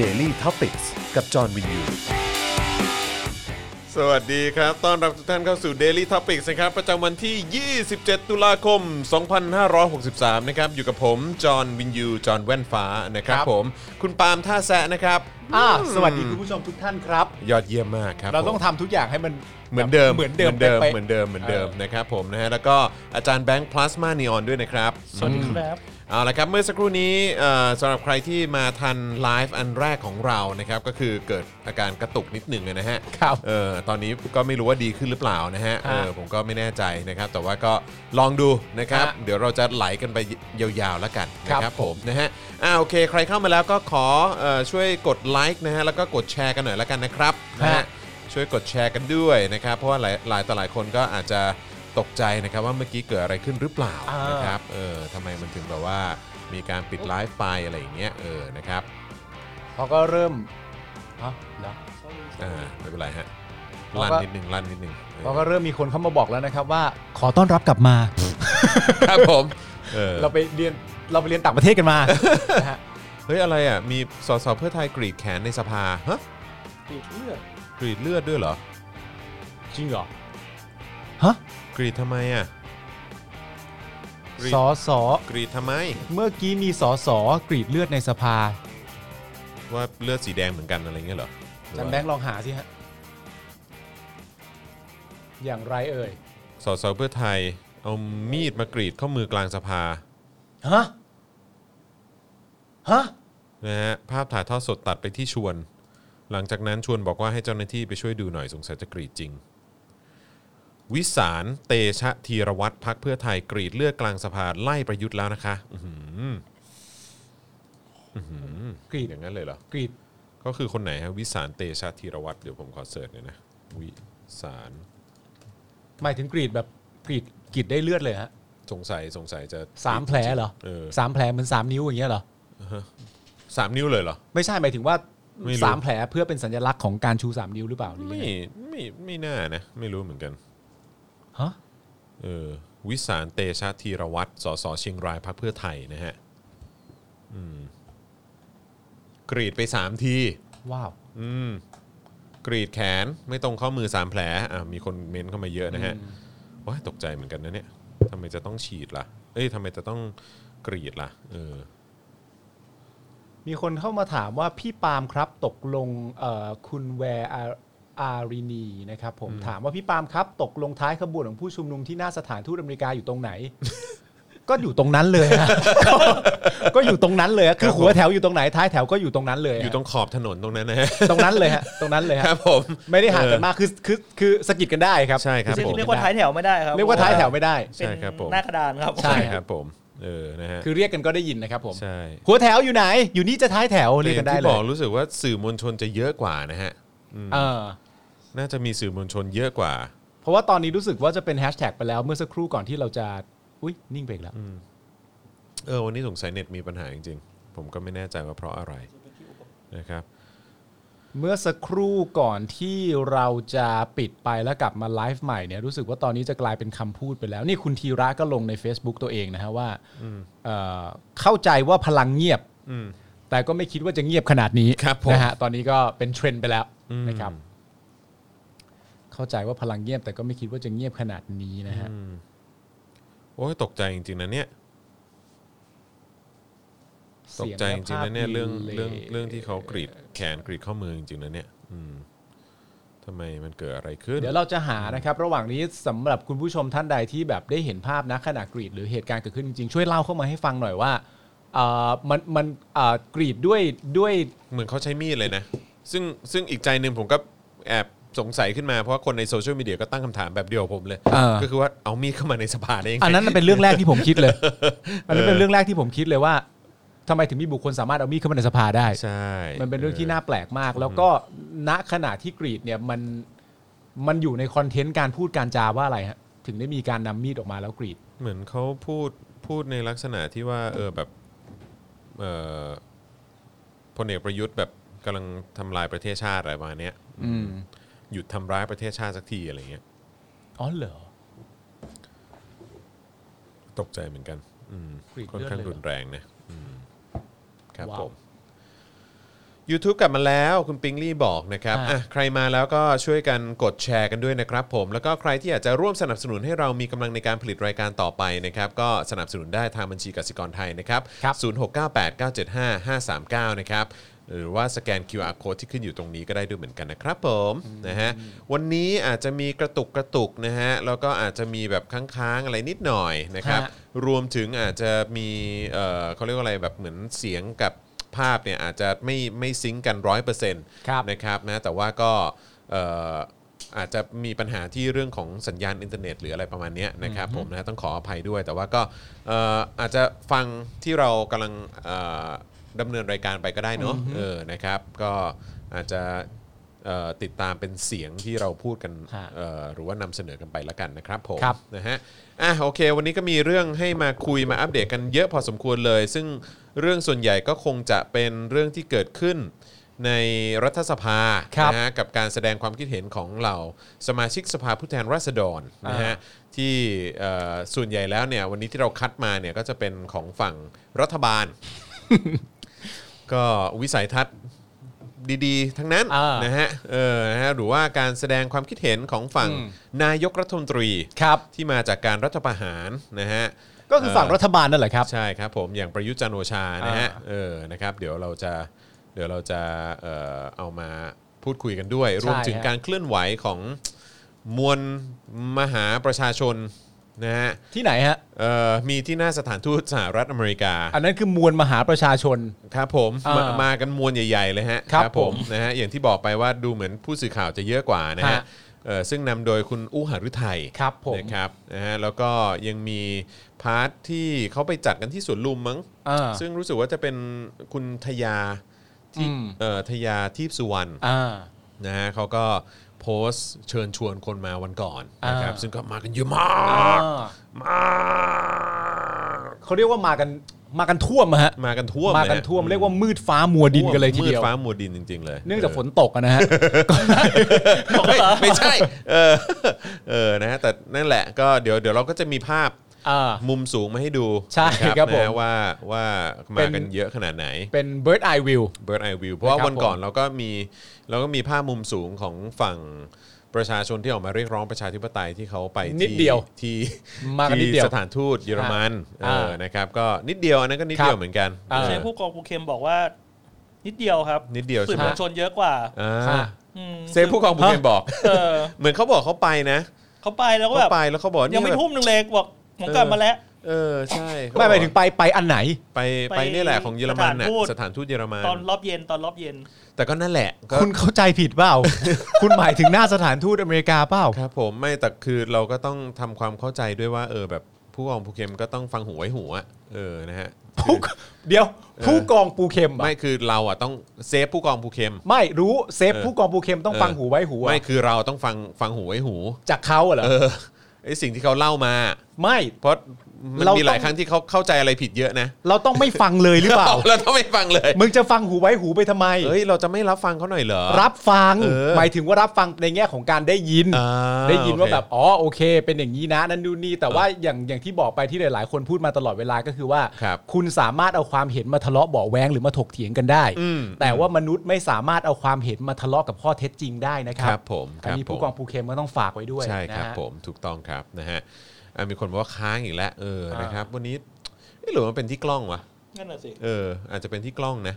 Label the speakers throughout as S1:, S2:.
S1: Daily t o p i c กกับจอห์นวินยู
S2: สวัสดีครับ ต้อนรับทุกท่านเข้าสู่ Daily Topics นะครับ ประจำวันที่ 27 ตุลาคม 2563 นะครับ อยู่กับผม จอห์นวินยู จอห์นแว่นฟ้า นะครับ
S3: ครับ
S2: ผม คุณปาล์มท่าแซะนะครับ
S3: อ่าสวัสดีคุณผู้ชมทุกท่านครับ
S2: ยอดเยี่ยมมากครับ
S3: เราต้อง
S2: ผม
S3: ทำทุกอย่างให้มัน
S2: เหมือนเดิม
S3: เหมือนเดิม
S2: เหมือนเดิม
S3: ป๊ะๆ
S2: เหมือนเดิม เหมือนเดิมนะครับผมนะฮะ แล้วก็อาจารย์แบงค์พลาสมานีออนด้วยนะครับ
S4: สวัสดีครับ
S2: เอาละครับเมื่อสักครู่นี้เอ่อสำหรับใครที่มาทันไลฟ์อันแรกของเรานะครับก็คือเกิดอาการกระตุกนิดหนึ่งนะฮะ
S3: ครับ
S2: เออตอนนี้ก็ไม่รู้ว่าดีขึ้นหรือเปล่านะฮะเออ
S3: ฮะ
S2: ผมก็ไม่แน่ใจนะครับ แต่ว่าก็ลองดูนะครับ
S3: ฮะ
S2: เดี๋ยวเราจะไหลกันไปยาวๆแล้วกันนะค
S3: ครั
S2: รับบ ผ
S3: ผม ม
S2: นะฮะอ่าโอเค ใครเข้ามาแล้วก็ขอเอ่อช่วยกดไลค์นะฮะแล้วก็กดแชร์กันหน่อยแล้วกันนะครับนะฮะ ช่วยกดแชร์กันด้วยนะครับ เพราะว่าหลายหลายต่อหลายคนก็อาจจะตกใจนะครับ ว่าเมื่อกี้เกิดอะไรขึ้นหรือเปล่า
S3: อ่าน
S2: นะครับเออทำไมมันถึงแบบว่ามีการปิดไลฟ์ไปอะไรอย่างเงี้ยเออนะครับ
S3: เขาก็เริ่มฮะเหรอ
S2: อ่าไม่เป็นไรฮะ
S3: เรา
S2: ลั่น
S3: ก็
S2: นิดหนึ่งลั่นนิดหนึ่งเออ
S3: เขาก็เริ่มมีคนเข้ามาบอกแล้วนะครับว่า
S4: ขอต้อนรับกลับมา
S2: ครับผมเออ
S3: เราไปเรียนเราไปเรียนต่างประเทศกันมา นะฮะ
S2: เฮ้ยอะไรอ่ะมีสสเพื่อไทยกรีดแขนในสภาฮะกรีดเลือดด้วยเหรอ
S3: จริงเหรอ
S4: ฮะ
S2: กรีดทำไมอ่ะกรีด
S3: สอสอก
S2: รีดทำไม
S3: เมื่อกี้มีสอสอกรีดเลือดในสภา
S2: ว่าเลือดสีแดงเหมือนกันอะไรเงี้ยเหรอห
S3: อา
S2: รือ
S3: จัน
S2: ว่า
S3: แบงค์ลองหาสิฮะอย่างไรเอ่ย
S2: สสเพื่อไทยเอามีดมากรีดข้อมือกลางสภา
S3: ฮะฮะ
S2: นะฮะภาพถ่ายทอดสดตัดไปที่ชวน หลังจากนั้นชวนบอกว่าให้เจ้าหน้าที่ไปช่วยดูหน่อยสงสัยจะกรีดจริง วิสารเตชะธีรวัตรพักเพื่อไทยกรีดเลือดกลางสภาไล่ประยุทธ์แล้วนะคะอื้อหือก
S3: รีด
S2: อย่างนั้นเลยเหรอ
S3: กรีด
S2: ก็คือคนไหนฮะวิสารเตชะธีรวัตรเดี๋ยวผมขอเสิร์ชหน่อยนะวิสาร
S3: หมายถึงกรีดแบบกรีดกรีดได้เลือดเลยฮะ
S2: สงสัยสงสัยจะ
S3: สามแผลเหรอ
S2: เออ
S3: สามแผลเหมือนสามนิ้วอย่างเงี้ยเหรอ
S2: สามนิ้วเลยเหรอ
S3: ไม่ใช่หมายถึงว่า
S2: ไม่รู้
S3: สามแผลเพื่อเป็นสัญลักษณ์ของการชูสามนิ้วหรือเปล่าหรือ
S2: ไม่
S3: ยังไง
S2: ไม่ไม่น่านะไม่รู้เหมือนกัน
S3: ฮะ
S2: เออวิสารเตชะธีรวัตรสสเชียงรายพักเพื่อไทยนะฮะ อืม กรีดไป 3 ที
S3: ว้าว
S2: อืม กรีดแขนไม่ตรงข้อมือ 3 แผล อ่ะ มีคนเม้นเข้ามาเยอะนะฮะว้ายตกใจเหมือนกันนะเนี่ยทำไมจะต้องฉีดล่ะ เอ้ยทำไมจะต้องกรีดล่ะ เออ
S3: มีคนเข้ามาถามว่าพี่ปาล์มครับตกลงเอ่อคุณแวร์อาอารินีนะครับผมถามว่าพี่ปาล์มครับ ตกลงท้ายขบวนของผู้ชุมนุมที่หน้าสถานทูตอเมริกาอยู่ตรงไหน ก็อยู่ตรงนั้นเลยฮะ ก็อยู่ตรงนั้นเลยฮะคือหัวแถวอยู่ตรงไหนท้ายแถวก็อยู่ตรงนั้นเลยฮะ
S2: อยู่ตรงขอบถนนตรงนั้นนะฮ ะ
S3: ตรงนั้นเลยฮะตรงนั้นเลยฮะ
S2: ครับผม
S3: ไม่ได้ห่างกันมากคือคือคือสะกิดกันได้ครับ
S2: ใช่ครับ
S3: อสะ
S2: ผม
S3: กิดน
S4: เรี
S3: ได้
S4: ยกว่าท้ายแถวไม่ได้ครับ
S3: เรียกว่าท้ายแถวไม่ได้
S2: ใช่ครับผม
S4: หน้ากระดานครับ
S3: ใช่
S2: ใช่ครับผม เออ นะฮะ
S3: คือเรียกกันก็ได้ยินนะครับผม
S2: ใช่
S3: หัวแถวอยู่ไหน อยู่นี่จะท้ายแถวเรียกกัน
S2: แต่
S3: ได้
S2: ที่
S3: เล
S2: บอก
S3: ย
S2: รู้สึกว่าสื่อมวลชนจะเยอะกว่านะฮะ
S3: เออ
S2: น่าจะมีสื่อมวลชนเยอะกว่า
S3: เพราะว่าตอนนี้รู้สึกว่าจะเป็นแฮชแท็กไปแล้ว เมื่อสักครู่ก่อนที่เราจะ อุ้ยนิ่งไปอีกแล้ว
S2: เออวันนี้สงสัยเน็ตมีปัญหาจริงๆ ผมก็ไม่แน่ใจว่าเพราะอะไรนะครับ
S3: เมื่อสักครู่ก่อนที่เราจะปิดไปแล้วกลับมาไลฟ์ใหม่เนี่ยรู้สึกว่าตอนนี้จะกลายเป็นคำพูดไปแล้ว นี่คุณธีระก็ลงใน Facebook ตัวเองนะฮะว่าเอ่อเข้าใจว่าพลังเงียบ แต่ก็ไม่คิดว่าจะเงียบขนาดนี้
S2: ครับผม
S3: นะฮะตอนนี้ก็เป็นเทรนด์ไปแล้วนะครับ เข้าใจว่าพลังเงียบ แต่ก็ไม่คิดว่าจะเงียบขนาดนี้นะฮะ
S2: โอ้ยตกใจจริงๆนะเนี่ยตกใจจริงๆนะเนี่ยเรื่องเรื่องเรื่องที่เขากรีดแขนกรีดข้อมือจริงๆนะเนี่ยอืมทำไมมันเกิดอะไรขึ้น
S3: เดี๋ยวเราจะหานะครับ ระหว่างนี้สำหรับคุณผู้ชมท่านใดที่แบบได้เห็นภาพนะขณะกรีดหรือเหตุการณ์เกิดขึ้นจริงๆช่วยเล่าเข้ามาให้ฟังหน่อยว่าเอ่อมันมันเอ่อกรีดด้วยด้วย
S2: เหมือนเขาใช้มีดเลยนะ ซึ่งซึ่งอีกใจหนึ่งผมก็แอบสงสัยขึ้นมาเพราะว่าคนในโซเชียลมีเดียก็ตั้งคำถามแบบเดียวกับผมเลย
S3: เออ
S2: ก็คือว่าเอามีดเข้ามาในสภาได้ยังไง
S3: อันนั้นน่ะเป็นเรื่องแรกที่ผมคิดเลย อันนั้นเป็นเรื่องแรกที่ผมคิดเลยว่าทำไมถึงมีบุคคลสามารถเอามีดเข้ามาในสภาได้
S2: ใช่
S3: มันเป็นเรื่องที่น่าแปลกมาก แล้วก็ณขณะที่กรีดเนี่ยมันมันอยู่ในคอนเทนต์การพูดการจาว่าอะไรฮะถึงได้มีการนำมีดออกมาแล้วกรีด
S2: เหมือนเขาพูดพูดในลักษณะที่ว่า เออแบบเออพลเอกประยุทธ์แบบกำลังทำลายประเทศชาติอะไรประมาณเนี้ย
S3: อืม
S2: หยุดทำร้ายประเทศชาติสักทีอะไรเงี้ย
S3: อ๋อเหรอ
S2: ตกใจเหมือนกัน อืม
S3: กรีด
S2: ค่อน
S3: เลือด
S2: ข้าง
S3: เลยเหรอ
S2: รุนแรงนะอืมครับ
S3: ว้าว
S2: ผม YouTube กลับมาแล้วคุณปิงลี่บอกนะครับ
S3: อ่ะ
S2: อ่ะใครมาแล้วก็ช่วยกันกดแชร์กันด้วยนะครับผม แล้วก็ใครที่อยากจะร่วมสนับสนุนให้เรามีกำลังในการผลิตรายการต่อไปนะครับก็สนับสนุนได้ทางบัญชีกสิกรไทยนะครับ
S3: ครับ
S2: 0698975539 นะครับหรือว่าสแกน QR code ที่ขึ้นอยู่ตรงนี้ก็ได้ด้วยเหมือนกันนะครับผมนะฮะวันนี้อาจจะมีกระตุกกระตุกนะฮะแล้วก็อาจจะมีแบบค้างๆอะไรนิดหน่อยนะครับ
S3: ฮะ
S2: รวมถึงอาจจะมีเอ่อเขาเรียกว่าอะไรแบบเหมือนเสียงกับภาพเนี่ยอาจจะไม่ไม่ซิงค์กันร้อยเปอร์เซ็นต์
S3: ครับ
S2: นะครับนะแต่ว่าก็เอ่ออาจจะมีปัญหาที่เรื่องของสัญญาณอินเทอร์เน็ตหรืออะไรประมาณเนี้ยนะครับผมนะต้องขออภัยด้วย แต่ว่าก็เอ่ออาจจะฟังที่เรากำลังเอ่อดำเนินรายการไปก็ได้เนาะเออนะครับก็อาจจะเอ่อติดตามเป็นเสียงที่เราพูดกัน
S3: ฮะ
S2: เอ่อหรือว่านำเสนอกันไปละกันนะครับผม
S3: ครับ
S2: นะฮะ อ่ะโอเค วันนี้ก็มีเรื่องให้มาคุยมาอัปเดตกันเยอะพอสมควรเลย ซึ่งเรื่องส่วนใหญ่ก็คงจะเป็นเรื่องที่เกิดขึ้นในรัฐสภา
S3: ครับ
S2: นะฮะกับการแสดงความคิดเห็นของเหล่าสมาชิกสภาผู้แทนราษฎรนะฮะที่เอ่อส่วนใหญ่แล้วเนี่ยวันนี้ที่เราคัดมาเนี่ยก็จะเป็นของฝั่งรัฐ บาล ก็วิสัยทัศน์ดีๆ ทั้งนั้น
S3: อ่าน
S2: นะฮะเออนะฮะหรือว่าการแสดงความคิดเห็นของฝั่งนายกรัฐมนตรี
S3: ครับ
S2: ที่มาจากการรัฐประหารนะฮะ
S3: ก็คือฝั่งรัฐบาลนั่นแหละครับ
S2: ใช่ครับผมอย่างประยุทธ์จันทร์โอชานะฮะ
S3: อ่า
S2: เออนะครับเดี๋ยวเราจะเดี๋ยวเราจะเอ่อเอามาพูดคุยกันด้วย รวมถึง
S3: ฮะ
S2: การเคลื่อนไหวของมวลมหาประชาชนนะฮะ
S3: ที่ไหนฮะ
S2: เอ่อมีที่หน้าสถานทูตสหรัฐอเมริกา
S3: อันนั้นคือมวลมหาประชาชน
S2: ครับผม
S3: อ่าม
S2: มามากันมวลใหญ่ ๆ เลยฮะ
S3: ครับผม
S2: นะฮะอย่างที่บอกไปว่าดูเหมือนผู้สื่อข่าวจะเยอะกว่านะฮะ
S3: ฮะ
S2: เอ่อซึ่งนำโดยคุณอุหฤทัย
S3: ครับผม
S2: นะครับนะฮะแล้วก็ยังมีพาร์ทที่เขาไปจัดกันที่สวนลุมมั้ง
S3: อ่า
S2: ซึ่งรู้สึกว่าจะเป็นคุณทยาที่
S3: อืม
S2: เอ่อทยาทีพสุวรรณ
S3: อ่า
S2: นะฮะเขาก็โพสต์เชิญชวนคนมาวันก่อนนะครับ
S3: อ่า
S2: ซึ่งก็มากันเยอะ
S3: อ่
S2: มาก
S3: า
S2: มา
S3: เขาเรียกว่ามากันมากันท่วมอะฮะ
S2: มากันท่วม
S3: มากัน
S2: เลย
S3: ท่วมเรียกว่ามืดฟ้ามัวดินกันเลยทีเดียว
S2: มืฟ้ามัวดินจริง ๆ เลย
S3: เนื่องจากฝนตกอะนะฮะ
S2: เฮ้ยไม่ใช่เออเออนะฮะแต่นั่นแหละก็เดี๋ยวเดี๋ยวเราก็จะมีภาพ
S3: อ่า
S2: มุมสูงมาให้ดู
S3: ใช่
S2: นะครับ
S3: ผม
S2: นะว่าว่ามา
S3: เป็
S2: น กันเยอะขนาดไหน
S3: เป็น bird eye view
S2: Bird Eye View เพราะว่า
S3: ครับ
S2: วันก่อน
S3: ผม
S2: เราก็มีเราก็มีภาพมุมสูงของฝั่งประชาชนที่ออกมาเรียกร้องประชาธิปไตยที่เขาไป
S3: นิด
S2: ที่
S3: เดียว
S2: ที่
S3: มากันนิดเดียว
S2: ที่สถานทูตเยอรมันเอ
S3: อ่า
S2: อนะครับก็นิดเดียวอันนั้นก็นิด
S3: ครับ
S2: เดียวเหมือนกัน
S3: อ่า
S2: เอ
S4: เช
S2: อ
S4: ฟผู้กองปูเข็มบอกว่า นิดเดียวครับ
S2: นิดเดียวใช่
S4: สื่อ
S2: ไหม
S4: มวลชนเยอะกว่า
S2: อ่า
S3: ค่ะ
S4: อืม
S2: เซฟผู้กองภูเก็ตบอก
S4: เออ
S2: เหมือนเขาบอกเขาไปนะ
S4: เขาไปแล้วก็แบ
S2: เขา
S4: บ
S2: ไปแล้วเขาบอก
S4: ยังไม่
S2: แบบ
S4: ทุ่มหนึ่งเลยบอกผมกลับมาแล้ว
S2: เออใช่เข
S3: ไม่ห
S2: บ
S3: มา
S2: อย ก
S3: ถึงไปไปอันไหน
S2: ไปไป
S4: ไป
S2: เนี่ยแหละของเยอรมันน่ะ
S4: สถานทูต
S2: สถานทูตเยอรมัน
S4: ตอนรอบเย็นตอนรอบเย็น
S2: แต่ก็นั่นแหละก็
S3: คุณเข้าใจผิดเปล่า คุณหมายถึงหน้าสถานทูตอเมริกาเปล่า
S2: ครับผมไม่แต่คือเราก็ต้องทำความเข้าใจด้วยว่าเออแบบผู้กองภูเข็มก็ต้องฟังหูไว้หูอะเออนะฮะคือ
S3: เดี๋ยว
S2: ออ
S3: ผู้กองปูเข็มเหรอ
S2: ไม่คือเราอะต้องเซฟผู้กองภูเข็ม
S3: ไม่รู้เซฟ
S2: เออ
S3: ผู้กองปูเข็มต้อง
S2: เออ
S3: ฟังหูไว้หูอะ
S2: ไม่คือเราต้องฟังฟังหูไว้หู
S3: จากเขาเหรอ
S2: เออไอสิ่งที่เขาเล่ามา
S3: ไม่
S2: เพราะมัน
S3: เรามี
S2: มีหลาย
S3: ต้อง
S2: ครั้งที่เขาเข้าใจอะไรผิดเยอะนะ
S3: เราต้องไม่ฟังเลยหรือเปล่า
S2: เราต้องไม่ฟังเลย
S3: มึงจะฟังหูไว้หูไปทำไม
S2: เอ้ยเราจะไม่รับฟังเขาหน่อยเหรอ
S3: รับฟัง
S2: เออ
S3: หมายถึงว่ารับฟังในแง่ของการได้ยิน
S2: อ่า
S3: ได้ยินว่า
S2: โอเค
S3: แบบอ๋อโอเค เป็นอย่างนี้นะนั่นดูนนี่แต่ว่าอย่างอย่างที่บอกไปที่หลาย ๆ คนพูดมาตลอดเวลาก็คือว่า
S2: ครับ
S3: ณสามารถเอาความเห็นมาทะเลาะเบาะแวงหรือมาถกเถียงกันได้
S2: อืม
S3: แต่ว่ามนุษย์ไม่สามารถเอาความเห็นมาทะเลาะกับข้อเท็จจริงได้นะครั
S2: ครับ บผมค
S3: อัน
S2: รับ
S3: นี้
S2: ผ
S3: ผู้
S2: ม
S3: กองภูเข็มก็ต้องฝากไว้ด้วย
S2: ใช่ครับ
S3: นะฮะ
S2: ผมถูกต้องครับนะฮะอ่ะมีคนบอกว่าค้างอีกแล้วเออ
S3: อ่าน
S2: นะครับ วันนี้เอ๊ะหรือมันเป็นที่กล้องวะ
S4: นั่นแหละสิ
S2: เอออาจจะเป็นที่กล้องนะ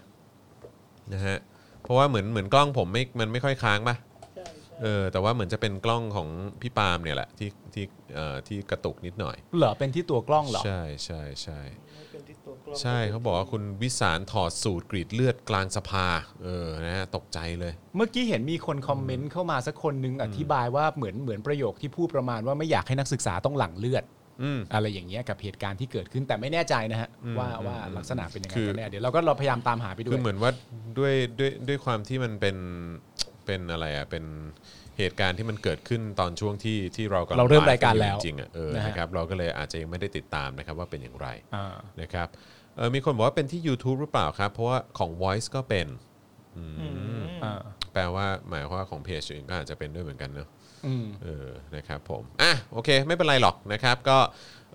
S2: นะฮะเพราะว่าเหมือนเหมือนกล้องผมไม่มันไม่ค่อยค้างป่ะ
S4: ใช่ใช่
S2: เออแต่ว่าเหมือนจะเป็นกล้องของพี่ปาล์มเนี่ยแหละที่ที่เอ่อที่กระตุกนิดหน่อย
S3: เหรอเป็นที่ตัวกล้องเหรอ
S2: ใช่ใช่ใช่
S4: ไม่เป็นที่ตัวกล้อง
S2: ใช่เขาบอกว่าคุณวิสารถอดสูตรกรีดเลือดกลางสภาเออนะฮะตกใจเลย
S3: เมื่อกี้เห็นมีคนคอมเมนต์เข้ามาสักคนนึงอธิบายว่าเหมือนเหมือนประโยคที่พูดประมาณว่าไม่อยากให้นักศึกษาต้องหลั่งเลือด
S2: อืม
S3: อะไรอย่างเงี้ยกับเหตุการณ์ที่เกิดขึ้นแต่ไม่แน่ใจนะฮะ
S2: อืม
S3: ว่า
S2: อืม
S3: ว่า
S2: อืม
S3: ลักษณะเป็นยังไง
S2: คือ
S3: กันแน่เดี๋ยวเราก็เราพยายามตามหาไปด้ว
S2: คื
S3: ย
S2: อเหมือนว่าด้วยด้วยด้วยความที่มันเป็นเป็นอะไรอ่ะเป็นเหตุการณ์ที่มันเกิดขึ้นตอนช่วงที่ที่เรากำลัง
S3: เราเริ่มรายการ
S2: ไฟ์
S3: แล้ว
S2: อยู่จริงๆอ่ะเออ
S3: นะฮะ
S2: นะครับเราก็เลยอาจจะยังไม่ได้ติดตามนะครับว่าเป็นอย่างไร
S3: อ่า
S2: นะครับเอ่อมีคนบอกว่าเป็นที่ YouTube หรือเปล่าครับ เพราะว่าของ Voice ก็เป็น
S4: อืม
S3: อ่า
S2: แปลว่าหมายความว่าของเพจอื่นก็อาจจะเป็นด้วยเหมือนกันเนอะ
S3: อืม
S2: เออนะครับผมอ่ะโอเค ไม่เป็นไรหรอกนะครับ ก็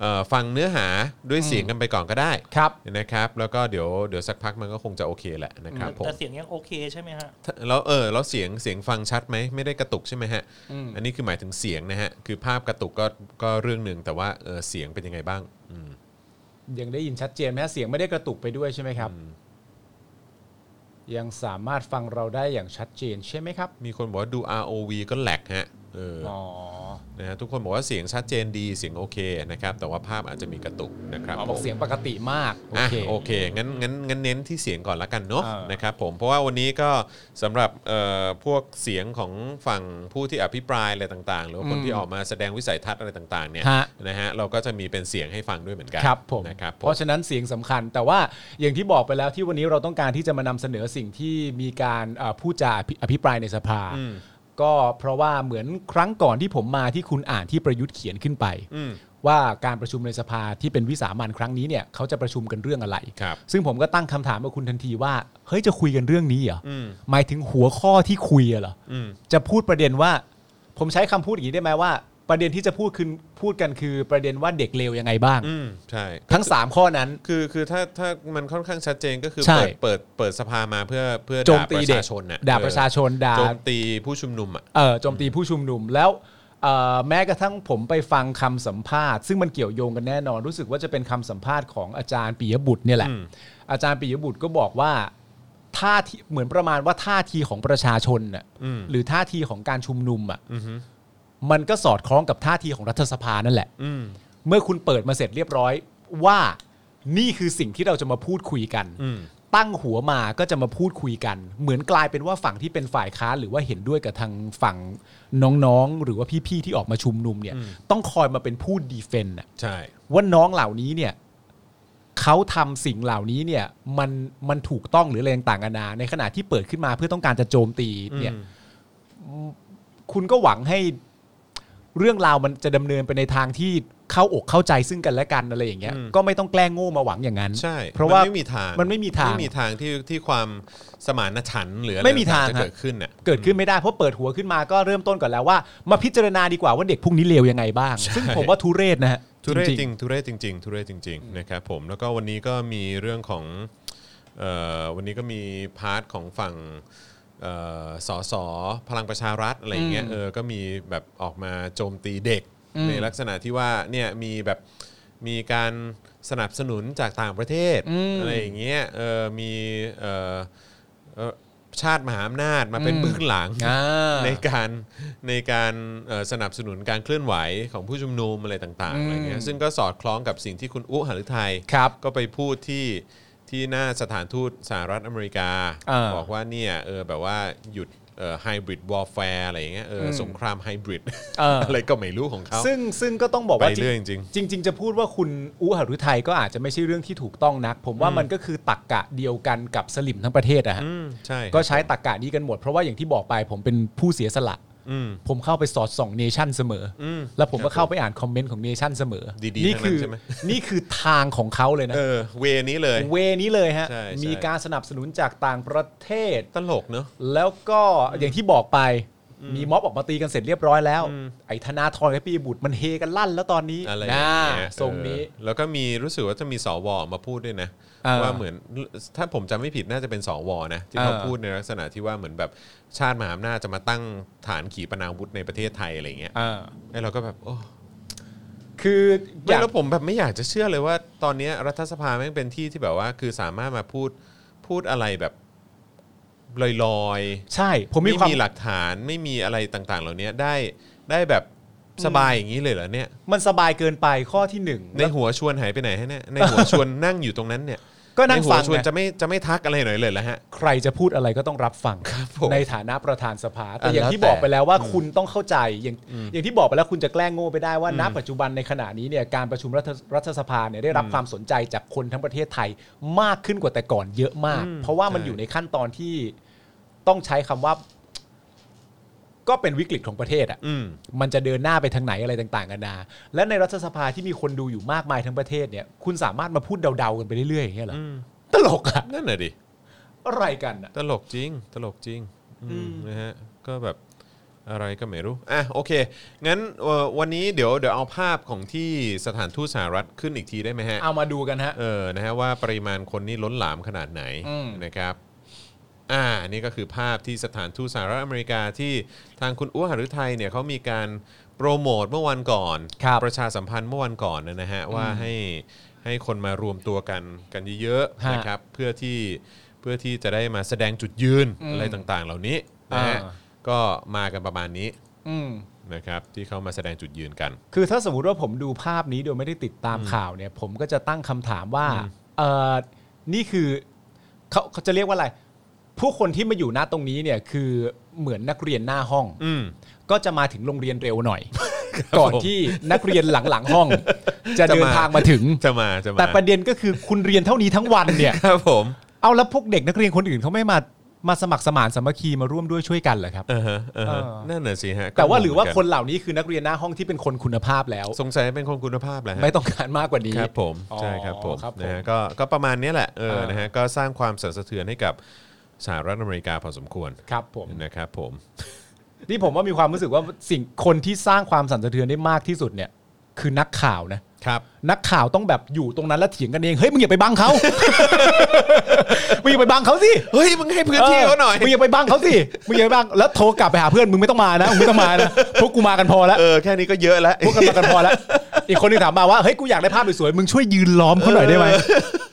S2: เอ่อฟังเนื้อหาด้วยเสียงกันไปก่อนก็ได้
S3: ครับ
S2: นะครับแล้วก็เดี๋ยวเดี๋ยวสักพักมันก็คงจะโอเคแหละนะครับผม
S4: แต่เสียงยังโอเคใช่ไหมฮะ
S2: แล้วเออแล้วเสียงเสียงฟังชัดไหมไม่ได้กระตุกใช่ไหมฮะ
S3: อืม
S2: อันนี้คือหมายถึงเสียงนะฮะ คือภาพกระตุกก็ก็เรื่องหนึ่งแต่ว่าเออเสียงเป็นยังไงบ้างอืม
S3: ยังได้ยินชัดเจนไหมฮะเสียงไม่ได้กระตุกไปด้วยใช่ไหมครับ ยังสามารถฟังเราได้อย่างชัดเจนใช่ไหมครับ
S2: มีคนบอกว่าดู ROV ก็แหลกฮะเออ
S3: อ๋อ
S2: นะฮะทุกคนบอกว่าเสียงชัดเจนดีเสียงโอเคนะครับแต่ว่าภาพอาจจะมีกระตุกนะครับ
S3: อ๋อบอก
S2: ผม
S3: เสียงปกติมากโอ
S2: อ่ะ
S3: เค
S2: โอเคงั้นงั้นงั้นเน้นที่เสียงก่อนละกันเนาะ
S3: อ่าน
S2: นะครับผมเพราะว่าวันนี้ก็สำหรับเอ่อพวกเสียงของฝั่งผู้ที่อภิปรายอะไรต่างๆ หรือว่าคน
S3: อืม
S2: ที่ออกมาแสดงวิสัยทัศน์อะไรต่างๆเนี่ย
S3: ฮะ
S2: นะฮะเราก็จะมีเป็นเสียงให้ฟังด้วยเหมือนกัน
S3: ครับผม
S2: นะครับผ
S3: เพ
S2: ม
S3: ราะฉะนั้นเสียงสำคัญ แต่ว่าอย่างที่บอกไปแล้วที่วันนี้เราต้องการที่จะมานำเสนอสิ่งที่มีการเอ่อพูดจาอภิอภิปรายในสภา
S2: อืม
S3: ก็เพราะว่าเหมือนครั้งก่อนที่ผมมาที่คุณอ่านที่ประยุทธ์เขียนขึ้นไป
S2: อืม
S3: ว่าการประชุมในสภาที่เป็นวิสามันครั้งนี้เนี่ยเขาจะประชุมกันเรื่องอะไร
S2: ครับ
S3: ซึ่งผมก็ตั้งคำถามกับคุณทันทีว่า เฮ้ยจะคุยกันเรื่องนี้เหรอ
S2: อืม
S3: หมายถึงหัวข้อที่คุยอะเหรอ
S2: อืม
S3: จะพูดประเด็นว่า ผมใช้คำพูดอย่างนี้ได้ไหมว่า ประเด็นที่จะพูดคือพูดกันคือประเด็นว่าเด็กเลวยังไงบ้าง
S2: อืมใช่
S3: ทั้งสามข้อนั้น
S2: คือคือถ้าถ้ามันค่อนข้างชัดเจนก็คือ
S3: ใช่
S2: เปิดเปิดเปิดสภามาเพื่อเพื่อ
S3: โจม
S2: ด่าป
S3: ตี
S2: ระ
S3: เด็
S2: ชาก ชนน่ะ
S3: ด่าประชา
S2: เออ
S3: ชนด่า
S2: โจมตีผู้ชุมนุมอ่ะ
S3: เออโจมตีผู้ชุมนุมแล้วเอ่อแม้กระทั่งผมไปฟังคำสัมภาษณ์ ซึ่งมันเกี่ยวโยงกันแน่นอน รู้สึกว่าจะเป็นคำสัมภาษณ์ของอาจารย์ปิยบุตรเนี่ยแหละ
S2: อืม
S3: อาจารย์ปิยบุตรก็บอกว่าท่าทีเหมือนประมาณว่าท่าทีของประชาชนน่ะ
S2: อืม
S3: หรือท่าทีของการชุมนุมอ่ะ
S2: อืม
S3: มันก็สอดคล้องกับท่าทีของรัฐสภานั่นแหละ
S2: อืม
S3: เมื่อคุณเปิดมาเสร็จเรียบร้อยว่านี่คือสิ่งที่เราจะมาพูดคุยกัน
S2: อืม
S3: ตั้งหัวมาก็จะมาพูดคุยกัน เหมือนกลายเป็นว่าฝั่งที่เป็นฝ่ายค้านหรือว่าเห็นด้วยกับทางฝั่งน้องๆ หรือว่าพี่ๆที่ออกมาชุมนุมเนี่ย
S2: อืม
S3: ต้องคอยมาเป็นผู้ดีเฟนต์
S2: ใช่
S3: ว่าน้องเหล่านี้เนี่ยเขาทำสิ่งเหล่านี้เนี่ยมันมันถูกต้องหรืออะไรต่างๆนานาในขณะที่เปิดขึ้นมาเพื่อต้องการจะโจมตีเนี่ย
S2: อืม
S3: คุณก็หวังให้เรื่องราวมันจะดำเนินไปในทางที่เข้าอกเข้าใจซึ่งกันและกันอะไรอย่างเงี้ย
S2: อืม
S3: ก็ไม่ต้องแกล้งโง่มาหวังอย่างนั้น
S2: ใช่
S3: เพราะว่าน
S2: ไม่มีทาง
S3: มันไม่มีทาง
S2: ไม่มีทางที่ที่ความสมานฉันท์หรืออะไร
S3: ไม่มีทาง
S2: จะ
S3: ฮะ
S2: เกิดขึ้นเนี่ย
S3: เกิดขึ้นไม่ได้เพราะเปิดหัวขึ้นมาก็เริ่มต้นก่อนแล้วว่า มาพิจารณาดีกว่าว่าเด็กพวกนี้เลวยังไงบ้าง ซึ่งผมว่าทุเรศนะฮะ
S2: ทุเรศ
S3: ๆ
S2: จริงทุเรศจริง ๆ ทุเรศจริง ๆ นะครับผมแล้วก็วันนี้ก็มีเรื่องของเอ่อวันนี้ก็มีพาร์ทของฝั่งเอ่อสอสอพลังประชารัฐอะไรอย่างเงี้ย
S3: อืม
S2: เออก็มีแบบออกมาโจมตีเด็ก
S3: อืม
S2: ในลักษณะที่ว่าเนี่ยมีแบบมีการสนับสนุนจากต่างประเทศ
S3: อืม
S2: อะไรอย่างเงี้ยเออมีเอ่อเอ่อชาติมหาอำนาจมาเป็นเบื้องหลัง
S3: อ่า
S2: ในการในการเอ่อสนับสนุนการเคลื่อนไหวของผู้ชุมนุมอะไรต่าง
S3: อื
S2: ๆ
S3: ม
S2: อะไรเงี้ยซึ่งก็สอดคล้องกับสิ่งที่คุณอุหฤทัย
S3: ครับ
S2: ก็ไปพูดที่ที่หน้าสถานทูตสหรัฐอเมริกา
S3: อ่า
S2: บอกว่าเนี่ยเออแบบว่าหยุดไฮบริดวอลแฟร์อะไรอย่างเงี้ยเอออ
S3: ม
S2: สงครามไฮบริด
S3: เอออ
S2: อะไรก็ไม่รู้ของเขา
S3: ซึ่งซึ่งก็ต้องบอกว่า
S2: ไปเรื่อยจริง
S3: จริง ๆ จะพูดว่าคุณอุหฤทัยก็อาจจะไม่ใช่เรื่องที่ถูกต้องนัก ผมว่ามันก็คือตักกะเดียวกันกับสลิมทั้งประเทศอะฮะ
S2: อืมใช่
S3: ก็ใช้ตักกะนี้กันหมดเพราะว่าอย่างที่บอกไปผมเป็นผู้เสียสละ
S2: อืม
S3: ผมเข้าไปสอดส่องเนชั่นเสมออ
S2: อืม
S3: แล้วผมก็เข้าไปอ่านคอมเมนต์ของเนชั่นเสมอ
S2: ดีๆ
S3: นี่คื
S2: ทั้งนั้นใช่ไหม
S3: นี่คือทางของเขาเลยนะ
S2: เออเวนี้เลย
S3: เวนี้เลยฮะ
S2: ใช่ใช่
S3: มีการสนับสนุนจากต่างประเทศ
S2: ตลกเนอะ
S3: แล้วก็อย่างที่บอกไป มีม็อบออกมาตีกันเสร็จเรียบร้อยแล้ว
S2: อืม
S3: ไอ้ธนาธรกับปีบุตรมันเฮกันลั่นแล้วตอนนี้
S2: อะไร
S3: น่า
S2: อย่างเงี้ย
S3: ทรงนี้
S2: เออแล้วก็มีรู้สึกว่าจะมีสวออกมาพูดด้วยนะ
S3: เออ
S2: ว่าเหมือนถ้าผมจำไม่ผิดน่าจะเป็นสวนะที่เขา
S3: เออ
S2: พูดในลักษณะที่ว่าเหมือนแบบชาติมหาอำนาจจะมาตั้งฐานขีปนาวุธในประเทศไทยอะไรอย่างเงี้ย
S3: า
S2: ไอ้เราก็แบบโอ้
S3: คืออ
S2: ไม่
S3: ยาก
S2: แล้วผมแบบไม่อยากจะเชื่อเลยว่า ตอนเนี้ยรัฐสภาแม่งเป็นที่ที่แบบว่าคือสามารถมาพูดพูดอะไรแบบลอย
S3: ใช่ผม
S2: ๆ
S3: มี
S2: ไม่
S3: ความ
S2: มีหลักฐานไม่มีอะไรต่างๆ เหล่านี้ได้ได้แบบสบายอย่างนี้เลยเหรอเนี่ย
S3: มันสบายเกินไปข้อที่หนึ่ง
S2: ในหัวชวนหายไปไหนฮะเนี่ยในหัวชวนนั่งอยู่ตรงนั้นเนี่ย
S3: ก็นั่งฟั
S2: ใหั
S3: ง
S2: วชวน
S3: ไง
S2: จะไม่จะไม่ทักอะไรหน่อยเลยเหรอฮะ
S3: ใครจะพูดอะไรก็ต้องรับฟัง
S2: ครับผม
S3: ในฐานะประธานสภา แต่
S2: อ่ะ
S3: อย่างที่
S2: แล้วแต่
S3: บอกไปแล้วว่าคุณต้องเข้าใจอย่างอย่างที่บอกไปแล้วคุณจะแกล้งโง่ไปได้ว่าณปัจจุบันในขณะนี้เนี่ยการประชุมรัฐรัฐสภาเนี่ยได้รับความสนใจจากคนทั้งประเทศไทยมากขึ้นกว่าแต่ก่อนเยอะมาก
S2: อืม
S3: เพราะว่ามัน
S2: ใช่
S3: อยู่ในขั้นตอนที่ต้องใช้คำว่า ก็เป็นวิกฤตของประเทศอ่ะ
S2: อืม
S3: มันจะเดินหน้าไปทางไหนอะไรต่างๆกันานาและในรัฐสภาที่มีคนดูอยู่มากมายทั้งประเทศเนี่ย คุณสามารถมาพูดเดาๆกันไปเรื่อยๆอย่างเงี้ยเหรอ
S2: อืม
S3: ตลกอะ
S2: นั่นน่ะดิ
S3: อะไรกันอะ
S2: ตลกจริง ตลกจริงอืมนะฮะ ก็แบบ อะไรก็ไม่รู้ อ่ะโอเค งั้นเอ่อวันนี้เดี๋ยวเดี๋ยวเอาภาพของที่สถานทูตสหรัฐขึ้นอีกทีได้ไหมฮะ
S3: เอามาดูกันฮะ
S2: เออ นะฮะว่าปริมาณคนนี่ล้นหลามขนาดไหน
S3: อืม
S2: นะครับ อ่า นี่ก็คือภาพที่สถานทูตสหรัฐอเมริกาที่ทางคุณอ้วหฤทัยเนี่ยเขามีการโปรโมทเมื่อวันก่อน
S3: ครับ
S2: ประชาสัมพันธ์เมื่อวันก่อนนะฮะว่าให้ให้คนมารวมตัวกันกันเยอะๆ
S3: ฮะ
S2: นะครับเพื่อที่เพื่อที่จะได้มาแสดงจุดยืน
S3: อืม
S2: อะไรต่างๆ เหล่านี้นะฮะ
S3: อ่า
S2: ก็มากันประมาณนี้
S3: อืม
S2: นะครับที่เขามาแสดงจุดยืนกัน
S3: คือถ้าสมมติว่าผมดูภาพนี้โดยไม่ได้ติดตามข่าวเนี่ย ผมก็จะตั้งคำถามว่าเออนี่คือเขาเขาจะเรียกว่าอะไร ผู้คนที่มาอยู่หน้าตรงนี้เนี่ยคือเหมือนนักเรียนหน้าห้อง
S2: อืม
S3: ก็จะมาถึงโรงเรียนเร็วหน่อย ก่อน
S2: ผม
S3: ที่นักเรียนหลังๆห้อง จะ
S2: จะมา
S3: เดินทางมาถึง
S2: จะมาจะมา
S3: แต่ประเด็นก็คือคุณเรียนเท่านี้ทั้งวันเนี่ย
S2: ครับผม
S3: เอาแล้วพวกเด็กนักเรียนคนอื่นเขาไม่มามาสมัครสมานสามัคคีมาร่วมด้วยช่วยกันเหรอครับ
S2: เออฮะเออฮะ
S3: เออ
S2: นั่นน่ะสิฮะก็
S3: แต่ว่าหรือว่า
S2: เมื
S3: คน
S2: กั
S3: เหล่านี้คือนักเรียนหน้าห้องที่เป็นคนคุณภาพแล้ว
S2: สงสัยเป็นคนคุณภาพแหละฮะ
S3: ไม่ต้องการมากกว่านี้
S2: ครับผม
S3: อ๋อ
S2: ใช่ครับผม
S3: ครับผม
S2: นะฮะก็ก็ประมาณเนี้ยแหละเออ
S3: เออ
S2: นะฮะก็สร้างความสั่นสะเทือนให้กับสหรัฐอเมริกาพอสมควร
S3: ครับผม
S2: นะครับผม
S3: นี่ผมว่ามีความรู้สึกว่าสิ่งคนที่สร้างความสั่นสะเทือนได้มากที่สุดเนี่ย คือนักข่าวนะครับ นักข่าวต้องแบบอยู่ตรงนั้นแล้วเถียงกันเองเฮ้ยมึงอย่าไปบัง เขา มึงอย่าไปบังเขาสิ
S2: เฮ้ยมึงให้พื้นที่เขาหน่อย
S3: มึงอย่าไปบังเขาสิมึงอย่าไปบังแล้วโทรกลับไปหาเพื่อนมึงไม่ต้องมานะมึงไม่ต้องมานะพวกกูมากันพอแล้ว
S2: เออแค่นี้ก็เยอะแล้ว
S3: พวกกันมากันพอแล้วอีกคนหนึงถามมาว่าเฮ้ยกูอยากได้ภาพสวยๆมึงช่วยยืนล้อมเขาหน่อยได้ไหม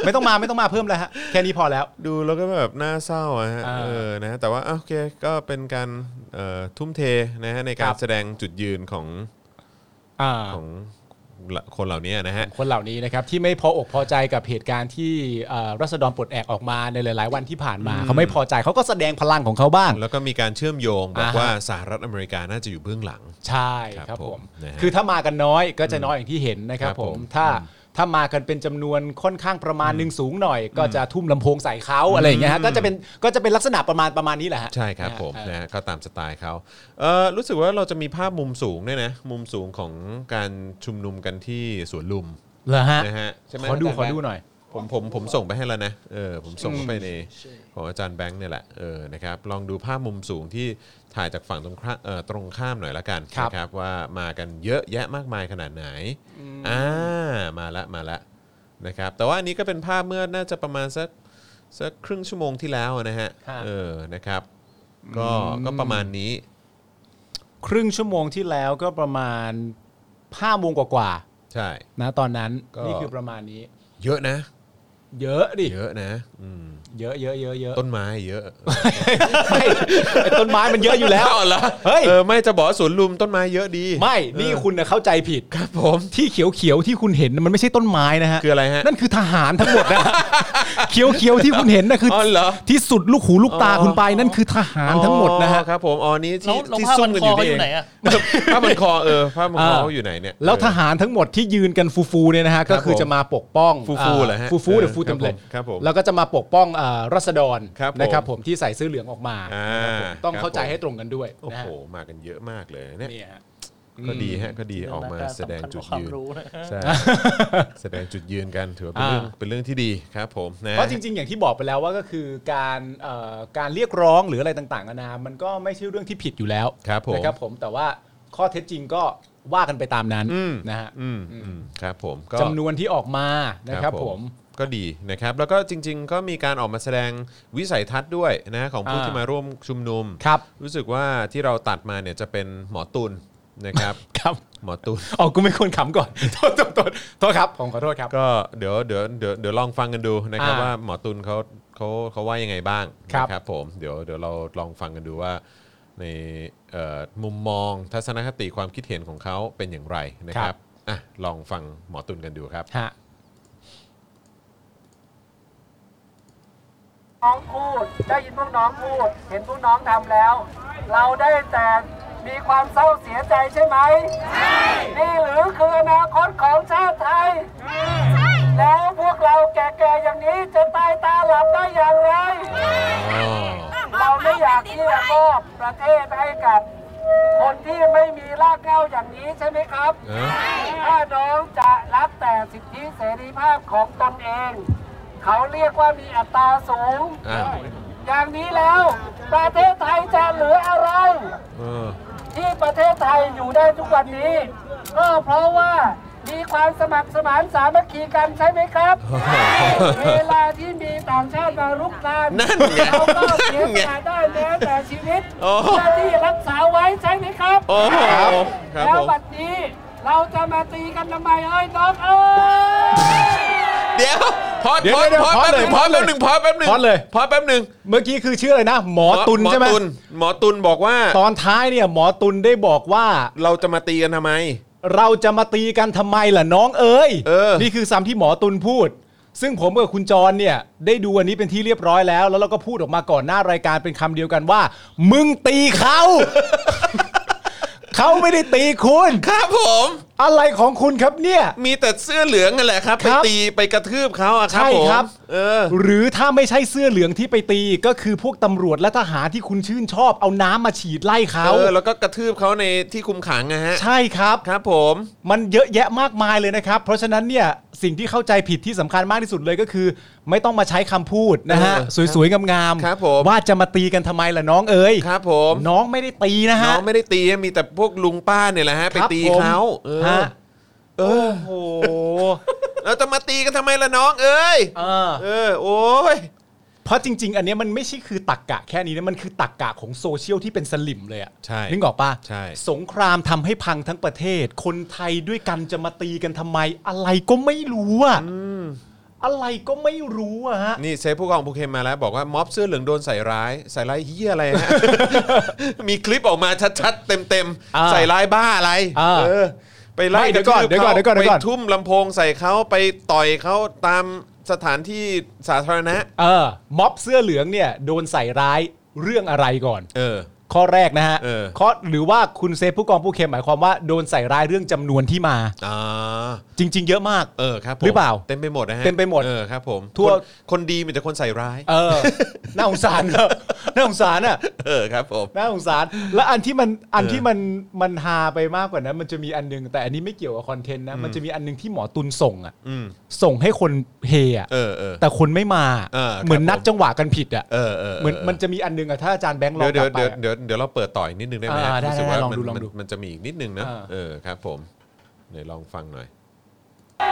S3: ไม่ต้องมาไม่ต้องมาเพิ่มแล้วฮะแค่นี้พอแล้ว
S2: ดูแล้วก็แบบน่าเศร้าอะฮะ
S3: อ่า
S2: เออนะฮะแต่ว่าอ่ะโอเคก็เป็นการเอ่อทุ่มเทนะฮะในกา
S3: ค
S2: ร
S3: รับ
S2: แสดงจุดยืนของ
S3: อ่า
S2: ของคนเหล่านี้นะฮะ
S3: คนเหล่านี้นะครับที่ไม่พออกพอใจกับเหตุการณ์ที่เอ่อรัษฎรปลดแอกออกมาในหลาย ๆ วันที่ผ่านมา เขาไม่พอใจเขาก็แสดงพลังของเขาบ้าง
S2: แล้วก็มีการเชื่อมโยงบอก
S3: อ่าฮะ
S2: ว่าสหรัฐอเมริกาน่าจะอยู่เบื้องหลัง
S3: ใช่
S2: ครับ
S3: ครับผม
S2: ผมนะฮะ
S3: คือถ้ามากันน้อยก็จะน้อยอย่างที่เห็นนะครั
S2: ค
S3: บ
S2: รับ
S3: ผ
S2: ผม ม
S3: ถ้าถ้ามากันเป็นจำนวนค่อนข้างประมาณหนึ่งสูงหน่อย ก็จะทุ่มลำโพงใส่เขาอะไรอย่างเงี้ยฮะก็จะเป็นก็จะเป็นลักษณะประมาณประมาณนี้แหละฮะ
S2: ใช่ครับผม
S3: เออ
S2: นะฮะก็ตามสไตล์เขาเออรู้สึกว่าเราจะมีภาพมุมสูงด้วยนะ มุมสูงของการชุมนุมกันที่สวนลุม
S3: เหรอฮะ
S2: นะฮะใช่ไหม
S3: ขอดู
S2: าจารย์
S3: ขอดูหน่อย
S2: ผมผมผมส่งไปให้แล้วนะเออผมส่ง
S3: อืม
S2: ไปในของอาจารย์แบงค์เนี่ยแหละเออนะครับลองดูภาพมุมสูงที่ถ่ายจากฝั่งตรงข้าเอ่อตรงข้ามหน่อยละกันนะครับว่ามากันเยอะแยะมากมายขนาดไหนอ่ามาละมาละนะครับแต่ว่าอันนี้ก็เป็นภาพเมื่อน่าจะประมาณสักสักครึ่งชั่วโมงที่แล้วนะฮะ
S3: ค่ะ
S2: เออนะครับ ก็ก็ประมาณนี้
S3: ครึ่งชั่วโมงที่แล้วก็ประมาณห้าโมงกว่า
S2: ใช่
S3: ๆนะตอนนั้น
S2: ก็
S3: นี่คือประมาณนี้
S2: เยอะนะ
S3: เยอะดิ
S2: เยอะนะอืม
S3: เยอะเยอะเยอะเยอะ
S2: ต้นไม้เยอะ
S3: ไม่ไอ้ต้นไม้ มันเยอะอยู่แล้ว
S2: เอาเหรอ
S3: เฮ้ย
S2: เออไม่จะบอกว่าสวนลุมต้นไม้เยอะดี
S3: ไม่ นี่คุณน่ะเข้าใจผิด
S2: ครับผม
S3: ที่เขียวๆที่คุณเห็นน่ะมันไม่ใช่ต้นไม้นะฮะ
S2: คืออะไรฮะ
S3: นั่นคือทหารทั้งหมด นะ เขียวๆที่คุณเห็นนะคือ
S2: อ๋อ
S3: อ
S2: เหรอ
S3: ที่สุดลูกหูลูกตา
S2: อ๋อ
S3: คุณไปนั่นคือทหารทั้งหมดนะฮะ
S2: อ๋อครับผมอ๋อนี้
S4: แล้
S2: ที่
S4: วแล้ว
S2: ที่
S4: ผ้า
S2: ซุ่
S4: พั
S2: ม
S4: น
S2: กัน
S4: ค
S2: อ
S4: อยู่
S2: นี่เอยู่
S4: เขาอไหน
S2: ง
S4: อ่ะ
S2: ผ้ามันคอเออผ้ามันคอ
S3: เออ
S2: เขาอยู่ไหนเนี่ย
S3: แล้วทหารทั้งหมดที่ยืนกันฟูๆเนี่ยนะฮะ
S2: ครั
S3: ก็
S2: บ
S3: คือ
S2: ผม
S3: จะมาปกป้อง
S2: ฟูๆเหรอฮะ
S3: ฟูฟู
S2: เออ
S3: เดี๋ยวฟู
S2: ครับ
S3: เต็มเลย
S2: ผมครับผม
S3: แล้วก็จะมาปกป้องเอ่อรัษฎร
S2: ครับผม
S3: นะครับผมที่ใส่เสื้อเหลืองออกมา
S2: อ่า
S3: ครับผมต้อง
S2: ครับ
S3: เข้าใจ
S2: ผม
S3: ให้ตรงกันด้วย
S2: โอ้
S3: นะ
S2: โห
S3: ฮะ
S2: มากันเยอะมากเลยเนี่ย
S3: เนี่ยฮะ
S2: ก็ดีฮะก็ดีออกมาแสดงจุดยืนใช่แสดงจุดยืนกันถือว่าเป็นเรื่อง
S3: อ่า
S2: เป็นเรื่องที่ดีครับผมนะ
S3: เพราะจริงๆ อย่างที่บอกไปแล้วว่าก็คือการเอ่อการเรียกร้องหรืออะไรต่างๆนานามันก็ไม่ใช่เรื่องที่ผิดอยู่แล้ว
S2: ครับผม
S3: นะครับผมแต่ว่าข้อเท็จจริงก็ว่ากันไปตามนั้น
S2: อืม
S3: นะฮะ
S2: อืมอืมครับผมก็
S3: จำนวนที่ออกมานะครับผม
S2: ก็ดีนะครับ แล้วก็จริง ๆ ก็มีการออกมาแสดงวิสัยทัศน์ด้วยนะของผู้
S3: อ่า
S2: ที่มาร่วมชุมนุม
S3: ครับ
S2: รู้สึกว่าที่เราตัดมาเนี่ยจะเป็นหมอตุลนะครับ
S3: ครับ
S2: หมอตุล
S3: ออกกูไม่ควรขำก่อน โทษโทษโทษโทษครับผมขอโทษครับ
S2: ก็เดี๋ยวเดี๋ยวเดี๋ยวเดี๋ยวลองฟังกันดูนะครับ
S3: อ่า
S2: ว่าหมอตุลเขาเขาเขาว่ายังไงบ้าง
S3: ครับ
S2: นะครับผมเดี๋ยวเดี๋ยวเราลองฟังกันดูว่าในเอ่อมุมมองทัศนคติความคิดเห็นของเขาเป็นอย่างไรนะครับอ่ะลองฟังหมอตุลกันดูครับ
S3: ฮะ
S5: น้องพูดได้ยินพวกน้องพูด เห็นพวกน้องทำแล้ว เราได้แต่มีความเศร้าเสียใจใช่ไหมใช่นี่หรือคืออนาคตของชาติไทยใช่แล้วพวกเราแก่ๆอย่างนี้จะตายตาหลับได้อย่างไร เราไม่อยากที่จะมอบประเทศให้กับ คนที่ไม่มีรากเหง้าอย่างนี้ใช่ไหมครับ
S2: เออ
S5: ถ้าน้องจะรักแต่สิทธิเสรีภาพของตนเอง เขาเรียกว่ามีอัตราสูง
S2: อ้าว
S5: อย่างนี้แล้ว ประเทศไทยจะเหลืออะไร
S2: เออ
S5: ที่ประเทศไทยอยู่ได้ทุกวันนี้ ก็เพราะว่ามีความสมัครสมานสามัคคีกันใช่ไหมครับ เวลาที่มีต่างชาติมารุกราน
S2: นั่นไง
S5: เราก็เสีย
S2: นั่น
S5: ส
S2: ไง
S5: ละได้แม้แต่ชีวิต
S2: โอ้
S5: เพื่อที่รักษาไว้ใช่ไหมครับ
S2: โอ้โหครับ
S5: แล้ว
S2: ผม
S5: บัดนี้เราจะมาตีกันทำไมเอ้ยน้องเอ้ ย
S2: เดี๋ยวพอด
S3: เดี๋ยว
S2: พอด
S3: เดี๋ยว
S2: พอด
S3: พอด
S2: แป๊บ
S3: เล
S2: ห
S3: ย
S2: นึ่งพอดแป๊บหนึ่งพอดแป๊บหนึ่ง
S3: พอดเลย
S2: พอดแป๊บหนึ่ง
S3: เมื่อกี้คือชื่ออะไรนะ หมอตุลใช่ไหม
S2: หมอตุลหมอตุลบอกว่า
S3: ตอนท้ายเนี่ยหมอตุลได้บอกว่า
S2: เราจะมาตีกันทำไม
S3: เราจะมาตีกันทำไมล่ะน้องเอ๋ย
S2: เออ
S3: นี่คือซ้ำที่หมอตุลพูด ซึ่งผมกับคุณจรเนี่ย ได้ดูอันนี้เป็นที่เรียบร้อยแล้ว แล้วเราก็พูดออกมาก่อนหน้ารายการเป็นคำเดียวกันว่า มึงตีเขา เขาไม่ได้ตีคุณ
S2: ครับผม
S3: อะไรของคุณครับเนี่ย
S2: มีแต่เสื้อเหลืองนั่นแหละครับ
S3: ค
S2: ไป
S3: รับ
S2: ตีไปกระทืบเขาอะครับ
S3: ใช่
S2: ผม
S3: ครับ
S2: เออ
S3: หรือถ้าไม่ใช่เสื้อเหลืองที่ไปตีก็คือพวกตำรวจและทหารที่คุณชื่นชอบเอาน้ำมาฉีดไล่เขา
S2: เออแล้วก็กระทืบเขาในที่คุมขังนะฮะ
S3: ใช่ครับ
S2: ครับผม
S3: มันเยอะแยะมากมายเลยนะครับ เพราะฉะนั้นเนี่ยสิ่งที่เข้าใจผิดที่สำคัญมากที่สุดเลยก็คือ ไม่ต้องมาใช้คำพูดนะฮะ
S2: เออ
S3: สวยๆ งาม
S2: ครับผม
S3: ว่าจะมาตีกันทำไมล่ะน้องเอ๋ย
S2: ครับผม
S3: น้องไม่ได้ตีนะฮะ
S2: น้องไม่ได้ตีมีแต่พวกลุงป้าเนี่ยแหละฮะไป
S3: ครับ
S2: ตี
S3: ผม
S2: เขาเออ
S3: ฮะ
S2: เออ
S3: โอ้โห
S2: เราจะมาตีกันทำไมล่ะน้องเอ้ย
S3: เออ
S2: เออโอ้ย
S3: เพราะจริง ๆ อันเนี้ยมันไม่ใช่คือตักกะแค่นี้นะมันคือตักกะของโซเชียลที่เป็นสลิมเลยอะ
S2: ใช่
S3: นึกออกปะ
S2: ใช่
S3: สงครามทำให้พังทั้งประเทศ คนไทยด้วยกันจะมาตีกันทำไม อะไรก็ไม่รู้อะอะไรก็ไม่รู้อะฮะ
S2: นี่เซฟผู้กองภูเข็มมาแล้ว บอกว่าม็อบเสื้อเหลืองโดนใส่ร้าย ใส่ร้ายเฮียอะไร ฮะ มีคลิปออกมาชัดๆเต็ม
S3: อ่า
S2: ๆใส่ร้ายบ้าอะไร
S3: อ่า
S2: เออ ไปไล่
S3: ไม่เดี๋ยวก่อน
S2: ระทืบ
S3: เดี๋ยวก่อน
S2: ขา
S3: เดี๋ยวก่อนเดี๋ยวก่อน
S2: ไปทุ่มลำโพงใส่เขาไปต่อยเขาตามสถานที่สาธารณะ
S3: เออม็อบเสื้อเหลืองเนี่ยโดนใส่ร้ายเรื่องอะไรก่อน
S2: เออ
S3: ข้อแรกนะฮะ
S2: เออ
S3: ข้อหรือว่าคุณเซฟผู้กองผู้เข็มหมายความว่าโดนใส่ร้ายเรื่องจำนวนที่มา
S2: อ่า
S3: จริง ๆ เยอะมาก
S2: เออครับผม
S3: หรือเปล่า
S2: เต็มไปหมดนะฮะ
S3: เต็มไปหมด
S2: เออครับผม
S3: ทั่ว
S2: คนคนดีมีแต่คนใส่ร้าย
S3: เอ อ น่าสงสารเนอะน่าสงสารอ่ะ
S2: เออครับผม
S3: น่าสงสาร แล้วอันที่มันอัน
S2: เออ
S3: ที่มันมันฮาไปมากกว่านั้นมันจะมีอันหนึง แต่อันนี้ไม่เกี่ยวกับคอนเทนต์นะมันจะมีอันหนึงที่หมอตุลส่งอ่ะ
S2: อืม
S3: ส่งให้คนเฮอ่ะ
S2: เออเออ
S3: แต่คนไม่มา
S2: เออครับ
S3: เหมือนนัดจังหวะกันผิดอ่ะ
S2: เออเออ
S3: เหมือนมันจะมีอันหนึงอ่ะถ้าอาจารย์แบงค์ลอ
S2: เดี๋ย
S3: ง
S2: ว
S3: ก
S2: เดี๋ยวเดี๋
S3: ลับไป
S2: ยว
S3: อะ
S2: เดี๋ยวเดี๋ยวเราเปิดต่ออีกนิดนึงได้ไหมฮะ
S3: อ่าได้
S2: รู้สึก
S3: ได้
S2: ว่า
S3: ลอง
S2: มัน
S3: ดูลองดู
S2: มันมันจะมีอีกนิดนึงนะ
S3: อ่า
S2: เออครับผมเดี๋ยวลองฟังหน่อย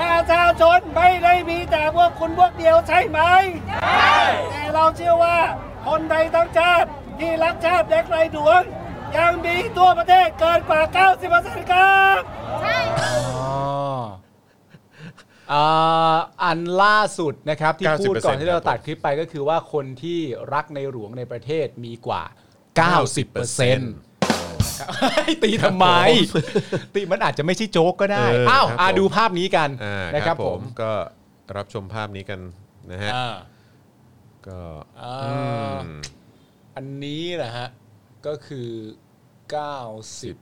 S5: ประชาชนไม่ได้มีแต่พวกคุณพวกเดียวใช่ไหมใช่แต่เราเชื่อว่าคนไทยทั้งชาติที่รักชาติและใครดวง ยังมีทั่วประเทศเกินกว่า 90%ครับ
S3: อ๋ออ่าอันล่าสุดนะครับ ที่
S2: 90%
S3: พูดก่อนที่
S2: ครั
S3: เรา
S2: บ
S3: ตัดคลิปไปก็คือว่าคนที่รักในหลวงในประเทศมีกว่า 90%ตีทำไม ตีมันอาจจะไม่ใช่โจ๊กก็ได้
S2: เออ
S3: อ้าว
S2: ครับ
S3: อ่ะ
S2: ผม
S3: ดูภาพนี้กัน
S2: อ่า
S3: นะ
S2: ค
S3: ค
S2: รั
S3: รั
S2: บบ ผ
S3: ผม ม
S2: ก็รับชมภาพนี้กันนะฮะ
S3: อ่า
S2: ก็
S3: อ่า
S2: อืม
S3: อันนี้นะฮะ ก็คือ
S2: 10%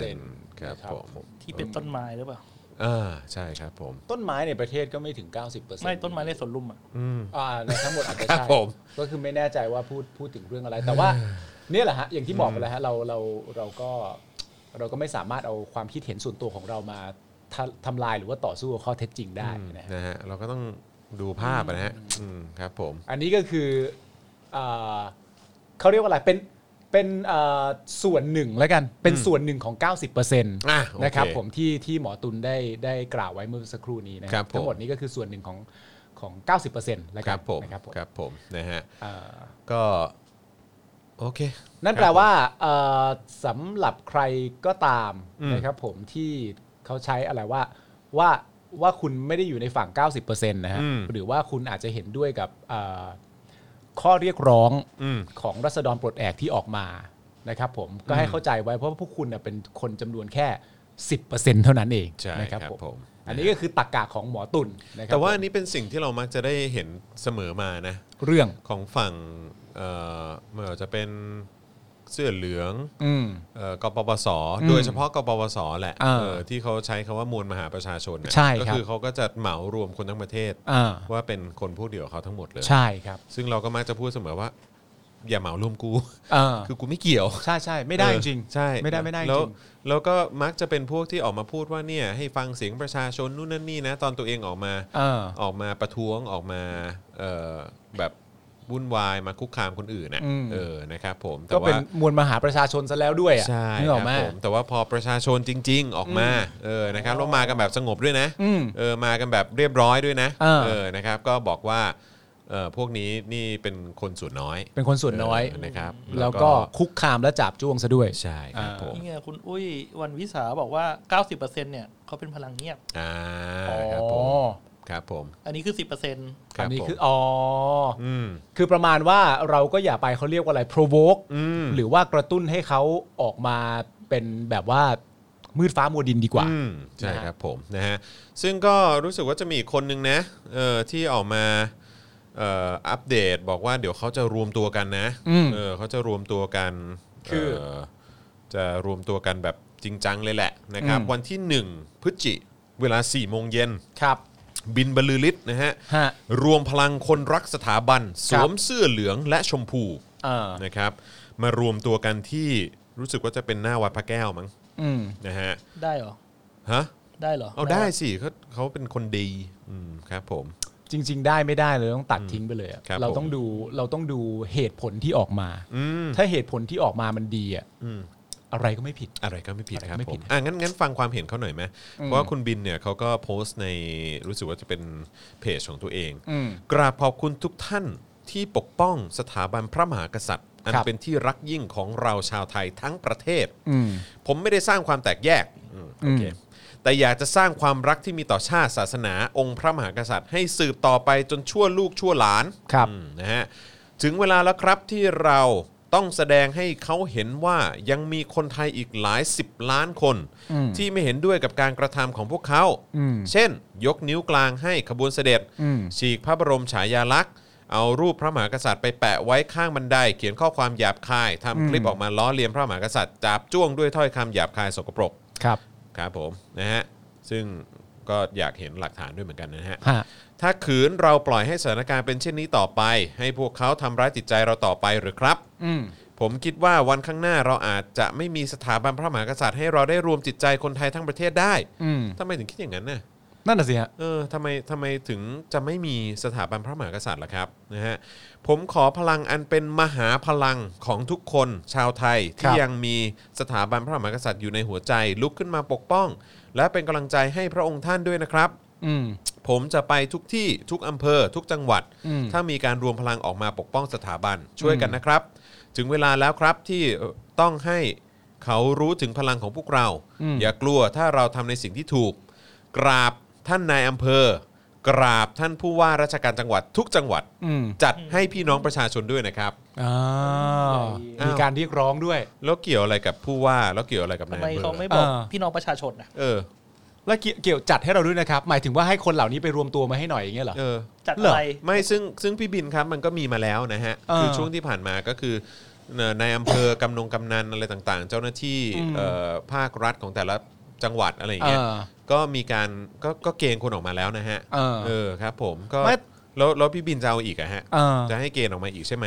S3: 90%
S2: ครับ
S3: นะ
S2: ผม
S4: ที่เป็นต้นไม้หรือเปล่า
S2: อ่าใช่ครับผม
S3: ต้นไม้ในประเทศก็ไม่ถึง 90%
S4: ไม่ต้นไม้ในสวนลุมอ่ะ
S2: อืม
S3: อ่าในทั้งหมดอาจจะ
S2: ครั
S3: ใช่
S2: บผม
S3: ก็คือไม่แน่ใจว่าพูดพูดถึงเรื่องอะไร แต่ว่า เนี่ยแหละฮะอย่างที่บอกไปแล้วฮะเราเราเราก็เราก็ไม่สามารถเอาความคิดเห็นส่วนตัวของเรามาทะทำลายหรือว่าต่อสู้กับข้อเท็จจริงได้นะฮะ
S2: นะฮะเราก็ต้องดูภาพอะนะฮะอืมครับผม
S3: อันนี้ก็คืออ่าเขาเรียกว่าอะไรเป็นเป็นอ่าส่วนหนึ่งแล้วกันเป็นส่วนหนึ่งของ 90%น
S2: อ่ะโอเคะ
S3: ครับผมที่ที่หมอตุลได้ได้กล่าวไว้เมื่อสักครู่นี้นะค
S2: ครั
S3: รั
S2: บบ ผม
S3: ทั้งหมดนี้ก็คือส่วนหนึ่งของของ 90%แล้ว
S2: ค
S3: กั
S2: รั
S3: น
S2: บผม
S3: นะครับผม
S2: ครับผมนะฮะ
S3: อ่า
S2: ก็โอเค
S3: นั่นแปลว่าเอ่อสำหรับใครก็ตาม
S2: อืม
S3: นะครับผมที่เขาใช้อะไรว่าว่าว่าคุณไม่ได้อยู่ในฝั่ง 90%นะฮะหรือว่าคุณอาจจะเห็นด้วยกับเอ่อข้อเรียกร้อง
S2: อืม
S3: ของรัษฎรปลดแอกที่ออกมานะครับผมก็ให้เข้าใจไว้เพราะว่าพวกคุณน่ะเป็นคนจำนวนแค่ 10%เท่านั้นเอง
S2: ใช่
S3: นะครับ
S2: ครับผม
S3: อันนี้ก็คือตักกะของหมอตุลนะครับ
S2: แต่ว่า
S3: ผม
S2: อันนี้เป็นสิ่งที่เรามักจะได้เห็นเสมอมานะ
S3: เรื่อง
S2: ของฝั่งเอ่อไม่ว่าจะเป็นเสื้อเหลือง
S3: อืม
S2: เอ่อกปปส
S3: อืม
S2: โดยเฉพาะกปปสแหละ
S3: อ่า
S2: เออที่เขาใช้คำว่ามวลมหาประชาชนน่ะ
S3: ใช่ครับ
S2: ก็คือเขาก็จะเหมารวมคนทั้งประเทศ
S3: อ่า
S2: ว่าเป็นคนพวกเดียวกับเขาทั้งหมดเลย
S3: ใช่ครับ
S2: ซึ่งเราก็มักจะพูดเสมอว่า อย่าเหมารวมกู
S3: อ่า
S2: คือกูไม่เกี่ยว
S3: ใช่ใช่ไม่ได้
S2: เอ
S3: จ
S2: อ
S3: ริง
S2: ใช่
S3: ไม่ได้ไม่ได้จ
S2: แล้ว
S3: ริง
S2: แล้วก็มักจะเป็นพวกที่ออกมาพูดว่าเนี่ยให้ฟังเสียงประชาชนนู่นนั่นนี่นะ ตอนตัวเองออกมา
S3: เออ
S2: ออกมาประท้วงออกมาเอ่อแบบ วุ่นวายมาคุกคามคนอื่นนะ
S3: อืม
S2: เออนะครับผมแต่
S3: ก็เป็น
S2: ว่า
S3: มวลมหาประชาชนซะแล้วด้วยอ่ะ
S2: ใช่
S3: นึก
S2: ค
S3: อ
S2: รั
S3: อบ กไหม
S2: ผมแต่ว่าพอประชาชนจริง ๆ ออกมาเออนะครับแล้วมากันแบบสงบด้วยนะ
S3: อืม
S2: เออมากันแบบเรียบร้อยด้วยนะ
S3: เออ
S2: เออนะครับ ก็บอกว่าเออพวกนี้นี่เป็นคนส่วนน้อย
S3: เป็นคนส่วนน้อย
S2: เนะครับ
S3: แล้วก็คุกคามและจับจ้วงซะด้วย
S2: ใช่ครับผม
S4: นี่ไงคุณอุ้ยวันวิสาบอกว่า 90%เนี่ยเขาเป็นพลังเงียบ
S2: อ่า
S3: อ๋อ
S2: ครับผมครับผม
S4: อันนี้คือ 10%
S2: ครั
S3: อั
S2: บ
S3: นนี้
S2: ผม
S3: คืออ๋ออ
S2: อืม
S3: คือประมาณว่าเราก็อย่าไปเขาเรียกว่าอะไร provoke
S2: อืม
S3: หรือว่ากระตุ้นให้เขาออกมาเป็นแบบว่ามืดฟ้ามัวดินดีกว่า
S2: อืมใช่
S3: นะฮะ
S2: ครับผมนะฮะซึ่งก็รู้สึกว่าจะมีอีกคนนึงนะเออที่ออกมาเอ่ออัปเดตบอกว่าเดี๋ยวเขาจะรวมตัวกันนะ
S3: อืม
S2: เออเขาจะรวมตัวกัน
S3: คือ
S2: เอจะรวมตัวกันแบบจริงจังเลยแหละนะครับ
S3: อืม
S2: วันที่ 1 พฤศจิเวลา4ี่โมงเย็น
S3: ครับ
S2: บินบรรลือฤทธิ์นะฮะ
S3: ฮะ
S2: รวมพลังคนรักสถาบัน ส
S3: ครับ
S2: วมเสื้อเหลืองและชมพู
S3: เออ
S2: นะครับ มารวมตัวกันที่รู้สึกว่าจะเป็นหน้าวัดพระแก้วมั้ง
S3: อืม
S2: นะฮะ
S4: ได้เหรอ
S2: ฮะ
S4: ได้เหรอ
S2: เอาได้สิเขาเขาเป็นคนดีอืมครับผม
S3: จริง ๆ ได้ไม่ได้เลยต้องตัดทิ้งไปเลยอะ
S2: ครับ
S3: เรา
S2: ผม
S3: ต้องดูเราต้องดูเหตุผลที่ออกมา
S2: อืม
S3: ถ้าเหตุผลที่ออกมามันดีอ่ะ
S2: อืม
S3: อะไรก็ไม่ผิด
S2: อะไรก็ไม่ผิด
S3: อะไร
S2: ค
S3: ก็
S2: รับ
S3: ไม่
S2: ผ
S3: ผิ
S2: ม
S3: ด
S2: อ่ะงั้นงั้นฟังความเห็นเขาหน่อยไหมเพราะว่าคุณบินเนี่ยเขาก็โพสต์ในรู้สึกว่าจะเป็นเพจของตัวเอง
S3: อืม
S2: กราบขอบคุณทุกท่านที่ปกป้องสถาบันพระมหากษัตริย์ อัน
S3: ครับ
S2: เป็นที่รักยิ่งของเราชาวไทยทั้งประเทศ
S3: อืม
S2: ผมไม่ได้สร้างความแตกแยกอืมโอเค
S3: อืม
S2: แต่อยากจะสร้างความรักที่มีต่อชาติศาสนา องค์พระมหากษัตริย์ ให้สืบต่อไปจนชั่วลูกชั่วหลาน
S3: ครับ
S2: อืมนะฮะถึงเวลาแล้วครับที่เราต้องแสดงให้เขาเห็นว่ายังมีคนไทยอีกหลายสิบล้านคน
S3: อืม
S2: ที่ไม่เห็นด้วยกับการกระทำของพวกเขา
S3: อืม
S2: เช่น ยกนิ้วกลางให้ขบวนเสด็จ
S3: อืม
S2: ฉีกพระบรมฉายาลักษณ์ เอารูปพระมหากษัตริย์ไปแปะไว้ข้างบันได เขียนข้อความหยาบคายทำคลิปออกมาล้อเลียนพระมหากษัตริย์จับจ้วงด้วยถ้อยคำหยาบคายสกปรก
S3: ครับ
S2: ครับผมนะฮะซึ่งก็อยากเห็นหลักฐานด้วยเหมือนกันนะฮะ
S3: ฮะ
S2: ถ้าขืนเราปล่อยให้สถานการณ์เป็นเช่นนี้ต่อไป ให้พวกเขาทำร้ายจิตใจเราต่อไปหรือครับ
S3: อืม
S2: ผมคิดว่าวันข้างหน้าเราอาจจะไม่มีสถาบันพระมหากษัตริย์ให้เราได้รวมจิตใจคนไทยทั้งประเทศได้
S3: อืม
S2: ทำไมถึงคิดอย่างนั้นน่ะ
S3: นั่นน่ะสิฮะ
S2: เออทำไมทำไมถึงจะไม่มีสถาบันพระมหากษัตริย์ล่ะครับนะฮะผมขอพลังอันเป็นมหาพลังของทุกคนชาวไทย
S3: ค
S2: ที่
S3: รับ
S2: ยังมีสถาบันพระมหากษัตริย์อยู่ในหัวใจ ลุกขึ้นมาปกป้อง และเป็นกำลังใจให้พระองค์ท่านด้วยนะครับ
S3: อืม
S2: ผมจะไปทุกที่ทุกอำเภอ ทุกจังหวัด
S3: อืม
S2: ถ้ามีการรวมพลังออกมาปกป้องสถาบันช่วยกันนะครับ ถึงเวลาแล้วครับที่เอ่อต้องให้เขารู้ถึงพลังของพวกเรา
S3: อืม
S2: อย่ากลัวถ้าเราทำในสิ่งที่ถูก กราบท่านนายอำเภอ กราบท่านผู้ว่าราชการจังหวัดทุกจังหวัด
S3: อืม
S2: จัดให้พี่น้องประชาชนด้วยนะครับ
S3: อ่าว
S2: อ้าว
S3: มีการเรียกร้องด้วย
S2: แล้วเกี่ยวอะไรกับผู้ว่าแล้วเกี่ยวอะไรกับนา
S4: ทำ
S2: ย
S4: ไม
S2: อำเภ
S4: เขา
S2: อ
S4: ไม่บอก
S3: เออ
S4: พี่น้องประชาชนนะ
S2: เออ
S3: และเกี่ยวเกี่ยวจัดให้เราด้วยนะครับ หมายถึงว่าให้คนเหล่านี้ไปรวมตัวมาให้หน่อยอย่างเงี้ยเหรอ
S2: เออ
S4: จัด
S3: เหร
S4: อะ
S3: อ
S4: ไร
S2: ไม่ซึ่งซึ่งพี่บินครับมันก็มีมาแล้วนะฮะ
S3: เออ
S2: คือช่วงที่ผ่านมาก็คือเอ่อในอำเภอกำนงกำนันอะไรต่างๆ เจ้าหน้าที่
S3: อืม
S2: เอ่อภาครัฐของแต่ละจังหวัดอะไรอย่าง
S3: เอ
S2: เงี้ย
S3: อ
S2: ก็มีการก็ก็เกณฑ์คนออกมาแล้วนะฮะ
S3: เออ
S2: ครับผมก็
S3: ไม่
S2: แล้วแล้วพี่บินจะเอาอีกอะฮะ
S3: เออ
S2: จะให้เกณฑ์ออกมาอีกใช่ไหม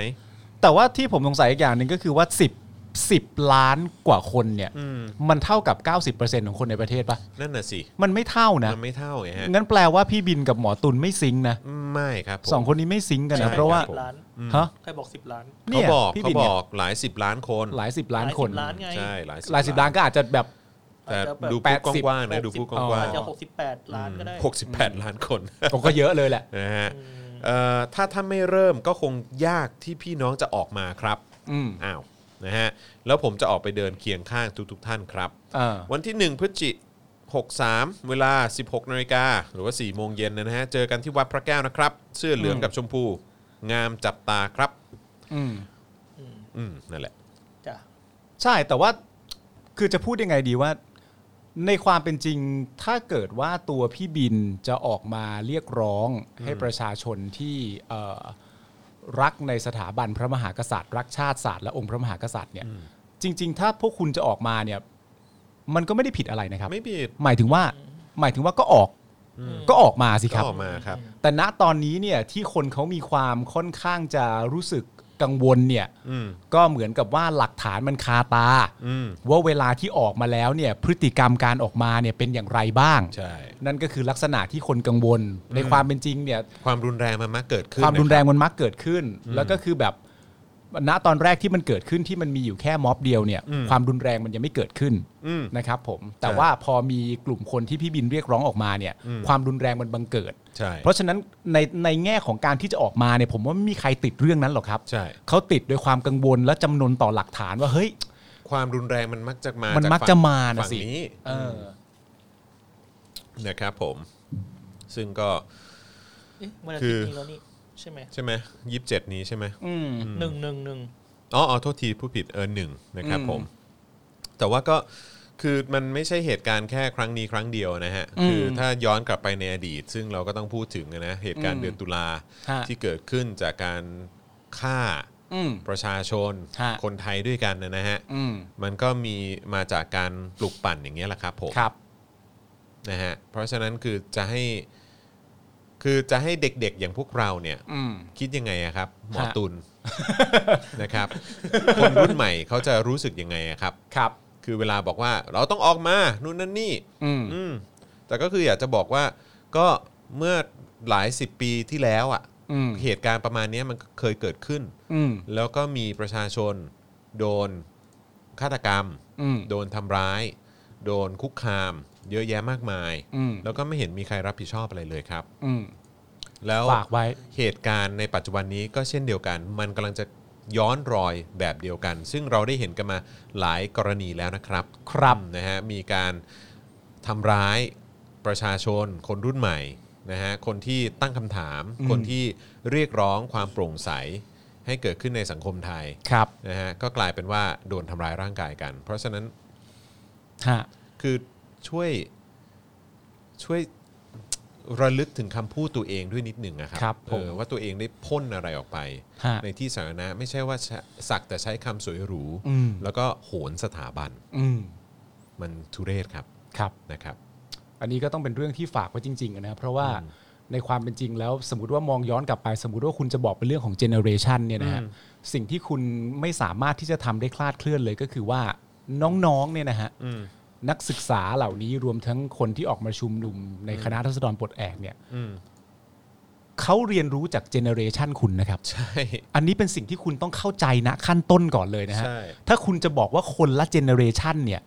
S3: แต่ว่าที่ผมสงสัยอีกอย่างหนึ่งก็คือว่า 10 10 ล้านกว่าคนเนี่ย
S2: อืม
S3: มันเท่ากับ 90%ของคนในประเทศปะ
S2: นั่นน่ะสิ
S3: มันไม่เท่านะ
S2: มันไม่เท่าไงฮะ
S3: งั้นแปลว่าพี่บินกับหมอตุลไม่ซิงค์นะ
S2: ไม่ครับผม
S3: สองคนนี้ไม่ซิงค์กัน
S2: ใช่
S3: นะเพราะว่า
S2: คบผม
S4: ล้าน
S2: อืม
S3: ฮะ
S4: ใครบอก 10 ล้าน
S2: เขา
S3: เนี่ย
S2: บอก
S3: พี่
S2: เขา
S3: บิน
S2: บ
S3: เนี่ย
S2: อกหลายสิบล้านคน
S3: หลายสิบล้าน
S4: หลย
S3: คน
S4: สิบล้านไง
S2: ใช่หลายสิบ
S3: หลายสิบล้านก็อาจจะแบบ
S2: แต่
S4: อาจจะแบบ
S2: ดู
S3: แป
S2: พูด
S3: ดสิบ
S2: กว้างๆนะดูพูดกว้าง
S4: อาจจะหกสิบแปดล้านก็ได้
S2: ๆหกสิบแปดล้านคน
S3: ก็เยอะเลยแหละ
S2: นะฮะเอ่อถ้าท่านไม่เริ่มก็คงยากที่พี่น้องจะออกมาครับ
S3: อืม
S2: อ้าวนะฮะแล้วผมจะออกไปเดินเคียงข้างทุกๆท่านครับ
S3: เออ
S2: วันที่ 1 พฤศจิ63 เวลา 16นาฬิกาหรือว่า 4 โมงเย็นนะฮะ เจอกันที่วัดพระแก้วนะครับ เสื้อเหลือง
S3: อืม
S2: กับชมพู งามจับตาครับ
S3: อืม
S2: อืมนั่นแหละ
S4: จ้ะ
S3: ใช่แต่ว่าคือจะพูดยังไงดีว่า ในความเป็นจริงถ้าเกิดว่าตัวพี่บินจะออกมาเรียกร้องให้ประชาชนที่เอ่อรักในสถาบันพระมหากษัตริย์ รักชาติศาสตร์และองค์พระมหากษัตริย์เนี่ย จริง ๆ ถ้าพวกคุณจะออกมาเนี่ย มันก็ไม่ได้ผิดอะไรนะครับ
S2: ไม่ผิด
S3: หมายถึงว่า หมายถึงว่าก็ออกก็ออกมาสิค
S2: ก็
S3: รับ
S2: ออกมาครับ
S3: แต่ณตอนนี้เนี่ยที่คนเขามีความค่อนข้างจะรู้สึก กังวลเนี่ย
S2: อืม
S3: ก็เหมือนกับว่าหลักฐานมันคาตา
S2: อืม
S3: ว่าเวลาที่ออกมาแล้วเนี่ยพฤติกรรมการออกมาเนี่ยเป็นอย่างไรบ้าง
S2: ใช่
S3: นั่นก็คือลักษณะที่คนกังวล ในความเป็นจริงเนี่ย
S2: ความรุนแรงมันมักเกิดขึ้น
S3: ความรุน
S2: นะ
S3: แรงมันมักเกิดขึ้น แล้วก็คือแบบณตอนแรกที่มันเกิดขึ้นที่มันมีอยู่แค่ม็อบเดียวเนี่ย ความรุนแรงมันยังไม่เกิดขึ้น
S2: อืม
S3: นะครับผมแต่
S2: ใช่
S3: ว่าพอมีกลุ่มคนที่พี่บินเรียกร้องออกมาเนี่ย ความรุนแรงมันบังเกิด
S2: ใช่
S3: เพราะฉะนั้นในในแง่ของการที่จะออกมาเนี่ยผมว่าไม่มีใครติดเรื่องนั้นหรอกครับ
S2: ใช่
S3: เขาติดโดยความกังวลและจำนนต่อหลักฐานว่าเฮ้ย
S2: ความรุนแรงมันมักจะมา
S3: มัน
S2: จาก
S3: มักจะมานะ
S2: ฝั่ง
S3: สิ
S2: นี้
S3: เออ
S2: นะครับผม ซึ่งก็
S4: เอ๊ะวันอาทิตย์นี้แล้วนี่ใช่ไหม
S2: ใช่ไหมยี่สิบเจ็ดนี้ใช่ไหม
S3: อืม
S4: หนึ่งหนึ่งหนึ่ง
S2: อ๋ออ๋อโทษทีผู้ผิดเออหนึ่งนะครับ
S3: อืม
S2: ผม แต่ว่าก็คือมันไม่ใช่เหตุการณ์แค่ครั้งนี้ครั้งเดียวนะฮะ
S3: อืม
S2: คือถ้าย้อนกลับไปในอดีต ซึ่งเราก็ต้องพูดถึงนะเหตุการณ์
S3: อืม
S2: เดือนตุลา
S3: ฮะ
S2: ที่เกิดขึ้นจากการฆ่า
S3: อืม
S2: ประชาชน
S3: ฮะ
S2: คนไทยด้วยกันนะฮะ
S3: อืม
S2: มันก็มีมาจากการปลุกปั่นอย่างเงี้ยแหละครับผม
S3: ครับ
S2: นะฮะ เพราะฉะนั้นคือจะให้คือจะให้เด็กๆอย่างพวกเราเนี่ย
S3: อืม
S2: คิดยังไงอะครับหมอ
S3: ฮะ
S2: ตุล นะครับ คนรุ่นใหม่เขาจะรู้สึกยังไงอะครับ
S3: ครับ
S2: คือเวลาบอกว่าเราต้องออกมานู่นนั่นนี่
S3: อืม
S2: อืมแต่ก็คืออยากจะบอกว่าก็เมื่อหลายสิบปีที่แล้วอะ
S3: อืม
S2: เหตุการณ์ประมาณเนี้ยมันเคยเกิดขึ้น
S3: อืม
S2: แล้วก็มีประชาชนโดนฆาตกรรม
S3: อืม
S2: โดนทำร้าย โดนคุกคาม เยอะแยะมากมาย
S3: อืม
S2: แล้วก็ไม่เห็นมีใครรับผิดชอบอะไรเลยครับ
S3: อืม
S2: แล้ว
S3: ฝากไว้
S2: เหตุการณ์ในปัจจุบันนี้ก็เช่นเดียวกัน มันกำลังจะย้อนรอยแบบเดียวกัน ซึ่งเราได้เห็นกันมาหลายกรณีแล้วนะครับ
S3: ครับ
S2: อืมนะฮะมีการทำร้ายประชาชน คนรุ่นใหม่นะฮะคนที่ตั้งคำถาม
S3: อืม
S2: คนที่เรียกร้องความโปร่งใส ให้เกิดขึ้นในสังคมไทย
S3: ครับ
S2: นะฮะก็กลายเป็นว่าโดนทำร้ายร่างกายกัน เพราะฉะนั้น
S3: ฮะ
S2: คือช่วยช่วยระลึกถึงคำพูดตัวเองด้วยนิดหนึ่งนะครั
S3: ครับผม
S2: เออว่าตัวเองได้พ่นอะไรออกไป
S3: ฮะ
S2: ในที่สาธารณะไม่ใช่ว่าสักแต่ใช้คำสวยหรู
S3: อืม
S2: แล้วก็โหนสถาบัน
S3: อืม
S2: มันทุเรศครับ
S3: ครับ
S2: นะครับ
S3: อันนี้ก็ต้องเป็นเรื่องที่ฝากไว้จริงๆนะครับเพราะว่าในความเป็นจริงแล้วสมมติว่ามองย้อนกลับไปสมมติว่าคุณจะบอกเป็นเรื่องของเจเนอเรชันเนี่ยนะฮะสิ่งที่คุณไม่สามารถที่จะทำได้คลาดเคลื่อนเลยก็คือว่าน้องๆเนี่ยนะฮะ
S2: อืม
S3: นักศึกษาเหล่านี้รวมทั้งคนที่ออกมาชุมนุมในคณะรัษฎรปลดแอกเนี่ย
S2: อืม
S3: เขาเรียนรู้จากเจเนอเรชันคุณนะครับ
S2: ใช่
S3: อันนี้เป็นสิ่งที่คุณต้องเข้าใจนะขั้นต้นก่อนเลยนะฮะ
S2: ใช่
S3: ถ้าคุณจะบอกว่าคนละเจเนอเรชันเนี่ย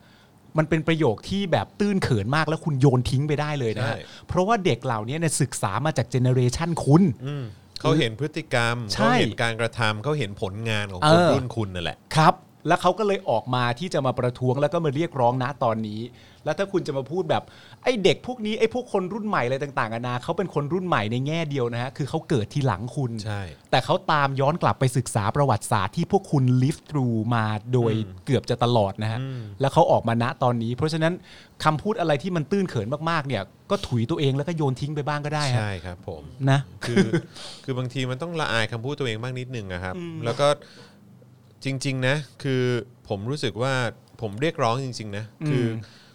S3: มันเป็นประโยคที่แบบตื้นเขินมากแล้วคุณโยนทิ้งไปได้เลยนะฮะ
S2: ใช่
S3: เพราะว่าเด็กเหล่านี้เนี่ยศึกษามาจากเจเนอเรชันคุณ
S2: อืมเขาเห็นพฤติกรรม
S3: ใช่
S2: เขาเห็นการกระทำเขาเห็นผลงานของ
S3: เอ
S2: คน
S3: อ
S2: รุ่นคุณนั่นแหละ
S3: ครับ แล้วเขาก็เลยออกมาที่จะมาประท้วงแล้วก็มาเรียกร้องนะตอนนี้ แล้วถ้าคุณจะมาพูดแบบไอ้เด็กพวกนี้ไอ้พวกคนรุ่นใหม่อะไรต่างๆนานาเขาเป็นคนรุ่นใหม่ในแง่เดียวนะฮะคือเขาเกิดทีหลังคุณ
S2: ใช่
S3: แต่เขาตามย้อนกลับไปศึกษาประวัติศาสตร์ที่พวกคุณ live through มาโดยเกือบจะตลอดนะฮะ แล้วเขาออกมาณตอนนี้ เพราะฉะนั้นคำพูดอะไรที่มันตื้นเขินมากๆ เนี่ย ก็ถุยตัวเองแล้วก็โยนทิ้งไปบ้างก็ได้ฮะ
S2: ใช่ครับผม
S3: นะ
S2: คือ คือบางทีมันต้องละอายคำพูดตัวเองบ้างนิดนึงนะครับ แล้วก็จริง ๆ นะ คือผมรู้สึกว่าผมเรียกร้องจริง ๆ นะ
S3: อืม
S2: คือ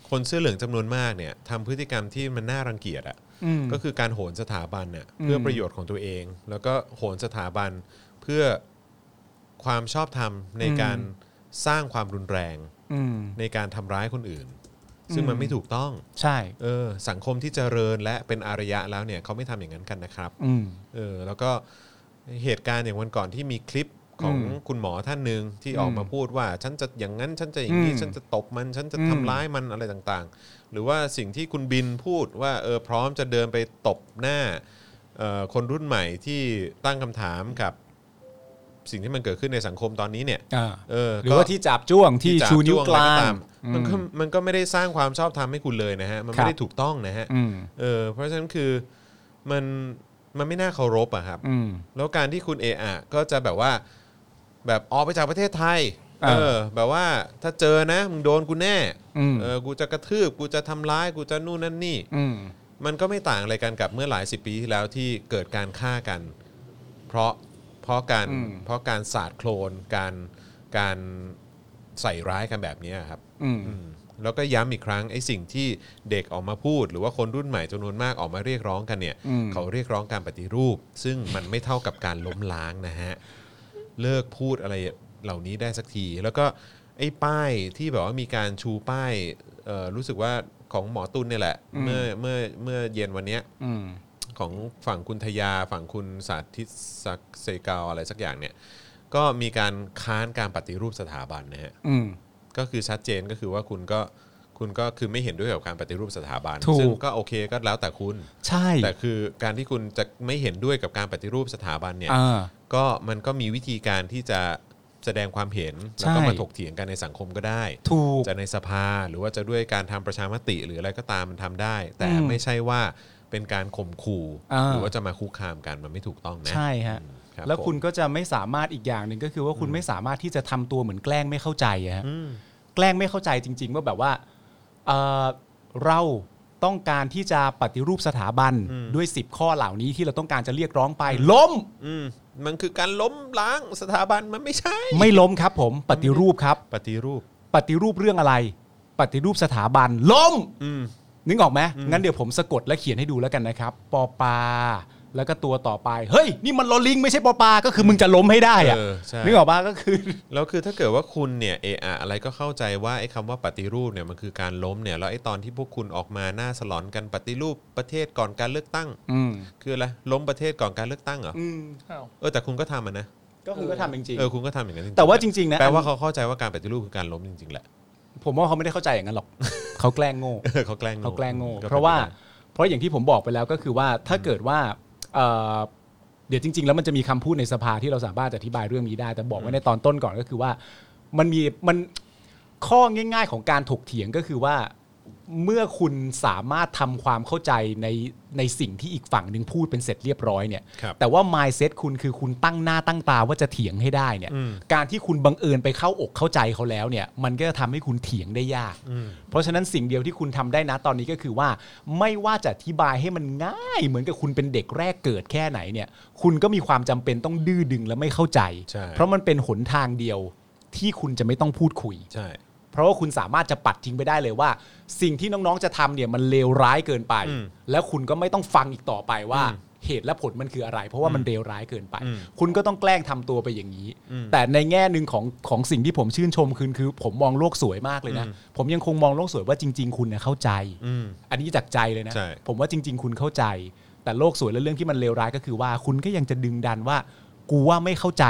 S2: คนเสื้อเหลืองจำนวนมากเนี่ยทำพฤติกรรมที่มันน่ารังเกียจอะ
S3: อืม
S2: ก็คือการโหนสถาบันเนี่ย
S3: อืม
S2: เพื่อประโยชน์ของตัวเอง แล้วก็โหนสถาบันเพื่อความชอบธรรมในการสร้างความรุนแรง
S3: อืม
S2: ในการทำร้ายคนอื่น ซึ่งมันไม่ถูกต้อง
S3: ใช่
S2: เออ สังคมที่เจริญและเป็นอารยะแล้วเนี่ยเขาไม่ทำอย่างนั้นกันนะครับ
S3: อืม
S2: เออแล้วก็เหตุการณ์อย่างวันก่อนที่มีคลิปของ
S3: อืม
S2: คุณหมอท่านหนึ่งที่
S3: อืม
S2: ออกมาพูดว่า ฉันจะอย่างนั้นฉันจะอย่างนี้
S3: อืม
S2: ฉันจะตบมัน ฉันจะ
S3: อืม
S2: ทำร้ายมันอะไรต่างๆ หรือว่าสิ่งที่คุณบินพูดว่าเออพร้อมจะเดินไปตบหน้าเอ่อคนรุ่นใหม่ที่ตั้งคำถามกับสิ่งที่มันเกิดขึ้นในสังคมตอนนี้เนี่ย
S3: อ่า
S2: เออ
S3: หรือว่า
S2: ก็
S3: ที่จับจ้วงที่
S2: จับ
S3: ชูนิ้ว
S2: จ้
S3: ก
S2: อะไร
S3: ลาง
S2: ตม
S3: อื
S2: มันก็มันก็ไม่ได้สร้างความชอบธรรมให้คุณเลยนะฮะมัน
S3: ครั
S2: ไม่
S3: บ
S2: ได้ถูกต้องนะฮะ
S3: อืม
S2: เออเพราะฉะนั้นคือมันมันไม่น่าเคารพอะครับ
S3: อืม
S2: แล้วการที่คุณเออะก็จะแบบว่าแบบออกไปจากประเทศไทย
S3: อ่า
S2: เออ แบบว่าถ้าเจอนะมึงโดนกูแน่
S3: อืม
S2: เออกูจะกระทืบกูจะทำร้ายกูจะนู่นนั่นนี่
S3: อืม
S2: มันก็ไม่ต่างอะไรกันกับเมื่อหลายสิบปีที่แล้วที่เกิดการฆ่ากัน เพราะเพราะการ
S3: อืม
S2: เพราะการสาดโคลนการการใส่ร้ายกันแบบนี้ครับ
S3: อืม
S2: อืมแล้วก็ย้ำอีกครั้งไอ้สิ่งที่เด็กออกมาพูด หรือว่าคนรุ่นใหม่จำนวนมากออกมาเรียกร้องกันเนี่ย
S3: อืม
S2: เขาเรียกร้องการปฏิรูป ซึ่งมันไม่เท่ากับการล้มล้างนะฮะ เลิกพูดอะไรเหล่านี้ได้สักที แล้วก็ไอ้ป้ายที่แบบว่ามีการชูป้ายเอ่อรู้สึกว่าของหมอตุนเนี่ยแหละ เมื่อเมื่อเมื่อเย็นวันเนี้ย
S3: อืม
S2: ของฝั่งคุณทยาฝั่งคุณสาธิตศักดิ์เซกาวอะไรสักอย่างเนี่ยก็มีการค้านการปฏิรูปสถาบันนะฮะ
S3: อืม
S2: ก็คือชัดเจนก็คือว่าคุณก็คุณก็คือไม่เห็นด้วยกับการปฏิรูปสถาบัน
S3: ถูก
S2: ซึ่งก็โอเคก็แล้วแต่คุณ
S6: ใช่
S2: แต่คือการที่คุณจะไม่เห็นด้วยกับการปฏิรูปสถาบันเนี่ย
S6: อ่า
S2: ก็มันก็มีวิธีการที่จะแสดงความเห็นแล้วก็
S6: ใช่
S2: มาถกเถียงกันในสังคมก็ได้
S6: ถูก
S2: จะในสภาหรือว่าจะด้วยการทำประชามติหรืออะไรก็ตามมันทำได้ แต่
S6: อืม
S2: ไม่ใช่ว่าเป็นการข่มขู่
S6: อ่า
S2: หรือว่าจะมาคุกคามกันมันไม่ถูกต้องนะ
S6: ใช่ฮะ
S2: ครับ
S3: แล้วคุณ
S2: ผม
S3: ก็จะไม่สามารถอีกอย่างหนึ่งก็คือว่าคุณไม่สามารถที่จะทำตัวเหมือนแกล้งไม่เข้าใจอะฮะ
S2: อืม
S3: แกล้งไม่เข้าใจจริง ๆ ว่าแบบว่าเอ่อเราต้องการที่จะปฏิรูปสถาบัน
S2: อืม
S3: ด้วย 10 ข้อเหล่านี้ที่เราต้องการจะเรียกร้องไปล้ม
S2: อืมมันคือการล้มล้างสถาบันมันไม่ใช่
S3: ไม่ล้มครับผมปฏิรูปครับ
S2: ปฏิรูป
S3: ปฏิรูปเรื่องอะไร ปฏิรูปสถาบันล้ม
S2: อืม
S3: นึกออกไหมงั้นเดี๋ยวผมสะกดและเขียนให้ดูแล้วกันนะครับปอปา แล้วก็ตัวต่อไป เฮ้ย นี่มันลอลิง ไม่ใช่ปอปา ก็คือมึงจะล้มให้ได้อะ
S2: เออใช่
S3: นึกออกปะก็คือ
S2: แล้วคือถ้าเกิดว่าคุณเนี่ยเออะอะไรก็เข้าใจว่าไอ้คำว่าปฏิรูปเนี่ยมันคือการล้มเนี่ยแล้วไอ้ตอนที่พวกคุณออกมาหน้าสลอนกันปฏิรูปประเทศก่อนการเลือกตั้ง
S3: อืม
S2: คืออะไรล้มประเทศก่อนการเลือกตั้งเหรอ
S3: อืม
S4: อ้าว
S2: เออแต่คุณก็ทำอ่ะนะ
S3: ก็คือก็ทำจริง
S2: เออคุณก็ทำอย่างนั้นจริงๆ
S3: ๆแต่ว่าจ
S2: นะ
S3: ริง ๆ นะ
S2: แปลว่าเขาเข้าใจว่าการปฏิรูปคือการล้มจริงๆแหละ
S3: ผมว่าเขาไม่ได้เข้าใจอย่าง นั้นหรอก เขาแกล้งโง่
S2: เออเขาแกล้งโง่
S3: เขาแกล้งโง่
S2: ป็น
S3: เพราะว่า
S2: ไปได้
S3: เพราะอย่างที่ผมบอกไปแล้วก็คือว่าถ้าเกิดว่าเอ่อเดี๋ยวจริง ๆ แล้วมันจะมีคำพูดในสภาที่เราสามารถจะอธิบายเรื่องนี้ได้ แต่บอกไว้ในตอนต้นก่อนก็คือว่า มันมีมันข้อง่าย ๆ ของการถกเถียงก็คือว่า เมื่อคุณสามารถทำความเข้าใจในในสิ่งที่อีกฝั่งหนึ่งพูดเป็นเสร็จเรียบร้อยเนี่ย
S2: ครับ
S3: แต่ว่า mindset คุณคือคุณตั้งหน้าตั้งตาว่าจะเถียงให้ได้เนี่ย
S2: อืม
S3: การที่คุณบังเอิญไปเข้าอกเข้าใจเขาแล้วเนี่ย มันก็จะทำให้คุณเถียงได้ยาก
S2: อืม
S3: เพราะฉะนั้นสิ่งเดียวที่คุณทำได้นะตอนนี้ก็คือว่า ไม่ว่าจะอธิบายให้มันง่าย เหมือนกับคุณเป็นเด็กแรกเกิดแค่ไหนเนี่ย คุณก็มีความจำเป็นต้องดื้อดึงและไม่เข้าใจ
S2: ใช่
S3: เพราะมันเป็นหนทางเดียวที่คุณจะไม่ต้องพูดคุย
S2: ใช่
S3: เพราะว่าคุณสามารถจะปัดทิ้งไปได้เลยว่า สิ่งที่น้องๆจะทำเนี่ยมันเลวร้ายเกินไป
S2: อืม
S3: แล้วคุณก็ไม่ต้องฟังอีกต่อไปว่า
S2: อืม
S3: เหตุและผลมันคืออะไร เพราะว่ามันเลวร้ายเกินไป
S2: อืม
S3: คุณก็ต้องแกล้งทำตัวไปอย่างนี้
S2: อืม
S3: แต่ในแง่หนึ่งของของสิ่งที่ผมชื่นชมคือคือ ผมมองโลกสวยมากเลยนะ
S2: อืม
S3: ผมยังคงมองโลกสวยว่าจริง ๆ คุณเนี่ยเข้าใจ
S2: อืม
S3: อันนี้จากใจเลยนะ
S2: ใช่
S3: ผมว่าจริง ๆ คุณเข้าใจ แต่โลกสวยและเรื่องที่มันเลวร้ายก็คือว่า คุณก็ยังจะดึงดันว่า กูว่าไม่เข้าใจ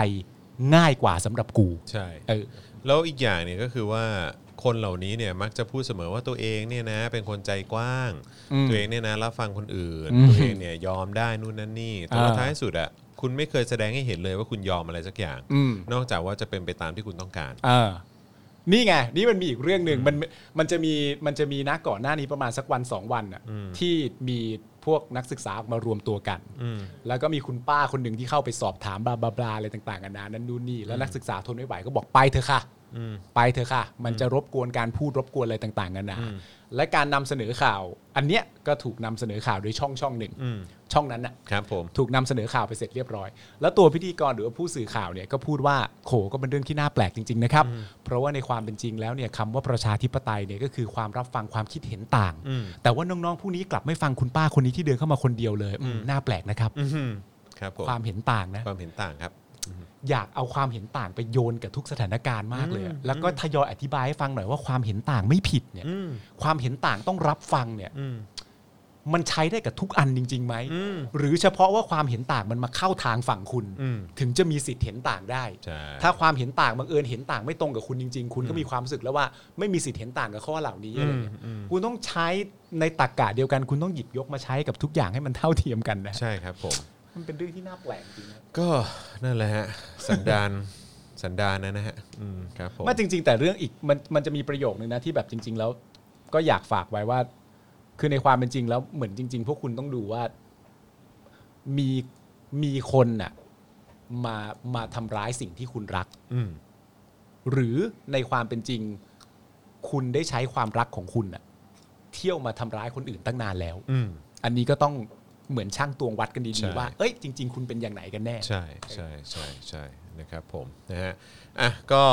S3: ง่ายกว่าสำหรับกู
S2: ใช่
S3: เออ
S2: แล้วอีกอย่างเนี่ยก็คือว่าคนเหล่านี้เนี่ยมักจะพูดเสมอว่าตัวเองเนี่ยนะเป็นคนใจกว้าง
S3: อืม
S2: ตัวเองเนี่ยนะรับฟังคนอื่น
S3: อืม
S2: ตัวเองเนี่ยยอมได้นู่นนั่นนี่ แต่ว่า
S3: อ่า
S2: ท้ายสุดอะคุณไม่เคยแสดงให้เห็นเลยว่าคุณยอมอะไรสักอย่าง
S3: อืม
S2: นอกจากว่าจะเป็นไปตามที่คุณต้องการ
S3: เออนี่ไง นี่มันมีอีกเรื่องหนึ่งมันมันจะมีมันจะมีนะก่อนหน้านี้ประมาณสักวันสองวันน่ะ
S2: อืม
S3: ที่มีพวกนักศึกษาออกมารวมตัวกัน
S2: อืม
S3: แล้วก็มีคุณป้าคนหนึ่งที่เข้าไปสอบถามบลาบลาบลาอะไรต่างๆกันานานั้นนู่นนี่แล้วนักศึกษาทนไม่ไหวก็บอกไปเถอะค่ะ
S2: อืม
S3: ไปเถอะค่ะ มันจะรบกวนการพูดรบกวนอะไรต่างๆกันานา
S2: อืม
S3: และการนำเสนอข่าว อันเนี้ยก็ถูกนำเสนอข่าวโดยช่องช่องหนึ่ง
S2: อืม
S3: ช่องนั้นน่ะ
S2: ครับผม
S3: ถูกนำเสนอข่าวไปเสร็จเรียบร้อย แล้วตัวพิธีกรหรือว่าผู้สื่อข่าวเนี่ยก็พูดว่าโขก็เป็นเรื่องที่น่าแปลกจริง ๆ นะครับ เพราะว่าในความเป็นจริงแล้วเนี่ยคำว่าประชาธิปไตยเนี่ยก็คือความรับฟังความคิดเห็นต่าง
S2: อืม
S3: แต่ว่าน้องๆผู้นี้กลับไม่ฟังคุณป้าคนนี้ที่เดินเข้ามาคนเดียวเลยอืมน่าแปลกนะครับ
S2: อืมครับผม
S3: ความเห็นต่างนะ
S2: ความเห็นต่างครับ
S3: อยากเอาความเห็นต่างไปโยนกับทุกสถานการณ์มากเลยอะแล้วก็ทยอยอธิบายให้ฟังหน่อยว่าความเห็นต่างไม่ผิดเนี่ย
S2: อืม
S3: ความเห็นต่างต้องรับฟังเนี่ย
S2: อืม
S3: มันใช้ได้กับทุกอันจริงๆไหม
S2: อืม
S3: หรือเฉพาะว่าความเห็นต่างมันมาเข้าทางฝั่งคุณ
S2: อืม
S3: ถึงจะมีสิทธิ์เห็นต่างได้
S2: ใช่
S3: ถ้าความเห็นต่างบังเอิญเห็นต่างไม่ตรงกับคุณจริง ๆ คุณก็มีความรู้สึกแล้วว่าไม่มีสิทธิ์เห็นต่างกับข้อเหล่านี้
S2: อื
S3: อะไร
S2: ม
S3: เงี้ย
S2: อืม
S3: คุณต้องใช้ในตรกกะเดียวกัน คุณต้องหยิบยกมาใช้กับทุกอย่างให้มันเท่าเทียมกันนะ
S2: ใช่ครับผม
S3: มันเป็นเรื่องที่น่าแปลกจริงนะ
S2: ก็นั่นแหละฮะ สันดาน สันดานนะฮะอืมครับผม
S3: ไม่จริง ๆ แต่เรื่องอีกมันมันจะมีประโยคนึงนะที่แบบจริง ๆ แล้ว ก็อยากฝากไว้ว่า คือในความเป็นจริงแล้วเหมือนจริง ๆ พวกคุณต้องดูว่ามีมีคนน่ะมามาทำร้ายสิ่งที่คุณรัก
S2: อืม
S3: หรือในความเป็นจริง คุณได้ใช้ความรักของคุณน่ะเที่ยวมาทำร้ายคนอื่นตั้งนานแล้ว
S2: อืม
S3: อันนี้ก็ต้องเหมือนช่างตวงวัดกัน
S2: ใช่
S3: ดีๆว่า เอ้ยจริง ๆ คุณเป็นอย่างไหนกันแน่
S2: ใช่ใช่ใช่ใช่นะครับผมนะฮะอ่ะก็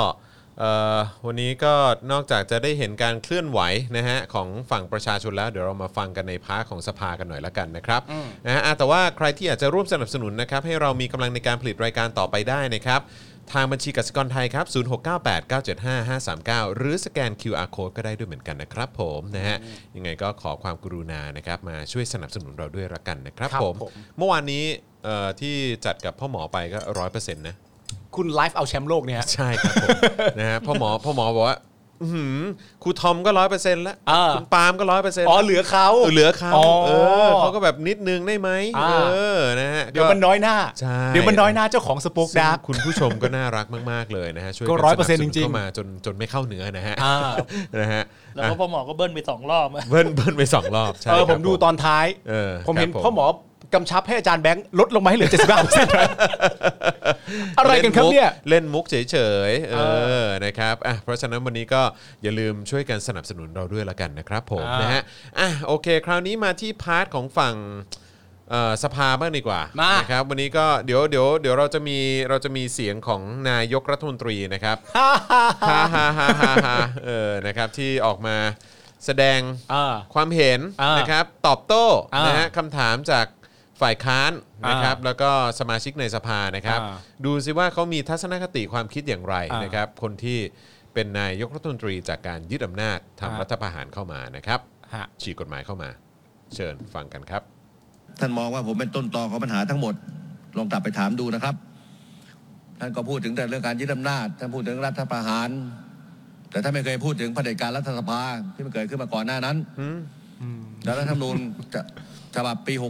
S2: เอ่อวันนี้ก็นอกจากจะได้เห็นการเคลื่อนไหวนะฮะของฝั่งประชาชนแล้ว เดี๋ยวเรามาฟังกันในพาร์ทของสภากันหน่อยละกันนะครับนะฮะอ่ะแต่ว่าใครที่อยากจะร่วมสนับสนุนนะครับให้เรามีกำลังในการผลิตรายการต่อไปได้นะครับ ทางบัญชีกสิกรไทยครับ 0698975539 หรือสแกน QR Code ก็ได้ด้วยเหมือนกันนะครับผมนะฮะยังไงก็ขอความกรุณานะครับมาช่วยสนับสนุนเราด้วยละกันนะครับ
S3: ครับ
S2: ผม
S3: ผม
S2: เมื่อวานนี้เอ่อที่จัดกับพ่อหมอไปก็ร้อยเปอร์เซ็นต์นะ
S3: คุณไลฟ์เอาแชมป์โลกเนี่ยฮะ
S2: ใช่ครับผม นะฮะพ่อหมอพ่อหมอบอกว่าอื้อหือครูทอมก็ร้อยเปอร์เซ็นต์แล้ว
S3: อ่า
S2: คุณปาล์มก็ร้อยเปอร์เซ็นต์
S3: อ๋อเหลือเขา
S2: เหลือเขา
S3: อ๋อ
S2: เออเขาก็แบบนิดนึงได้ไหม
S3: อ่า
S2: เออนะฮะ
S3: เดี๋ยวมัน
S2: ก็
S3: น้อยหน้า
S2: ใช่
S3: เดี๋ยวมันน้อยหน้าเจ้าของสป o อคดาร์
S2: ซึ่งคุณผู้ชมก็น่ารักมากๆเลยนะฮะช่วย
S3: ก็
S2: กั
S3: ร้อยเปอร์เซ็นต์
S2: สบส
S3: จริงๆ
S2: เข้ามาจนจนไม่เข้าเนื้อนะฮะ
S3: อ่า
S2: นะฮะ
S4: แล้วก็พอหมอก็เบิ้ลไปสองรอบอะ
S2: เบิ้ลเบิ้ลไปสองรอบใช่
S3: เออ
S2: ค
S3: ผ
S2: รับ
S3: มดูตอนท้าย
S2: เออ
S3: ผมเห็น
S2: คบ
S3: พ่อหมอกำชับให้อาจารย์แบงค์ลดลงมา ให้เหลือ 75%อะไรกันครับเนี่ย
S2: เล่นมุกเล่นมุกเฉยๆเอ
S3: เอ
S2: อนะครับอ่ะเพราะฉะนั้นวันนี้ก็อย่าลืมช่วยกันสนับสนุนเราด้วยละกันนะครับผม
S3: อ่าน
S2: นะฮะอ่ะโอเค คราวนี้มาที่พาร์ทของฝั่งเอ่อสภาบ้างดีกว่าม
S3: าน
S2: นะครับวันนี้ก็เดี๋ยวเดี๋ยวเดี๋ยวเราจะมีเราจะมีเสียงของนายกรัฐมนตรี นะครับ ฮ่าฮ่าฮ่าฮ่าฮ่าเออ นะครับ ที่ออกมาแสดง
S3: อ่า
S2: ความเห็น
S3: อ่าน
S2: นะครับ ตอบโต้
S3: อ่าน
S2: นะฮะคำถามจากฝ่ายค้านนะครับ
S3: อ่า
S2: แล้วก็สมาชิกในสภานะครับ
S3: อ่า
S2: ดูสิว่าเขามีทัศนคติความคิดอย่างไร
S3: อ่าน
S2: นะครับ คนที่เป็นนายกรัฐมนตรีจากการยึดอำนาจ
S3: อ่า
S2: ทำ
S3: รั
S2: รัฐประหารเข้ามานะครับ
S3: ฮะ
S2: ฉีกกฎหมายเข้ามา เชิญฟังกันครับ
S7: ท่านมองว่าผมเป็นต้นตอของปัญหาทั้งหมด ลองกลับไปถามดูนะครับ ท่านก็พูดถึงแต่เรื่องการยึดอำนาจ ท่านพูดถึงรัฐประหาร แต่ท่านไม่เคยพูดถึงเผด็จการรัฐสภาที่มันเกิดขึ้นมาก่อนหน้านั้นแล้วรัฐธรรมนูญจะฉบับปี 60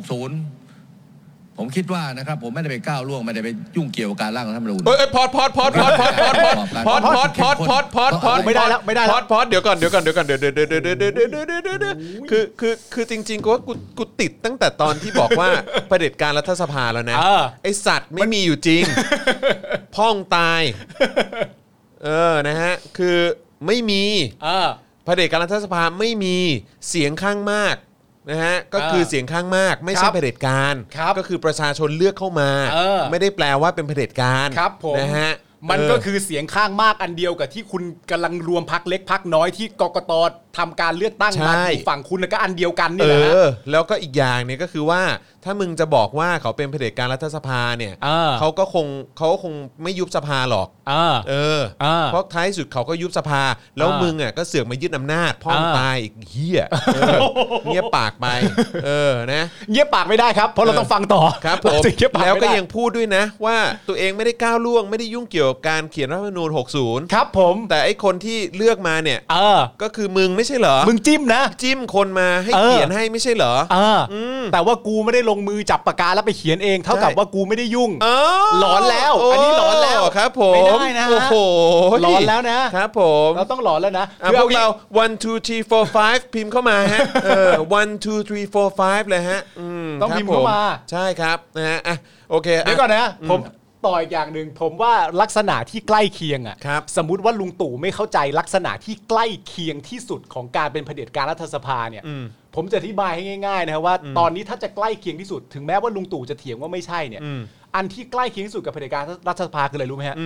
S7: ผมคิดว่านะครับ ผมไม่ได้ไปก้าวล่วงไม่ได้ไปยุ่งเกี่ยวกับการร่างรัฐธรรมนูญ
S2: เอ้ยเอ้ยพอดพอดพอดพอดพอดพอดพอดพอดพอดพอดพอดพอด
S3: ไม่ได้แล้วไม่ได้
S2: พ
S3: แล้ว
S2: อดพอดเดี๋ยวก่อนเดี๋ยวก่อนเดี๋ยวก่อนเดี๋ยวเดี๋ยวเดี๋ยวเดี๋ยวเดี๋ยวเดี๋ยวเดี๋ยวเดี๋ยวเดี๋ยวเดี๋ยวคือคือคือจริงๆกูว่ากูกูติดตั้งแต่ตอนที่บอกว่า เผด็จการรัฐสภาแล้วนะ
S3: เออ
S2: ไอสัตว์ไม่มีอยู่จริง พ่องตาย เออนะฮะคือไม่มี
S3: เออ
S2: เผด็จการรัฐสภาไม่มีเสียงข้างมากนะฮะก็คือเสียงข้างมากไม่ใช่
S3: ครับ
S2: เผด็จการ
S3: ครับ
S2: ก็คือประชาชนเลือกเข้ามา
S3: เออ
S2: ไม่ได้แปลว่าเป็นเผด็จการ
S3: ครับผม
S2: นะฮะ
S3: มันก็
S2: เ
S3: คือเสียงข้างมากอันเดียวกับที่คุณกำลังรวมพักเล็กพักน้อยที่กกตทำการเลือกตั้งมา
S2: ใช่
S3: อยู่ฝั่งคุณก็อันเดียวกัน
S2: เอ
S3: นี่แหละฮะ
S2: อแล้วก็อีกอย่างเนี่ยก็คือว่าถ้ามึงจะบอกว่าเขาเป็นเผด็จการรัฐสภาเนี่ย
S3: เออ
S2: เขาก็คงเขาก็คงไม่ยุบสภาหรอก
S3: เออ
S2: เออ
S3: เออ
S2: เพราะท้ายสุดเขาก็ยุบสภา แล้ว
S3: เออ
S2: มึงอ่ะก็เสือกมายึดอำนาจพ่อม
S3: เออ
S2: ตายอีกเฮียเออเงียบปากไปเออนะ
S3: เงียบปากไม่ได้ครับ เพราะเราต้องฟังต่อ
S2: ครับผม
S3: เาจะเงียบปาก
S2: แล้วก็
S3: ไม่ได้
S2: ยังพูดด้วยนะ ว่าตัวเองไม่ได้ก้าวล่วงไม่ได้ยุ่งเกี่ยวกับการเขียนรัฐธรรมนูญ
S3: ครับผม
S2: 60 แต่ไอ้คนที่เลือกมาเนี่ย
S3: เออ
S2: ก็คือมึงไม่ใช่เหรอ
S3: มึงจิ้มนะ
S2: จิ้มคนมาให้
S3: เออ
S2: เขียนให้ไม่ใช่เหรอ
S3: เอออ แต่ว่ากูไม่ได้ลงมือจับปากกาแล้วไปเขียนเอง เท่ากับ
S2: ใช่
S3: ว่ากูไม่ได้ยุ่ง
S2: เอ
S3: หลอนแล้วอันนี้หลอนแล้ว
S2: ครับผม
S3: ไม่ได้นะ
S2: โอ้โห
S3: หลอนแล้วนะ
S2: ครับผม
S3: เราต้องหลอนแล้วนะ
S2: อ่ะ
S3: คือ
S2: พ
S3: อ
S2: วกเรา one two three four five พิมพ์เข้ามาฮะเออ one two three four five เลยฮะม
S3: ต้อง
S2: ครับ
S3: พิมพ์เข้ามา
S2: ใช่ครับนะฮะอ่ะโอเคอ่ะ
S3: เดี๋ยวก่อนนะผมต่ออีกอย่างหนึ่งผมว่าลักษณะที่ใกล้เคียงอ่ะ
S2: ครับ
S3: สมมติว่าลุงตู่ไม่เข้าใจลักษณะที่ใกล้เคียงที่สุดของการเป็นเผด็จการรัฐสภาเนี่ยผมจะอธิบายให้ง่ายๆนะครับว่า ตอนนี้ถ้าจะใกล้เคียงที่สุด ถึงแม้ว่าลุงตู่จะเถียงว่าไม่ใช่เนี่ยอันที่ใกล้เคียงที่สุดกับเผด็จการรัฐสภาคืออะไรรู้ไหมฮะ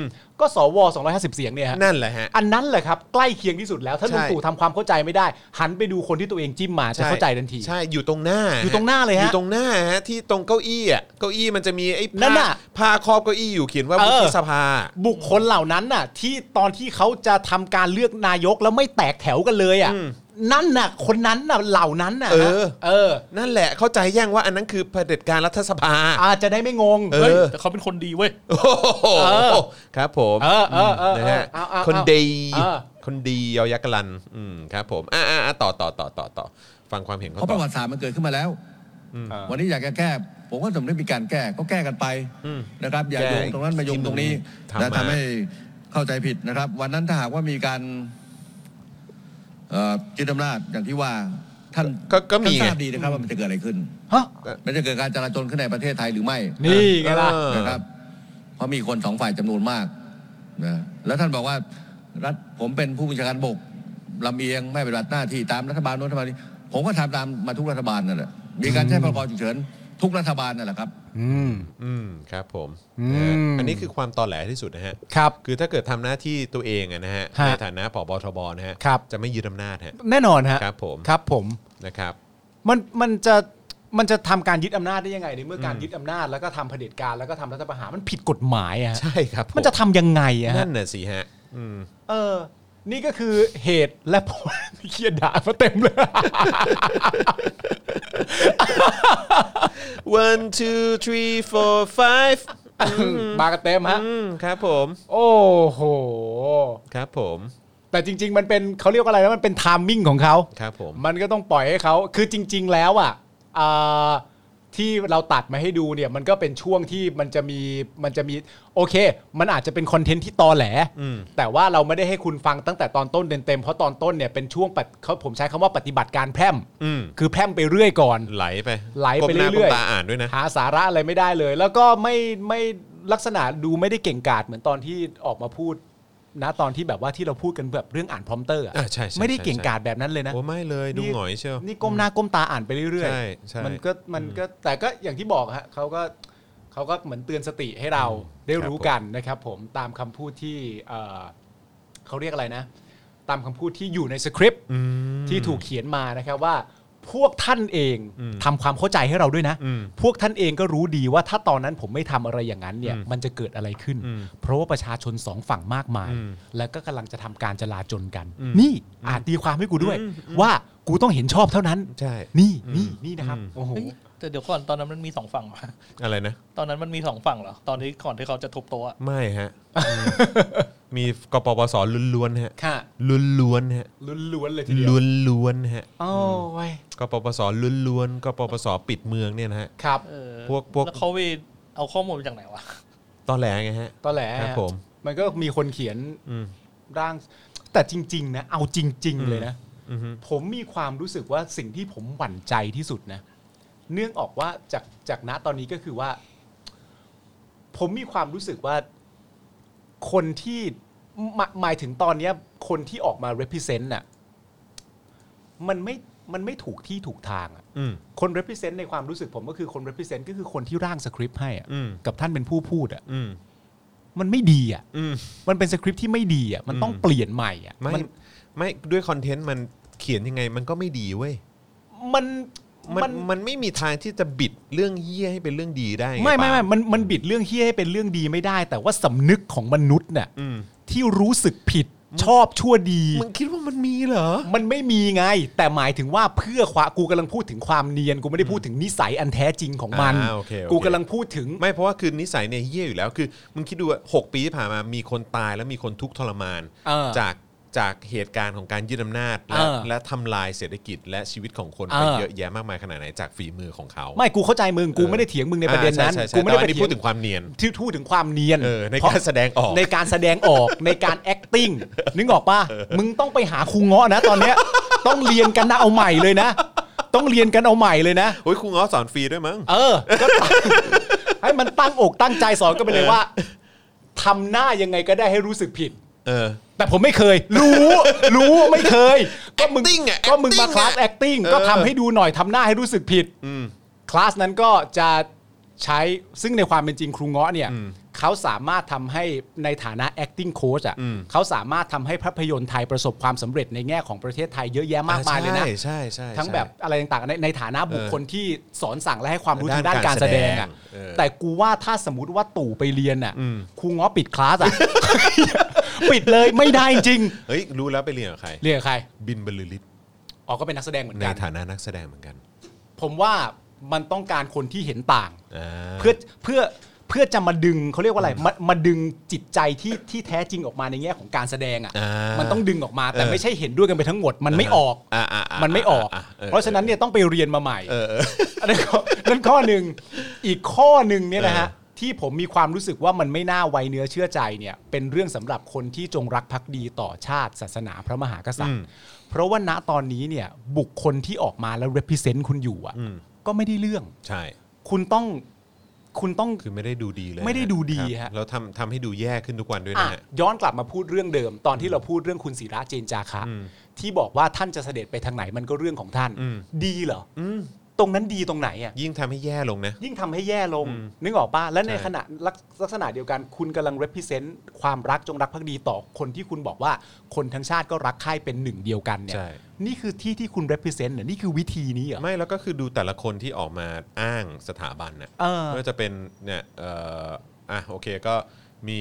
S3: ก็สว250 เสียงเนี่ยฮะ
S2: นั่นแหละฮะ
S3: อันนั้นแหละครับใกล้เคียงที่สุดแล้วถ้า
S2: ใช่
S3: ลุงตู่ทำความเข้าใจไม่ได้ หันไปดูคนที่ตัวเองจิ้มมาจะเข้าใจทันที
S2: ใช่อยู่ตรงหน้า
S3: อยู่ตรงหน้าเลยฮะ
S2: อยู่ตรงหน้าฮะที่ตรงเก้าอี้อ่ะเก้าอี้มันจะมีไอ้
S3: นั่
S2: ผ้าน
S3: น่ะ
S2: ผ้าครอบเก้าอี้อยู่เขียนว่า
S3: เออ
S2: วุฒิสภา
S3: บุคคลเหล่านั้นน่ะ ที่ตอนที่เขาจะทำการเลือกนายกแล้วไม่แตกแถวกันเลยอ่ะนั่นน่ะ คนนั้นน่ะเหล่านั้นน่ะ
S2: เออ
S3: เออ
S2: นั่นแหละเข้าใจยังว่าอันนั้นคือเผด็จการรัฐสภา
S3: อาจจะได้ไม่งง
S2: เออ
S4: เฮ้ยแต่เขาเป็นคนดีเว้ย
S2: โอ้โห
S3: เออ
S2: ครับผม
S3: เออเออเออ
S2: นะฮะ
S3: เอาเอาเอา
S2: คนดี
S3: เออ
S2: คนดียอยักษ์กลันอืมครับผมอ่าอ่าต่อต่อต่อต่อต่อฟังความเห็นเขา
S7: เพราะป
S2: ต่อ
S7: ระวัติศาสตร์มันเกิดขึ้นมาแล้ว วันนี้อยากจะแก้ ผมก็สมได้มีการแก้ ก็แก้กันไปนะครับ อย่า
S2: แก้
S7: โยงตรงนั้นมาโยงตรงนี้
S2: ที่มึง
S7: นะ
S2: ทำมา
S7: ทำให้เข้าใจผิดนะครับ วันนั้นถ้าหากว่ามีการเอ่อยึดอำนาจอย่างที่ว่าท่าน
S2: ก็ก็มีไง
S7: ท่านทราบดีนะครับว่ามันจะเกิดอะไรขึ้น
S3: ฮะ
S7: มันจะเกิดการจราจรขึ้นในประเทศไทยหรือไม่
S3: นี่ไงล่ะ
S2: เออ
S7: นะครับ เพราะมีคนสองฝ่ายจำนวนมากนะแล้วท่านบอกว่ารัฐผมเป็นผู้บัญชาการบกลำเอียงไม่ปฏิบัติหน้าที่ตามรัฐบาลโน้นรัฐบาลนี้ผมก็ทำตามมาทุกรัฐบาลนั่นแหละมีการใช้พรกฉุกเฉินทุกรัฐบาลนั่นแหละครับ
S3: อืม
S2: อืมครับผม
S3: อืม
S2: นะฮะอันนี้คือความตอแหลที่สุดนะฮะ
S3: ครับ
S2: คือถ้าเกิดทำหน้าที่ตัวเองอะนะฮะ
S3: ฮะ
S2: ในฐานะผบทบนะฮะ
S3: ครับ
S2: จะไม่ยึดอำนาจฮะ
S3: แน่นอนฮะ
S2: ครับผม
S3: ครับผม
S2: นะครับ
S3: มันมันจะ มันจะทำการยึดอำนาจได้ยังไงในเมื่อการยึดอำนาจแล้วก็ทำเผด็จการแล้วก็ทำรัฐประหารมันผิดกฎหมายอะฮะ
S2: ใช่ครับผ
S3: มันจะทำยังไงอะฮะ
S2: นั่นน่ะสิฮะ อืม
S3: เออ นี่ก็คือเหตุและผล เคียด่ามาเต็มเลย
S2: one two three four five
S3: มากันเต็มฮะ
S2: อืมครับผม
S3: โอ้โห
S2: ครับผม
S3: แต่จริง ๆ มันเป็นเขาเรียกว่าอะไรนะมันเป็นไทามมิ่งของเขา
S2: ครับผม
S3: มันก็ต้องปล่อยให้เขาคือจริง ๆ แล้วอ่ะอ่าที่เราตัดมาให้ดูเนี่ย มันก็เป็นช่วงที่มันจะมีมันจะมีโอเค มันอาจจะเป็นคอนเทนต์ที่ตอแหล
S2: อืม
S3: แต่ว่าเราไม่ได้ให้คุณฟังตั้งแต่ตอนต้นเต็มๆเพราะตอนต้นเนี่ยเป็นช่วงปฏิเขาผมใช้คำว่าปฏิบัติการแพร่ม
S2: อืม
S3: คือแพร่มไปเรื่อยก่อน
S2: ไหลไป
S3: ไหลไป
S2: ก้มน้า
S3: เรื่อยๆ
S2: ก้มตาอ่านด้วยนะ
S3: หาสาระอะไรไม่ได้เลย แล้วก็ไม่ไม่ลักษณะดูไม่ได้เก่งกาจเหมือนตอนที่ออกมาพูดนะตอนที่แบบว่าที่เราพูดกันแบบเรื่องอ่านพรอมเตอร์อะ
S2: อ่าใช่ใช่
S3: ไม่ได้
S2: ใช่
S3: เก่งกาจแบบนั้นเลยนะ
S2: โอ้ไม่เลยดูหงอยเชียว
S3: นี่ก้มหน้าก้มตาอ่านไปเรื่อย
S2: ใช่ใช่
S3: มันก็มันก็แต่ก็อย่างที่บอกฮะเขาก็เขาก็เหมือนเตือนสติให้เราได้
S2: ครับ
S3: รู้
S2: ผม
S3: กันนะครับผมตามคำพูดที่เอ่อเขาเรียกอะไรนะ ตามคำพูดที่อยู่ในสคริปต์
S2: อืม
S3: ที่ถูกเขียนมานะครับว่าพวกท่านเอง
S2: อืม
S3: ทำความเข้าใจให้เราด้วยนะ
S2: อืม
S3: พวกท่านเองก็รู้ดีว่าถ้าตอนนั้นผมไม่ทำอะไรอย่างนั้นเนี่ย
S2: อืม
S3: มันจะเกิดอะไรขึ้น
S2: อืม
S3: เพราะว่าประชาชนสองฝั่งมากมาย
S2: อืม
S3: แล้วก็กำลังจะทำการจลาจลกัน
S2: อืม
S3: นี่อ่านตีความให้กูด้วย
S2: อืมอืม
S3: ว่ากูต้องเห็นชอบเท่านั้น
S2: ใช่
S3: นี่
S2: อืม
S3: นี่นี่นะครับ
S2: อืม
S3: โอ้โห
S4: เฮ้ยแต่เดี๋ยวก่อนตอนนั้นมันมีสองฝั่งเหรอ
S2: อะไรนะ
S4: ตอนนั้นมันมีสองฝั่งเหรอ ตอนที่ก่อนที่เขาจะทุบโต๊ะอะ
S2: ไม่ฮะ มีกปปสล้วนๆฮะ
S3: ค่ะ
S2: ล้วนๆฮะ
S3: ล้วนๆเลยทีเดียว
S2: ล้วนๆฮะ
S3: โอ้ไว้ย
S2: กปปสล้วนๆกปปสปิดเมืองเนี่ยนะฮะ
S3: ครับ
S4: เออ
S2: พวกพวก
S4: แล้วเขาไปเอาข้อมูลมาจากไหนวะ
S2: ตอนแหลไงฮะ
S3: ตอนแหล
S2: ครับผม
S3: มันก็มีคนเขียน
S2: อืม
S3: ร่าง แต่จริง ๆ นะ เอาจริง
S2: อื
S3: ๆ
S2: ม
S3: เลยนะ
S2: อือฮึ
S3: ผมมีความรู้สึกว่าสิ่งที่ผมหวั่นใจที่สุดนะ เนื่องออกว่าจากจากณตอนนี้ก็คือว่า ผมมีความรู้สึกว่าคนที่หมายหมายถึงตอนเนี้ย คนที่ออกมา represent น่ะมันไม่มันไม่ถูกที่ถูกทางอะ
S2: อืม
S3: คน represent ในความรู้สึกผมก็คือคน represent ก็คือคนที่ร่างสคริปต์ให้อะ
S2: อืม
S3: กับท่านเป็นผู้พูดอะ
S2: อืม
S3: มันไม่ดีอะ
S2: อืม
S3: มันเป็นสคริปต์ที่ไม่ดีอะมันต้อง
S2: อืม
S3: เปลี่ยนใหม่อะ
S2: ไม่
S3: มัน
S2: ไม่ด้วยคอนเทนต์มันเขียนยังไงมันก็ไม่ดีเว้ย
S3: มัน
S2: มัน
S3: มัน
S2: มันไม่มีทางที่จะบิดเรื่องเหี้ยให้เป็นเรื่องดีได้ง
S3: ไม่ไม่ไม่
S2: ปาล์
S3: มันมันบิดเรื่องเฮี้ยให้เป็นเรื่องดีไม่ได้ แต่ว่าสำนึกของมนุษย์น่ะ
S2: อืม
S3: ที่รู้สึกผิดชอบชั่วดี
S2: มึงคิดว่ามันมีเหรอ
S3: มันไม่มีไง แต่หมายถึงว่าเพื่อความกูกำลังพูดถึงความเนียนกูไม่ได้พูดถึงนิสัยอันแท้จริงของมัน
S2: อ่าโอเคโอเค
S3: กูกำลังพูดถึง
S2: ไม่เพราะว่าคือนิสัยเนี่ยเหี้ยอยู่แล้วคือมึงคิดดูว่าหกปีที่ผ่านมามีคนตายและมีคนทุกข์ทรมาน
S3: เออ
S2: จากจากเหตุการณ์ของการยึดอำนาจและ
S3: เออ
S2: และทำลายเศรษฐกิจและชีวิตของคน
S3: เอ
S2: ไป
S3: อ
S2: เยอะแยะมากมายขนาดไหนจากฝีมือของเขา
S3: ไม่กูเข้าใจมึงกูไม่ได้เถียงมึงในประเด็นนั้
S2: อ่า
S3: น
S2: ใช่ใช่ใช่
S3: กูไม่ได้
S2: แต่
S3: ไป
S2: ว่านี่
S3: เถีย
S2: พู
S3: ง
S2: ดถึงความเนียน
S3: ที่พูดถึงความเนียน
S2: เออใน
S3: เพะ
S2: การแสดงออก
S3: ในการแสดงอ อก ในการ acting นึกออกป่ะมึงต้องไปหาครูเงาะนะตอนเนี้ย ต้องเรียนกันนะเอาใหม่เลยนะ ต้องเรียนกันเอาใหม่เลยนะ
S2: โอ้ยครูง้อสอนฟรีด้วยมั้ง
S3: เออก็ ให้มันตั้งอกตั้งใจสอนกันไปเลยว่าทำหน้ายังไงก็ได้ให้รู้สึกผิด
S2: เออ
S3: แต่ผมไม่เคย รู้ รู้ว่าไม่เคย ก็มึง
S2: Acting อะ
S3: ก็มึงมา
S2: acting อะ
S3: คลาส acting ก็
S2: เออ
S3: ทำให้ดูหน่อยทำหน้าให้รู้สึกผิด
S2: อืม
S3: คลาสนั้นก็จะใช้ซึ่งในความเป็นจริงครูเงาะเนี่ย
S2: อืม
S3: เขาสามารถทำให้ในฐานะ acting coach อ่ะ
S2: อืม
S3: เขาสามารถทำให้ภาพยนตร์ไทยประสบความสำเร็จในแง่ของประเทศไทยเยอะแยะมากมายเลยนะ
S2: อ่ใช่ใช่ใช่
S3: ทั้ง
S2: ใช่
S3: แบบอะไรต่างๆในในฐานะบุคคลที่สอนสั่งและให้ความรู้ทางด้านการแสดงอ่ะ
S2: ด้านการแสดงเออ
S3: แต่กูว่าถ้าสมมติว่าตู่ไปเรียนอ่ะ
S2: อืม
S3: ครูเงาะปิดคลา สอ่ะ ปิดเลยไม่ได้จริง
S2: เฮ้ยรู้แล้วไปเรียนกับใคร
S3: เรียนกับใคร
S2: บินบรรลือฤทธิ์
S3: ออกก็เป็นนักแสดงเหมือน
S2: ใน
S3: กัน
S2: ฐานะนักแสดงเหมือนกัน
S3: ผมว่ามันต้องการคนที่เห็นต่าง
S2: า
S3: เพื่อเพื่อเพื่อจะมาดึงเขาเรียกว่าอะไรมามาดึงจิตใจที่ที่แท้จริงออกมาในแง่ของการแสดง
S2: อ่า
S3: อะ่ะ
S2: มั
S3: มันต้องดึงออกมาแต่
S2: เออ
S3: ไม่ใช่เห็นด้วยกันไปทั้งหมด มันไม่ออก
S2: อ่าาา
S3: มันไม่ออก
S2: าออ
S3: เพราะฉะนั้นเนี่ยต้องไปเรียนมาใหม่
S2: เออเออ
S3: อันนั้น ข้อนั่นข้อหนึ่งอีกข้อหนึ่งเนี่ยนะฮะ
S2: เออ
S3: ที่ผมมีความรู้สึกว่ามันไม่น่าไวเนื้อเชื่อใจเนี่ยเป็นเรื่องสำหรับคนที่จงรักภักดีต่อชาติ ศาสนาพระมหากษัตริย์ เพราะว่าณตอนนี้เนี่ยบุคคลที่ออกมาแล้ว represent คุณอยู่อะ
S2: อืม
S3: ก็ไม่ได้เรื่อง
S2: ใช่
S3: คุณต้องคุณต้อง
S2: คือไม่ได้ดูดีเลย
S3: ไม่ได้ดูดี
S2: ครั
S3: ฮะ
S2: บแล้วทำทำให้ดูแย่ขึ้นทุกวันด้วยนะ
S3: อ่ะ
S2: ฮะ
S3: ย้อนกลับมาพูดเรื่องเดิม ตอนที่เราพูดเรื่องคุณศิระเจนจาคะ
S2: อืม
S3: ที่บอกว่าท่านจะเสด็จไปทางไหนมันก็เรื่องของท่าน
S2: อืม
S3: ดีเหรอ
S2: อืม
S3: ตรงนั้นดีตรงไหนอ่ะ
S2: ยิ่งทำให้แย่ลงนะ
S3: ยิ่งทำให้แย่ลง
S2: อืม
S3: นึกออกปะและใน
S2: ใช่
S3: ขณะลักลักษณะเดียวกันคุณกำลัง represent ความรักจงรักภักดีต่อคนที่คุณบอกว่าคนทั้งชาติก็รักใคร่เป็นหนึ่งเดียวกันเนี่ย
S2: ใช่
S3: นี่คือที่ที่คุณ represent เนี่ยนี่คือวิธีนี้เหรอ
S2: ไม่แล้วก็คือดูแต่ละคนที่ออกมาอ้างสถาบันน่ะ
S3: เออ
S2: ก็จะเป็นเนี่ยเอ่ออ่ะโอเคก็มี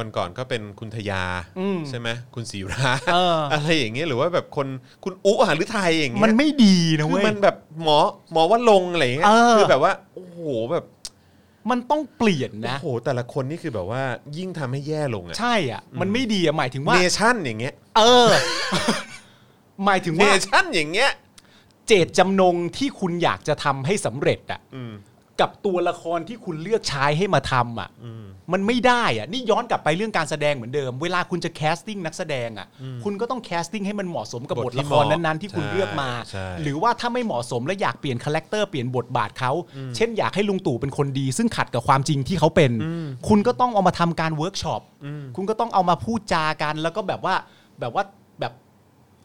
S2: วันก่อนก็เป็นคุณทยา
S3: อืม
S2: ใช่ไหมคุณศิรา
S3: เอออ
S2: อะไรอย่างเงี้ยหรือว่าแบบคนคุณอุหฤทัยอย่างเงี้ย
S3: มันไม่ดีนะ
S2: คือ
S3: เว้ย
S2: มันแบบหมอหมอว่าลงค์อะไรอย่างเงี้ย
S3: เออ
S2: คือแบบว่าโอ้โหแบบ
S3: มันต้องเปลี่ยน
S2: โอ้
S3: นะ
S2: โหแต่ละคนนี่คือแบบว่ายิ่งทำให้แย่ลงอะ
S3: ใช่อ่ะ มันไม่ดีอ่ะหมายถึงว่า
S2: เนชั่นอย่างเงี้ย
S3: เออ หมายถึง
S2: เน
S3: ว่า
S2: ชั่นอย่างเงี้ย
S3: เจตจำนงที่คุณอยากจะทำให้สำเร็จอ่ะ
S2: อืม
S3: กับตัวละครที่คุณเลือกใช้ให้มาทำอ่ะ
S2: อืม
S3: มันไม่ได้อะนี่ย้อนกลับไปเรื่องการแสดงเหมือนเดิม เวลาคุณจะแคสติ้งนักแสดงอะคุณก็ต้องแคสติ้งให้มันเหมาะสมกับบท
S2: บทที่
S3: ละครนั้นๆที่คุณ
S2: ใช่
S3: เลือกมา
S2: ใช่
S3: หรือว่าถ้าไม่เหมาะสมและอยากเปลี่ยนคาแรคเตอร์เปลี่ยนบทบาทเขา เช่นอยากให้ลุงตู่เป็นคนดี ซึ่งขัดกับความจริงที่เขาเป็น คุณก็ต้องเอามาทำการเวิร์กช็อป คุณก็ต้องเอามาพูดจากัน แล้วก็แบบว่าแบบว่าแบบ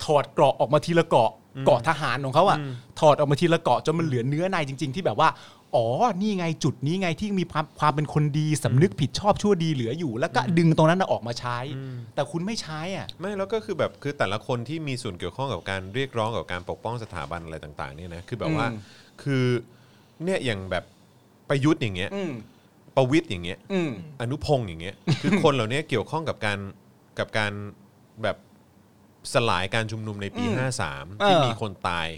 S3: ถอดเกราะออกมาทีละเกราะเกราะทหารของเขาอะถอดออกมาทีละเกราะจนมันเหลือเนื้อในจริง ๆ ที่แบบว่า อ๋อ นี่ไงจุดนี้ไงที่มีความความเป็นคนดีสำนึกผิดชอบชั่วดีเหลืออยู่ แล้วก็ดึงตรงนั้นน่ะออกมาใช้ แต่คุณไม่ใช้อ่ะ
S2: ไม่แล้วก็คือแบบคือแต่ละคนที่มีส่วนเกี่ยวข้องกับการเรียกร้องกับการปกป้องสถาบันอะไรต่างๆเนี่ยนะคือแบบว่า
S3: อืม
S2: คือเนี่ยอย่างแบบประยุทธ์อย่างเงี้ย
S3: อืม
S2: ประวิทย์อย่างเงี้ย
S3: อืม
S2: อนุพงศ์อย่างเงี้ย คือคนเหล่านี้เกี่ยวข้องกับการกับการแบบสลายการชุมนุมในปี
S3: อืม
S2: 53 ที่
S3: เออ
S2: มีคนตาย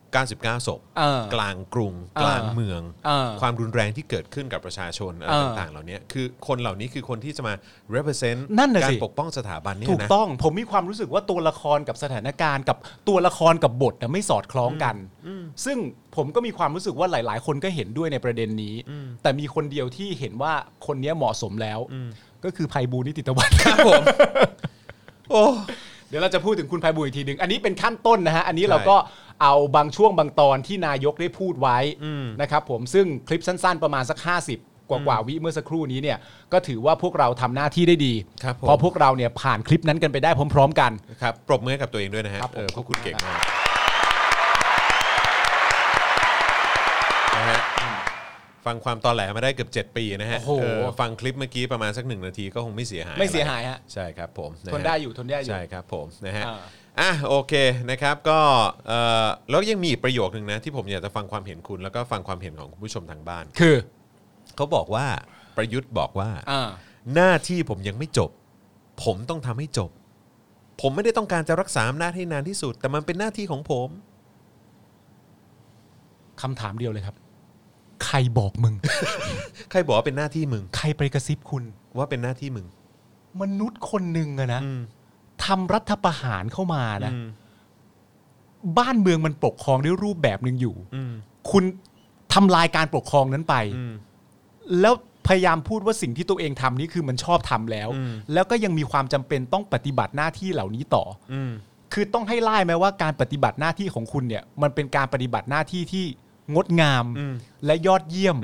S2: 99ศพ
S3: เออ
S2: กลางกรุง
S3: เออ
S2: กลางเมือง
S3: เออ
S2: ความรุนแรงที่เกิดขึ้นกับประชาชนอะไร
S3: เออ
S2: ต่างๆ เหล่านี้คือคนเหล่านี้คือคนที่จะมา represent
S3: นั่นน่ะ
S2: กา
S3: สิ
S2: รปกป้องสถาบันเนี่ย
S3: ถูก
S2: นะ
S3: ต้องผมมีความรู้สึกว่าตัวละครกับสถานการณ์กับตัวละครกับบทน่ะไม่สอดคล้องกัน ซึ่งผมก็มีความรู้สึกว่าหลาย ๆ คนก็เห็นด้วยในประเด็นนี้ แต่มีคนเดียวที่เห็นว่าคนเนี้ยเหมาะสมแล้ว ก็คือภัยบูลย์นิติตะวัน
S2: ครับผมโอ้
S3: เดี๋ยวเราจะพูดถึงคุณภัยบูลย์อีกทีหนึ่งอันนี้เป็นขั้นต้นนะฮะ อันนี้เราก็เอาบางช่วงบางตอนที่นายกได้พูดไว้นะครับผมซึ่งคลิปสั้น ๆ ประมาณสัก 50 กว่ากว่าวิเมื่อสักครู่นี้เนี่ยก็ถือว่าพวกเราทำหน้าที่ได้ดี
S2: ครับผม
S3: เพราะพวกเราเนี่ยผ่านคลิปนั้นกันไปได้พร้อม ๆ กัน
S2: ครับปรบมือให้กับตัวเองด้วยนะฮะ
S3: ครับผม
S2: เออพวกคุณ
S3: ขอบคุณ
S2: เก่งมากนะฮะฟังความตอแหลมาได้เกือบ 7 ปีนะฮะ
S3: โอ้โห
S2: เออฟังคลิปเมื่อกี้ประมาณสักหนึ่งนาทีก็คงไม่เสียหาย
S3: ไม่เสีย
S2: อะร
S3: หายฮะ
S2: ใช่ครับผมะฮะ
S3: ทนได้อยู่ทนได้อยู่
S2: ใช่ครับผมนะฮะ
S3: อ่า
S2: อ่ะโอเคนะครับก็เออแล้วยังมีอีกประโยคนึงนะ ที่ผมอยากจะฟังความเห็นคุณ แล้วก็ฟังความเห็นของคุณผู้ชมทางบ้าน
S3: คือ
S2: เขาบอกว่าประยุทธ์บอกว่า
S3: อ่า
S2: หน้าที่ผมยังไม่จบ ผมต้องทำให้จบ ผมไม่ได้ต้องการจะรักษาอำนาจให้นานที่สุด แต่มันเป็นหน้าที่ของผม
S3: คำถามเดียวเลยครับ ใครบอกมึง
S2: ใครบอกว่าเป็นหน้าที่มึง
S3: ใครไปกระซิบคุณ
S2: ว่าเป็นหน้าที่มึง
S3: มนุษย์คนหนึ่งอะนะ
S2: อืม
S3: ทำรัฐประหารเข้ามานะ
S2: อืม
S3: บ้านเมืองมันปกครองด้วยรูปแบบหนึ่งอยู่
S2: อืม
S3: คุณทำลายการปกครองนั้นไป
S2: อืม
S3: แล้วพยายามพูดว่าสิ่งที่ตัวเองทำนี่คือมันชอบทำแล้ว
S2: อืม
S3: แล้วก็ยังมีความจำเป็นต้องปฏิบัติหน้าที่เหล่านี้ต่อ
S2: อืม
S3: คือต้องให้ไล่ไหมว่าการปฏิบัติหน้าที่ของคุณเนี่ย มันเป็นการปฏิบัติหน้าที่ที่งดงาม
S2: อืม
S3: และยอดเยี่ยม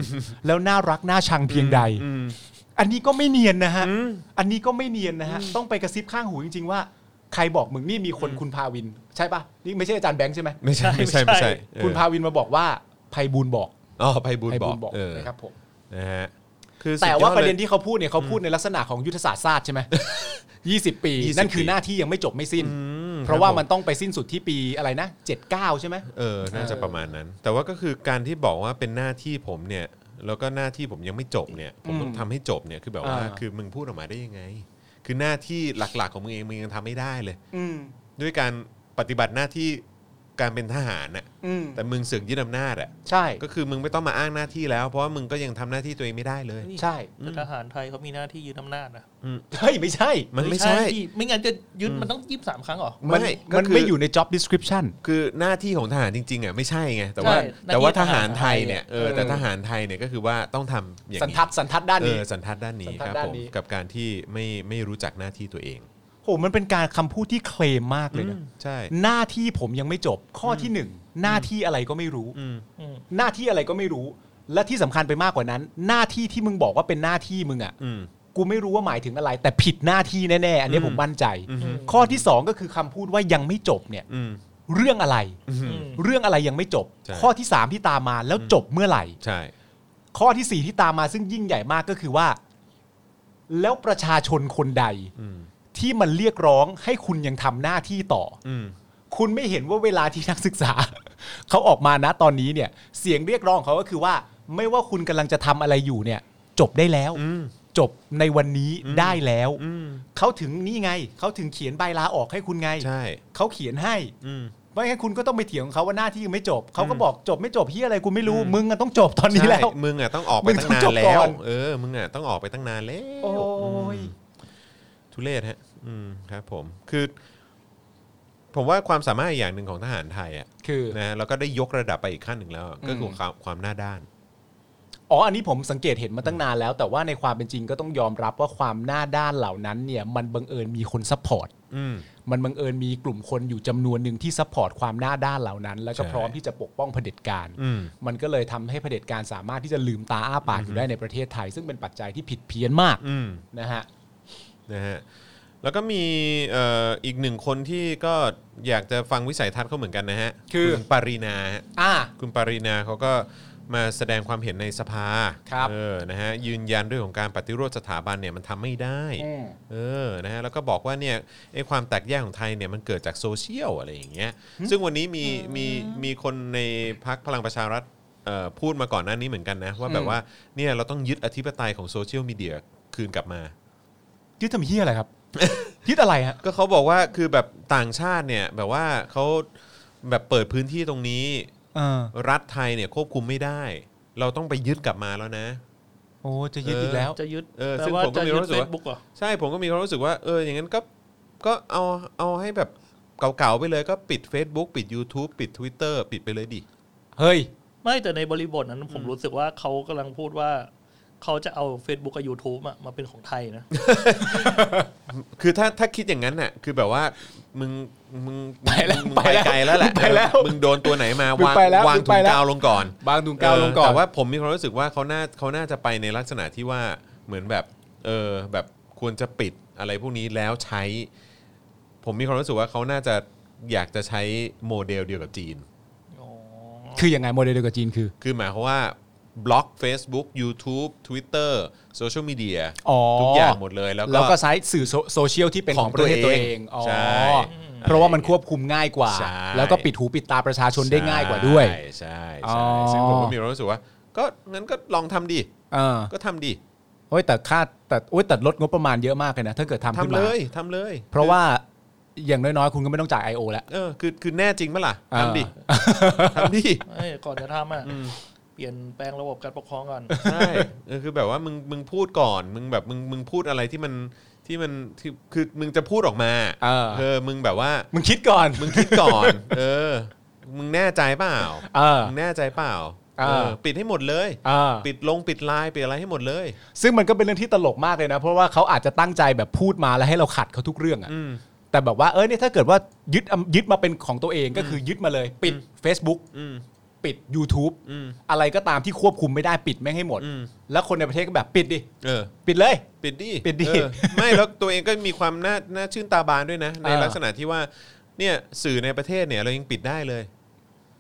S3: แล้วน่ารักน่าชังเพียงใด
S2: อืม
S3: อันนี้ก็ไม่เนียนนะฮะ
S2: อืม
S3: อันนี้ก็ไม่เนียนนะฮะ ต้องไปกระซิบข้างหูจริง ๆ ว่า ใครบอกมึงนี่มีคนคุณพาวิน ใช่ปะนี่ไม่ใช่อาจารย์แบงค์ใช่ไหม
S2: ไม่ใช่ไม่ใช่ไม่ใช่เออ
S3: คุณพาวินมาบอกว่าภัยบูลย์บอก
S2: อ๋อไพบุญ
S3: ภัย
S2: บอก
S3: บูลย์บอก
S2: เออ
S3: นะครับผม
S2: นะฮะคือสุ
S3: แต่
S2: ยอลย
S3: ว่าประเด็นที่เขาพูดเนี่ยเขาพูดในลักษณะของยุทธศาสตร์ชาติใช่ไหม ยี่สิบปี
S2: 20
S3: นั่นคือ
S2: ปี
S3: หน้าที่ยังไม่จบไม่สิ้น
S2: อืม
S3: เพราะว่า
S2: คบผ
S3: มันต้องไปสิ้นสุดที่ปีอะไรนะ79 ใช่ไหม
S2: เออ น่าจะ
S3: เออ
S2: ประมาณนั้น แต่ว่าก็คือการที่บอกว่าเป็นหน้าที่ผมเนี่ย แล้วก็หน้าที่ผมยังไม่จบเนี่ย ผมต้องทำให้จบเนี่ยคือแบบว่า
S3: อ่า
S2: คือมึงพูดออกมาได้ยังไง คือหน้าที่หลักๆของมึงเองมึงยังทำไม่ได้เลย
S3: อืม
S2: ด้วยการปฏิบัติหน้าที่การเป็นทหารน่ะ
S3: อืม
S2: แต่มึงเสือกยึดอำนาจอ่ะ
S3: ใช่
S2: ก็คือมึงไม่ต้องมาอ้างหน้าที่แล้ว เพราะว่ามึงก็ยังทำหน้าที่ตัวเองไม่ได้เลย
S3: ใช่
S4: แต่ทหารไทยเขามีหน้าที่ยึดอำนาจนะ
S3: เฮ้ยไม่ใช่
S2: มันไม่ใช่
S4: ดิไม่งั้นจะยึดมันต้องยี่สามครั้งเหรอ
S3: มัน
S2: ไม่
S3: มัน
S2: ก็คือ
S3: ไม่อยู่ใน job description
S2: คือหน้าที่ของทหารจริงๆอ่ะไม่ใช่ไงแต่ว่า
S4: ใช่
S2: แต่ว่า
S4: หน้า
S2: ท
S4: ที่
S2: หา
S4: ทหาร ร
S2: ไท
S4: ไท
S2: ย
S4: ย
S2: เนี่ยเออแต่ทหารไทยเนี่ยก็คือว่าต้องทำอย่าง
S3: สัน
S2: นี้
S3: ทัดสันทัดด้าน
S2: เอ
S3: นี้
S2: อสันทัดด้านนี้
S3: สันทัด
S2: ครับ
S3: ด้าน
S2: ผม
S3: นี้
S2: กับการที่ไม่ไม่รู้จักหน้าที่ตัวเอง
S3: โหมันเป็นการคำพูดที่เคลมมากเลยนะ
S2: ใช่
S3: หน้าที่ผมยังไม่จบข้อที่หนึ่งหน้าที่อะไรก็ไม่รู้
S2: อืม
S4: อืม
S3: หน้าที่อะไรก็ไม่รู้ และที่สำคัญไปมากกว่านั้น หน้าที่ที่มึงบอกว่าเป็นหน้าที่มึงอ่ะ
S2: อืม
S3: กูไม่รู้ว่าหมายถึงอะไร แต่ผิดหน้าที่แน่ๆ อันเนี้ย
S2: อืม
S3: ผมมั่นใจ
S2: อืม
S3: ข้อที่สองก็คือคำพูดว่ายังไม่จบเนี่ย
S2: อืม
S3: เรื่องอะไร
S4: อืม
S3: เรื่องอะไรยังไม่จบ
S2: ใช่
S3: ข้อที่ 3 ที่ตามมาแล้วจบเมื่อไหร่
S2: ใช่
S3: ข้อที่ 4 ที่ตามมาซึ่งยิ่งใหญ่มากก็คือว่า แล้วประชาชนคนใด
S2: อืม
S3: ที่มันเรียกร้องให้คุณยังทำหน้าที่ต่อ
S2: อืม
S3: คุณไม่เห็นว่าเวลาที่นักศึกษา เขาออกมานะตอนนี้เนี่ย เสียงเรียกร้องของเขาก็คือว่า ไม่ว่าคุณกำลังจะทำอะไรอยู่เนี่ย จบได้แล้ว
S2: อืม
S3: จบในวันนี้
S2: อืม
S3: ได้แล้ว
S2: อืม
S3: เขาถึงนี่ไง เขาถึงเขียนใบลาออกให้คุณไง
S2: ใช่
S3: เขาเขียนให้
S2: อืม
S3: ไม่งั้นคุณก็ต้องไปเถียงของเขาว่าหน้าที่ยังไม่จบ เขาก็
S2: อืม
S3: บอกจบไม่จบเฮียอะไรกูไม่รู้
S2: อืม
S3: มึงอะต้องจบตอนนี้แล้ว
S2: ใช่มึงอ่ะต้องออกไป
S3: มึง
S2: ตั้ง
S3: ต้อง
S2: นา
S3: จ
S2: น
S3: บ
S2: แล้
S3: ก่
S2: ว
S3: อน
S2: เออ มึงอ่ะต้องออกไปตั้งนานแล้ว
S3: โอ้ย
S2: ทุเรศฮะ อืม ครับผม คือ ผมว่าความสามารถอีกอย่างหนึ่งของทหารไทยอ่ะ
S3: คือ
S2: นะแล้วก็ได้ยกระดับไปอีกขั้นหนึ่งแล้วอะก็คือความความหน้าด้าน
S3: อ๋อ อันนี้ผมสังเกตเห็นมาตั้งนานแล้ว แต่ว่าในความเป็นจริงก็ต้องยอมรับว่าความหน้าด้านเหล่านั้นเนี่ย มันบังเอิญมีคนซัพพอร์ต
S2: อืม
S3: มันบังเอิญมีกลุ่มคนอยู่จำนวนหนึ่งที่ซัพพอร์ตความหน้าด้านเหล่านั้น แล้วก็
S2: ใช่
S3: พร้อมที่จะปกป้องเผด็จการ
S2: อืม
S3: มันก็เลยทำให้เผด็จการสามารถที่จะลืมตาอ้าปากอยู่ได้ในประเทศไทย ซึ่งเป็นปัจจัยที่ผิดเพี้ยนมาก
S2: อืม
S3: นะฮะ
S2: นะฮะ แล้วก็มีเอ่ออีกหนึ่งคนที่ก็อยากจะฟังวิสัยทัศน์เขาเหมือนกันนะฮะ
S3: คือ
S2: ณปารีนาฮะ
S3: อ่า
S2: คุณปารีนาเขาก็มาแสดงความเห็นในสภา
S3: ครับ
S2: เออนะฮะยืนยันเรื่องของการปฏิรูปสถาบันเนี่ยมันทำไม่ได้ เออนะฮะแล้วก็บอกว่าเนี่ยไอ้ความแตกแยกของไทยเนี่ยมันเกิดจากโซเชียลอะไรอย่างเงี้ยซึ่งวันนี้มีมีมีคนในพักพลังประชารัฐเอ่อพูดมาก่อนหน้านี้เหมือนกันนะ ว่าแบบว่าเนี่ยเราต้องยึดอธิปไตยของโซเชียลมีเดียคืนกลับมา
S3: ยึดทำเฮียอะไรครับ ยึดอะไรฮะ
S2: ก็เขาบอกว่าคือแบบต่างชาติเนี่ยแบบว่าเขาแบบเปิดพื้นที่ตรงนี้
S8: เออ
S2: รัฐไทยเนี่ยควบคุมไม่ได้ เราต้องไปยึดกลับมาแล้วนะ
S3: โอ้จะยึดอีกแล้ว
S4: จะยึด
S2: เออ
S4: แปล
S2: ซึ่ง
S4: ว่า
S2: ผมก็
S4: จะ
S2: มี
S4: ยึ
S2: ความ
S4: ด
S2: รู้สึก
S4: เฟ
S2: ว่า
S4: ซบุ๊กเหรอ
S2: ใช่ผมก็มีความรู้สึกว่า เอออย่างนั้นก็ก็เอาเอาให้แบบเก่าๆไปเลยก็ปิด Facebook ปิด YouTube ปิด Twitter ปิดไปเลยดิ
S3: เฮ้ย
S4: ไม่แต่ในบริบทนั้นผมรู้สึกว่าเขากำลังพูดว่า เขาจะเอา Facebook กับ YouTube อะมาเป็นของไทยนะ
S2: คือถ้าถ้าคิดอย่างนั้นน่ะคือแบบว่ามึงมึง
S3: ไปแล้ว
S2: มึง
S3: ไป
S2: ไป
S3: แล้ว
S2: ไกลแล้วแหละ
S3: มึงไปแล้ว
S2: เออมึงโดนตัวไหนมา
S3: มึง
S2: วาง
S3: ไปแล้ว
S2: วาง
S3: มึง
S2: ถุ
S3: ไป
S2: ง
S3: แล้ว
S2: กาวลงก่อน
S3: บางดุงกาวลงก่อน
S2: แต่ว่าผมมีความรู้สึกว่าเขาน่าเขาน่าจะไปในลักษณะที่ว่าเหมือนแบบเออแบบควรจะปิดอะไรพวกนี้แล้วใช้ ผมมีความรู้สึกว่าเขาน่าจะอยากจะใช้โมเดลเดียวกับจีน
S3: คือยังไงโมเดลเดียวกับจีนคือ
S2: คือหมายความว่าบล็อก Facebook YouTube Twitter โซเชียลมีเดีย
S3: อ๋อ
S2: ทุกอย่างหมดเลย แล้ว
S3: แล้ว
S2: ก็
S3: ก็ใช้สื่อโซโซเชียลที่เป็น
S2: ข
S3: ข
S2: อ
S3: อง ง
S2: ตัว
S3: ประ
S2: เอง
S3: เทศตัวเองอ๋อ
S2: ใช่
S3: เพราะว่ามันควบคุมง่ายกว่า
S2: ใช่
S3: แล้วก็ปิดหูปิดตาประชาชนได้ง่ายกว่าด้วย
S2: ใช่ใช่
S3: อ๋
S2: ใช่
S3: อ
S2: ซึ่งผมก็มีความรู้สึกว่า ก็งั้นก็ลองทำดิ
S3: เออ
S2: ก็ทำดิ
S3: โอ้ยแต่คาดแต่โอ้ยแต่ลดงบประมาณเยอะมากเลยนะ ถ้าเกิดทำ
S2: ทำ
S3: ขึ้น
S2: เล
S3: มาย
S2: ทำเลย
S3: เพราะว่าอย่างน้อยๆ คุณก็ไม่ต้องจ่าย I.O. แล้ว
S2: เออคือคือแน่จริงไหมล่ะ
S3: อ่า
S2: ทำดิทำดิ
S4: เอ้ยก่อนจะทำอ่ะเปลี่ยนแปลงระบบการปกครองก่อน
S2: ใช่เออคือแบบว่ามึงมึงพูดก่อน มึงแบบมึงมึงพูดอะไรที่มันที่มันที่คือมึงจะพูดออกมา
S3: เออ
S2: เออมึงแบบว่า
S3: มึงคิดก่อน
S2: มึงคิดก่อน เออ มึงแน่ใจเปล่า
S3: เออ
S2: มึงแน่ใจเปล่า
S3: เออ
S2: เออปิดให้หมดเลย
S3: เออ
S2: ปิดลงปิดไลน์ปิดอะไรให้หมดเลย
S3: ซึ่งมันก็เป็นเรื่องที่ตลกมากเลยนะ เพราะว่าเขาอาจจะตั้งใจแบบพูดมาแล้วให้เราขัดเขาทุกเรื่องอะ
S2: อืม
S3: แต่แบบว่าเออเนี่ยถ้าเกิดว่ายึดอำยึดมาเป็นของตัวเองก็คือยึดมาเลย ปิด Facebook
S2: อืม
S3: ปิด YouTube
S2: อืม
S3: อะไรก็ตามที่ควบคุมไม่ได้ปิดแม่งให้หมด
S2: อืม
S3: แล้วคนในประเทศก็แบบปิดดิ
S2: เออ
S3: ปิดเลย
S2: ปิดดิ
S3: ปิดดิ
S2: เออไม่แล้วตัวเองก็มีความน่าน่าชื่นตาบานด้วยนะ ใน
S3: เออ
S2: ลักษณะที่ว่า เนี่ยสื่อในประเทศเนี่ยเรายังปิดได้เลย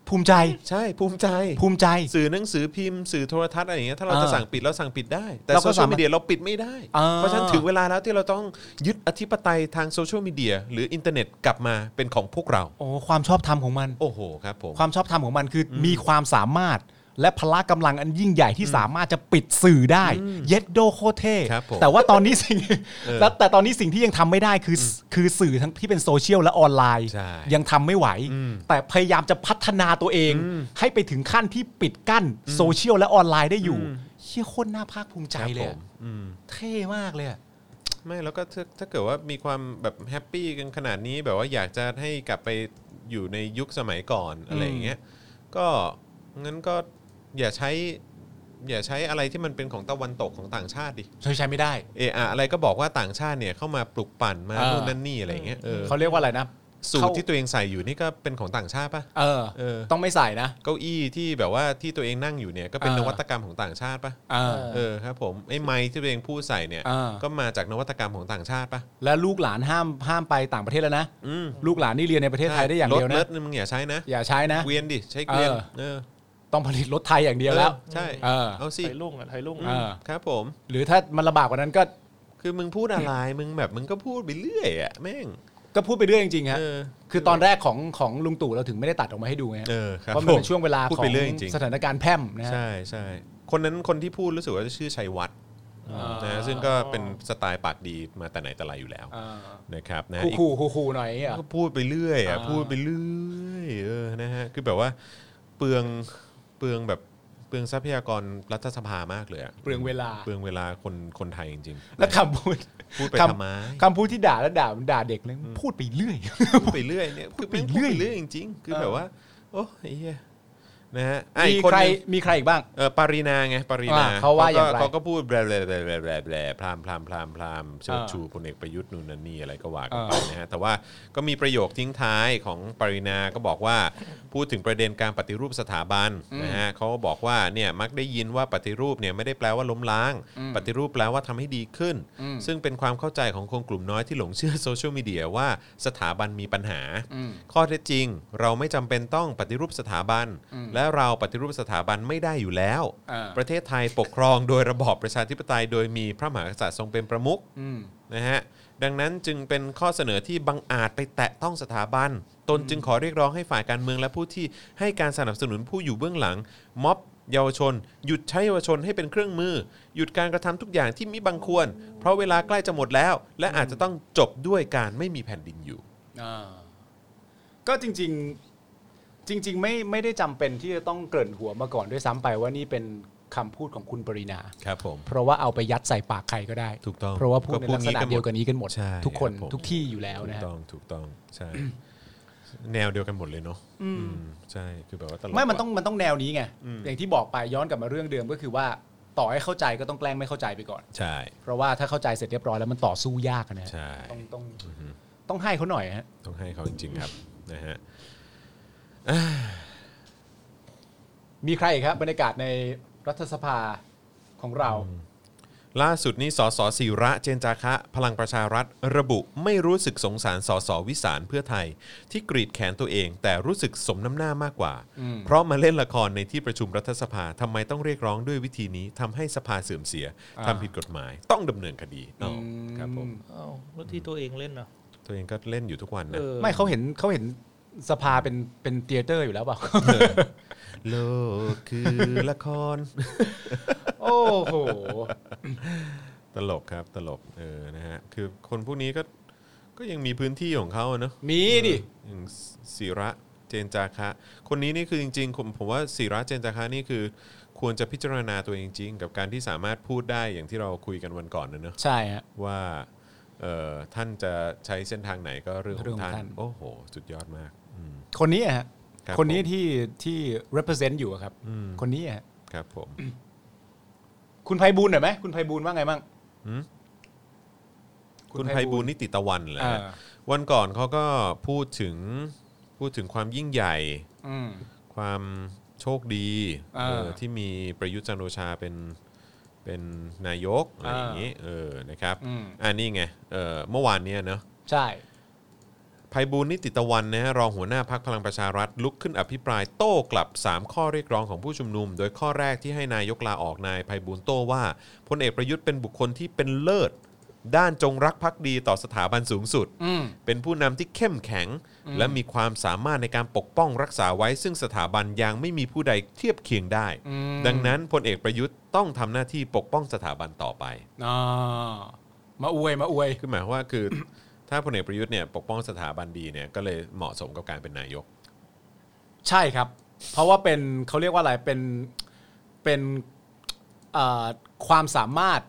S3: ภูมิใจ
S2: ใช่ภูมิใจ
S3: ภูมิใจ
S2: สื่อหนังสือพิมพ์สื่อโทรทัศน์อะไรอย่างเงี้ยถ้าเรา
S3: เออ
S2: จะสั่งปิดเราสั่งปิดได้ แต่
S3: เรา
S2: โซ
S3: ก็
S2: เชีย
S3: สา
S2: ล
S3: มารถ
S2: มีเดียเราปิดไม่ได้
S3: อ่า
S2: เพราะฉะนั้นถึงเวลาแล้วที่เราต้องยึดอธิปไตยทางโซเชียลมีเดียหรืออินเทอร์เน็ตกลับมาเป็นของพวกเรา
S3: โอ้ความชอบธรรมของมัน
S2: โอ้โหครับผม
S3: ความชอบธรรมของมันคืออมีความสามารถ และพละกำลังอันยิ่งใหญ่ที่สามารถจะปิดสื่อได้ เย็ดโดโคเท
S2: ครับผม
S3: แต่ว่าตอนนี้สิ่ง
S2: เออ
S3: แล้วแต่ตอนนี้สิ่งที่ยังทำไม่ได้คืออคือสื่อทั้งที่เป็นโซเชียลและออนไลน์
S2: ใช่
S3: ยังทำไม่ไหว
S2: อืม
S3: แต่พยายามจะพัฒนาตัวเอง ให้ไปถึงขั้นที่ปิดกั้นโซเชียลและออนไลน์ได้อยู่
S2: อืม
S3: เชี่ยโคตรน่าภาคภูมิใจ
S2: ครับ
S3: เล
S2: ผ
S3: ยอะ
S2: มอืม
S3: เท่มากเลยอะ
S2: ไม่แล้วก็ถ้าถ้าเกิดว่ามีความแบบแฮปปี้กันขนาดนี้แบบว่าอยากจะให้กลับไปอยู่ในยุคสมัยก่อนอะไรอย่างเงี้ยก็งั้นก็อย่าใช้ อย่าใช้อะไรที่มันเป็นของตะวันตกของต่างชาติดิ
S3: ใช้ใช้ไม่ได้
S2: เอออะไรก็บอกว่าต่างชาติเนี่ยเข้ามาปลุกปั่นมา
S3: อ่า
S2: โน่นนั่นนี่อะไรอย่างเงี้ยเออ
S3: เขาเรียกว่าอะไรนะ
S2: สูต
S3: เข้า
S2: รที่ตัวเองใส่อยู่นี่ก็เป็นของต่างชาติปะ
S3: เออ
S2: เออ
S3: ต้องไม่ใส่นะ
S2: เก้าอี้ที่แบบว่าที่ตัวเองนั่งอยู่เนี่ยก็เป็น
S3: เออ
S2: นวัตกรรมของต่างชาติปะ
S3: เออ
S2: เออครับผมไอ้ไม้ที่ตัวเองพูดใส่เนี่ย
S3: เออ
S2: ก็มาจากนวัตกรรมของต่างชาติปะ
S3: และลูกหลานห้ามห้ามไปต่างประเทศแล้วนะ
S2: อืม
S3: ลูกหลานนี่เรียนในประเทศไทยได้อย่างเดียว
S2: รถเลิ
S3: นะ
S2: ศมึงอย่าใช้นะ
S3: อย่าใช้นะ
S2: เกวียนดิใช้เกวียน
S3: เออ
S2: เออ
S3: ต้องผลิตรถไทยอย่างเดียวแล้ว
S2: ออใช่
S3: เออ
S2: เอาสิ
S4: ไทยลุ่งอ่ะไทยลุ่ง
S3: เออ
S2: ครับผม
S3: หรือถ้ามันลำบากกว่านั้นก็
S2: คือมึงพูดอะไรมึงแบบมึงก็พูดไปเรื่อยอ่ะแม่ง
S3: ก็พูดไปเรื่อยจริงๆฮะ
S2: เออ
S3: คือตอนแรกของของลุงตู่เราถึงไม่ได้ตัดออกมาให้ดูไงฮะ
S2: เออครับ
S3: เพราะมันเป็
S2: ผ
S3: นช่วงเวลา
S2: พูด
S3: ขอ
S2: ไป
S3: ง
S2: เรื่อยจริง
S3: สถานการณ์แพร่มนะ
S2: ๆ
S3: ฮะ
S2: ใช่ใช่คนนั้นคนที่พูดรู้สึกว่าจะชื่อชัยวัฒน์นะซึ่งก็เป็นสไตล์ปากดีมาแต่ไหนแต่ไรอยู่แล้ว
S3: อ่า
S2: นะครับนะ
S3: คู
S2: อีก
S3: คูคูคูหน่อยอย่างเงี้ยเหรอ
S2: ก็พูดไปเรื่อยอ่ะ
S3: อ่า
S2: พูดไปเรื่อยเออนะฮะคือแบบว่าเปลืองเปลืองแบบเปลืองทรัพยากรรัฐสภามากเลยอะ
S3: เปลืองเวลา
S2: เปลืองเวลาคนคนไทยจริงๆ
S3: แล้วคำพูด
S2: พูดไป
S3: ค
S2: ทำไม
S3: ำคำพูดที่ด่าแล้วด่าด่าเด็กเลยพูดไปเรื่อย
S2: พูดไปเรื่อยเนี่ยคือแม่ง
S3: พู
S2: พู
S3: ด
S2: ด
S3: ไป
S2: ไป
S3: เรื่อย
S2: เรื่อยจริง ๆ คือแบบว่า โอ้ไอ้เหี้ยนะฮะอ่ะ
S3: มี
S2: อีกคน
S3: ใคร
S2: หนึ่ง
S3: มีใครอีกบ้าง
S2: เออปารีนาไงปารีนา
S3: อ่าเขาว่าอย่างไร
S2: เขาก็พูดแบลแบลแบลแบลแบลแบลพรามพรามพรามพรามเชิด
S3: อ่า
S2: ชูพลเอกประยุทธ์นู่นนั่นนี่อะไรก็ว่ากัน
S3: อ่า
S2: ไปนะฮะแต่ว่าก็มีประโยคทิ้งท้ายของปรินาก็บอกว่า พูดถึงประเด็นการปฏิรูปสถาบันนะฮะเขาบอกว่าเนี่ยมักได้ยินว่าปฏิรูปเนี่ยไม่ได้แปลว่าล้มล้าง ปฏิรูปแปลว่าทำให้ดีขึ้น ซึ่งเป็นความเข้าใจของคนกลุ่มน้อยที่หลงเชื่อโซเชียลมีเดียว่าสถาบันมีปัญหา ข้อเท็จจริง เราไม่จำเป็นต้องปฏิรูปสถาบัน และเราปฏิรูปสถาบันไม่ได้อยู่แล้ว
S3: อ่า
S2: ประเทศไทยปกครองโดยระบอบประชาธิปไตย โดยมีพระมหากษัตริย์ทรงเป็นประมุข
S3: อืม
S2: นะฮะดังนั้นจึงเป็นข้อเสนอที่บังอาจไปแตะต้องสถาบัน ตนจึงขอเรียกร้องให้ฝ่ายการเมืองและผู้ที่ให้การสนับสนุนผู้อยู่เบื้องหลัง ม็อบเยาวชน หยุดใช้เยาวชนให้เป็นเครื่องมือ หยุดการกระทำทุกอย่างที่มิบังควร เพราะเวลาใกล้จะหมดแล้ว และอาจจะต้องจบด้วยการไม่มีแผ่นดินอยู่
S3: อ่าก็จริง ๆ จริง ๆ ไม่ไม่ได้จำเป็นที่จะต้องเกริ่นหัวมาก่อนด้วยซ้ำไปว่านี่เป็นคำพูดของคุณปรินา
S2: ครับผม
S3: เพราะว่าเอาไปยัดใส่ปากใครก็ได้
S2: ถูกต้อง
S3: เพราะว่าพูด
S2: ก็
S3: ใน
S2: พูด
S3: ลักษณะ
S2: อย่างนี้กันหมด
S3: เดียวกันนี้กันหมด
S2: ใช่
S3: ทุกคน
S2: ครับผม
S3: ทุกที่อยู่แล้ว
S2: ถู
S3: นะ
S2: ก
S3: ฮะ
S2: ต้องถูกต้องใช่ แนวเดียวกันหมดเลยเนาะอืมใช่คือแบบว่าตลก
S3: ไม่มัน
S2: ว่ะ
S3: ต้องมันต้องแนวนี้ไง
S2: อืม
S3: อย่างที่บอกไปย้อนกลับมาเรื่องเดิมก็คือว่าต่อให้เข้าใจก็ต้องแกล้งไม่เข้าใจไปก่อน
S2: ใช่
S3: เพราะว่าถ้าเข้าใจเสร็จเรียบร้อยแล้วมันต่อสู้ยากนะฮะ
S2: ใช่
S3: ต้องต้องต้องให้เขาหน่อยฮะ
S2: ต้องให้เขาจริงๆครับ นะฮะอ่า
S3: มีใครอีกครับบรรยากาศในรัฐสภาของเรา
S2: ล่าสุดนี้สสศิระเจนจาคะ พลังประชารัฐ ระบุไม่รู้สึกสงสารสสวิสารเพื่อไทย ที่กรีดแขนตัวเอง แต่รู้สึกสมน้ำหน้ามากกว่า เพราะมาเล่นละครในที่ประชุมรัฐสภาทำไมต้องเรียกร้องด้วยวิธีนี้ทำให้สภาเสื่อมเสียทำผิดกฎหมาย ต้องดำเนินคดีเอาครับผม
S4: อ้าวแล้วที่ตัวเองเล่นเนาะ
S2: ตัวเองก็เล่นอยู่ทุกวัน
S4: เอ
S2: นะ
S4: อ
S3: ไม่เขาเห็นเขาเห็นสภาเป็นเป็นเตียเตอร์อยู่แล้วเปล่า
S2: โลกคือละคร
S3: โอ้โห
S2: ตลกครับตลกเออนะฮะคือคนพวกนี้ก็ก็ยังมีพื้นที่ของเขาอะเนอะ
S3: มีดิ
S2: อย่างศิระเจนจาคะ คนนี้นี่คือจริงๆผมผมว่าศิระเจนจาคะนี่คือ ควรจะพิจารณาตัวเองจริงกับการที่สามารถพูดได้อย่างที่เราคุยกันวันก่อนนะเนอะ
S3: ใช่ฮะ
S2: ว่าเอ่อท่านจะใช้เส้นทางไหนก็เรื่องข
S3: เรื่
S2: อ
S3: อง
S2: ง
S3: ของ
S2: ท่าน
S3: ท่าน
S2: โอ้โห สุดยอดมากอืม
S3: คนนี้อะฮะ
S2: ครับ
S3: คนนี้
S2: ผม
S3: ที่ที่ represent อยู่อะครับ
S2: อืม
S3: คนนี้อะฮะ
S2: ครับผม
S3: คุณไพบูลย์หน่อยไหมคุณไพบูลย์ว่าไงบ้าง
S2: หืม
S3: คุณ
S2: คุณ
S3: ไพ
S2: ไพ
S3: บู
S2: บู
S3: ล
S2: ล
S3: ย์
S2: ย์นิติตะวันแหละ
S3: อ่า
S2: วันก่อนเขาก็พูดถึงพูดถึงความยิ่งใหญ่
S3: อืม
S2: ความโชคดี
S3: อ่า
S2: เออที่มีประยุทธ์จันทร์โอชาเป็นเป็นนายกอะไรอย่างนี้เออนะครับ
S3: อืม
S2: อันนี้ไงเออเมื่อวานเนี้ยเนอะ
S3: ใช่
S2: ภัยบูลย์นิติตะวันนะฮะรองหัวหน้าพักพลังประชารัฐ ลุกขึ้นอภิปรายโต้กลับ 3 ข้อเรียกร้องของผู้ชุมนุม โดยข้อแรกที่ให้นายกลาออกนายภัยบูลย์โต้ว่าพลเอกประยุทธ์เป็นบุคคลที่เป็นเลิศ ด้านจงรักภักดีต่อสถาบันสูงสุด
S3: อืม
S2: เป็นผู้นำที่เข้มแข็ง และมีความสามารถในการปกป้องรักษาไว้ ซึ่งสถาบันยังไม่มีผู้ใดเทียบเคียงได้
S3: อืม
S2: ดังนั้นพลเอกประยุทธ์ต้องทำหน้าที่ปกป้องสถาบันต่อไป
S3: อ่ามาอวยมาอวย
S2: คือหมายความว่าคือ ถ้าพลเอกประยุทธ์เนี่ยปกป้องสถาบันดีเนี่ยก็เลยเหมาะสมกับการเป็นนายก
S3: ใช่ครับ เพราะว่าเป็นเขาเรียกว่าอะไรเป็นเป็นเอ่อความสามารถ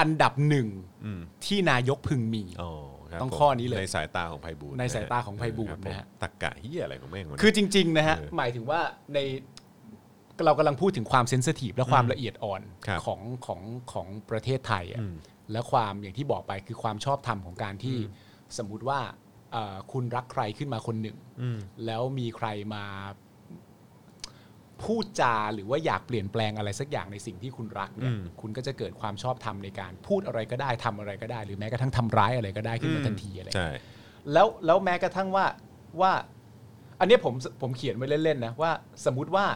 S3: อันดับหนึ่ง
S2: อืม
S3: ที่นายกพึงมี
S2: อ๋อครับ
S3: ต้อง
S2: ผม
S3: ข้อนี้เลย
S2: ในสายตาของไพบูลย์
S3: ในสายตา
S2: ะฮะ
S3: ของไพบูลย์
S2: ครับผม
S3: นะฮะ
S2: ตักกะเฮียอะไรของแม่งวะเนี่ย
S3: คือจริง ๆ นะฮะ
S2: เออ
S3: หมายถึงว่าในเรากำลังพูดถึงความเซน i ิทีฟและความละเอียดอ่อน
S2: ครับ
S3: ของของของประเทศไทยอะ
S2: อืม
S3: และความอย่างที่บอกไปคือความชอบธรรมของการที่สมมุติว่า เอ่อคุณรักใครขึ้นมาคนหนึ่ง
S2: อืม
S3: แล้วมีใครมาพูดจาหรือว่าอยากเปลี่ยนแปลงอะไรสักอย่างในสิ่งที่คุณรักเนี่ย
S2: อืม
S3: คุณก็จะเกิดความชอบธรรมในการพูดอะไรก็ได้ทำอะไรก็ได้ หรือแม้กระทั่งทำร้ายอะไรก็ได้ขึ้นมาทันทีอะไรอย่างเงี้ย
S2: ใช่
S3: แล้วแล้วแม้กระทั่งว่าว่า อันเนี้ยผมผมเขียนไว้เล่นๆนะว่า สมมุติว่า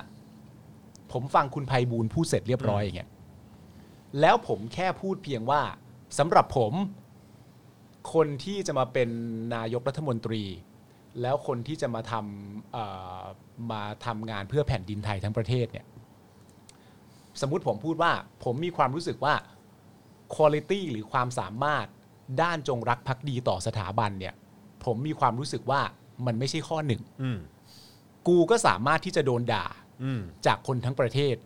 S3: ผมฟังคุณไพบูลย์พูดเสร็จเรียบร้อยอย่างเงี้ยแล้วผมแค่พูดเพียงว่าสำหรับผม คนที่จะมาเป็นนายกรัฐมนตรี แล้วคนที่จะมาทำเอ่อมาทำงานเพื่อแผ่นดินไทยทั้งประเทศเนี่ย สมมติผมพูดว่า ผมมีความรู้สึกว่าคุณ i t y หรือความสามารถด้านจงรักภักดีต่อสถาบันเนี่ย ผมมีความรู้สึกว่ามันไม่ใช่ข้อหนึ่ง
S2: อืม
S3: กูก็สามารถที่จะโดนด่า
S2: อืม
S3: จากคนทั้งประเทศ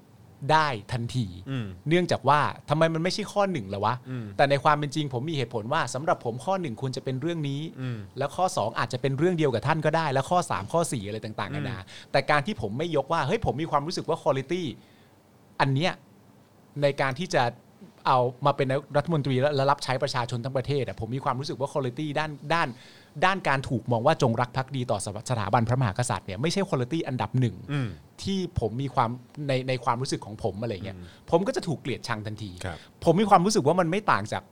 S3: ได้ทันที
S2: อืม
S3: เนื่องจากว่าทำไมมันไม่ใช่ข้อหนึ่งล่ะวะ
S2: อืม
S3: แต่ในความเป็นจริงผมมีเหตุผลว่าสำหรับผมข้อหนึ่งควรจะเป็นเรื่องนี้
S2: อืม
S3: แล้วข้อ 2 อาจจะเป็นเรื่องเดียวกับท่านก็ได้ แล้วข้อ 3 ข้อ 4 อะไรต่างๆกันานาแต่การที่ผมไม่ยกว่า เฮ้ย ผมมีความรู้สึกว่าคุณ i t y อันเนี้ยในการที่จะเอามาเป็นนายกรัฐมนตรีแล้วและรับใช้ประชาชนทั้งประเทศอะผมมีความรู้สึกว่าคุณ i t y ด้านด้าน ด้านการถูกมองว่าจงรักภักดีต่อสถาบันพระมหากษัตริย์เนี่ยไม่ใช่คุณ i t y อันดับหนึ่ง
S2: อืม
S3: ที่ผมมีความในในความรู้สึกของผมอะไรเงี้ยผมก็จะถูกเกลียดชังทันที
S2: ครับ
S3: ผมมีความรู้สึกว่ามันไม่ต่างจาก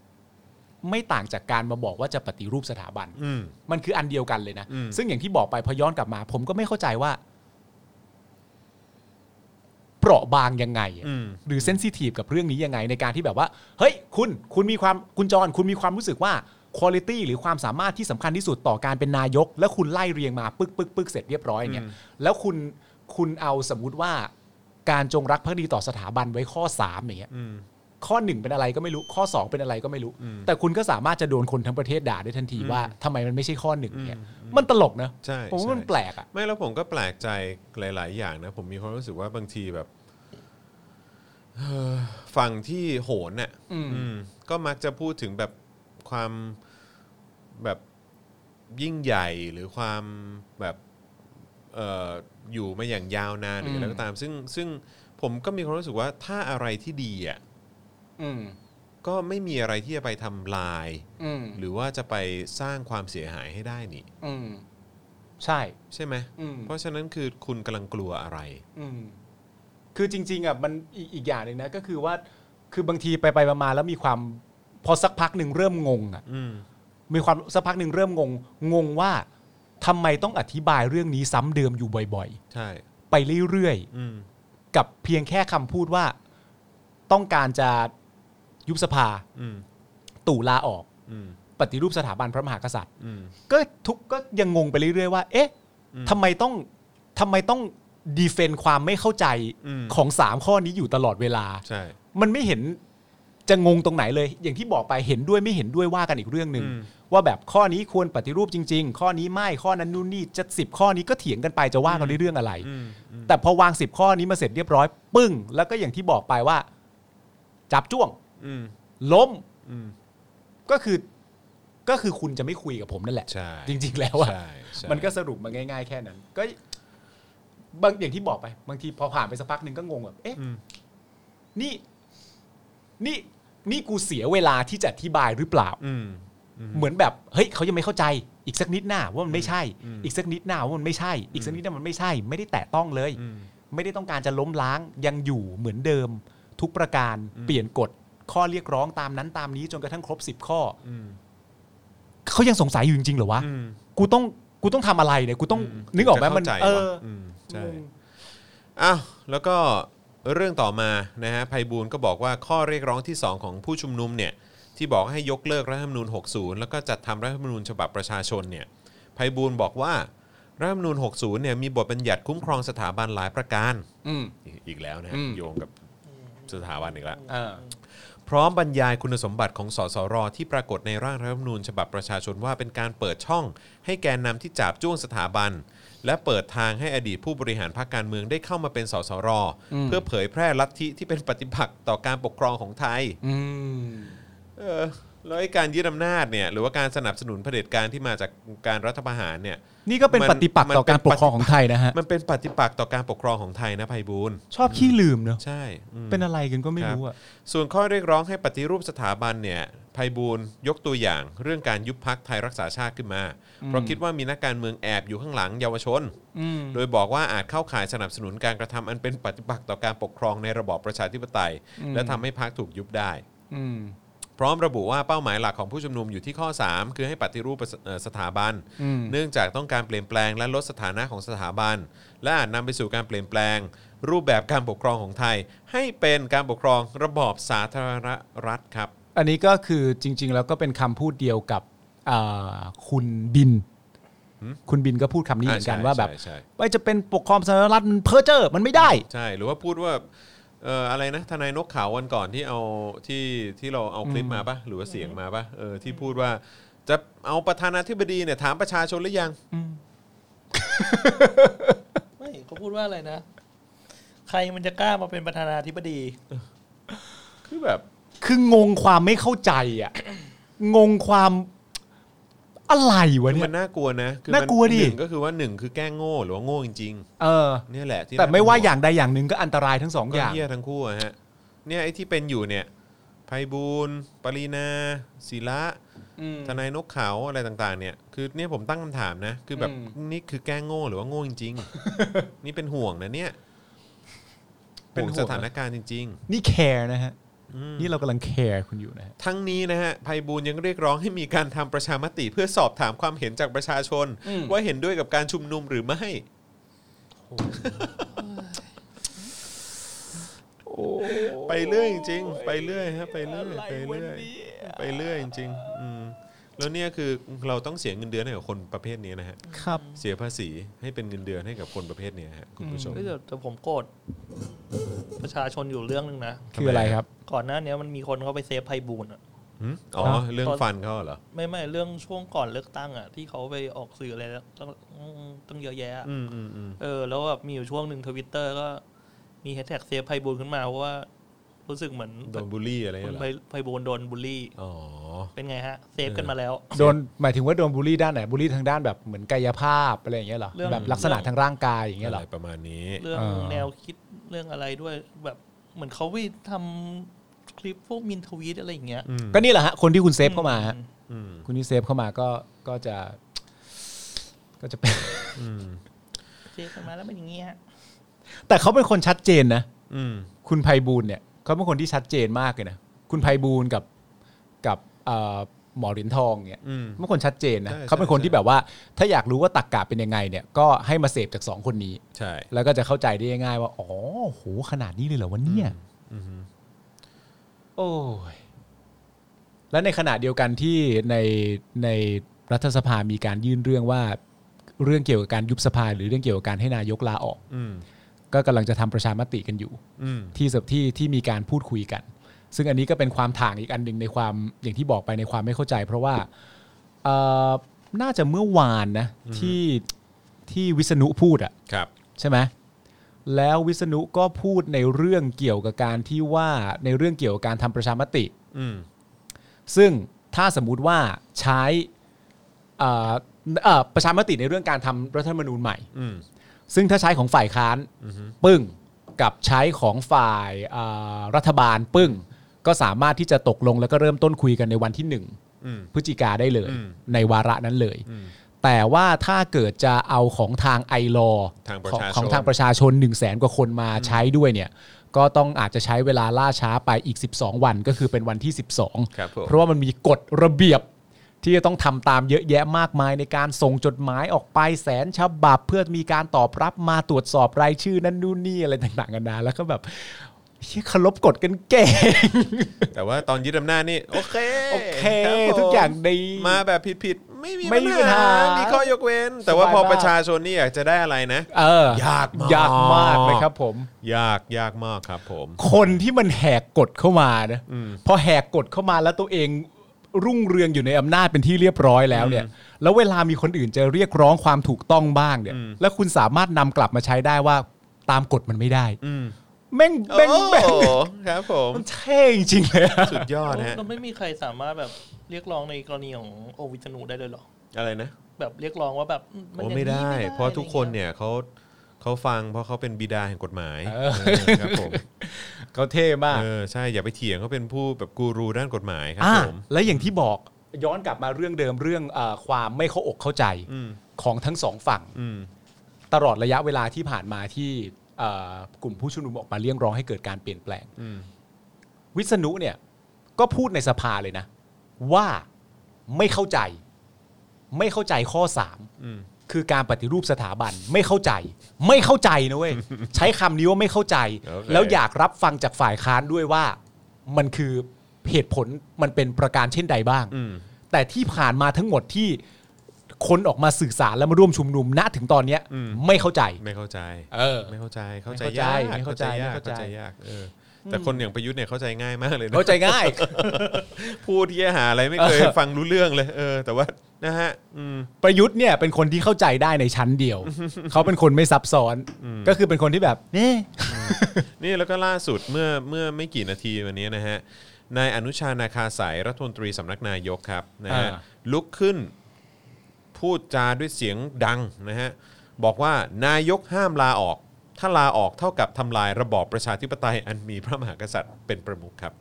S3: ไม่ต่างจากการมาบอกว่าจะปฏิรูปสถาบัน
S2: อืม
S3: มันคืออันเดียวกันเลยนะ
S2: อืม
S3: ซึ่งอย่างที่บอกไปพอย้อนกลับมา ผมก็ไม่เข้าใจว่า เปราะบางยังไงอะ
S2: อืม
S3: หรือเซนซิทีฟกับเรื่องนี้ยังไง ในการที่แบบว่า เฮ้ย คุณคุณมีความคุณจร คุณมีความรู้สึกว่าคุณ i t y หรือความสามารถที่สำคัญที่สุดต่อการเป็นนายก แล้วคุณไล่เรียงมาปึ๊กปึ๊กปึ๊กเสร็จเรียบร้อยเนี่ย
S2: อืม
S3: แล้วคุณคุณเอาสมมุติว่า การจงรักภักดีต่อสถาบันไว้ข้อสามอย่างเงี้ย
S2: อืม
S3: ข้อหนึ่งเป็นอะไรก็ไม่รู้ข้อ 2 เป็นอะไรก็ไม่รู้
S2: อืม
S3: แต่คุณก็สามารถจะโดนคนทั้งประเทศด่าได้ทันที
S2: อืม
S3: ว่าทำไมมันไม่ใช่ข้อหนึ่งเนี่ย
S2: อืม
S3: มันตลกนะ
S2: ใช่
S3: ผมว่ามัน
S2: ใช่
S3: แปลกอ่ะ
S2: ไม่แล้วผมก็แปลกใจหลาย ๆ อย่างนะ ผมมีความรู้สึกว่าบางทีแบบเอ่อฝั่งที่โหนเนี่ย
S3: อืม
S2: อืมก็มักจะพูดถึงแบบความแบบยิ่งใหญ่หรือความแบบเอ่ออยู่มาอย่างยาวนานหรืออะไรก็ตาม ซึ่งซึ่งผมก็มีความรู้สึกว่าถ้าอะไรที่ดีอ่ะ
S3: อืม
S2: ก็ไม่มีอะไรที่จะไปทำลาย
S3: อืม
S2: หรือว่าจะไปสร้างความเสียหายให้ได้นี่
S3: อืมใช่
S2: ใช่ไหม
S3: อืม
S2: เพราะฉะนั้นคือคุณกำลังกลัวอะไร
S3: อืมคือจริง ๆอ่ะมันอีกอีกอย่างหนึ่งนะก็คือว่าคือบางทีไปไปๆมาๆแล้วมีความพอสักพักหนึ่งเริ่มงงอ่ะ
S2: อืม
S3: มีความสักพักหนึ่งเริ่มงง งงว่าทำไมต้องอธิบายเรื่องนี้ซ้ำเดิมอยู่บ่อย
S2: ใช่
S3: ๆ ไปเรื่อยๆ
S2: อืม
S3: กับเพียงแค่คำพูดว่าต้องการจะยุบสภา
S2: อืม
S3: ตู่ลาออก
S2: อืม
S3: ปฏิรูปสถาบันพระมหากษัตริย์
S2: อืม
S3: ก็ทุกก็ยังงงไปเรื่อย ๆ ว่า เอ๊ะ
S2: อืม
S3: ทำไมต้องทำไมต้องดีเฟนต์ความไม่เข้าใจ
S2: อืม
S3: ของสามข้อนี้อยู่ตลอดเวลา
S2: ใช่
S3: มันไม่เห็นจะงงตรงไหนเลย อย่างที่บอกไปเห็นด้วยไม่เห็นด้วยว่ากันอีกเรื่องหนึ่ง
S2: อืม
S3: ว่าแบบข้อนี้ควรปฏิรูปจริง ๆ ข้อนี้ไม่ข้อนั้นนู่นนี่จะสิบข้อนี้ก็เถียงกันไปจะว่ากันด้วยเรื่องอะไร
S2: อืมอืม
S3: แต่พอวางสิบข้อนี้มาเสร็จเรียบร้อย ปึ้ง แล้วก็อย่างที่บอกไปว่า จับจ้วง
S2: อืม
S3: ล้ม
S2: อืม
S3: ก็คือ ก็คือคุณจะไม่คุยกับผมนั่นแหละ
S2: ใช่
S3: จริง ๆ แล้วอะ
S2: ใช่ใช่
S3: มันก็สรุปมาง่าย ๆ แค่นั้น ก็บางอย่างที่บอกไป บางทีพอผ่านไปสักพักหนึ่งก็งงแบบเอ๊ะ
S2: อืม
S3: นี่นี่นี่กูเสียเวลาที่จะอธิบายหรือเปล่า
S2: อืม
S3: เหมือนแบบเฮ้ยเขายังไม่เข้าใจ อีกสักนิดหน้าว่ามันไม่ใช่
S2: อืม
S3: อีกสักนิดหน้าว่ามันไม่ใช่ อีกสักนิดหน้ามันไม่ใช่ ไม่ได้แตะต้องเลย
S2: อืม
S3: ไม่ได้ต้องการจะล้มล้างยังอยู่เหมือนเดิม ทุกประการ
S2: อืม
S3: เปลี่ยนกฎข้อเรียกร้องตามนั้นตามนี้จนกระทั่งครบ 10 ข้อ
S2: อืม
S3: เขายังสงสัยอยู่จริงๆเหรอวะ
S2: อืม
S3: กูต้องกูต้องทำอะไรเนี่ยกูต้องนึกออกไหม
S2: จะเข้า
S3: มัน
S2: ใจ
S3: เอ
S2: วะ
S3: อ
S2: มใช่
S3: งง
S2: อ้าวแล้วก็เรื่องต่อมานะฮะไพบูลย์ก็บอกว่าข้อเรียกร้องที่ 2 ของผู้ชุมนุมเนี่ย ที่บอกให้ยกเลิกรัฐธรรมนูญ 60 แล้วก็จัดทำรัฐธรรมนูญฉบับประชาชนเนี่ยไพบูลย์บอกว่ารัฐธรรมนูญ 60 เนี่ยมีบทบัญญัติคุ้มครองสถาบันหลายประการ
S3: อืม
S2: อีกแล้วนะฮะ
S3: อืม
S2: โยงกับสถาบันอีกแล้ว
S3: เออ
S2: พร้อมบรรยายคุณสมบัติของสสรที่ปรากฏในร่างรัฐธรรมนูญฉบับประชาชนว่าเป็นการเปิดช่อง ให้แกนนำที่จับจ้วงสถาบัน และเปิดทางให้อดีตผู้บริหารพรรคการเมืองได้เข้ามาเป็นสสร
S3: อืม
S2: เพื่อเผยแพร่ลัทธิที่เป็นปฏิปักษ์ต่อการปกครองของไทย
S3: อืม
S2: เออแล้วไอ้การยึดอำนาจเนี่ยหรือว่าการสนับสนุนเผด็จการที่มาจากการรัฐประหารเนี่ย
S3: นี่ก็เป็น
S2: มัน
S3: ปฏิปักษ์ต่
S2: มั
S3: อ
S2: นเป็น
S3: การปกครองของไทยนะฮะ
S2: มันเป็นปฏิปักษ์ต่อการปกครองของไทยนะไพบูลย์
S3: ชอบขี้ลืมเนอะ
S2: ใช่อืม
S3: เป็นอะไรกันก็ไม่รู้อ่ะ
S2: ส่วนข้อเรียกร้องให้ปฏิรูปสถาบันเนี่ย ไพบูลย์ยกตัวอย่าง เรื่องการยุบพักไทยรักษาชาติขึ้นมา เพราะคิดว่ามีนักการเมืองแอบอยู่ข้างหลังเยาวชน
S3: อืม
S2: โดยบอกว่าอาจเข้าข่ายสนับสนุนการกระทำอันเป็นปฏิปักษ์ต่อการปกครองในระบอบประชาธิปไตย
S3: อืม
S2: และทำให้พรรคถูกยุบได้
S3: อืม
S2: พร้อมระบุว่าเป้าหมายหลักของผู้ชุมนุมอยู่ที่ข้อ 3 คือให้ปฏิรูปประสเอ่อสถาบัน
S3: อืม
S2: เนื่องจากต้องการเปลี่ยนแปลงและลดสถานะของสถาบัน และอาจนำไปสู่การเปลี่ยนแปลง รูปแบบการปกครองของไทย ให้เป็นการปกครองระบอบสาธารณรัฐครับ
S3: อันนี้ก็คือจริง ๆ แล้วก็เป็นคำพูดเดียวกับอ่าคุณบิน คุณบินก็พูดคำนี้เหมือนกัน
S2: อ่าใช่
S3: ว่าแบบ
S2: ใช่ใช่
S3: ไม่จะเป็นปกครองสาธารณรัฐมันเพ้อเจ้อมันไม่ได้
S2: ใช่หรือว่าพูดว่าเอ่ออะไรนะทนายนกขาววันก่อนที่เอาที่ที่เราเอาคลิปมาปะหรือว่าเสียงมาปะเออที่พูดว่าจะเอาประธานาธิบดีเนี่ยถามประชาชนหรือยัง
S4: ไม่เขาพูดว่าอะไรนะ ใครมันจะกล้ามาเป็นประธานาธิบดี
S2: คือแบบ
S3: คืองงความไม่เข้าใจอ่ะ งงความอะไรวะ
S2: คือ
S3: เนี่
S2: มั
S3: ย
S2: นน่ากลัวนะคือมั
S3: น่ากลัวดิ
S2: หนึ่งก็คือว่าหนึ่งคือแกล้งโง่หรือว่าโง่จริง
S3: เออ
S2: ๆเนี่ยแหละที่
S3: แต่ไม่ว่า
S2: น่เป็นห่
S3: อย่างใดอย่างหนึ่งก็อันตรายทั้งสอง
S2: วง
S3: อย่าง
S2: ก็เหี้ยทั้งคู่อะฮะเนี่ยไอ้ที่เป็นอยู่เนี่ยไพบูลย์ปรีนาศิละ ทนายนกเขาวอะไรต่างๆ เนี่ย คือเนี่ยผมตั้งคำถามนะ คือแบบ
S3: อืม
S2: นี่คือแกล้งโง่หรือว่าโง่จริงๆ นี่เป็นห่วงนะเนี่ยห่วงสถานการณ์จริง
S3: นี่แคร์นะฮะ
S2: ๆอืม
S3: นี่เรากำลังแคร์คุณอยู่นะฮะ
S2: ทั้งนี้นะฮะไพบูลย์ยังเรียกร้องให้มีการทำประชามติเพื่อสอบถามความเห็นจากประชาชน
S3: อืม
S2: ว่าเห็นด้วยกับการชุมนุมหรือไม่ ไปเรื่อยจริงๆไปเรื่อยฮะไปเรื่อยไปเรื่อยไปเรื่อยจริงๆอืมแล้วเนี่ยคือเราต้องเสียเงินเดือนให้กับคนประเภทนี้นะฮะ
S3: ครับ
S2: เสียภาษีให้เป็นเงินเดือนให้กับคนประเภทเนี้ยฮะคุณผู้ชม
S4: เฮ้ยแต่แต่ผมโกรธประชาชนอยู่เรื่องหนึ่งนะ
S3: คืออะไรครับ
S4: ก่อนหน้าเนี้ยมันมีคนเขาไปเซฟไพบูลย์อะ
S2: หืมอ๋อ เรื่องฟันเขาเหรอ
S4: ไม่ไม่เรื่องช่วงก่อนเลือกตั้งอ่ะ ที่เขาไปออกสื่ออะไรตั้งตั้งเยอะแยะอะ
S2: อืมอืมอืม
S4: เออ แล้วแบบมีอยู่ช่วงหนึ่งทวิตเตอร์ก็มีแฮชแท็กเซฟไพบูลย์ขึ้นมาเพราะว่า รู้สึกเหมือน
S2: โดนบูลลี่อะไร
S4: คุ
S2: เงี้
S4: ณ
S2: ยเหรอ
S4: ไพไพบูลย์โดนบูลลี่
S2: อ๋อ
S4: เป็นไงฮะ เซฟกันมาแล้ว
S3: โดนหมายถึงว่าโดนบูลลี่ด้านไหนบูลลี่ทางด้านแบบเหมือนกายภาพอะไรอย่างเงี้ยเหรอ
S4: เรื่อง
S3: แบบลักษณะทางร่างกายอย่างเงี้ยเหร
S2: อะ
S3: อ
S2: ไรประมาณนี้
S4: เรื่อง
S3: อ่า
S4: แนวคิดเรื่องอะไรด้วยแบบเหมือนเขาไปทำคลิปพวกมินทวีตอะไรอย่างเงี้ย
S2: อืม
S3: ก็นี่แหละฮะคนที่คุณเซฟเข้ามาฮะ
S4: อื
S2: อืม
S3: คุณที่เซฟเข้ามาก็ก็จะ ก็จะเป็น
S2: อืม
S4: เซฟกันมาแล้วเป็นอย่างเงี้ยฮะ
S3: แต่เขาเป็นคนชัดเจนนะ
S2: อืม
S3: คุณไพบูลย์เนี่ยเขาเป็นคนที่ชัดเจนมากเลยนะ คุณไพบูลย์กับกับเอ่อหมอเหรียญทองเนี่ย
S2: อืม
S3: เป็นคนชัดเจนนะ
S2: ใช่
S3: เขาเป็นคน
S2: ใช่
S3: ที่แบบว่า ถ้าอยากรู้ว่าตักกะเป็นยังไงเนี่ยก็ให้มาเสพจากสองคนนี้
S2: ใช่
S3: แล้วก็จะเข้าใจได้ง่ายๆว่าอ๋อโหขนาดนี้เลยเหรอวะเนี่ย
S2: อืม
S3: โอ้ยและในขณะเดียวกันที่ในในรัฐสภามีการยื่นเรื่องว่าเรื่องเกี่ยวกับการยุบสภา หรือเรื่องเกี่ยวกับการให้นายกลาออก
S2: อืม
S3: ก็กำลังจะทำประชามติกันอยู่
S2: อืม
S3: ที่สที่ที่มีการพูดคุยกัน ซึ่งอันนี้ก็เป็นความถ่างอีกอันหนึ่งในความอย่างที่บอกไปในความไม่เข้าใจ เพราะว่าเอ่อน่าจะเมื่อวานนะที่ที่วิษณุพูดอะ
S2: ครับ
S3: ใช่ไหมแล้ววิษณุก็พูดในเรื่องเกี่ยวกับการที่ว่าในเรื่องเกี่ยวกับการทำประชามติ
S2: อืม
S3: ซึ่งถ้าสมมุติว่าใช้เอ่อเอ่อประชามติในเรื่องการทำรัฐธรรมนูญใหม่
S2: อืม
S3: ซึ่งถ้าใช้ของฝ่ายค้านปึ้งกับใช้ของฝ่ายเอ่อรัฐบาลปึ้ง ก็สามารถที่จะตกลงแล้วก็เริ่มต้นคุยกันในวันที่หนึ่ง
S2: อืม
S3: พฤศจิกาได้เลย
S2: อืม
S3: ในวาระนั้นเลย
S2: อืม
S3: แต่ว่าถ้าเกิดจะเอาของทางไอรอ
S2: ทางประ
S3: ของ
S2: ชาชน
S3: ของทางประชาชน 1 0 0 0 0แสนกว่าคนมาใช้ด้วยเนี่ย ก็ต้องอาจจะใช้เวลาล่าช้าไปอีก 12 วันก็คือเป็นวันที่ 12
S2: ครับผม
S3: เพราะว่ามันมีกฎระเบียบที่จะต้องทำตามเยอะแยะมากมายในการส่งจดหมายออกไปแสนฉบับเพื่อมีการตอบรับมาตรวจสอบรายชื่อนั่นนู่นนี่อะไรต่างๆกันานาแล้วก็แบบเฮ้ยเคารพกฎกันเก่ง
S2: แต่ว่าตอนยึดอำนาจนี่โอเค
S3: โอเค
S2: รับผม
S3: ทุกอย่างดี
S2: มาแบบผิดผิดๆไม่มี
S3: ไม่มีปัญหา
S2: มีข้อยกเว้น แต่ว่า
S3: สบาย
S2: พอ
S3: มาก
S2: ประชาชนนี่อยากจะได้อะไรนะ
S3: เออย
S2: ากมาก
S3: ยากมากเลยครับผม
S2: ยากยากมากครับผม
S3: คนที่มันแหกกฎเข้ามานะ
S2: อืม
S3: พอแหกกฎเข้ามาแล้วตัวเองรุ่งเรืองอยู่ในอำนาจเป็นที่เรียบร้อยแล้วเนี่ย แล้วเวลามีคนอื่นจะเรียกร้องความถูกต้องบ้างเนี่ย แล้วคุณสามารถนำกลับมาใช้ได้ว่าตามกฎมันไม่ได้
S2: อืม
S3: แม่งแม่ง
S2: โอ้
S3: แม่ง
S2: ครับผม
S3: มันเท่จริงๆเลยอะ
S2: สุดยอดฮะ
S4: เราไม่มีใครสามารถแบบเรียกร้องในกรณีของโอวิจนูได้เลยเหรอ
S2: อะไรนะ
S4: แบบเรียกร้องว่าแบบอื
S2: โอ้
S4: อย่าง
S2: ไม่ได้
S4: นี้ม่
S2: เพราะทุกคนเนี่ยเขา เขาฟังเพราะเขาเป็นบิดาแห่งกฎหมาย
S3: เออ
S2: เออครับผม
S3: เขาเท่มาก
S2: เออใช่อย่าไปเถียงเขาเป็นผู้แบบกูรูด้านกฎหมายครับ
S3: อ่า
S2: ผม
S3: และอย่างที่บอกย้อนกลับมาเรื่องเดิมเรื่องเออความไม่เข้าอกเข้าใจ
S2: อืม
S3: ของทั้งสองฝั่ง
S2: อืม
S3: ตลอดระยะเวลาที่ผ่านมาที่เอ่อกลุ่มผู้ชุมนุมออกมาเรียกร้องให้เกิดการเปลี่ยนแปลง
S2: อืม
S3: วิษณุเนี่ยก็พูดในสภาเลยนะ ว่าไม่เข้าใจ ไม่เข้าใจข้อ 3
S2: อืม
S3: คือการปฏิรูปสถาบันไม่เข้าใจ ไม่เข้าใจนะเว้ย ใช้คำนี้ว่าไม่เข้าใจ
S2: โอเค
S3: แล้วอยากรับฟังจากฝ่ายค้านด้วยว่า มันคือเหตุผลมันเป็นประการเช่นใดบ้าง
S2: อืม
S3: แต่ที่ผ่านมาทั้งหมดที่คนออกมาสื่อสารและมาร่วมชุมนุมณถึงตอนเนี้ย
S2: อืม
S3: ไม่เข้าใจ
S2: ไม่เข้าใจ
S3: เออ
S2: ไม่เข้าใจเข้าใจ
S3: ไม่
S2: ยา
S3: เข้าก ใจไม่
S2: ยาก
S3: เข้าใจไม่
S2: เข้า
S3: เข้า
S2: ใจ
S3: ใจ
S2: ยากเอออ แต่คนอย่างประยุทธ์เนี่ยเข้าใจง่ายมากเลยนะ
S3: เข้าใจง่าย
S2: พูดที่หาอะไรไม่เคยฟังรู้เรื่องเลย เออ แต่ว่านะฮะ อืม
S3: ประยุทธ์เนี่ยเป็นคนที่เข้าใจได้ในชั้น เดียว เขาเป็นคนไม่ซับซ้อน ก็คือเป็นคนที่แบบนี่
S2: นี่แล้วก็ล่าสุดเมื่อเมื่อไม่กี่นาทีวันนี้นะฮะนายอนุชานาคาสายรัฐมนตรีสำนักนายกครับนะฮะ
S3: อ่า
S2: ลุกขึ้นพูดจาด้วยเสียงดังนะฮะบอกว่านายกห้ามลาออก ถ้าลาออกเท่ากับทำลายระบอบประชาธิปไตยอันมีพระมหากษัตริย์เป็นประมุขครับ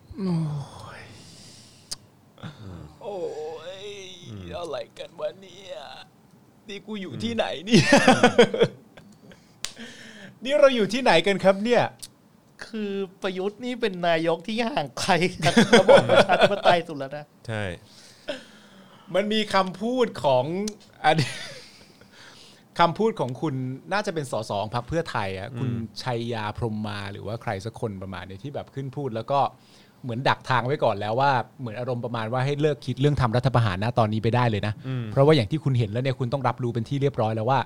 S3: โอ้ยอะไรกันวะเนี่ยนี่กูอยู่ที่ไหนเนี่ย นี่เราอยู่ที่ไหนกันครับเนี่ย
S4: คือประยุทธ์นี่เป็นนายกที่ห่างไกลจากระบบประชาธิปไตยสุดแล้วนะ
S2: ใช่
S3: มันมีคำพูดของอัน คำพูดของคุณน่าจะเป็นสสของพรรคเพื่อไทยอะคุณชัยยาพรหมมาหรือว่าใครสักคนประมาณเนี้ที่แบบขึ้นพูด แล้วก็เหมือนดักทางไว้ก่อนแล้วว่าเหมือนอารมณ์ประมาณว่าให้เลิกคิดเรื่องทำรัฐประหารนะตอนนี้ไปได้เลยนะ เพราะว่าอย่างที่คุณเห็นแล้วเนี่ยคุณต้องรับรู้เป็นที่เรียบร้อยแล้วว่า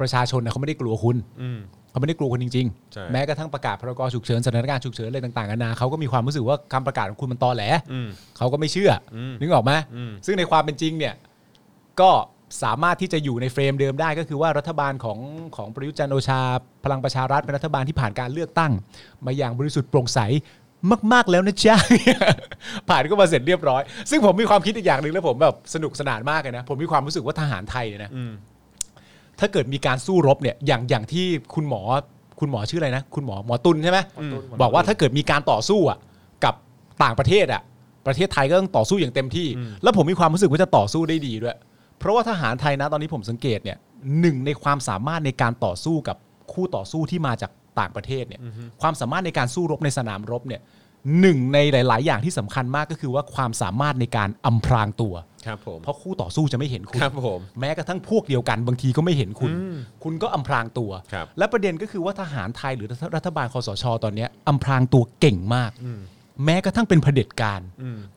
S3: ประชาชนนะเขาไม่ได้กลัวคุณ
S2: อืม
S3: เขาไม่ได้กลัวคนจริง
S2: ใช่
S3: ๆ แม้กระทั่งประกาศพรกฉุกเฉินสถานการณ์ฉุกเฉินอะไรต่างๆนานาเขาก็มีความรู้สึกว่าคำประกาศของคุณมันตอแหล
S2: อืม
S3: เขาก็ไม่เชื่ออ
S2: ม
S3: นึกออกไหม
S2: อืม
S3: ซึ่งในความเป็นจริงเนี่ย ก็สามารถที่จะอยู่ในเฟรมเดิมได้ก็คือว่ารัฐบาลของของประยุทธ์จันทร์โอชา พลังประชารัฐเป็นรัฐบาลที่ผ่านการเลือกตั้ง มาอย่างบริสุทธิ์โปร่งใสมาก ๆ แล้วนะจ๊ะ ผ่านก็มาเสร็จเรียบร้อย ซึ่งผมมีความคิดอีกอย่างหนึ่งแล้วผมแบบสนุกสนานมากเลยนะ ผมมีความรู้สึกว่าทหารไทยเนี่ยนะ
S2: อืม
S3: ถ้าเกิดมีการสู้รบเนี่ยอย่างอย่างที่คุณหมอคุณหมอชื่ออะไรนะ คุณหมอหมอตุลใช่ไหม
S2: หมอตุล
S3: บอกว่าถ้าเกิดมีการต่อสู้อ่ะกับต่างประเทศอ่ะประเทศไทยก็ต้องต่อสู้อย่างเต็มที่ แล้วผมมีความรู้สึกว่าจะต่อสู้ได้ดีด้วย เพราะว่าทหารไทยนะตอนนี้ผมสังเกตเนี่ยหนึ่งในความสามารถในการต่อสู้กับคู่ต่อสู้ที่มาจากต่างประเทศเนี่ยความสามารถในการสู้รบในสนามรบเนี่ยหนึ่งในหลาย ๆ อย่างที่สำคัญมากก็คือว่าความสามารถในการอำพรางตัว
S2: ครับผม
S3: เพราะคู่ต่อสู้จะไม่เห็นคุณ
S2: ครับผม
S3: แม้กระทั่งพวกเดียวกันบางทีก็ไม่เห็นคุณ คุณก็อำพรางตัว
S2: ครับ
S3: และประเด็นก็คือว่าทหารไทยหรือรัฐรัฐบาลคอสช ตอนเนี้ยอำพรางตัวเก่งมาก แม้กระทั่งเป็นเผด็จการ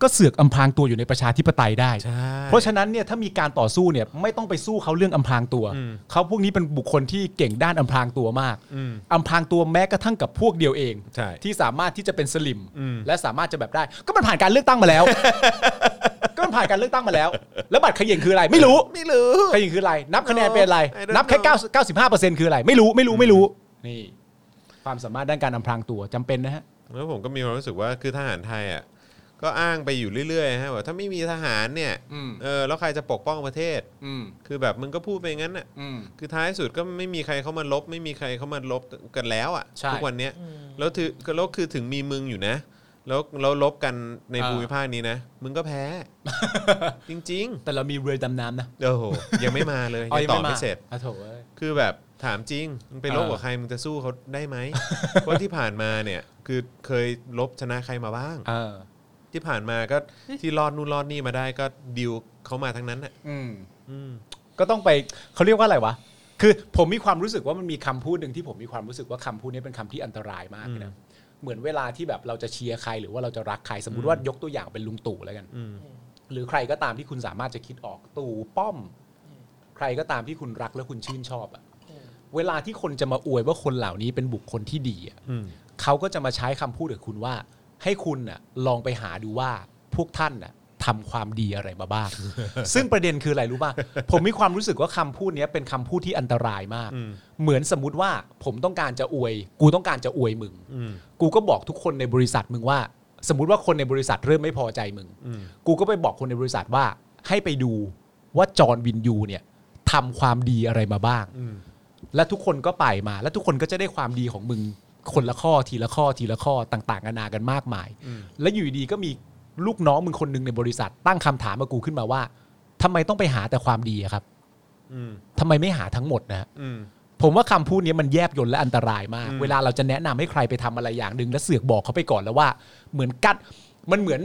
S3: ก็เสือกอำพรางตัวอยู่ในประชาธิปไตยได้
S2: ใช่
S3: เพราะฉะนั้นเนี่ยถ้ามีการต่อสู้เนี่ยไม่ต้องไปสู้เขาเรื่องอำพรางตัว เขาพวกนี้เป็นบุคคลที่เก่งด้านอำพรางตัวมาก
S2: อืม
S3: อำพรางตัวแม้กระทั่งกับพวกเดียวเอง
S2: ใช่
S3: ที่สามารถที่จะเป็นสลิม
S2: อืม
S3: และสามารถจะแบบได้ ก็มันผ่านการเลือกตั้งมาแล้ว ก็มันผ่านการเลือกตั้งมาแล้ว แล้วบัตรเขย่งคืออะไรไม่รู้
S2: ไม่รู้
S3: ขยิงคืออะไร นับคะแนนเป็นอะไร
S2: I don't
S3: นับแค่
S2: know
S3: 9 95เปอร์เซ็นต์คืออะไร ไม่รู้ไม่รู้ไม่รู้ นี่ ความสามารถด้านการอำพรางตัวจำเป็นนะฮะ
S2: แล้วผมก็มีความรู้สึกว่าคือทหารไทยอ่ะก็อ้างไปอยู่เรื่อยๆฮะว่าถ้าไม่มีทหารเนี่ย
S3: อืม
S2: เออแล้วใครจะปกป้องประเทศ
S3: อืม
S2: คือแบบมึงก็พูดไปงั้นน่ะ
S3: อืม
S2: คือท้ายสุดก็ไม่มีใครเข้ามาลบ ไม่มีใครเข้ามาลบกันแล้วอ่ะ
S3: ใช่
S2: ทุกวันเนี้ยแล้วถือแล้วคือถึงมีมึงอยู่นะ แล้วเราลบกันใน
S3: เออ
S2: ภูมิภาคนี้นะ มึงก็แพ้ จริง
S3: แต่เรามีเรือดำน้ำนะ
S2: ๆโอ้โหยังไม่มาเลยยังต่อไม่เสร็จ
S3: อ่ะโถเอ้ย
S2: คือแบบถามจริงมึงไปลบ
S3: เออ
S2: กับใครมึงจะสู้เขาได้ไหม เพราะที่ผ่านมาเนี่ยคือเคยลบชนะใครมาบ้าง
S3: เออ
S2: ที่ผ่านมาก็ที่รอดนู่นรอดนี่มาได้ก็ดิวเขามาทั้งนั้นน่ะ
S3: อืม
S2: อืม
S3: ก็ต้องไปเขาเรียกว่าอะไรวะ คือผมมีความรู้สึกว่ามันมีคำพูดหนึ่งที่ผมมีความรู้สึกว่าคำพูดนี้เป็นคำที่อันตรายมากเลยนะ เหมือนเวลาที่แบบเราจะเชียร์ใครหรือว่าเราจะรักใครสมมติว่ายกตัวอย่างเป็นลุงตู่แล้วกัน
S2: อืม
S3: หรือใครก็ตามที่คุณสามารถจะคิดออกตู่ป้อม ใครก็ตามที่คุณรักและคุณชื่นชอบอะเวลาที่คนจะมาอวยว่าคนเหล่านี้เป็นบุคคลที่ดีอะ
S2: อืม
S3: เขาก็จะมาใช้คำพูดกับคุณว่า ให้คุณน่ะลองไปหาดูว่าพวกท่านน่ะทำความดีอะไรมา บ้าง ซึ่งประเด็นคืออะไรรู้ป่ะ ผมมีความรู้สึกว่าคำพูดเนี้ยเป็นคำพูดที่อันตรายมาก
S2: อืม
S3: เหมือนสมมติว่าผมต้องการจะอวย กูต้องการจะอวยมึง
S2: อืม
S3: กูก็บอกทุกคนในบริษัทมึงว่า สมมติว่าคนในบริษัทเริ่มไม่พอใจมึง
S2: อืม
S3: กูก็ไปบอกคนในบริษัทว่าให้ไปดูว่าจอห์นวินยูเนี่ยทำความดีอะไรมาบ้าง
S2: อืม
S3: และทุกคนก็ไปมา และทุกคนก็จะได้ความดีของมึงคนละข้อทีละข้อทีละข้อต่างๆนานากันมากมาย และอยู่ดีๆก็มีลูกน้องมึงคนหนึ่งในบริษัท ตั้งคำถามมากูขึ้นมาว่าทำไมต้องไปหาแต่ความดีอะครับ
S2: อืม
S3: ทำไมไม่หาทั้งหมดนะฮะ
S2: อืม
S3: ผมว่าคำพูดนี้มันแยบยลและอันตรายมาก
S2: อืม
S3: เวลาเราจะแนะนำให้ใครไปทำอะไรอย่างหนึ่งแล้วเสือกบอกเขาไปก่อนแล้วว่า เหมือนกัด มันเหมือน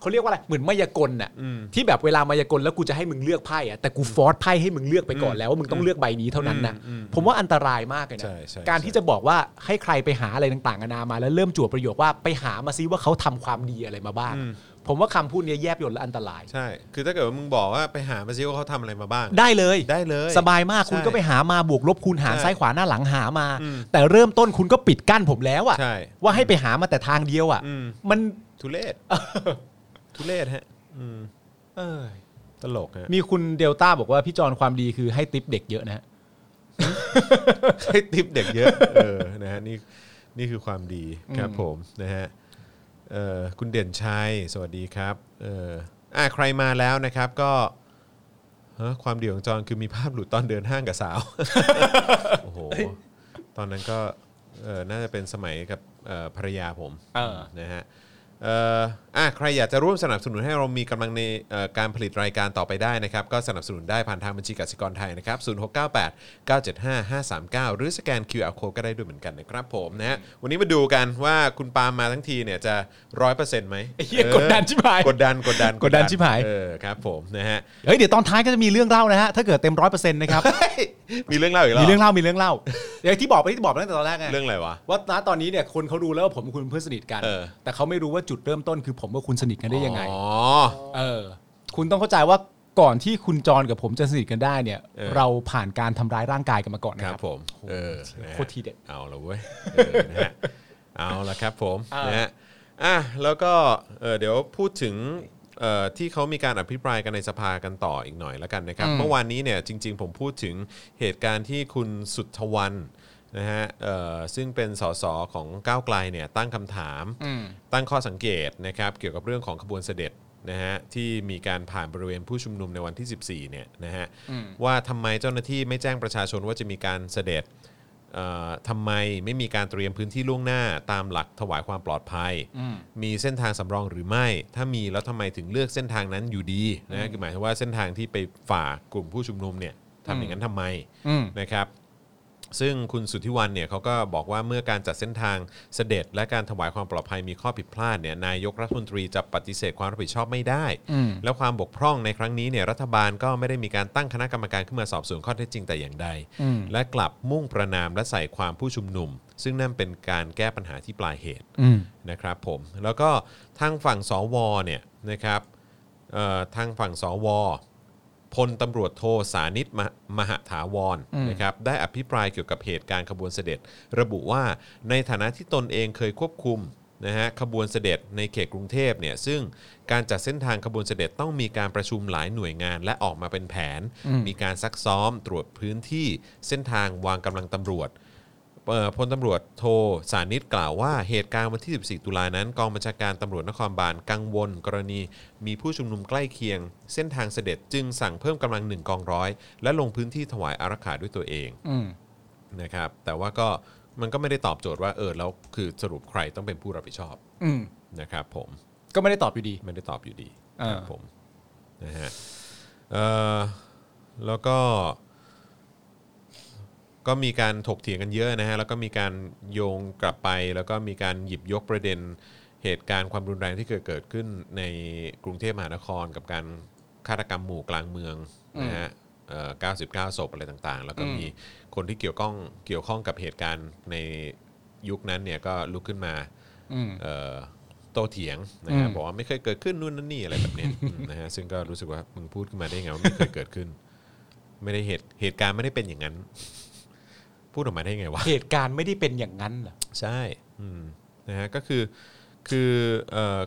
S3: เขาเรียกว่าอะไร เหมือนมายากลน่ะ
S2: อืม
S3: ที่แบบเวลามายากลแล้วกูจะให้มึงเลือกไพ่อะแต่กูฟอร์สไพ่ให้มึงเลือกไปก่อนแล้วว่ามึงต้องเลือกใบนี้เท่านั้นนะ
S2: อืมอืม
S3: ผมว่าอันตรายมากเลย
S2: ใช่
S3: นะ
S2: ใช่
S3: การ
S2: ใช่
S3: ที่จะบอกว่าให้ใครไปหาอะไรต่างๆนานามาแล้วเริ่มจั่วประโยคว่าไปหามาซิว่าเขาทำความดีอะไรมาบ้าง ผมว่าคำพูดนี้แยบยลและอันตราย
S2: ใช่ คือถ้าเกิดว่ามึงบอกว่าไปหามาซิว่าเขาทำอะไรมาบ้าง
S3: ได้เลย
S2: ได้เลย
S3: สบายมากคุณ
S2: ใช่
S3: ก็ไปหามาบวกลบคูณหาร
S2: ใช่
S3: ซ้ายขวาหน้าหลังหามา
S2: อืม
S3: แต่เริ่มต้นคุณก็ปิดกั้นผมแล้วอะ
S2: ใช่
S3: ว่าให้ไปหามาแต่ทางเดียวอะ
S2: อืม
S3: มัน
S2: ทุเล ศทุเลศฮะ อืม
S3: เอ้ย
S2: ตลกฮะ
S3: มีคุณเดลต้าบอกว่าพี่จอนความดีคือให้ติปเด็กเยอะนะฮะ
S2: ให้ติปเด็กเย อะ เออ นะฮะ นี่ นี่คือความดีครับผม นะฮะ เออคุณเด่นชัย สวัสดีครับ เอออ่ะใครมาแล้วนะครับ ก็ฮะความดีของจอนคือมีภาพหลุดตอนเดินห้างกับสาว โอ้โห ตอนนั้นก็ เออน่าจะเป็นสมัยกับเอ่อภรรยาผม นะฮะเอ่ออ่ะใครอยากจะร่วมสนับสนุนให้เรามีกำลังในเอ่อการผลิตรายการต่อไปได้นะครับ ก็สนับสนุนได้ผ่านทางบัญชีกสิกรไทยนะครับ 0698 975 539 หรือสแกน QR code ก็ได้ด้วยเหมือนกันนะครับผมนะฮะวันนี้มาดูกันว่าคุณปาล์มมาทั้งทีเนี่ยจะ 100%ไหม
S3: ไอ้เหี้ยกดดันชิบหาย
S2: กดดัน กดดัน
S3: กดดันชิบหาย
S2: เออครับผมนะฮะ
S3: เฮ้ยเดี๋ยวตอนท้ายก็จะมีเรื่องเล่านะฮะถ้าเกิดเต็มร้อยเปอร์เซ็นต์ นะครับ
S2: มีเรื่องเล่าอีกแล้ว
S3: มีเรื่องเล่ามีเรื่องเล่าเดี๋ยวที่บอกไปที่บอกไปตั้งแต่ตอนแรกไง
S2: เรื่องอะไรวะ
S3: ว่าณตอนนี้เนี่ยคนเขารู้แล้วว่าผมกับคุณเป็นเพื่อนสนิทกัน
S2: เออ
S3: แต่เขาไม่รู้ว่าจุดเริ่มต้นคือผมกับคุณสนิทกันได้ยังไง
S2: อ๋อ
S3: เออ คุณต้องเข้าใจว่าก่อนที่คุณจรกับผมจะสนิทกันได้เนี่ย
S2: เออ
S3: เราผ่านการทำร้ายร่างกายกันมาก่อน
S2: ค
S3: นะค
S2: รั
S3: รั
S2: บบ ผมเออนะฮะ
S3: โคตรทีเด็ด
S2: เอาละเว้ยเออนะฮะเอาละครับผม
S3: เออ
S2: นะฮะอ่ะแล้วก็เออเดี๋ยวพูดถึงเอ่อที่เขามีการอภิปรายกันในสภากันต่ออีกหน่อยละกันนะครับ เมื่อวานนี้เนี่ยจริง ๆ ผมพูดถึงเหตุการณ์ที่คุณสุทธวันนะฮะเอ่อซึ่งเป็นสสของก้าวไกลเนี่ยตั้งคำถาม ตั้งข้อสังเกตนะครับเกี่ยวกับเรื่องของขบวนเสด็จนะฮะที่มีการผ่านบริเวณผู้ชุมนุมในวันที่ 14เนี่ยนะฮะว่าทำไมเจ้าหน้าที่ไม่แจ้งประชาชนว่าจะมีการเสด็จเอ่อทำไมไม่มีการเตรียมพื้นที่ล่วงหน้าตามหลักถวายความปลอดภัย มีเส้นทางสำรองหรือไม่ ถ้ามีแล้วทำไมถึงเลือกเส้นทางนั้นอยู่ดีนะฮะคือหมายถึงว่าเส้นทางที่ไปฝ่ากลุ่มผู้ชุมนุมเนี่ยทำอย่างนั้นทำไมนะครับ ซึ่งคุณสุทธิวันเนี่ยเขาก็บอกว่าเมื่อการจัดเส้นทางเสด็จ และการถวายความปลอดภัยมีข้อผิดพลาดเนี่ยนายกรัฐมนตรีจะปฏิเสธความรับผิดชอบไม่ได้ และความบกพร่องในครั้งนี้เนี่ยรัฐบาลก็ไม่ได้มีการตั้งคณะกรรมการขึ้นมาสอบสวนข้อเท็จจริงแต่อย่างใด และกลับมุ่งประนามและใส่ความผู้ชุมนุม ซึ่งนั่นเป็นการแก้ปัญหาที่ปลายเหตุ
S3: อืม
S2: นะครับผมแล้วก็ทางฝั่งสวเนี่ยนะครับเอ่อทางฝั่งสวพลตำรวจโทสานิตมหมหาถาวรนะครับได้อภิปรายเกี่ยวกับเหตุการณ์ขบวนเสด็จ ระบุว่าในฐานะที่ตนเองเคยควบคุมนะฮะขบวนเสด็จในเขตกรุงเทพเนี่ยซึ่งการจัดเส้นทางขบวนเสด็จต้องมีการประชุมหลายหน่วยงานและออกมาเป็นแผน มีการซักซ้อมตรวจพื้นที่เส้นทางวางกำลังตำรวจ เอ่อพลตำรวจโทสานิตกล่าวว่าเหตุการณ์วันที่ 14 ตุลานั้น กองบัญชาการตำรวจนครบาลกังวล กรณี มีผู้ชุมนุมใกล้เคียง เส้นทางเสด็จจึงสั่งเพิ่มกำลังหนึ่งกองร้อย และลงพื้นที่ถวายอารักขาด้วยตัวเองนะครับ แต่ว่าก็มันก็ไม่ได้ตอบโจทย์ว่าเออแล้วคือสรุปใครต้องเป็นผู้รับผิดชอบ
S3: อืม
S2: นะครับผม
S3: ก็ไม่ได้ตอบอยู่ดี
S2: ไม่ได้ตอบอยู่ดี
S3: อ่า
S2: ครับผมนะฮะเอ่อแล้วก็ ก็มีการถกเถียงกันเยอะนะฮะแล้วก็มีการโยงกลับไป แล้วก็มีการหยิบยกประเด็นเหตุการณ์ความรุนแรงที่เกิดเกิดขึ้นในกรุงเทพมหานครกับการฆาตกรรมหมู่กลางเมืองนะฮะเอ่อ99ศพอะไรต่างๆ แล้วก็มีคนที่เกี่ยวข้องเกี่ยวข้องกับเหตุการณ์ในยุคนั้นเนี่ยก็ลุกขึ้นมา
S3: อืม
S2: เอ่อโตเถียงนะฮะ
S3: อืม
S2: บอกว่าไม่เคยเกิดขึ้นนู่นนั่นนี่อะไรแบบเนี้ย อืมนะฮะซึ่งก็รู้สึกว่ามึงพูดขึ้นมาได้ไงว่าไม่เคยเกิดขึ้น ไม่ได้เหตุเหตุการณ์ไม่ได้เป็นอย่างนั้น พูดออกมาได้ไงวะ
S3: เหตุการณ์ไม่ได้เป็นอย่างนั้นเหรอ
S2: ใช่อืมนะฮะก็คือคือเอ่อ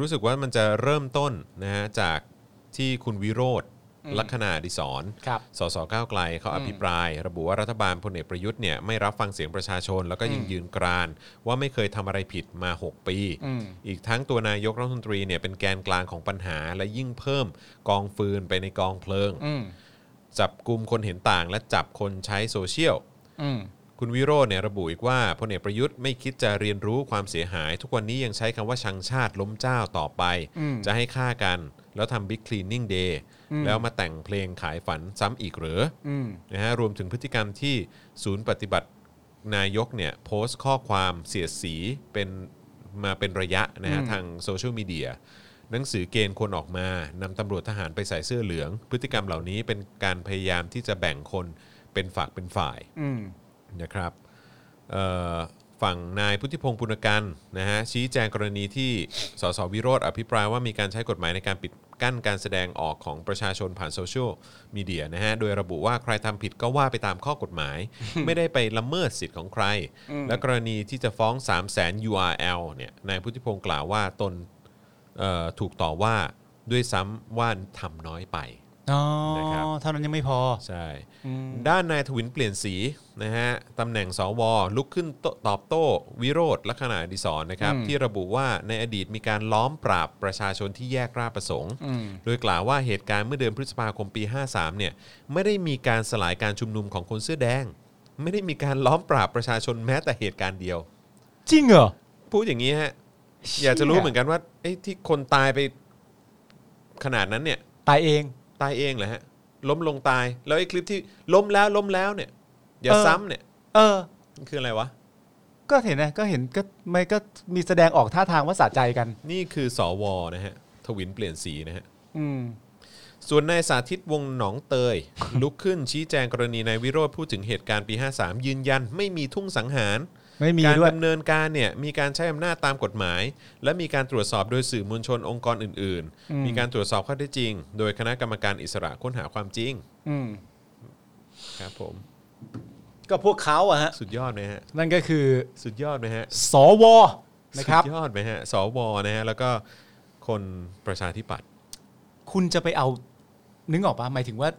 S2: รู้สึกว่ามันจะเริ่มต้นนะฮะจากที่คุณวิโรธลัคนาดิสอน
S3: ครับ
S2: สสก้าวไกลเขาอภิปราย ระบุว่ารัฐบาลพลเอกประยุทธ์เนี่ยไม่รับฟังเสียงประชาชน แล้วก็ยังยืนกราน ว่าไม่เคยทำอะไรผิดมา 6 ปี อีกทั้งตัวนายกรัฐมนตรีเนี่ยเป็นแกนกลางของปัญหา และยิ่งเพิ่มกองฟืนไปในกองเพลิง จับกลุ่มคนเห็นต่าง และจับคนใช้โซเชียล
S9: อืม
S2: คุณวิโรจน์เนี่ยระบุอีกว่าพลเอกประยุทธ์ไม่คิดจะเรียนรู้ความเสียหาย ทุกวันนี้ยังใช้คำว่าชังชาติล้มเจ้าต่อไป
S9: อืม
S2: จะให้ฆ่ากัน แล้วทำบิ๊กคลีนนิ่งเดย์
S9: อืม
S2: แล้วมาแต่งเพลงขายฝันซ้ำอีกเหรือ
S9: อืม
S2: นะฮะรวมถึงพฤติกรรมที่ศูนย์ปฏิบัตินายกเนี่ยโพสต์ข้อความเสียดสีเป็นมาเป็นระยะนะฮะ
S9: อืม
S2: ทางโซเชียลมีเดียหนังสือเกณฑ์คนออกมานำตำรวจทหารไปใส่เสื้อเหลือง พฤติกรรมเหล่านี้เป็นการพยายามที่จะแบ่งคนเป็นฝักเป็นฝ่าย
S9: อืม
S2: นะครับเอ่อฝั่งนายพุทธิพงศ์ปุณกันนะฮะชี้แจงกรณีที่สสวิโรธอภิปรายว่ามีการใช้กฎหมายในการปิดกั้นการแสดงออกของประชาชนผ่านโซเชียลมีเดียนะฮะโดยระบุว่าใครทำผิดก็ว่าไปตามข้อกฎหมาย ไม่ได้ไปละเมิดสิทธิ์ของใคร และกรณีที่จะฟ้อง 3 0 0 0 0 URL เนี่ยนายพุทธิพงศ์กล่าวว่าตนเอ่อถูกต่อว่าด้วยซ้ำว่าทำน้อยไป
S3: อ๋อ
S2: นะครับ
S3: เท่านั้นยังไม่พอ
S2: ใช่ ด้านนายถวินเปลี่ยนสีนะฮะตำแหน่งสวลุกขึ้นโตตอบโต้วิโรธลักษณะดิสรนะครับ ที่ระบุว่าในอดีตมีการล้อมปราบประชาชนที่แยกราชประสงค์ โดยกล่าวว่าเหตุการณ์เมื่อเดือนพฤษภาคมปี 53เนี่ยไม่ได้มีการสลายการชุมนุมของคนเสื้อแดง ไม่ได้มีการล้อมปราบประชาชนแม้แต่เหตุการณ์เดียว
S3: จริงเหรอ
S2: พูดอย่างนี้ฮะอยากจะรู้เหมือนกันว่าไอ้ที่คนตายไปขนาดนั้นเนี่ย
S3: ตายเอง
S2: ตายเองเหรอฮะ ล้มลงตาย แล้วไอ้คลิปที่ล้มแล้วล้มแล้วเนี่ย อย่า
S3: เออ
S2: ซ้ำเนี่ย
S3: เออ
S2: มันคืออะไรวะ
S3: ก็เห็นนะ ก็เห็นก็ไม่ก็มีแสดงออกท่าทางว่าสะใจกัน
S2: นี่คือสอวอนะฮะ ทวินเปลี่ยนสีนะฮะ
S3: อืม
S2: ส่วนนายสาธิตวงศ์หนองเตย ลุกขึ้นชี้แจงกรณีนายวิโรธพูดถึงเหตุการณ์ปี 53 ยืนยัน ไม่มีทุ่งสังหาร
S3: ไม่มี
S2: การ
S3: ด้วย
S2: ดำเนินการเนี่ยมีการใช้อำนาจตามกฎหมาย และมีการตรวจสอบโดยสื่อมวลชนองค์กรอื่น ๆ มีการตรวจสอบข้อเท็จจริง โดยคณะกรรมการอิสระค้นหาความจริง
S3: อืม
S2: ครับผม
S3: ก็พวกเขาอะฮะ
S2: สุดยอดไหมฮะ
S3: นั่นก็คือ
S2: สุดยอดไหมฮะ
S3: สวนะครับ
S2: สุดยอดไหมฮะ สวนะฮะ แล้วก็คนประชาธิปัตย์
S3: คุณจะไปเอา นึกออกปะหมายถึงว่า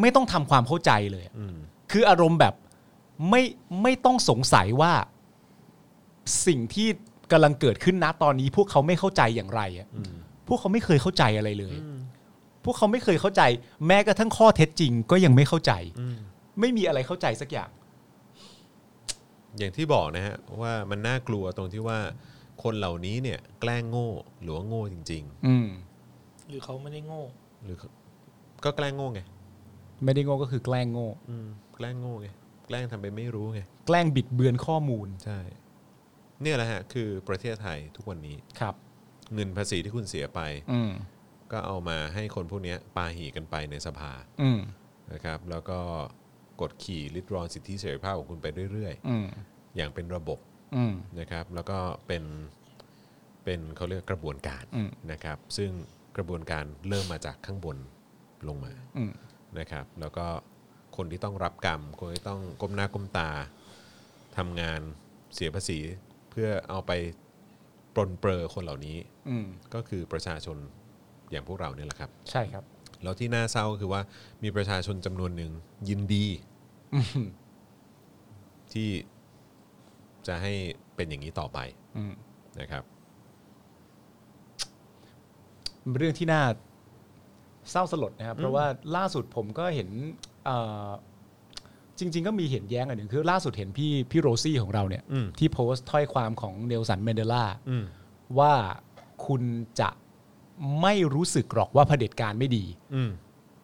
S3: ไม่ต้องทำความเข้าใจเลยอะ
S2: อืม
S3: คืออารมณ์แบบไม่ไม่ต้องสงสัยว่า สิ่งที่กำลังเกิดขึ้นนะตอนนี้ พวกเขาไม่เข้าใจอย่างไรอะ
S2: อืม
S3: พวกเขาไม่เคยเข้าใจอะไรเลย พวกเขาไม่เคยเข้าใจ แม้กระทั่งข้อเท็จจริง ก็ยังไม่เข้าใจ
S2: อืม
S3: ไม่มีอะไรเข้าใจสักอย่าง
S2: อย่างที่บอกนะฮะ ว่ามันน่ากลัวตรงที่ว่าคนเหล่านี้เนี่ย แกล้งโง่หรือว่าโง่จริง
S3: อืม
S4: หรือเขาไม่ได้โง่
S2: ๆ หรือก็แกล้งโง่ไง
S3: ไม่ได้โง่ก็คือแกล้งโง่
S2: อืมแกล้งโง่ไงแกล้งทำไปไม่รู้ไง
S3: แกล้งบิดเบือนข้อมูล
S2: ใช่ เนี่ยแหละฮะ คือประเทศไทยทุกวันนี้
S3: ครับ
S2: เงินภาษีที่คุณเสียไป
S3: อืม
S2: ก็เอามาให้คนพวกเนี้ยปาหีกันไปในสภา
S3: อืม
S2: นะครับ แล้วก็กดขี่ลิดรอนสิทธิเสรีภาพของคุณไปเรื่อย
S3: อืม
S2: ๆ อย่างเป็นระบบ
S3: อืม
S2: นะครับแล้วก็เป็นเป็นเขาเรียกกระบวนการ
S3: อืม
S2: นะครับ ซึ่งกระบวนการเริ่มมาจากข้างบนลงมา
S3: อืม
S2: นะครับ แล้วก็คนที่ต้องรับกรรม คนที่ต้องก้มหน้าก้มตาทำงานเสียภาษี เพื่อเอาไปปรนเปรอคนเหล่านี้
S3: อืม
S2: ก็คือประชาชนอย่างพวกเราเนี่ยแหละครับ
S3: ใช่ครับ
S2: แล้วที่น่าเศร้าก็คือว่ามีประชาชนจำนวนหนึ่งยินดี ที่จะให้เป็นอย่างนี้ต่อไป
S3: อืม
S2: นะครับ
S3: เป็นเรื่องที่น่าเศร้าสลดนะครับ เพราะว่าล่าสุดผมก็เห็นเอ่อจริง ๆ ก็มีเห็นแย้งอันหนึ่งคือ ล่าสุดเห็นพี่พี่โรซี่ของเราเนี่ย
S2: อืม
S3: ที่โพสต์ถ้อยความของเนลสันเมนเดลา
S2: อืม
S3: ว่าคุณจะไม่รู้สึกหรอกว่าเผด็จการไม่ดี
S2: อืม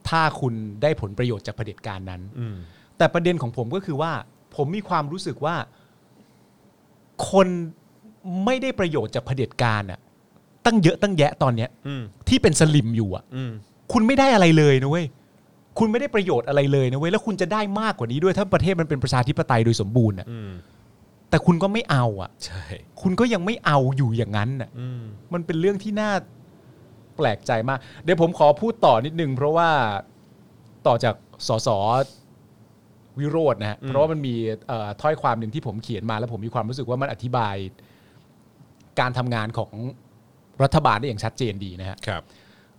S3: ถ้าคุณได้ผลประโยชน์จากเผด็จการนั้น
S2: อืม
S3: แต่ประเด็นของผมก็คือว่า ผมมีความรู้สึกว่า คนไม่ได้ประโยชน์จากเผด็จการอะตั้งเยอะตั้งแยะตอนเนี้ย
S2: อืม
S3: ที่เป็นสลิมอยู่อะ
S2: อืม
S3: คุณไม่ได้อะไรเลยนะเว้ย คุณไม่ได้ประโยชน์อะไรเลยนะเว้ย แล้วคุณจะได้มากกว่านี้ด้วยถ้าประเทศมันเป็นประชาธิปไตยโดยสมบูรณ์อ่ะ
S2: อืม
S3: แต่คุณก็ไม่เอาอ่ะ
S2: ใช่
S3: คุณก็ยังไม่เอาอยู่อย่างนั้นอ่ะ
S2: อืม
S3: มันเป็นเรื่องที่น่าแปลกใจมาก เดี๋ยวผมขอพูดต่อนิดนึง เพราะว่าต่อจากสสวิโรจน์นะฮะ เพราะว่ามันมีเอ่อถ้อยความหนึ่งที่ผมเขียนมา แล้วผมมีความรู้สึกว่ามันอธิบาย การทำงานของรัฐบาลได้อย่างชัดเจนดีนะฮะ
S2: ครับ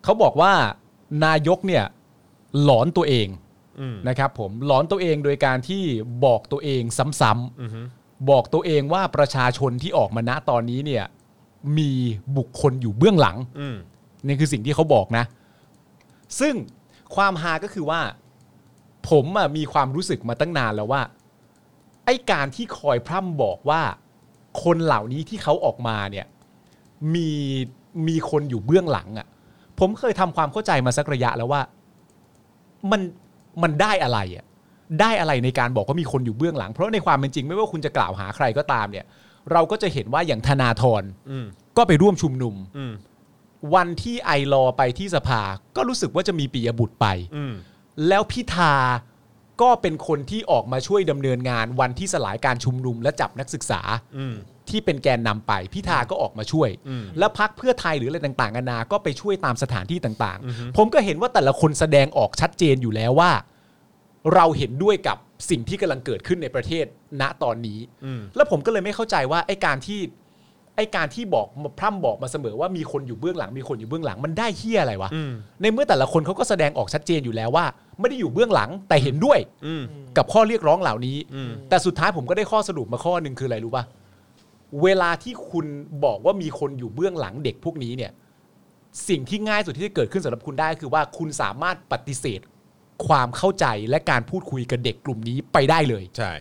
S3: เขาบอกว่านายกเนี่ยหลอนตัวเอง
S2: อืม
S3: นะครับผมหลอนตัวเองโดยการที่บอกตัวเองซ้ำ
S2: อืม
S3: ๆบอกตัวเองว่าประชาชนที่ออกมาณตอนนี้เนี่ยมีบุคคลอยู่เบื้องหลัง
S2: อืม
S3: นี่คือสิ่งที่เขาบอกนะ ซึ่ง ความฮาก็คือว่า ผมอะมีความรู้สึกมาตั้งนานแล้วว่า ไอ้การที่คอยพร่ำบอกว่า คนเหล่านี้ที่เขาออกมาเนี่ย มีมีคนอยู่เบื้องหลังอะ่ะ ผมเคยทำความเข้าใจมาสักระยะแล้วว่า มันมันได้อะไรอะ่ะได้อะไรในการบอกว่ามีคนอยู่เบื้องหลัง เพราะในความเป็นจริงไม่ว่าคุณจะกล่าวหาใครก็ตามเนี่ย เราก็จะเห็นว่าอย่างธนาธร
S2: อืม
S3: ก็ไปร่วมชุมนุม
S2: อืม
S3: วันที่ไอรอไปที่สภา ก็รู้สึกว่าจะมีปิยบุตรไป
S2: อืม
S3: แล้วพิธาก็เป็นคนที่ออกมาช่วยดำเนินงานวันที่สลายการชุมนุมและจับนักศึกษา
S2: อืม
S3: ที่เป็นแกนนำไป พิธาก็ออกมาช่วย
S2: อืม
S3: และพักเพื่อไทยหรืออะไรต่างๆนานาก็ไปช่วยตามสถานที่ต่างๆ ผมก็เห็นว่าแต่ละคนแสดงออกชัดเจนอยู่แล้วว่า เราเห็นด้วยกับสิ่งที่กำลังเกิดขึ้นในประเทศณตอนนี้
S2: อืม
S3: แล้วผมก็เลยไม่เข้าใจว่าไอ้การที่ไอ้การที่บอกพร่ำบอกมาเสมอว่ามีคนอยู่เบื้องหลัง มีคนอยู่เบื้องหลังมันได้เฮียอะไรวะ
S2: อืม
S3: ในเมื่อแต่ละคนเขาก็แสดงออกชัดเจนอยู่แล้วว่า ไม่ได้อยู่เบื้องหลังแต่เห็นด้วย
S2: อืม
S3: กับข้อเรียกร้องเหล่านี้
S2: อืม
S3: แต่สุดท้ายผมก็ได้ข้อสรุปมาข้อหนึ่งคืออะไรรู้ป่ะเวลาที่คุณบอกว่ามีคนอยู่เบื้องหลังเด็กพวกนี้เนี่ย สิ่งที่ง่ายสุดที่จะเกิดขึ้นสำหรับคุณได้คือว่าคุณสามารถปฏิเสธ ความเข้าใจและการพูดคุยกับเด็กกลุ่มนี้ไปได้เลย
S2: ใช่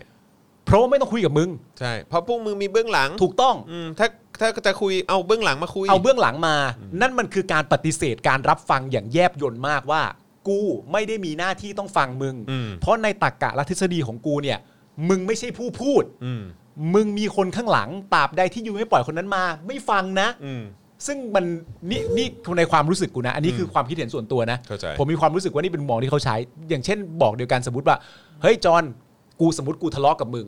S3: เพราะว่าไม่ต้องคุยกับมึง
S2: ใช่เพราะพวกมึงมีเบื้องหลัง
S3: ถูกต้อง
S2: อืมถ้าถ้าจะคุยเอาเบื้องหลังมาคุย
S3: เอาเบื้องหลังมา นั่นมันคือการปฏิเสธการรับฟังอย่างแยบยลมากว่า กูไม่ได้มีหน้าที่ต้องฟังมึง
S2: อืม
S3: เพราะในตรกกะและทฤษฎีของกูเนี่ย มึงไม่ใช่ผู้พูด
S2: อืม
S3: มึงมีคนข้างหลังตราบใดที่ยูไม่ปล่อยคนนั้นมา ไม่ฟังนะ
S2: อืม
S3: ซึ่งมันนี่นี่ในความรู้สึกกูนะ อันนี้คือความคิดเห็นส่วนตัวนะ
S2: เข้าใจ
S3: ผมมีความรู้สึกว่านี่เป็นมองที่เขาใช้ อย่างเช่น บอกเดียวกันสมมติว่า เฮ้ยจอห์นกูสมมติกูทะเลาะกับมึง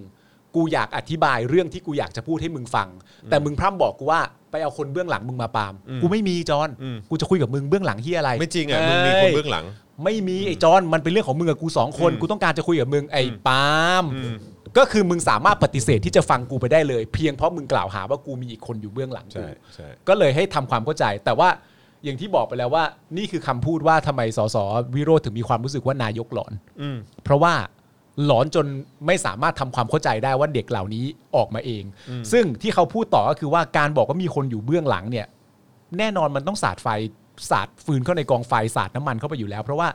S3: กูอยากอธิบายเรื่องที่กูอยากจะพูดให้มึงฟัง แต่มึงพร่ำบอกกูว่าไปเอาคนเบื้องหลังมึงมาปาล์มกูไม่มีจอห์น
S2: อืม
S3: กูจะคุยกับมึงเบื้องหลังที่อะไร
S2: ไม่จริงอ่ะมึงมีคนเบื้องหลัง
S3: ไม่มีไอ้จอห์นมันเป็นเรื่องของมึงกับกูสองคน
S2: อืม
S3: กูต้องการจะคุยกับมึงไอ้
S2: อืม
S3: ปาล์ม
S2: อืม
S3: ก็คือมึงสามารถปฏิเสธที่จะฟังกูไปได้เลย เพียงเพราะมึงกล่าวหาว่ากูมีอีกคนอยู่เบื้องหลังกู
S2: ใช่ใช่
S3: ก็เลยให้ทำความเข้าใจ แต่ว่าอย่างที่บอกไปแล้วว่า นี่คือคำพูดว่าทำไมสสวิโรธถึงมีความรู้สึกว่านายกหลอน
S2: อืม
S3: เพราะว่าหลอนจนไม่สามารถทำความเข้าใจได้ว่าเด็กเหล่านี้ออกมาเอง ซึ่งที่เขาพูดต่อก็คือว่าการบอกว่ามีคนอยู่เบื้องหลังเนี่ย แน่นอนมันต้องสาดไฟสาดฟืนเข้าในกองไฟสาดน้ำมันเข้าไปอยู่แล้ว เพราะว่า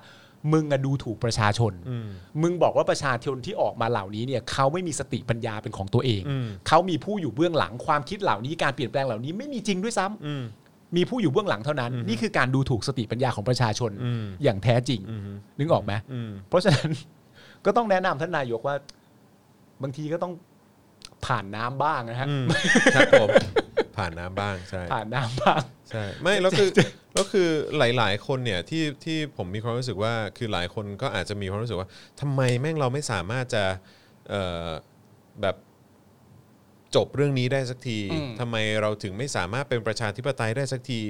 S3: มึงอะดูถูกประชาชน
S2: อืม
S3: มึงบอกว่าประชาชนที่ออกมาเหล่านี้เนี่ยเขาไม่มีสติปัญญาเป็นของตัวเอง
S2: อืม
S3: เขามีผู้อยู่เบื้องหลังความคิดเหล่านี้การเปลี่ยนแปลงเหล่านี้ไม่มีจริงด้วยซ้ำ
S2: อืม
S3: มีผู้อยู่เบื้องหลังเท่านั้น นี่คือการดูถูกสติปัญญาของประชาชน
S2: อืม
S3: อย่างแท้จริง
S2: อืม
S3: นึกออกไหม
S2: อืม
S3: เพราะฉะนั้น ก็ต้องแนะนำท่านนายกว่า บางทีก็ต้องผ่านน้ำบ้างนะฮะ
S2: อืมครับผม ผ่านน้ำบ้างใช่
S3: ผ่านน้ำบ้าง
S2: ใช่ไม่แล้ว คือแล้วคือหลาย ๆ คนเนี่ยที่ที่ผมมีความรู้สึกว่าคือหลายคนก็อาจจะมีความรู้สึกว่าทำไมแม่งเราไม่สามารถจะเอ่อแบบจบเรื่องนี้ได้สักทีทำไมเราถึงไม่สามารถเป็นประชาธิปไตยได้สักที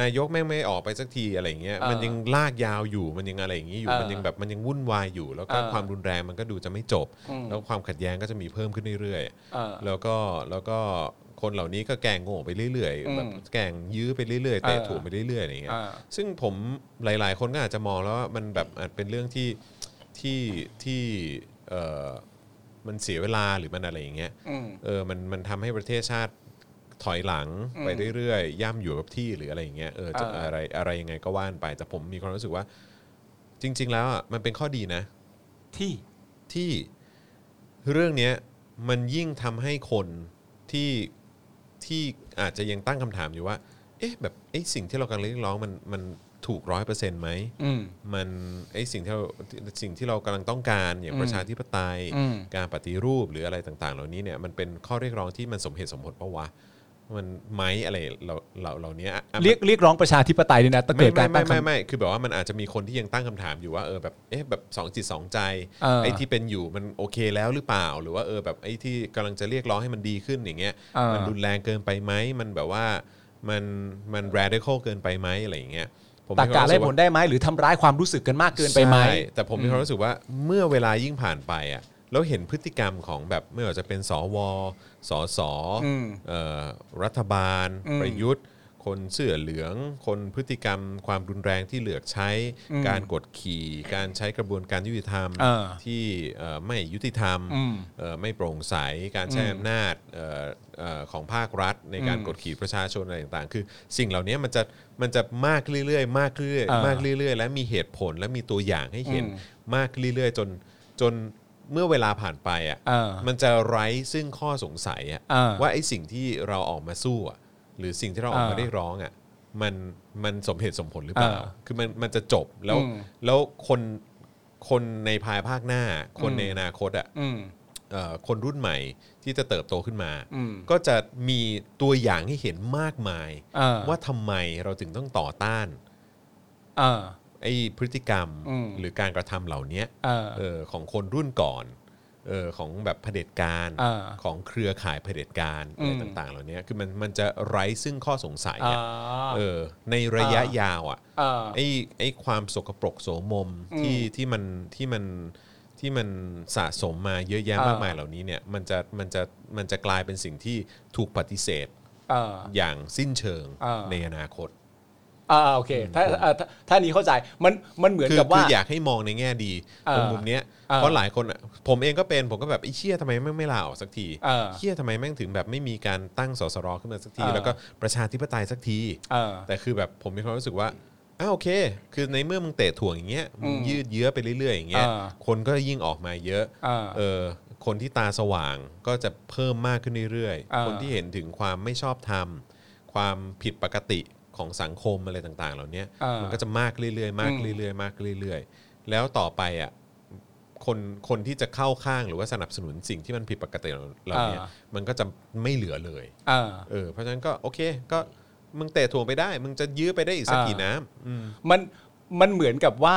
S2: นายกแม่งไม่ออกไปสักทีอะไรอย่างเงี้ย
S3: เออ
S2: มันยังลากยาวอยู่มันยังอะไรอย่างงี้อยู่
S3: เออ
S2: มันยังแบบมันยังวุ่นวายอยู่ แล้วก็
S3: เออ
S2: ความรุนแรงมันก็ดูจะไม่จบ
S3: อืม
S2: แล้วความขัดแย้งก็จะมีเพิ่มขึ้นเรื่อย ๆ
S3: เออ
S2: แล้วก็แล้วก็คนเหล่านี้ก็แกล้งโง่ไปเรื่อย
S3: อื
S2: ๆ
S3: ม
S2: แบบแกล้งยื้อไปเรื่อยๆเตะ
S3: เออ
S2: ถูกไปเรื่อยๆอะไรอย่างเงี้ย
S3: อ่า
S2: ซึ่งผมหลายๆ คนก็อาจจะมองแล้วว่ามันแบบอาจเป็นเรื่องที่ที่ที่เออมันเสียเวลาหรือมันอะไรอย่างเงี้ย
S3: อืม
S2: เออมันมันทำให้ประเทศชาติถอยหลัง
S3: อืม
S2: ไปเรื่อยๆย่ำอยู่กับที่หรืออะไรอย่างเงี้ยเออจะ
S3: เอออ
S2: อะไรอะไรยังไงก็ว่านไป แต่ผมมีความรู้สึกว่า จริง ๆ แล้วอ่ะมันเป็นข้อดีนะ
S3: ที่
S2: ที่เรื่องเนี้ยมันยิ่งทำให้คนที่ที่อาจจะยังตั้งคำถามอยู่ว่า เอ๊ะแบบไอ้สิ่งที่เรากำลังเรียกร้องมันมันถูกร้อยเปอร์เซ็นต์ไหม
S3: อืม
S2: มันไอ้สิ่งที่เราสิ่งที่เรากำลังต้องการอย่าง
S3: อืม
S2: ประชาธิปไตย
S3: อืม
S2: การปฏิรูปหรืออะไรต่าง ๆ เหล่านี้เนี่ยมันเป็นข้อเรียกร้องที่มันสมเหตุสมผลปะวะมันไหมอะไรเราเราเหล่านี้อ่ะ
S3: เรียกเรียกร้องประชาธิปไตยด้วยนะแต่เกิ
S2: ไม่
S3: ดกา
S2: ไม่
S3: รตั้
S2: ไม่
S3: งค
S2: ไม่ไม่คือแบบว่ามันอาจจะมีคนที่ยังตั้งคำถามอยู่ว่าเออแบบเอ๊ะแบบสองจิตสองใจ
S3: เออ
S2: ไอ้ที่เป็นอยู่มันโอเคแล้วหรือเปล่า หรือว่าเออแบบไอ้ที่กำลังจะเรียกร้องให้มันดีขึ้นอย่างเงี้ย
S3: เออ
S2: มันรุนแรงเกินไปไหมมันแบบว่ามันมัน radical เกินไปไหมอะไรอย่างเงี้ยผม
S3: ำตัก
S2: มีคว
S3: กะ
S2: มรู้
S3: ไล่
S2: สึว่
S3: ผลได้ไหมหรือทำร้ายความรู้สึกกันมากเกินไปไหม
S2: ใช่แต่ผมมีความรู้สึกว่าเมื่อเวลายิ่งผ่านไปอ่ะแล้วเห็นพฤติกรรมของแบบไม่ว่าจะเป็นสวสส
S3: อืม
S2: เอ่อรัฐบาล
S3: อืม
S2: ประยุทธ์ คนเสื้อเหลือง คนพฤติกรรม ความรุนแรงที่เหลือกใช้ การกดขี่ การใช้กระบวนการยุติธรรม
S3: เออ
S2: ที่เอ่อไม่ยุติธรรม
S3: อืม
S2: เอ่อไม่โปร่งใส การใช้อำนาจเอ่อเอ่อของภาครัฐ ในการ
S3: อืม
S2: กดขี่ประชาชนอะไรต่างๆ คือสิ่งเหล่านี้มันจะมันจะมากเรื่อยๆ มากเรื่อย
S3: เออ
S2: ๆมากเรื่อยๆ และมีเหตุผลและมีตัวอย่างให้เห็น
S3: อืม
S2: มากเรื่อยๆ จนจนเมื่อเวลาผ่านไปอ่ะ
S3: เออ
S2: มันจะไร้ซึ่งข้อสงสัยอ่ะ
S3: เออ
S2: ว่า ว่าไอ้สิ่งที่เราออกมาสู้อ่ะหรือสิ่งที่เราออกมา
S3: อ่า
S2: ได้ร้องอ่ะมันมันสมเหตุสมผลหรือเปล่า
S3: อ่า
S2: คือมันมันจะจบแล้ว
S3: อืม
S2: แล้วคนคนในภายภาคหน้า คนในอนาคตอ่ะ
S3: อืม
S2: เอ่อคนรุ่นใหม่ที่จะเติบโตขึ้นมา
S3: อืม
S2: ก็จะมีตัวอย่างให้เห็นมากมาย
S3: อ่า
S2: ว่าทำไมเราถึงต้องต่อต้าน
S3: เออ
S2: ไอ้พฤติกรรม
S3: อืม
S2: หรือการกระทำเหล่านี้
S3: เออ
S2: เออของคนรุ่นก่อนเออของแบบเผด็จการ
S3: อ่า
S2: ของเครือข่ายเผด็จการอะไร
S3: อืม
S2: ต่าง ๆ เหล่านี้คือมันมันจะไร้ซึ่งข้อสงสัย
S3: เอ
S2: อะ
S3: อ
S2: เออในระยะ
S3: อ่าย
S2: ยาวอ่ะ
S3: เออ
S2: ไอ้ไอ้ความสกปรกโสมมที่ที่มันที่มันที่มันสะสมมาเยอะแยะ
S3: อ่าม
S2: มากมายเหล่านี้เนี่ยมันจะมันจะมันจะกลายเป็นสิ่งที่ถูกปฏิเสธ
S3: เออ
S2: อย่างสิ้นเชิง
S3: อ่า
S2: ในอนาคต
S3: อ่าโอเคถ้าเอ่อถ้าถ้านี้เข้าใจมันมันเหมือน
S2: คือ
S3: กับว่า
S2: คืออยากให้มองในแง่ดี
S3: เออ
S2: ตรงมุมเนี้ย
S3: เออ
S2: เพราะหลายคนอะผมเองก็เป็นผมก็แบบไอ้เชี่ยทำไมแม่งไม่ลาออกสักที
S3: เออ
S2: เชี่ยทำไมแม่งถึงแบบไม่มีการตั้งสสรขึ้นมาสักที
S3: เออ
S2: แล้วก็ประชาธิปไตยสักที
S3: เออ
S2: แต่คือแบบผมมีความรู้สึกว่าอ้าวโอเค คือในเมื่อมึงเตะถ่วงอย่างเงี้ยมึงยืดเยื้อไปเรื่อยๆอย่างเงี้ย
S3: เออ
S2: คนก็ยิ่งออกมาเยอะ
S3: เออ
S2: เออคนที่ตาสว่างก็จะเพิ่มมากขึ้นเรื่อย
S3: เออ
S2: ๆ คนที่เห็นถึงความไม่ชอบธรรมความผิดปกติของสังคมอะไรต่าง ๆ เหล่านี้
S3: เออ
S2: มันก็ จะมากเรื่อยๆมากเรื่อยๆมากเรื่อยๆ แล้วต่อไปอ่ะคนคนที่จะเข้าข้างหรือว่าสนับสนุนสิ่งที่มันผิดปกติเหล่าเนี้ย
S3: อ่า
S2: มันก็จะไม่เหลือเลย
S3: เออ
S2: เออเพราะฉะนั้นก็โอเคก็มึงเตะถ่วงไปได้ มึงจะยื้อไปได้อีกสัก
S3: อ่ากี่
S2: กี่น้ำอืม
S3: มันมันเหมือนกับว่า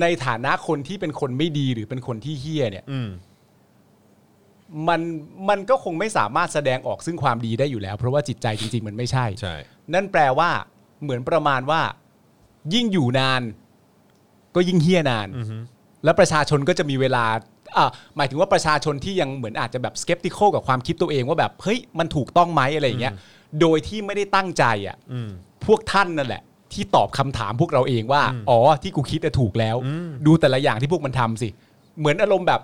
S3: ในฐานะคนที่เป็นคนไม่ดีหรือเป็นคนที่เฮี้ยเนี่ย
S2: อืม
S3: มันมันก็คงไม่สามารถแสดงออกซึ่งความดีได้อยู่แล้ว เพราะว่าจิตใจจริง ๆ มันไม่ใช่
S2: ใช่
S3: นั่นแปลว่า เหมือนประมาณว่า ยิ่งอยู่นาน ก็ยิ่งเฮี้ยนาน
S2: อือฮึ
S3: แล้วประชาชนก็จะมีเวลาอ่ะหมายถึงว่าประชาชนที่ยังเหมือนอาจจะแบบสเ e p ติคอลกับความคิดตัวเองว่าแบบเฮ้ยมันถูกต้องไหมอะไรอย่างเงี้ย โดยที่ไม่ได้ตั้งใจอ่ะ
S2: อืม
S3: พวกท่านนั่นแหละ ที่ตอบคำถามพวกเราเองว่า อ๋อ ที่กูคิดน่ะถูกแล้ว
S2: อืม
S3: ดูแต่ละอย่างที่พวกมันทำสิ เหมือนอารมณ์แบบ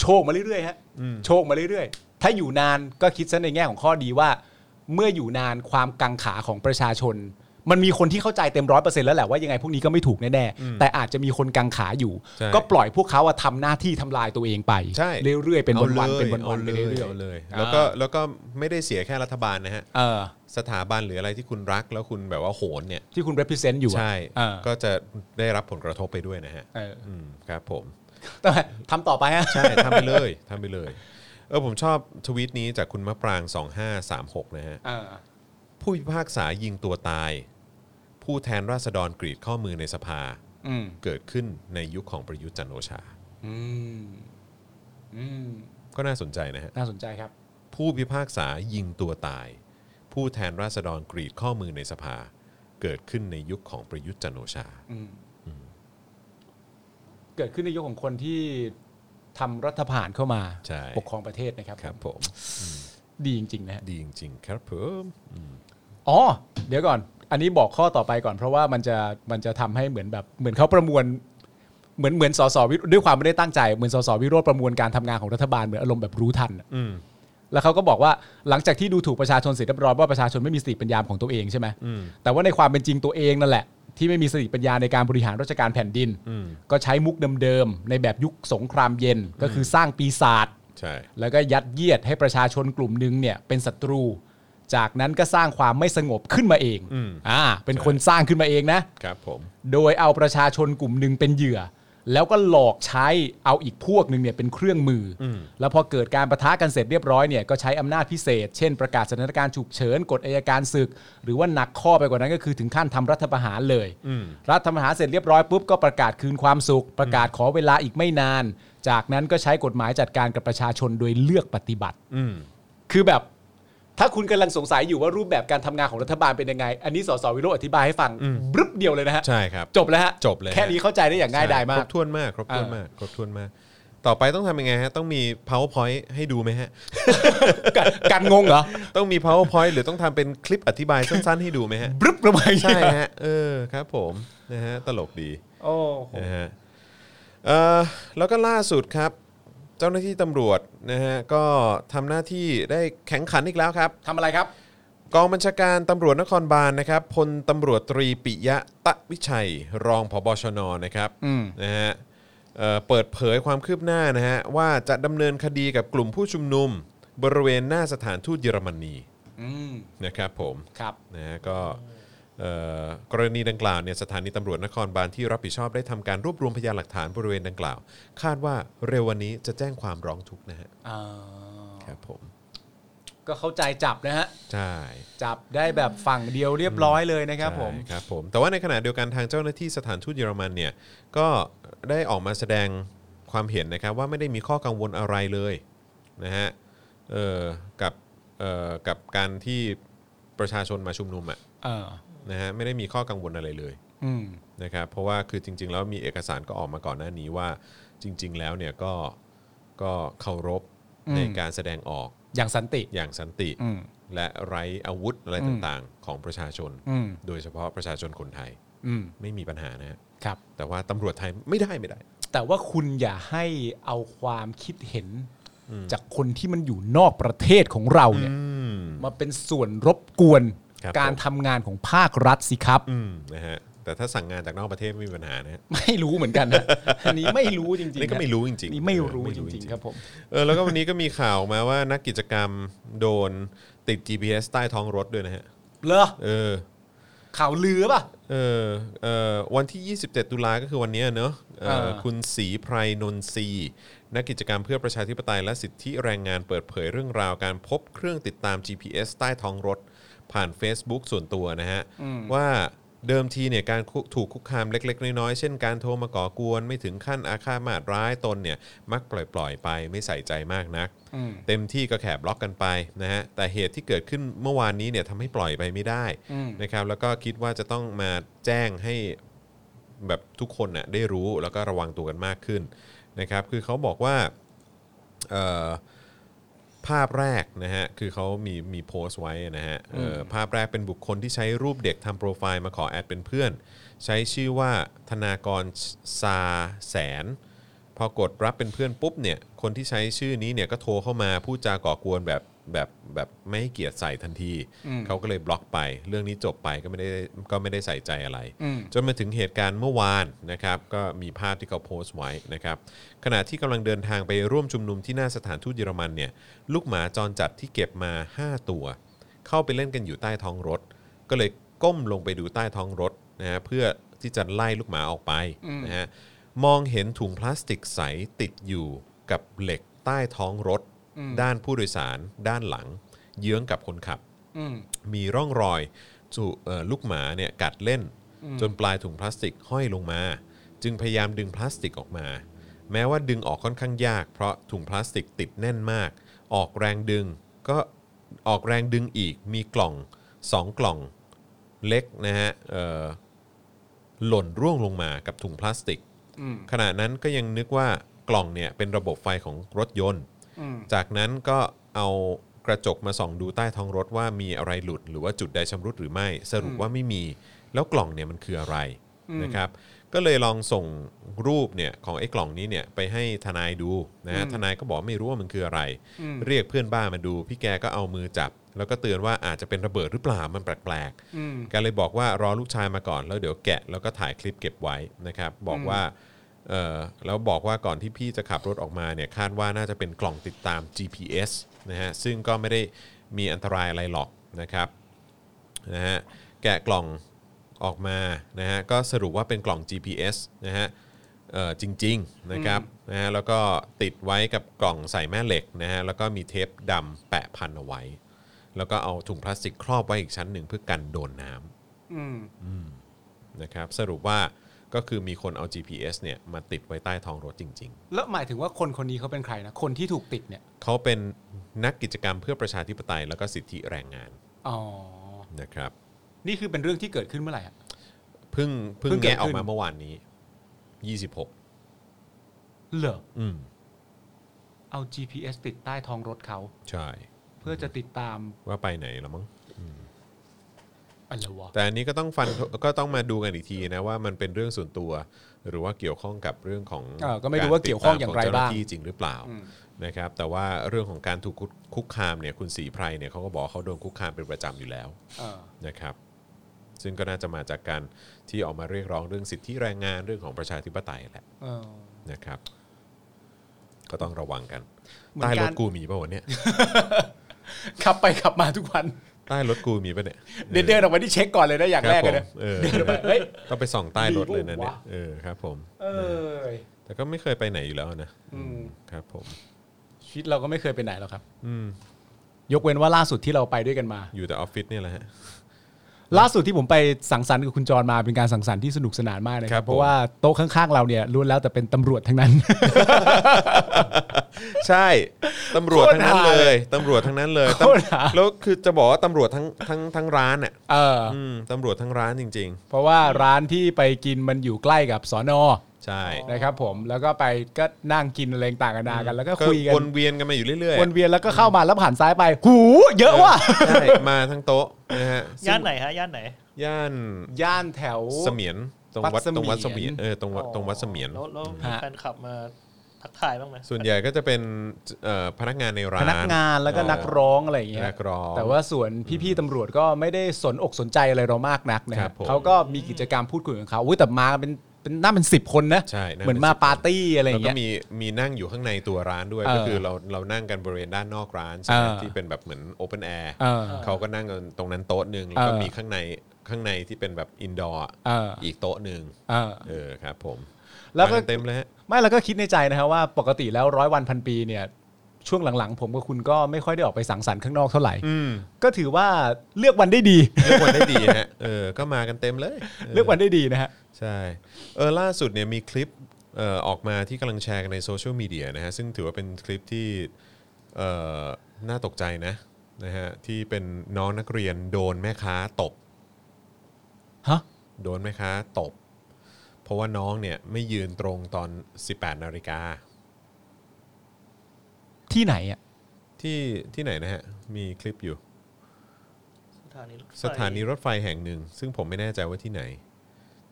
S3: โชคมาเรื่อยๆฮะ
S2: อืม
S3: โชคมาเรื่อยๆ ถ้าอยู่นานก็คิดซะในแง่ของข้อดีว่า เมื่ออยู่นานความกังขาของประชาชน มันมีคนที่เข้าใจเต็มร้อยเปอร์เซ็นต์แล้วแหละว่ายังไงพวกนี้ก็ไม่ถูกแน่ๆแต่อาจจะมีคนกังขาอยู่
S2: ใช่
S3: ก็ปล่อยพวกเขาอะทำหน้าที่ทำลายตัวเองไป
S2: ใช่
S3: เรื่อยๆเป็นวัน
S2: อาล
S3: ๆ
S2: ย
S3: เป็นวันๆไป
S2: อาล
S3: เรื่อย
S2: า
S3: ๆ
S2: เลย แล้วก็แล้วก็ไม่ได้เสียแค่รัฐบาลนะฮะ
S3: เออ
S2: สถาบันหรืออะไรที่คุณรักแล้วคุณแบบว่าโหนเนี่ย
S3: ที่คุณ represent อยู่อะ
S2: ใช่
S3: เออ
S2: ก็จะได้รับผลกระทบไปด้วยนะฮะ
S3: เอ อ
S2: อืมครับผม
S3: ต้องทำต่อไปฮะ
S2: ใช่ทำไปเลย ทำไปเลย เออผมชอบทวีตนี้จากคุณมะปราง 2536 นะฮะ
S3: อ่า
S2: ผู้พิพากษายิงตัวตาย ผู้แทนราษฎรกรีดข้อมือในสภา
S3: อืม
S2: เกิดขึ้นในยุคของประยุทธ์จันทร์โอชา
S3: อืม อืม
S2: ก็น่าสนใจนะฮะ
S3: น่าสนใจครับ
S2: ผู้พิพากษายิงตัวตาย ผู้แทนราษฎรกรีดข้อมือในสภา เกิดขึ้นในยุคของประยุทธ์จันทร์โอชา
S3: อืม เกิดขึ้นในยุคของคนที่ทำรัฐประหารเข้ามา
S2: ใช่
S3: ปกครองประเทศนะครับ
S2: ครับผม
S3: ดีจริง ๆ นะฮะ
S2: ดีจริงๆครับผมอืม
S3: อ๋อ เดี๋ยวก่อน อันนี้บอกข้อต่อไปก่อน เพราะว่ามันจะมันจะทำให้เหมือนแบบเหมือนเขาประมวล เหมือนเหมือนสสวิโรจน์ด้วยความไม่ได้ตั้งใจ เหมือนสสวิโรจน์ประมวลการทำงานของรัฐบาลเหมือนอารมณ์แบบรู้ทันอะ
S2: อืม
S3: แล้วเขาก็บอกว่าหลังจากที่ดูถูกประชาชนเสร็จเรียบร้อยว่าประชาชนไม่มีสติปัญญาของตัวเองใช่ไหม
S2: อืม
S3: แต่ว่าในความเป็นจริงตัวเองนั่นแหละ ที่ไม่มีสติปัญญาในการบริหารราชการแผ่นดิน
S2: อืม
S3: ก็ใช้มุกเดิมๆ ในแบบยุคสงครามเย็นก็คือสร้างปีศาจ
S2: ใช่
S3: แล้วก็ยัดเยียดให้ประชาชนกลุ่มหนึงเนี่ยเป็นศัตรู จากนั้นก็สร้างความไม่สงบขึ้นมาเอง
S2: อืม
S3: อ่าเป็นคนสร้างขึ้นมาเองนะ
S2: ครับผม
S3: โดยเอาประชาชนกลุ่มหนึ่งเป็นเหยื่อ แล้วก็หลอกใช้เอาอีกพวกหนึ่งเนี่ยเป็นเครื่องมืออ
S2: ม
S3: แล้วพอเกิดการประทะกันเสร็จเรียบร้อยเนี่ยก็ใช้อำนาจพิเศษ เช่นประกาศสถานการณ์ฉุกเฉินกฎอายการศึก หรือว่าหนักข้อไปกว่านั้นก็คือถึงขั้นทำรัฐประหารเลย
S2: อืม
S3: รัฐประหารเสร็จเรียบร้อยปุ๊บก็ประกาศคืนความสุข ประกาศขอเวลาอีกไม่นาน จากนั้นก็ใช้กฎหมายจัดการกับประชาชนโดยเลือกปฏิบัติ
S2: อืม
S3: คือแบบถ้าคุณกำลังสงสัยอยู่ว่ารูปแบบการทำงานของรัฐบาลเป็นยังไง อันนี้สสวิโรจน์อธิบายให้ฟัง
S2: อืม
S3: บรึบเดียวเลยนะฮะ
S2: ใช่ครับ
S3: จบแล้วฮะ
S2: จบเลยฮะ
S3: แค่นี้เข้าใจได้อย่างง่ายดายมา
S2: คร
S3: ก
S2: บถ้วนมากครบถ้วน
S3: เออ
S2: มากครบถ้วนมาก ต่อไปต้องทำยังไงฮะ ต้องมี powerpoint ให้ดูไหมฮะ
S3: กันกันงงเหรอ
S2: ต้องมี powerpoint หรือต้องทำเป็นคลิปอธิบายสั้น ๆ ให้ดูไหมฮะ
S3: บรึบลงไป
S2: ใช่ฮะ เออครับผมนะฮะตลกดี
S9: โอ้โห
S2: นะฮะเอ่อแล้วก็ล่าสุดครับ เจ้าหน้าที่ตำรวจนะฮะก็ทำหน้าที่ได้แข็งขันอีกแล้วครับ
S3: ทำอะไรครับ
S2: กองบัญชาการตำรวจนครบาลนะครับพลตำรวจตรีปิยะตะวิชัย รองผบชนนะครับ
S3: อืม
S2: นะฮะเอ่อเปิดเผยความคืบหน้านะฮะว่าจะดำเนินคดีกับกลุ่มผู้ชุมนุม บริเวณหน้าสถานทูตเยอรมนี
S3: อืม
S2: นะครับผม
S3: ครับ
S2: นะฮะก็เอ่อกรณีดังกล่าวเนี่ยสถานีตำรวจนครบาลที่รับผิดชอบได้ทำการรวบรวมพยานหลักฐานบริเวณดังกล่าว คาดว่าเร็ววันนี้จะแจ้งความร้องทุกข์นะฮะ
S3: อ่า
S2: ครับผม
S3: ก็เข้าใจจับนะฮะ
S2: ใช่
S3: จับได้แบบฝั่งเดียวเรียบร้อยเลยนะครับผม
S2: ใช่ครับผมแต่ว่าในขณะเดียวกันทางเจ้าหน้าที่สถานทูตเยอรมันเนี่ยก็ได้ออกมาแสดงความเห็นนะครับว่าไม่ได้มีข้อกังวลอะไรเลยนะฮะเอ่อกับเอ่อกับการที่ประชาชนมาชุมนุมอ่ะ
S3: เออ
S2: นะฮะไม่ได้มีข้อกังวลอะไรเลย
S3: อืม
S2: นะครับเพราะว่าคือจริง ๆ แล้วมีเอกสารก็ออกมาก่อนหน้านี้ว่าจริง ๆ แล้วเนี่ยก็ก็เคารพ
S3: อืม
S2: ในการแสดงออก
S3: อย่างสันติ
S2: อย่างสันติ
S3: อืม
S2: และไร้อาวุธอะไร
S3: อืม
S2: ต่างๆ ของประชาชน
S3: อืม
S2: โดยเฉพาะประชาชนคนไทย
S3: อืม
S2: ไม่มีปัญหานะฮะ
S3: ครับ
S2: แต่ว่าตำรวจไทยไม่ได้ไม่ได้
S3: แต่ว่าคุณอย่าให้เอาความคิดเห็น จากคนที่มันอยู่นอกประเทศของเราเนี่ย
S2: อืม
S3: มาเป็นส่วนรบกวน
S2: ครับ
S3: การทำงานของภาครัฐสิครับ
S2: อืมนะฮะแต่ถ้าสั่งงานจากนอกประเทศไม่มีปัญหานะฮะ
S3: ไม่รู้เหมือนกันนะ อันนี้ไม่รู้จริงๆ
S2: นี่ก็ไม่รู้จริง
S3: อั
S2: ๆ
S3: นนี่ไม่
S2: เออ
S3: รู้จริง ๆ ครับผม
S2: เออแล้วก็วันนี้ก็มีข่าวมาว่านักกิจกรรมโดนติด GPS ใต้ท้องรถด้วยนะฮะ
S3: เหรอ
S2: เออ
S3: ข่าวลือป่ะ
S2: เออเออวันที่ 27 ตุลาก็คือวันเนี้ยเนอะเออ
S3: เออ
S2: คุณศรีไพรนนทรีนักกิจกรรมเพื่อประชาธิปไตยและสิทธิแรงงานเปิดเผยเรื่องราวการพบเครื่องติดตาม GPS ใต้ท้องรถ ผ่าน Facebook ส่วนตัวนะฮะ ว่าเดิมทีเนี่ยการคุถูกคุกคามเล็ก ๆ น้อย ๆ เช่นการโทรมาก่อกวน ไม่ถึงขั้นอาฆาตมาตร้ายตนเนี่ย มักปล่อย ๆ ไปไม่ใส่ใจมากนัก เต็มที่ก็แขบล็อกกันไปนะฮะแต่เหตุที่เกิดขึ้นเมื่อวานนี้เนี่ยทำให้ปล่อยไปไม่ได้นะครับแล้วก็คิดว่าจะต้องมาแจ้งให้แบบทุกคนน่ะได้รู้แล้วก็ระวังตัวกันมากขึ้นนะครับคือเขาบอกว่าเอ่อภาพแรกนะฮะคือเขามีมีโพสต์ไว้นะฮะเอ่อภาพแรกเป็นบุคคลที่ใช้รูปเด็กทำโปรไฟล์มาขอแอดเป็นเพื่อน ใช้ชื่อว่าธนากรซาแสน พอกดรับเป็นเพื่อนปุ๊บเนี่ย คนที่ใช้ชื่อนี้เนี่ยก็โทรเข้ามาพูดจาก่อกวนแบบแบบแบบไม่ให้เกียรติใส่ทันที เขาก็เลยบล็อกไป เรื่องนี้จบไปก็ไม่ได้ก็ไม่ได้ใส่ใจอะไร จนมาถึงเหตุการณ์เมื่อวานนะครับ ก็มีภาพที่เขาโพสต์ไว้นะครับ ขณะที่กำลังเดินทางไปร่วมชุมนุมที่หน้าสถานทูตเยอรมันเนี่ย ลูกหมาจรจัดที่เก็บมา 5 ตัว เข้าไปเล่นกันอยู่ใต้ท้องรถ ก็เลยก้มลงไปดูใต้ท้องรถนะฮะเพื่อที่จะไล่ลูกหมาออกไปนะฮะมองเห็นถุงพลาสติกใสติดอยู่กับเหล็กใต้ท้องรถ ด้านผู้โดยสารด้านหลัง เยื้องกับคนขับ
S3: อืม
S2: มีร่องรอยถูกเอ่อลูกหมาเนี่ยกัดเล่น จนปลายถุงพลาสติกห้อยลงมา จึงพยายามดึงพลาสติกออกมา แม้ว่าดึงออกค่อนข้างยาก เพราะถุงพลาสติกติดแน่นมาก ออกแรงดึงก็ออกแรงดึงอีกมีกล่อง 2 กล่องเล็กนะฮะเอ่อหล่นร่วงลงมากับถุงพลาสติก
S3: อืม
S2: ขณะนั้นก็ยังนึกว่ากล่องเนี่ยเป็นระบบไฟของรถยนต์
S3: อืม
S2: จากนั้นก็เอากระจกมาส่องดูใต้ท้องรถว่ามีอะไรหลุด หรือว่าจุดใดชำรุดหรือไม่ สรุปว่าไม่มีแล้วกล่องเนี่ยมันคืออะไรนะครับ ก็เลยลองส่งรูปเนี่ยของไอ้กล่องนี้เนี่ยไปให้ทนายดูนะฮะทนายก็บอกไม่รู้ว่ามันคืออะไร เรียกเพื่อนบ้านมาดู พี่แกก็เอามือจับ แล้วก็เตือนว่าอาจจะเป็นระเบิดหรือเปล่ามันแปลกๆแกเลยบอกว่ารอลูกชายมาก่อนแล้วเดี๋ยวแกะแล้วก็ถ่ายคลิปเก็บไว้นะครับ บอกว่า เอ่อแล้วบอกว่าก่อนที่พี่จะขับรถออกมาเนี่ยคาดว่าน่าจะเป็นกล่องติดตาม GPS นะฮะซึ่งก็ไม่ได้มีอันตรายอะไรหรอกนะครับนะฮะแกะกล่องออกมานะฮะก็สรุปว่าเป็นกล่อง GPS นะฮะเอ่อจริงๆนะครับนะฮะแล้วก็ติดไว้กับกล่องใส่แม่เหล็กนะฮะแล้วก็มีเทปดำแปะพันเอาไว้ แล้วก็เอาถุงพลาสติกครอบไว้อีกชั้นหนึ่งเพื่อกันโดนน้ำ
S3: อืม
S2: นะครับสรุปว่าก็คือมีคนเอา GPS เนี่ยมาติดไว้ใต้ท้องรถจริง
S3: แล้วหมายถึงว่าคนคนนี้เขาเป็นใครนะ คนที่ถูกติดเนี่ย
S2: ๆ เขาเป็นนักกิจกรรมเพื่อประชาธิปไตยแล้วก็สิทธิแรงงาน
S3: อ๋อ
S2: นะครับ
S3: นี่คือเป็นเรื่องที่เกิดขึ้นเมื่อไหร่อะ
S2: เพิ่งเพิ่ง
S3: เพิ่งเกิด
S2: แกะออ
S3: ขึ้
S2: ก
S3: น
S2: มาเมื่อวานนี้ 26
S3: เหรอ
S2: อืม
S9: เอา GPS ติดใต้ท้องรถเขา
S2: ใช่
S9: เพื่อจะติดตาม
S2: ว่าไปไหนแล้วมั้ง
S9: อะไรวะ
S2: แต่อันนี้ก็ต้องฟันก็ต้องมาดูกันอีกทีนะว่ามันเป็นเรื่องส่วนตัว หรือว่าเกี่ยวข้องกับเรื่องของ
S3: เออก็ไม่รู้ว่าเกี่ยวข้องอย่างไร
S2: ติดตมขเจ้ห
S3: บ้าง
S2: น้ที่จริงหรือเปล่านะครับ แต่ว่าเรื่องของการถูกคุกคุกคามเนี่ยคุณสีไพรเนี่ยเขาก็บอกเขาโดนคุกคามเป็นประจำอยู่แล้ว
S9: เออ
S2: นะครับ ซึ่งก็น่าจะมาจากการที่ออกมาเรียกร้องเรื่องสิทธิแรงงานเรื่องของประชาธิปไตยแหละ
S9: เออ
S2: นะครับ ก็ต้องระวังกัน
S9: เหมือน
S2: ใต้
S9: กัน
S2: รถกูมีป่ะวันเนี้ย
S3: ขับไปขับมาทุกวัน
S2: ใต้รถกูมีป่ะเนี่ย
S3: เดินเดินออกมาที่เช็คก่อนเลยนะอย่าง
S2: ค
S3: แร
S2: รับ
S3: ก
S2: ผ
S3: เล
S2: ม
S3: ยนะ
S2: เออ
S3: เดินออกไปเฮ้ย
S2: ต้องไปส่องใต้รถเลยนะเนี่ย
S3: ดีปะวะ
S2: เออครับ ผม
S3: เออ
S2: แต่ก็ไม่เคยไปไหนอยู่แล้วนะ
S3: อืม
S2: ครับผม
S3: ชีวิตเราก็ไม่เคยไปไหนหรอกครับ
S2: อืม
S3: ยกเว้นว่าล่าสุดที่เราไปด้วยกันมา
S2: อยู่แต่ออฟฟิศเนี่ยแหละฮะ
S3: ล่าสุดที่ผมไปสังสรรค์กับคุณจรมาเป็นการสังสรรค์ที่สนุกสนานมากนะค
S2: ครั
S3: รั
S2: บบ ผม
S3: เพราะว่าโต๊ะข้างๆเราเนี่ยล้วนแล้วแต่เป็นตำรวจทั้ง นั้น
S2: ใช่ตำรวจทั้งนั้น
S3: โคตรหา
S2: เล
S3: เลยย
S2: ตำรวจทั้งนั้นเลยตำ
S3: โคตรหา
S2: แล้วคือจะบอกว่าตำรวจทั้งทั้งทั้งร้านอ่ะ
S3: เออ
S2: อืมตำรวจทั้งร้านจริง
S3: เพราะว่าร้านที่ไปกินมันอยู่ใกล้กับสอนอ
S2: ๆ ใช่
S3: นะครับผมแล้วก็ไปก็นั่งกินอะไรต่างกันานากันแล้วก็คุยกัน
S2: วนเวียนกันมาอยู่เรื่อยๆ
S3: วนเวียนแล้วก็เข้ามาแล้วผ่านซ้ายไป หูเยอะว่ะ
S2: ใช่มาทั้งโต๊ะนะฮะ
S4: ย่านไหนฮะย่านไหน
S2: ย่าน
S3: ย่านแถว
S2: เสมียนตรงวัด
S3: วัดเสมียน
S2: ตรงวัดเสมียนเออตรงวัดตรงวัดเสมียน
S4: แล้วแล้วมี
S3: ฮะ
S4: แฟนคลับมาทักทายบ้างไหม
S2: ส่วนใหญ่ก็จะเป็นเอ่อพนักงานในร้าน
S3: พนักงานแล้วก็นักร้องอะไรอย่างเงี้ย
S2: นักร้อง
S3: แต่ว่าส่วนพี่ๆตำรวจก็ไม่ได้สนอกสนใจอะไรเรามากนักนะ
S2: ค
S3: ค
S2: รั
S3: รั
S2: บบ ผม
S3: เขาก็มีกิจกรรมพูดคุยของเขาอุ้ยแต่มาเป็นเป็นน่าเป็นสิบคนนะ
S2: ใช่น่าเป็น
S3: เหมือนมาปาร์ตี้อะไรอ
S2: แล้ว
S3: ย่าง
S2: ก็
S3: เงี้ย
S2: มีมีนั่งอยู่ข้างในตัวร้านด้วย
S3: เออ
S2: ก็คือเราเรานั่งกันบริเวณด้านนอกร้านใช่ไหม
S3: เออ
S2: ที่เป็นแบบเหมือนโอเ n นแอร์
S3: เออ
S2: เขาก็นั่งกันตรงนั้นโต๊ะหนึ่งแล้วก็
S3: เออ
S2: มีข้างในข้างในที่เป็นแบบอินดอร์
S3: เอออี
S2: อีกโต๊ะหนึ่ง
S3: เออ
S2: เออครับผม
S3: แล้วก็
S2: มาเต็มเลยฮะ
S3: ไม่แล้วก็คิดในใจนะฮะว่าปกติแล้วร้อยวันพันปีเนี่ยช่วงหลังๆ ผมกับคุณก็ไม่ค่อยได้ออกไปสังสรรค์ข้างนอกเท่าไหร่
S2: อืม
S3: ก็ถือว่าเลือกวันได้ดี
S2: เลือกวันได้ดีฮะเออก็มากันเต็มเลย
S3: เลือกวันได้ดีนะฮะ
S2: ใช่เออล่าสุดเนี่ยมีคลิปเอ่อออกมาที่กำลังแชร์กันในโซเชียลมีเดียนะฮะซึ่งถือว่าเป็นคลิปที่เอ่อน่าตกใจนะนะฮะที่เป็นน้องนักเรียนโดนแม่ค้าตบ
S3: ฮะ
S2: โดนไหมคะตบ เพราะว่าน้องเนี่ยไม่ยืนตรงตอน 18นาฬิกา
S3: ที่ไหนอ่ะ
S2: ที่ที่ไหนนะฮะ มีคลิปอยู่
S4: สถานีรถไฟ
S2: สถานีรถไฟแห่งหนึ่ง ซึ่งผมไม่แน่ใจว่าที่ไหน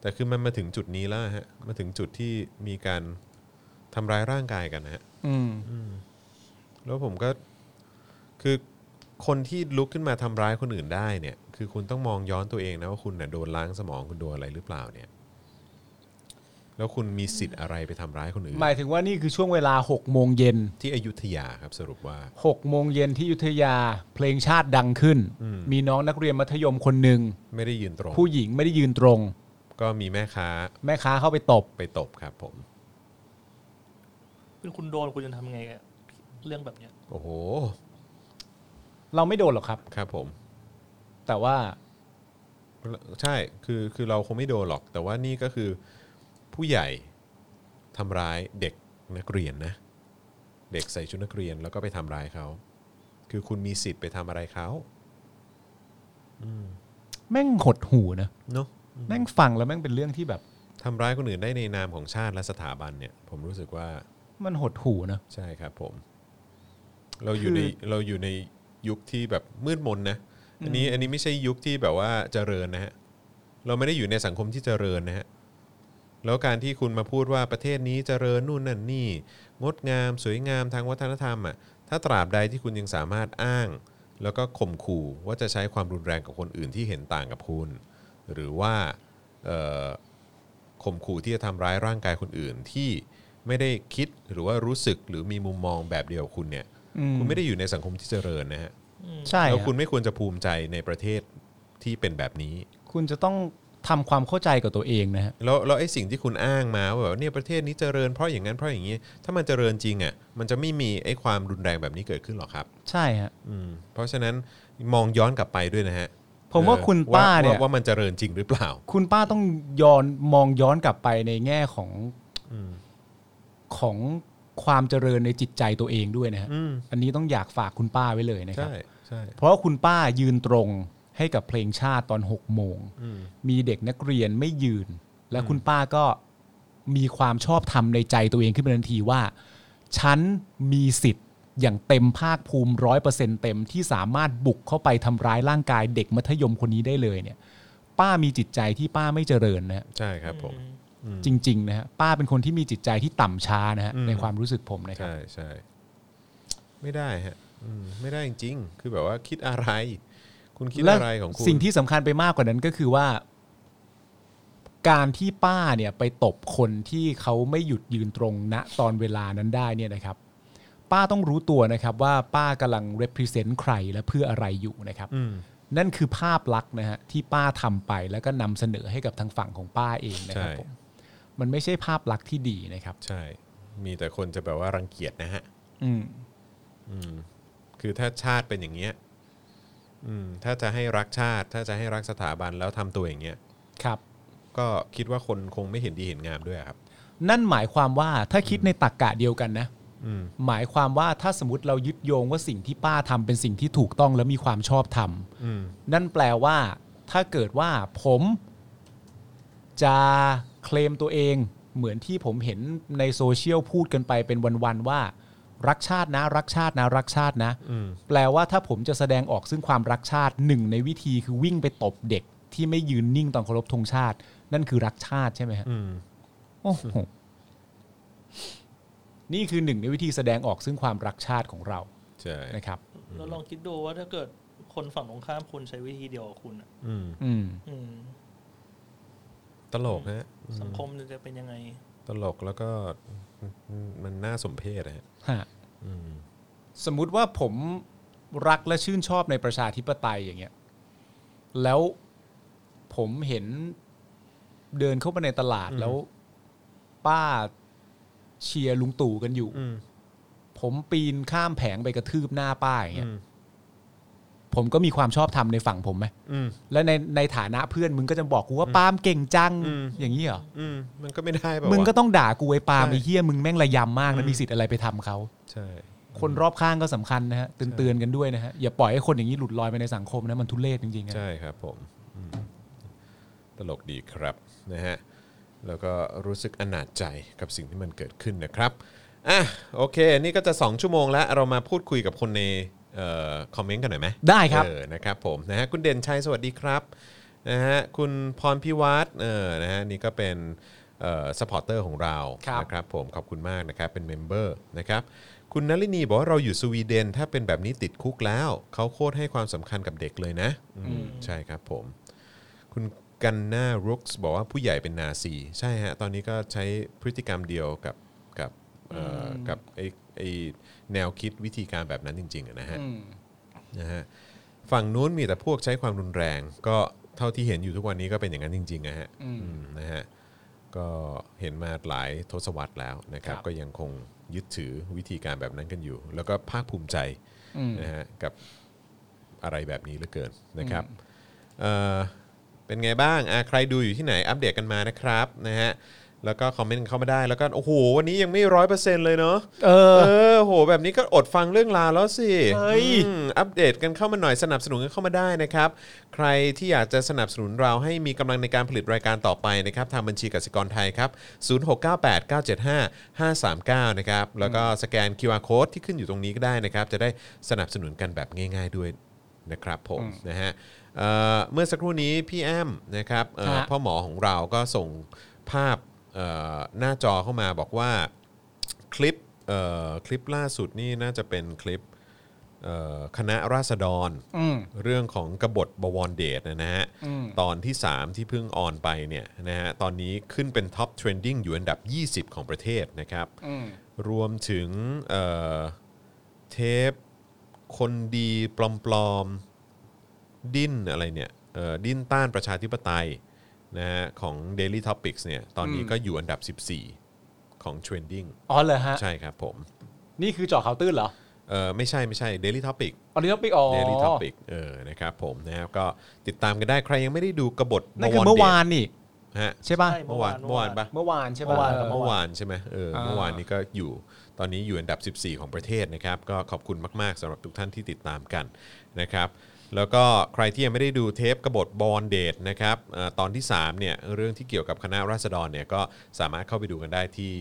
S2: แต่คือมันมาถึงจุดนี้แล้วฮะ มาถึงจุดที่มีการทำร้ายร่างกายกันนะฮะ
S3: อืม
S2: แล้วผมก็คือคนที่ลุกขึ้นมาทำร้ายคนอื่นได้เนี่ย คือคุณต้องมองย้อนตัวเองนะว่าคุณน่ะโดนล้างสมองคุณโดนอะไรหรือเปล่าเนี่ย แล้วคุณมีสิทธิ์อะไรไปทำร้ายคนอื่น
S3: หมายถึงว่านี่คือช่วงเวลา6กโมงเย็น
S2: ที่อยุธยาครับสรุปว่า
S3: 6กโมงเย็นที่อยุธยาเพลงชาติดังขึ้น มีน้องนักเรียนมัธยมคนหนึ่ง
S2: ไม่ได้ยืนตรง
S3: ผู้หญิงไม่ได้ยืนตรง
S2: ก็มีแม่ค้า
S3: แม่ค้าเข้าไปตบ
S2: ไปตบครับผม
S4: เป็นคุณโดนคุณจะทำไงกับเรื่องแบบเนี้ย
S2: โอ้โห
S3: เราไม่โดนหรอกครับ
S2: ครับผม
S3: แต่ว่า
S2: ใช่คือคือเราคงไม่โดนหรอก แต่ว่านี่ก็คือผู้ใหญ่ทำร้ายเด็กนักเรียนนะ เด็กใส่ชุดนักเรียนแล้วก็ไปทำร้ายเขา คือคุณมีสิทธิ์ไปทำอะไรเขา
S3: แม่งหดหูนะ
S2: เนาะ
S3: แม่งฟังแล้วแม่งเป็นเรื่องที่แบบ
S2: ทำร้ายคนอื่นได้ในนามของชาติและสถาบันเนี่ย ผมรู้สึกว่า
S3: มันหดหูนะ
S2: ใช่ครับผม เราอยู่ใน
S3: คือ
S2: เราอยู่ในยุคที่แบบมืดมนนะ อันนี้อันนี้ไม่ใช่ยุคที่แบบว่าเจริญนะฮะ เราไม่ได้อยู่ในสังคมที่เจริญนะฮะ แล้วการที่คุณมาพูดว่าประเทศนี้เจริญนู่นนั่นนี่ งดงามสวยงามทางวัฒนธรรมอ่ะถ้าตราบใดที่คุณยังสามารถอ้าง แล้วก็ข่มขู่ว่าจะใช้ความรุนแรงกับคนอื่นที่เห็นต่างกับคุณ หรือว่าเอ่อข่มขู่ที่จะทำร้ายร่างกายคนอื่นที่ไม่ได้คิดหรือว่ารู้สึกหรือมีมุมมองแบบเดียวกับคุณเนี่ย คุณไม่ได้อยู่ในสังคมที่เจริญนะฮะ
S3: ใช่
S2: แล้ว
S3: ฮะ
S2: คุณไม่ควรจะภูมิใจในประเทศที่เป็นแบบนี้
S3: คุณจะต้องทำความเข้าใจกับตัวเองนะฮะ
S2: แล้วแล้วไอ้สิ่งที่คุณอ้างมาว่าแบบเนี่ยประเทศนี้เจริญเพราะอย่างนั้นเพราะอย่างนี้ ถ้ามันเจริญจริงอ่ะมันจะไม่มีไอ้ความรุนแรงแบบนี้เกิดขึ้นหรอกครับ
S3: ใช่ฮะ
S2: อืมเพราะฉะนั้นมองย้อนกลับไปด้วยนะฮะ
S3: ผมว่า
S2: เออ
S3: คุณป้าเนี่ย
S2: ว่ว่ามันเจริญจริงหรือเปล่า
S3: คุณป้าต้องย้อนมองย้อนกลับไปในแง่ของ
S2: อืม
S3: ของความเจริญในจิตใจตัวเองด้วยนะฮะ
S2: อืม
S3: อันนี้ต้องอยากฝากคุณป้าไว้เลยนะครับ
S2: ใช่ใช่
S3: เพราะคุณป้ายืนตรงให้กับเพลงชาติตอน6กโมง
S2: อืม
S3: มีเด็กนักเรียนไม่ยืน และคุณป้าก็มีความชอบธรรมในใจตัวเองขึ้นมาทันทีว่า ฉันมีสิทธิ์อย่างเต็มภาคภูมิร้อยเปอร์เซ็นเต็มที่สามารถบุกเข้าไปทำร้ายร่างกายเด็กมัธยมคนนี้ได้เลยเนี่ย ป้ามีจิตใจที่ป้าไม่เจริญนะฮะ
S2: ใช่ครับผม
S3: จริงๆนะฮะป้าเป็นคนที่มีจิตใจที่ต่ำช้านะฮะ
S2: อืม
S3: ในความรู้สึกผมนะครับ
S2: ใช่ใช่ไม่ได้ฮะอืมไม่ได้จริงๆคือแบบว่าคิดอะไร คุณคิดอะไรของคุณ
S3: สิ่งที่สำคัญไปมากกว่านั้นก็คือว่า การที่ป้าเนี่ยไปตบคนที่เขาไม่หยุดยืนตรงณตอนเวลานั้นได้เนี่ยนะครับ ป้าต้องรู้ตัวนะครับว่าป้ากำลัง represent ใครและเพื่ออะไรอยู่นะครับ
S2: อืม
S3: นั่นคือภาพลักษณ์นะฮะที่ป้าทำไปแล้วก็นำเสนอให้กับทางฝั่งของป้าเองนะครับ
S2: ใช่
S3: ผมมันไม่ใช่ภาพลักษณ์ที่ดีนะครับ
S2: ใช่ มีแต่คนจะแบบว่ารังเกียจนะฮะ
S3: อืม
S2: อืมคือถ้าชาติเป็นอย่างเงี้ยอืมถ้าจะให้รักชาติ ถ้าจะให้รักสถาบันแล้วทำตัวอย่างเงี้ย
S3: ครับ
S2: ก็คิดว่าคนคงไม่เห็นดีเห็นงามด้วยอะครับ
S3: นั่นหมายความว่าถ้าคิดในตรกกะเดียวกันนะ
S2: อืม
S3: หมายความว่าถ้าสมมติเรายึดโยงว่าสิ่งที่ป้าทำเป็นสิ่งที่ถูกต้องและมีความชอบธรรม
S2: อืม
S3: นั่นแปลว่า ถ้าเกิดว่าผมจะเคลมตัวเอง เหมือนที่ผมเห็นในโซเชียลพูดกันไปเป็นวันๆว่า รักชาตินะ รักชาตินะ รักชาตินะ
S2: อืม
S3: แปลว่าถ้าผมจะแสดงออกซึ่งความรักชาติหนึ่งในวิธีคือวิ่งไปตบเด็กที่ไม่ยืนนิ่งตอนเคารพธงชาติ นั่นคือรักชาติใช่ไหมฮะ
S2: อืม
S3: โอ้โห นี่คือหนึ่งในวิธีแสดงออกซึ่งความรักชาติของเรา
S2: ใช่
S3: นะครับ
S4: แล้วลองคิดดูว่าถ้าเกิดคนฝั่งตรงข้ามคุณใช้วิธีเดียวกับคุณอะ
S2: อืม
S3: อืม
S4: อืม
S2: ตลกฮะอืม
S4: สังคมจะเป็นยังไง
S2: ตลกแล้วก็อืมมันน่าสมเพชนะฮะ
S3: ฮะ
S2: อืม
S3: สมมุติว่าผมรักและชื่นชอบในประชาธิปไตยอย่างเงี้ย แล้วผมเห็นเดินเข้าไปในตลาด
S2: อืม
S3: แล้ว ป้าเชียร์ลุงตู่กันอยู่
S2: อืม
S3: ผมปีนข้ามแผงไปกระทืบหน้าป้าอย่าง
S2: อื
S3: เงี้ย
S2: ม
S3: ผมก็มีความชอบธรรมในฝั่งผมไหม
S2: อืม
S3: และในในฐานะเพื่อนมึงก็จะบอกกูว่าปาล์มเก่งจัง
S2: อืม
S3: อย่างนี้เหรอ
S2: อืมมันก็ไม่ได้แบบ
S3: มึงก็ต้องด่ากูไอ้ปาล์ม
S2: ใช่
S3: ไอ้เฮียมึงแม่งระยำมาก
S2: อื
S3: นะ
S2: ม
S3: มีสิทธิ์อะไรไปทำเขา
S2: ใช่
S3: คนรอบข้างก็สำคัญนะฮะเตือนเตือนกันด้วยนะฮะอย่าปล่อยให้คนอย่างนี้หลุดลอยไปในสังคมนะมันทุเรศจริงๆอะ
S2: ใช่ครับผมอืมตลกดีครับนะฮะแล้วก็รู้สึกอนาจใจกับสิ่งที่มันเกิดขึ้นนะครับอ่ะโอเค นี่ก็จะ 2 ชั่วโมงแล้ว เรามาพูดคุยกับคนในเอ่อคอมเมนต์กันหน่อยไหม
S3: ได้ครับ
S2: เออ นะครับผม นะฮะ คุณเด่นชัย สวัสดีครับ นะฮะ คุณพรพิวัตรเออ นะฮะ นี่ก็เป็นเอ่อสปอร์เตอร์ของเรา
S3: ครับ
S2: นะครับผม ขอบคุณมากนะครับ เป็นเมมเบอร์นะครับ คุณนลินีบอกว่าเราอยู่สวีเดน ถ้าเป็นแบบนี้ติดคุกแล้ว เขาโคตรให้ความสำคัญกับเด็กเลยนะอืมใช่ครับผม คุณกันนารุกส์บอกว่าผู้ใหญ่เป็นนาซี ใช่ฮะ ตอนนี้ก็ใช้พฤติกรรมเดียวกับกับเอ่ออกับไอไอแนวคิดวิธีการแบบนั้นจริงๆอะนะฮะ นะฮะฝั่งนู้นมีแต่พวกใช้ความรุนแรง ก็เท่าที่เห็นอยู่ทุกวันนี้ก็เป็นอย่างนั้นจริงๆนะฮะอืมนะฮะก็เห็นมาหลายทศวรรษแล้วนะครับ ก็ยังคงยึดถือวิธีการแบบนั้นกันอยู่ แล้วก็ภาคภูมิใจนะฮะกับอะไรแบบนี้เหลือเกินนะครับเอ่อเป็นไงบ้างอ่ะใครดูอยู่ที่ไหนอัปเดตกันมานะครับนะฮะแล้วก็คอมเมนต์เข้ามาได้แล้วก็โอ้โหวันนี้ยังไม่ร้อยเปอร์เซ็นต์เลยเนาะ
S3: เออ
S2: เออโหแบบนี้ก็อดฟังเรื่องราวแล้วสิ
S3: เฮ้ย
S2: อืมอัปเดตกันเข้ามาหน่อยสนับสนุนกันเข้ามาได้นะครับ ใครที่อยากจะสนับสนุนเราให้มีกำลังในการผลิตรายการต่อไปนะครับ ทางบัญชีกสิกรไทยครับ 0698975539 นะครับ แล้วก็สแกน QR Code ที่ขึ้นอยู่ตรงนี้ก็ได้นะครับ จะได้สนับสนุนกันแบบง่าย ๆด้วยนะครับผมนะฮะเอ่อเมื่อสักครู่นี้พี่แอมนะครับเอ่อ
S3: ฮะ
S2: พ่อหมอของเราก็ส่งภาพเอ่อหน้าจอเข้ามาบอกว่า คลิปเอ่อคลิปล่าสุดนี่น่าจะเป็นคลิปเอ่อคณะราษฎร
S3: อืม
S2: เรื่องของกบฏบวรเดชนะฮะ
S3: อืม
S2: ตอนที่ 3 ที่เพิ่งออนไปเนี่ยนะฮะตอนนี้ขึ้นเป็นท็อปเทรนดิ้งอยู่อันดับ 20 ของประเทศนะครับ
S3: อืม
S2: รวมถึงเอ่อเทปคนดีปลอมๆ ดิ้นอะไรเนี่ยเอ่อดิ้นต้านประชาธิปไตยนะฮะของ Daily Topics เนี่ยตอนนี้ก็อยู่อันดับ 14 ของ Trending
S3: อ๋อเลยฮะ
S2: ใช่ครับผม
S3: นี่คือเจอเขาวตื้นเหรอ
S2: เออไม่ใช่ ไม่ใช่ Daily Topic
S3: อันนี้ต้องไปอ๋อ
S2: Daily Topic เออนะครับผมนะครับก็ติดตามกันได้ใครยังไม่ได้ดูกบฏ
S3: นั่นคือเมื่อวานนี่
S2: เดชฮะ
S3: ใช่ป่ะ
S4: ใช่
S2: เมื่อวาน
S4: เมื่
S2: เมื่อวาว
S4: อาน น
S2: ปะ
S3: เมื่อวานใช่
S4: เมื่
S3: ป่ะ
S4: อวาน
S3: เออ
S2: เมื่อวานใช่ไหมเออเมื่อวานนี้ก็อยู่ตอนนี้อยู่อันดับ 14 ของประเทศนะครับ ก็ขอบคุณมาก ๆสำหรับทุกท่านที่ติดตามกันนะครับ แล้วก็ใครที่ยังไม่ได้ดูเทปกบฏบอลเดทนะครับเอ่อตอนที่3เนี่ยเรื่องที่เกี่ยวกับคณะราษฎรเนี่ยก็สามารถเข้าไปดูกันได้ที่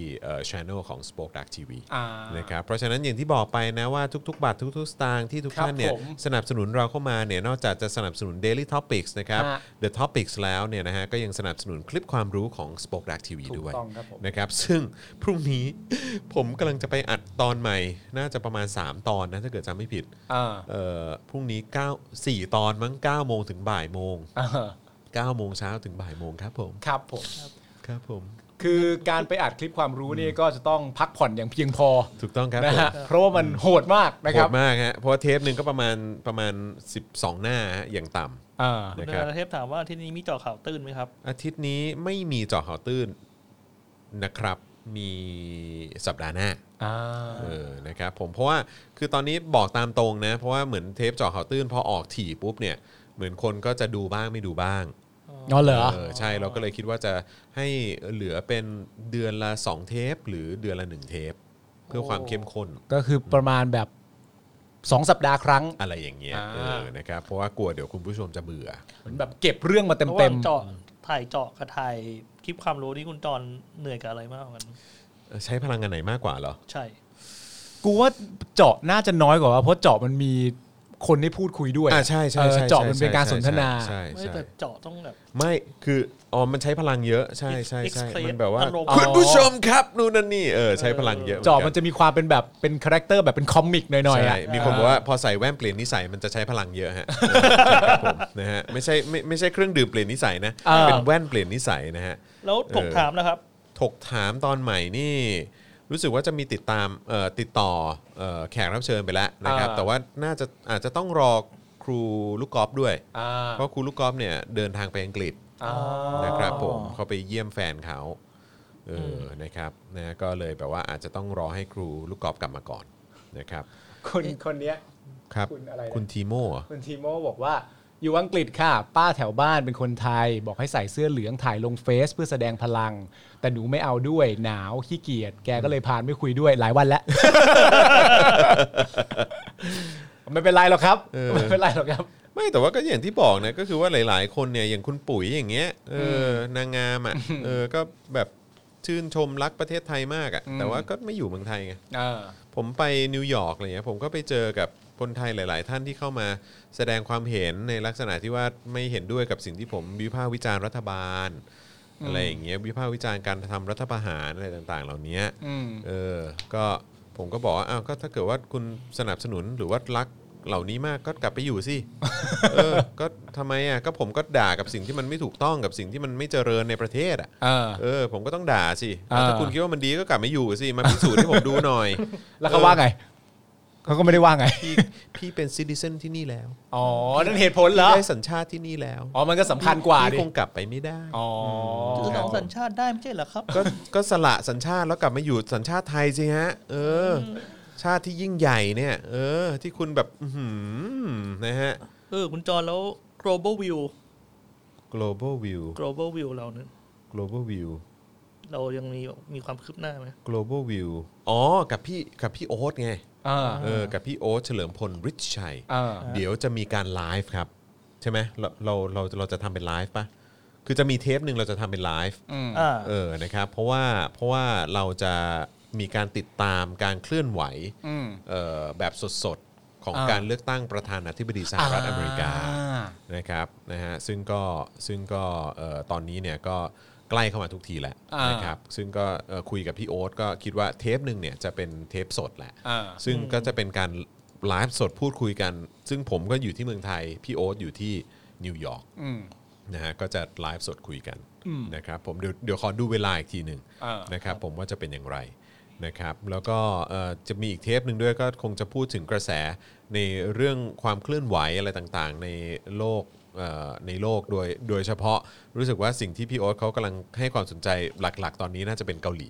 S2: ช่องของ Spoke Dark TV
S9: อ่า
S2: นะครับเพราะฉะนั้นอย่างที่บอกไปนะว่าทุกๆบาททุกๆ สตางค์ที่ทุก
S9: ครับ
S2: ท่านเนี่ย
S9: ผม
S2: สนับสนุนเราเข้ามาเนี่ยนอกจากจะสนับสนุน Daily Topics นะครับ
S9: ฮะ
S2: The Topics แล้วเนี่ยนะฮะก็ยังสนับสนุนคลิปความรู้ของ Spoke Dark TV
S9: ถูก
S2: ด้วย
S9: ต้องครับผม
S2: นะครับซึ่งพรุ่งนี้ ผมกำลังจะไปอัดตอนใหม่ น่าจะประมาณ 3 ตอนนะถ้าเกิดจำไม่ผิด
S9: อ่า
S2: เอ่อพรุ่งนี้9 4 ตอนมั้ง9โมงถึงบ่ายโมง
S9: อ่า
S2: 9โมงเช้าถึงบ่ายโมงครับผม
S9: ครับผม
S2: ครับผม
S9: คือการไปอัดคลิปความรู้นี่ก็จะต้องพักผ่อนอย่างเพียงพอ
S2: ถูกต้องครับ
S9: นะ
S2: ผม
S9: ฮะเพราะว่ามันโหดมากนะ
S2: โห
S9: ครับ
S2: ดมากฮะ เพราะว่าเทปหนึ่งก็ประมาณประมาณ 12 หน้าฮะอย่างต่
S9: อ่า
S2: ำ
S4: คุณ
S2: นะ
S4: ธ
S2: ครับ
S4: นาเทพถามว่าที่นี่มีเจ่อข่าวตื้นไหมครับ
S2: อาทิตย์นี้ไม่มีเจาะข่าวตื้นนะครับ มีสัปดาห์หน้า
S9: อ่า
S2: เออ นะครับผม เพราะว่า คือตอนนี้บอกตามตรงนะ เพราะว่าเหมือนเทปเจาะข่าวตื้นพอออกถี่ปุ๊บเนี่ย เหมือนคนก็จะดูบ้างไม่ดูบ้าง
S3: อ๋อเหรอ
S2: เออ ใช่ เราก็เลยคิดว่าจะให้เหลือเป็นเดือนละ 2 เทป หรือเดือนละ 1 เทป เพื่อความเข้มข้น
S3: ก็คือประมาณแบบ 2 สัปดาห์ครั้ง
S2: อะไรอย่างเงี้ย
S3: อ่า
S2: เออ นะครับ เพราะว่ากลัวเดี๋ยวคุณผู้ชมจะเบื่อ
S3: เหมือนแบบเก็บเรื่องมาเต็ม
S4: ระห
S3: เต็
S4: ว่าม งเจาะถ่ายเจาะกับถ่ายคลิปความรู้นี่คุณจอนเหนื่อยกับอะไรมากกว่ากัน
S2: ใช้พลังงานไหนมากกว่าเหรอ
S4: ใช่
S3: ๆกูว่าเจาะน่าจะน้อยกว่าเพราะเจาะมันมีคนได้พูดคุยด้วย
S2: อ่าใช่ใช่
S3: เออ
S2: ใช่
S3: เจาะมันเป็นการสนทนา
S2: ใช่
S4: ไม่
S2: ใช่
S4: แต่
S2: ใช่
S4: เจาะต้องแบบ
S2: ไม่คืออ๋อมันใช้พลังเยอะใช่ใช่ใช่
S4: Express
S2: มันแบบว่า
S4: อารมณ์
S2: คุณผู้ชมครับนู่นนั่นนี่เออใช้พลังเยอะ
S3: เจาะมันจะมีความเป็นแบบเป็นคาแรคเตอร์แบบเป็นคอมิกหน่อยๆ
S2: ใช่
S3: อ่ะ
S2: มีคนบอกว่าพอใส่แว่นเปลี่ยนนิสัยมันจะใช้พลังเยอะฮะครับผม นะฮะไม่ใช่ไม่ไม่ใช่เครื่องดื่มเปลี่ยนนิสัยนะ
S3: เออ
S2: เป็นแว่นเปลี่ยนนิสัยนะฮะ
S4: แล้วถก
S2: เออ
S4: ถามนะครับ
S2: ถกถามตอนใหม่นี่ รู้สึกว่าจะมีติดตามเอ่อติดต่อเอ่อแขกรับเชิญไปแล้วนะครับ
S9: อ่า
S2: แต่ว่าน่าจะอาจจะต้องรอครูลูกกอล์ฟด้วย
S9: อ่า
S2: เพราะครูลูกกอล์ฟเนี่ยเดินทางไปอังกฤษ
S9: อ่า
S2: นะครับผมเขาไปเยี่ยมแฟนเขาเออ
S4: ม
S2: อนะครับนะก็เลยแบบว่าอาจจะต้องรอให้ครูลูกกอล์ฟกลับมาก่อนนะครับ
S9: คนคนเนี้ย
S2: ครับ
S9: คุณอะไรนะ
S2: คุณทีโม่เหรอ
S9: คุณทีโมบอกว่า อยู่อังกฤษค่ะ ป้าแถวบ้านเป็นคนไทย บอกให้ใส่เสื้อเหลืองถ่ายลงเฟซเพื่อแสดงพลัง แต่หนูไม่เอาด้วยหนาวขี้เกียจแกก็เลยพานไม่คุยด้วยหลายวัน แล้ว ไม่เป็นไรหรอกครับไม่เป็นไรหรอกครับ
S2: ไม่แต่ว่าก็อย่างที่บอกนะก็คือว่าหลายๆ คนเนี่ยอย่างคุณปุ๋ยอย่างเงี้ยเอออนางงามอ่ะเออก็แบบชื่นชมรักประเทศไทยมากอ่ะ
S9: อืม
S2: แต่ว่าก็ไม่อยู่เมืองไทยไง
S9: เออ
S2: ผมไปนิวยอร์กอะไรเงี้ยผมก็ไปเจอกับคนไทยหลาย ๆ ท่านที่เข้ามาแสดงความเห็นในลักษณะที่ว่าไม่เห็นด้วยกับสิ่งที่ผมวิพากษ์วิจารณ์รัฐบาล อะไรอย่างเงี้ยวิพากษ์วิจารณ์การทำรัฐประหารอะไรต่างๆ เหล่านี้
S9: อืม
S2: เออก็ผมก็บอกว่าอ้าวก็ถ้าเกิดว่าคุณสนับสนุนหรือว่ารักเหล่านี้มากก็กลับไปอยู่ สิ เออก็ทำไมอ่ะก็ผมก็ด่ากับสิ่งที่มันไม่ถูกต้องกับสิ่งที่มันไม่เจริญในประเทศอ่ะ
S9: เออ
S2: เออ ผมก็ต้องด่าสิ
S9: อ่า
S2: ถ้าคุณคิดว่ามันดีก็กลับมาอยู่สิมาพิสูจน์ให้ผมดูหน่อย
S9: แล้วเขาว่าไง เขาก็ไม่ได้ว่าไง
S2: พี่พี่เป็นซิติเซนที่นี่แล้ว
S9: อ๋อ นั่นเหตุผลเหรอ
S2: ได้สัญชาติที่นี่แล้ว
S9: อ๋อ มันก็สำคัญกว่าดิ
S2: พี่คงกลับไปไม่ได้
S9: อ๋อ
S4: จะสองสัญชาติได้ไม่ใช่เหรอครับ
S2: ก็ก็สละสัญชาติแล้วกลับมาอยู่สัญชาติไทยสิฮะ เออ ชาติที่ยิ่งใหญ่เนี่ย เออ ที่คุณแบบอื้อหือนะฮะ
S4: เออ คุณจอนแล้ว global view
S2: global view
S4: global view เราเนี่ย
S2: global view
S4: เรายังมีมีความคืบหน้าไหม
S2: global view อ๋อ กับพี่กับพี่โอ๊ตไง
S9: เออ
S2: เออ กับพี่โอ๊ตเฉลิมพลริชชัย
S9: เออ
S2: เดี๋ยวจะมีการไลฟ์ครับ ใช่ไหมเราเราเราเราจะทำเป็นไลฟ์ปะคือจะมีเทปหนึ่งเราจะทำเป็นไลฟ์
S4: อ่า
S2: เออ นะครับ เพราะว่า เพราะว่าเราจะมีการติดตามการเคลื่อนไหวเอ่อแบบสดๆ ของ
S9: อ่า
S2: การเลือกตั้งประธานาธิบดีสหรัฐอเมริกา นะครับ นะฮะ ซึ่งก็ ซึ่งก็เอ่อตอนนี้เนี่ยก็ใกล้เข้ามาทุกทีแล้วนะครับ ซึ่งก็เอ่อคุยกับพี่โอ๊ตก็คิดว่าเทปหนึ่งเนี่ยจะเป็นเทปสดแหละ
S9: อ่า
S2: ซึ่งก็จะเป็นการไลฟ์สดพูดคุยกัน ซึ่งผมก็อยู่ที่เมืองไทย พี่โอ๊ตอยู่ที่นิวยอร์ก
S9: อืม
S2: นะฮะ ก็จะไลฟ์สดคุยกันนะครับผมเดี๋ยวเดี๋ยวขอดูเวลาอีกทีหนึ่ง
S9: อ่าน
S2: นะครับผมว่าจะเป็นอย่างไรนะครับ แล้วก็เอ่อจะมีอีกเทปหนึ่งด้วยก็คงจะพูดถึงกระแสในเรื่องความเคลื่อนไหวอะไรต่างๆ ในโลกเอ่อในโลกโดยโดยเฉพาะรู้สึกว่าสิ่งที่พี่โอ๊ตเขากำลังให้ความสนใจหลักๆ ตอนนี้น่าจะเป็นเกาหลี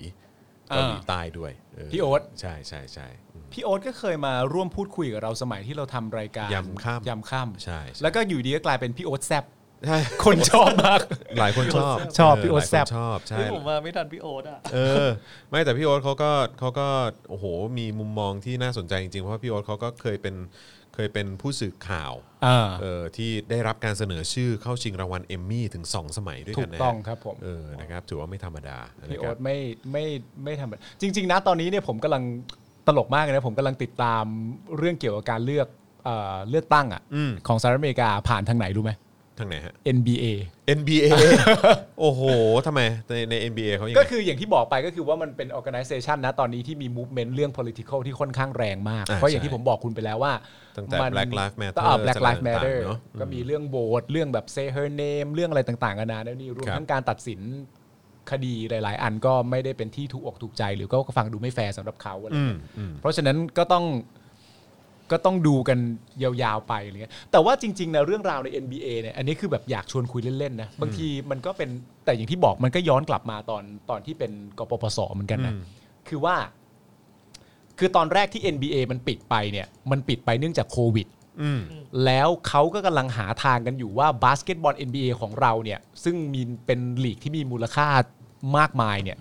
S2: เกาหลีใต้ด้วยเ
S9: พี่โอ๊ต
S2: ใช่ใช่ใช่
S9: พี่โอ๊ตก็เคยมาร่วมพูดคุยกับเราสมัยที่เราทำรายการ
S2: ยำค่ำ
S9: ยำค่ำ
S2: ใช่ใช่
S9: แล้วก็อยู่ดีก็กลายเป็นพี่โอ๊ตแซ บ
S2: ใช่
S9: คนชอบมาก
S2: หลายคนชอบ
S9: ชอบ
S2: เ
S9: พี่โอ๊ต
S2: หลาย
S9: แซ่บ
S2: คนชอบใช่
S4: เฮ้ยผมมาไม่ทันพี่โอ๊ตอ่ะ
S2: เออไม่แต่พี่โอ๊ตเขาก็เขาก็โอ้โหมีมุมมองที่น่าสนใจจริงๆเพราะว่าพี่โอ๊ตเขาก็เคยเป็นเค ยเป็นผู้สื่อข่าว
S3: อ่า
S2: เออที่ได้รับการเสนอชื่อเข้าชิงรางวัลเอมมี่ถึง 2 สมัยด้วย
S3: ถู
S2: กัน
S3: ก
S2: นะ
S3: ต้อง
S2: ฮะ
S3: ครับผม
S2: เออนะครับถือว่าไม่ธรรมดานะ
S3: พี่
S2: ค
S3: โอ๊
S2: รับ
S3: ตไม่ไม่ไม่ทำแบบจริง ๆ นะตอนนี้เนี่ยผมกำลังตลกมากเลยนะผมกำลังติดตามเรื่องเกี่ยวกับการเลือกเอ่อเลือกตั้งอ่ะ
S2: อืม
S3: ของสหรัฐอเมริกาผ่านทางไหนรู้ไหม
S2: ทางไหนฮะ
S3: NBA
S2: NBA โอ้โหทำไมในใน NBA เขายัง
S3: ก็
S2: ไง
S3: คืออย่างที่บอกไปก็คือว่ามันเป็น organization นะตอนนี้ที่มี movement เรื่อง political ที่ค่อนข้างแรงมาก
S2: อ่า
S3: เพราะอย่าง
S2: ใช่
S3: ที่ผมบอกคุณไปแล้วว่า
S2: ตั้งแต่ Black Lives Matter
S3: อ่า Black Lives
S2: ต่างๆ
S3: Matter
S2: เนอะ
S3: ก็มีเรื่องโบสเรื่องแบบ say her name เรื่องอะไรต่างๆกันานาแล้วนี่รวม
S2: ครับ
S3: ทั้งการตัดสินคดีหลาย ๆ อันก็ไม่ได้เป็นที่ถูกอกถูกใจหรือก็ฟังดูไม่แฟร์สำหรับเขาอะไรอย่างเงี้ย
S2: อืมอืม
S3: เพราะฉะนั้นก็ต้องก็ต้องดูกันยาวๆไปอะไรเงี้ยแต่ว่าจริงๆนะเรื่องราวใน NBA เนี่ยอันนี้คือแบบอยากชวนคุยเล่นๆนะบางทีมันก็เป็นแต่อย่างที่บอกมันก็ย้อนกลับมาตอนตอนที่เป็นกปปสเหมือนกันนะคือว่า คือตอนแรกที่ NBA มันปิดไปเนี่ย มันปิดไปเนื่องจากโควิด
S2: อืม
S3: แล้วเขาก็กำลังหาทางกันอยู่ว่าบาสเกตบอล NBA ของเราเนี่ย ซึ่งมีเป็นลีกที่มีมูลค่ามากมายเนี่ย